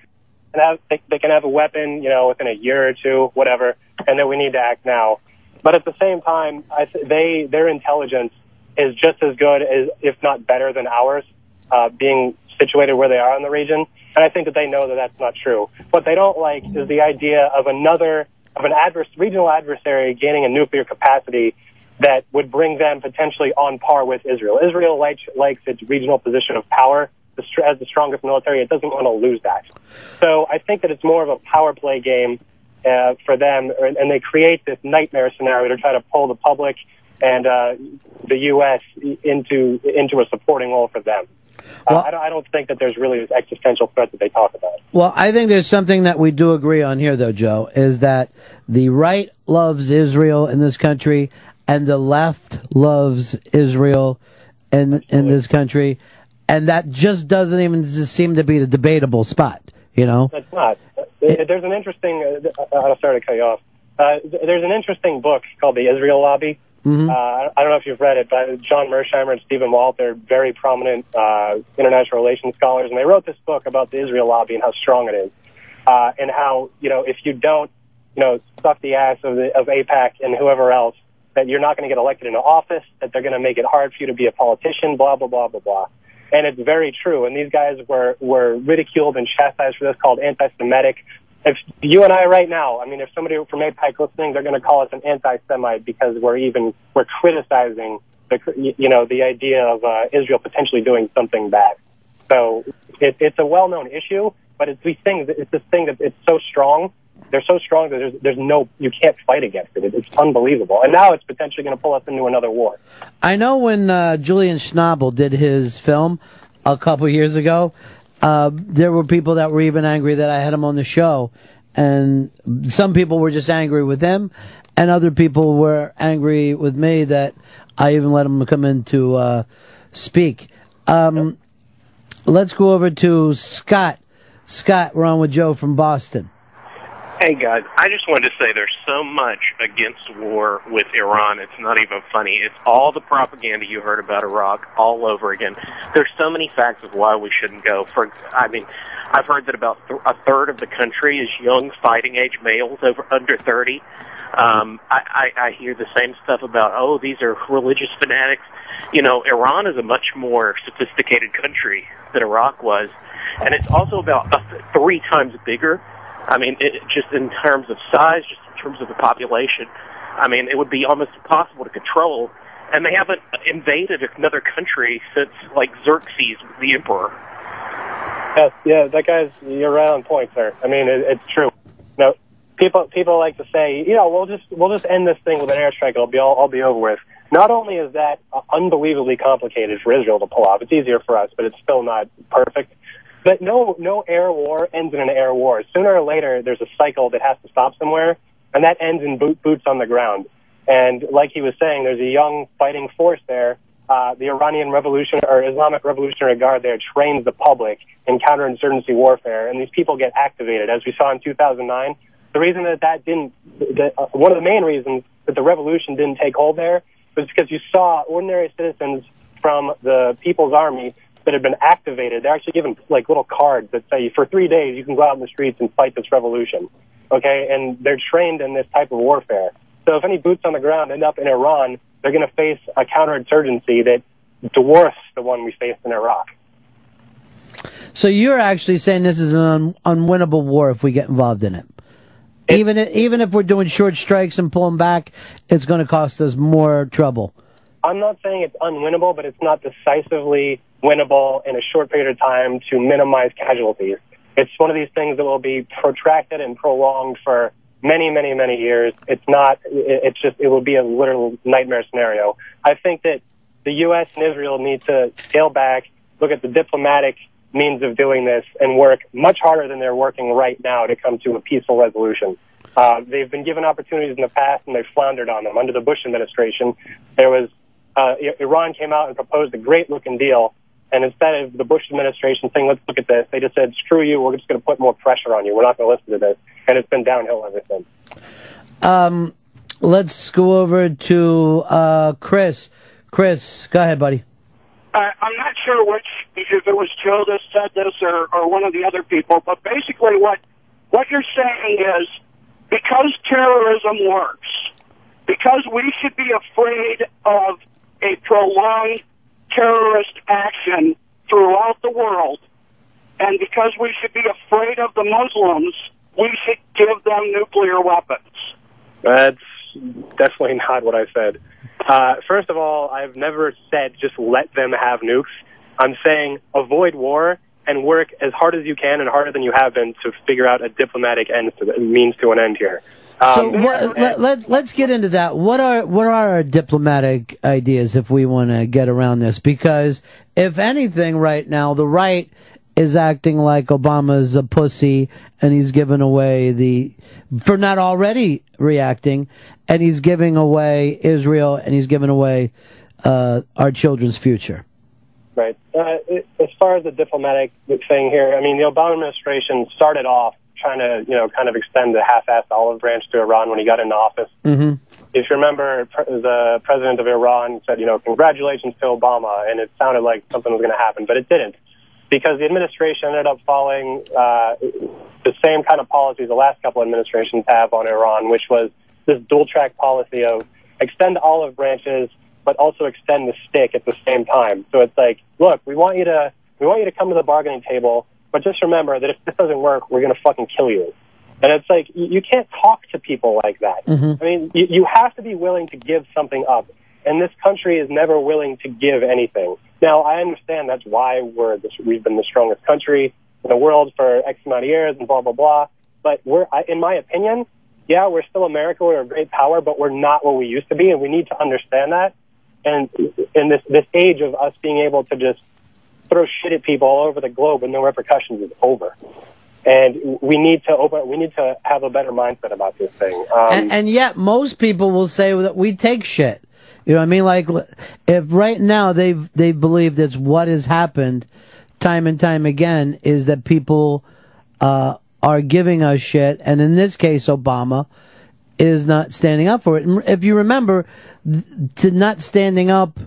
Speaker 19: and have, they, they can have a weapon, you know, within a year or two, whatever, and that we need to act now. But at the same time, I th- they their intelligence is just as good as, if not better than ours, uh, being situated where they are in the region. And I think that they know that that's not true. What they don't like is the idea of another of an adverse regional adversary gaining a nuclear capacity that would bring them potentially on par with Israel. Israel likes, likes its regional position of power the str- as the strongest military. It doesn't want to lose that. So I think that it's more of a power play game uh, for them, or- and they create this nightmare scenario to try to pull the public and uh, the U.S. into into a supporting role for them. uh, I, don't, I don't think that there's really this existential threat that they talk about.
Speaker 8: Well, I think there's something that we do agree on here, though, Joe, is that the right loves Israel in this country, and the left loves Israel in in this country, and that just doesn't even s- seem to be the debatable spot. You know,
Speaker 19: That's not. There- There's an interesting. Uh, I'm sorry to cut you off. Uh, th- there's an interesting book called The Israel Lobby.
Speaker 8: Mhm.
Speaker 19: Uh, I don't know if you've read it, but John Mersheimer and Stephen Walt, they're very prominent uh, international relations scholars, and they wrote this book about the Israel lobby and how strong it is, uh, and how you know if you don't, you know, suck the ass of the, of APAC and whoever else, that you're not going to get elected into office, that they're going to make it hard for you to be a politician, blah blah blah blah blah. And it's very true. And these guys were were ridiculed and chastised for this, called anti-Semitic. If you and I right now, I mean, if somebody from APAC listening, they're going to call us an anti-Semite because we're even we're criticizing the cr- y- you know the idea of uh, Israel potentially doing something bad. So it, it's a well-known issue, but it's these things. It's this thing that it's so strong. They're so strong that there's there's no you can't fight against it. It's unbelievable. And now it's potentially going to pull us into another war.
Speaker 8: I know when uh, Julian Schnabel did his film a couple years ago, uh, there were people that were even angry that I had him on the show, and some people were just angry with him, and other people were angry with me that I even let him come in to uh, speak. Um, Let's go over to Scott. Scott, we're on with Joe from Boston.
Speaker 23: Hey guys, I just wanted to say there's so much against war with Iran. It's not even funny. It's all the propaganda you heard about Iraq all over again. There's so many facts of why we shouldn't go. For I mean, I've heard that about th- a third of the country is young fighting age males over under 30. Um, I, I, I hear the same stuff about oh these are religious fanatics. You know, Iran is a much more sophisticated country than Iraq was, and it's also about a th- three times bigger. I mean, it, just in terms of size, just in terms of the population, I mean, it would be almost impossible to control. And they haven't invaded another country since, like, Xerxes was the emperor.
Speaker 19: Yes, yeah, that guy's you're right on point, sir. I mean, it, it's true. No, people people like to say, you know, we'll just we'll just end this thing with an airstrike. It'll be all I'll be over with. Not only is that uh, unbelievably complicated for Israel to pull off, it's easier for us, but it's still not perfect. But no no air war ends in an air war. Sooner or later, there's a cycle that has to stop somewhere, and that ends in boot, boots on the ground. And like he was saying, there's a young fighting force there. Uh, the Iranian Revolution or Islamic Revolutionary Guard there trains the public in counterinsurgency warfare, and these people get activated, as we saw in 2009. The reason that that didn't, that, uh, one of the main reasons that the revolution didn't take hold there was because you saw ordinary citizens from the People's Army that had been activated. They're actually given like little cards that say, for three days, you can go out in the streets and fight this revolution. Okay, and they're trained in this type of warfare. So if any boots on the ground end up in Iran, they're going to face a counterinsurgency that dwarfs the one we faced in Iraq.
Speaker 8: So you're actually saying this is an un- unwinnable war if we get involved in it. Even i- even if we're doing short strikes and pulling back, it's going to cost us more trouble.
Speaker 19: I'm not saying it's unwinnable, but it's not decisively winnable in a short period of time to minimize casualties. It's one of these things that will be protracted and prolonged for many, many, many years. It's not, it- it's just, it will be a literal nightmare scenario. I think that the U.S. and Israel need to scale back, look at the diplomatic means of doing this, and work much harder than they're working right now to come to a peaceful resolution. Uh, they've been given opportunities in the past, and they've floundered on them. Under the Bush administration, there was uh, I- Iran came out and proposed a great-looking deal, and instead of the Bush administration saying, "Let's look at this," they just said, "Screw you. We're just going to put more pressure on you. We're not going to listen to this," and it's been downhill ever since.
Speaker 8: Um, let's go over to uh, Chris. Chris, go ahead, buddy.
Speaker 6: I, I'm not sure which, if it was Joe that said this or, or one of the other people, but basically what, what you're saying is because terrorism works, because we should be afraid of a prolonged terrorist action throughout the world, and because we should be afraid of the Muslims, we should give them nuclear weapons.
Speaker 19: That's definitely not what I said. Uh, first of all, I've never said just let them have nukes. I'm saying avoid war and work as hard as you can and harder than you have been to figure out a diplomatic end to the, means to an end here. Um,
Speaker 8: So what, let, let's let's get into that. What are what are our diplomatic ideas if we want to get around this? Because if anything, right now the right is acting like Obama's a pussy, and he's giving away the for not already reacting, and he's giving away Israel, and he's giving away uh, our children's future.
Speaker 19: Right. Uh, it, as far as the diplomatic thing here, I mean, the Obama administration started off trying to, you know, kind of extend the half-assed olive branch to Iran when he got into office.
Speaker 8: Mm-hmm.
Speaker 19: If you remember, pr- the president of Iran said, you know, congratulations to Obama, and it sounded like something was going to happen, but it didn't. Because the administration ended up following uh, the same kind of policies the last couple administrations have on Iran, which was this dual track policy of extend olive branches but also extend the stick at the same time. So it's like, look, we want you to we want you to come to the bargaining table, but just remember that if this doesn't work, we're going to fucking kill you. And it's like you, you can't talk to people like that.
Speaker 5: Mhm.
Speaker 19: I mean, you, you have to be willing to give something up, and this country is never willing to give anything. Now, I understand that's why we're this, we've been the strongest country in the world for X amount of years, and blah blah blah. But we're, I, in my opinion, yeah, we're still America, we're a great power, but we're not what we used to be, and we need to understand that and in this this age of us being able to just throw shit at people all over the globe with no repercussions is over. And we need to open. We need to have a better mindset about this thing. Um,
Speaker 8: and, and yet, most people will say that we take shit. You know what I mean? Like, l- if right now they they believe that's what has happened, time and time again, is that people uh, are giving us shit, and in this case, Obama is not standing up for it. And if you remember, th- to not standing up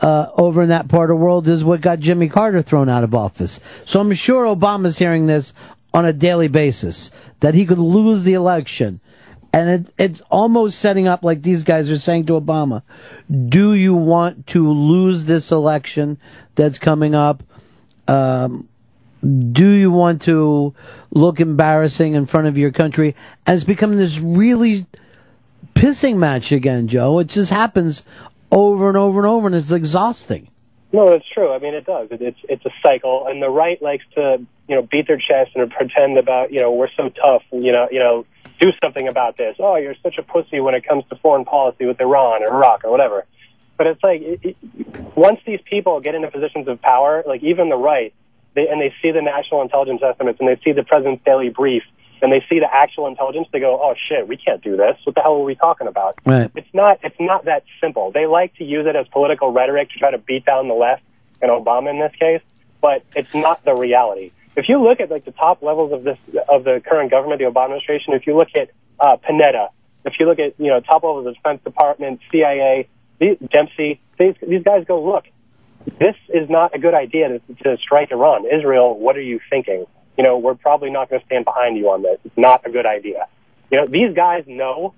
Speaker 8: uh, over in that part of the world is what got Jimmy Carter thrown out of office. So I'm sure Obama's hearing this on a daily basis that he could lose the election. And it, it's almost setting up like these guys are saying to Obama, do you want to lose this election that's coming up? Um, do you want to look embarrassing in front of your country? And it's become this really pissing match again, Joe. It just happens over and over and over, and it's exhausting.
Speaker 19: No, that's true. I mean, it does. It, it's it's a cycle, and the right likes to you know beat their chest and pretend about you know we're so tough. You know, you know, do something about this. Oh, you're such a pussy when it comes to foreign policy with Iran or Iraq or whatever. But it's like it, it, once these people get into positions of power, like even the right, they, and they see the national intelligence estimates and they see the president's daily brief and they see the actual intelligence, they go, oh shit, we can't do this. What the hell are we talking about?
Speaker 8: Right.
Speaker 19: it's not it's not that simple. They like to use it as political rhetoric to try to beat down the left and Obama in this case, but it's not the reality. If you look at like the top levels of this of the current government, the Obama administration, if you look at uh, Panetta, if you look at you know top levels of the Defense Department, CIA, these, Dempsey, these these guys go look. This is not a good idea to, to strike Iran. Israel, what are you thinking? You know, we're probably not going to stand behind you on this. It's not a good idea. You know, these guys know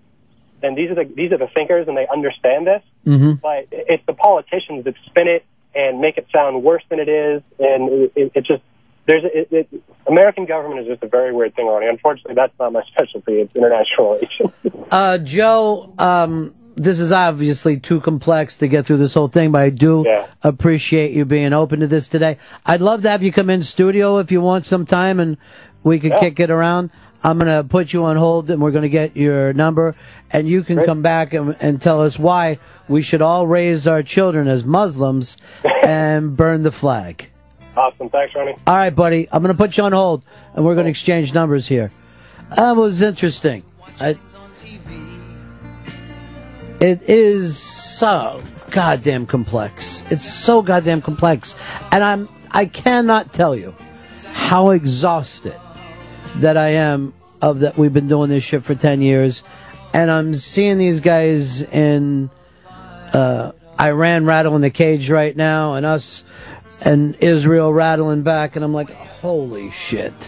Speaker 19: and these are the these are the thinkers and they understand this
Speaker 6: Mm-hmm.
Speaker 5: Mhm.
Speaker 19: but it's the politicians that spin it and make it sound worse than it is and it, it, it just there's it, it, american government is just a very weird thing on unfortunately that's not my specialty it's international relations
Speaker 8: Uh, Joe, um, this is obviously too complex to get through this whole thing, but I do appreciate you being open to this today. I'd love to have you come in studio if you want sometime and we could
Speaker 5: Yeah.
Speaker 8: kick it around. I'm going to put you on hold and we're going to get your number and you can come back and, and tell us why we should all raise our children as Muslims and burn the flag.
Speaker 19: awesome thanks ronnie
Speaker 8: All right, buddy. I'm going to put you on hold, and we're going to exchange numbers here. That was interesting. I, it is so goddamn complex. It's so goddamn complex, and I'm I cannot tell you how exhausted that I am of that we've been doing this shit for ten years, and I'm seeing these guys in uh, Iran rattling the cage right now, and us and Israel rattling back, and I'm like, holy shit,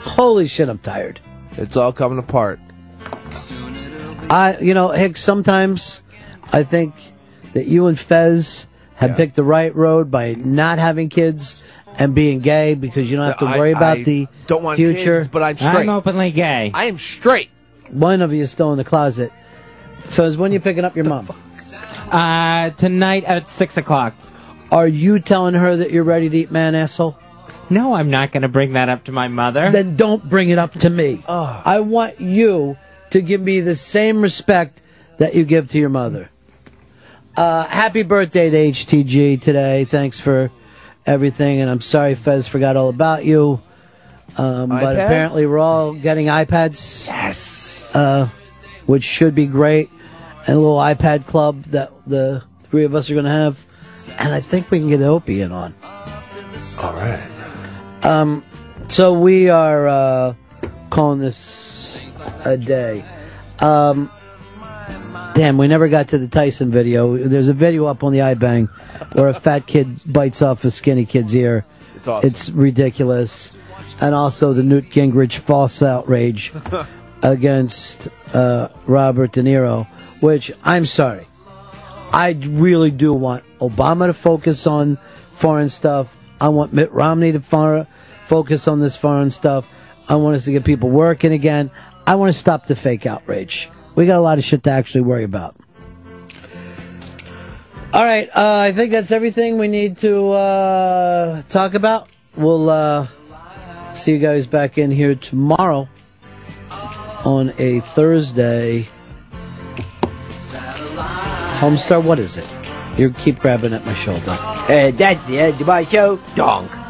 Speaker 8: holy shit, I'm tired.
Speaker 1: It's all coming apart.
Speaker 8: I, you know, Hicks, sometimes I think that you and Fez have picked the right road by not having kids and being gay because you don't have to
Speaker 1: I-
Speaker 8: worry about
Speaker 1: I
Speaker 8: the
Speaker 1: don't want
Speaker 8: future.
Speaker 1: kids, but I'm straight. I'm
Speaker 9: openly gay.
Speaker 1: I am straight.
Speaker 8: One of you is still in the closet. Fez, when are you picking up your mom?
Speaker 9: Uh, tonight at six o'clock.
Speaker 8: Are you telling her that you're ready to eat man asshole?
Speaker 9: No, I'm not going to bring that up to my mother.
Speaker 8: Then don't bring it up to me. I want you to give me the same respect that you give to your mother. Uh, happy birthday to HTG today. Thanks for everything, and I'm sorry Fez forgot all about you. Um, but
Speaker 5: iPad?
Speaker 8: apparently, we're all getting iPads. Yes. Uh, which should be great. And a little iPad club that the three of us are going to have, and I think we can get Opian on.
Speaker 1: All right.
Speaker 8: Um, so we are uh, calling this a day. Um, damn, we never got to the Tyson video. There's a video up on the iBang where a fat kid bites off a skinny kid's ear.
Speaker 1: It's awesome.
Speaker 8: It's ridiculous, and also the Newt Gingrich false outrage against uh, Robert De Niro. Which I'm sorry, I really do want Obama to focus on foreign stuff. I want Mitt Romney to fo- focus on this foreign stuff. I want us to get people working again. I want to stop the fake outrage. We got a lot of shit to actually worry about. All right, uh, I think that's everything we need to uh, talk about. We'll uh, see you guys back in here tomorrow on a Thursday. Homestar, what is it? You keep grabbing at my shoulder.
Speaker 10: Uh, that's the end of my show. Donk.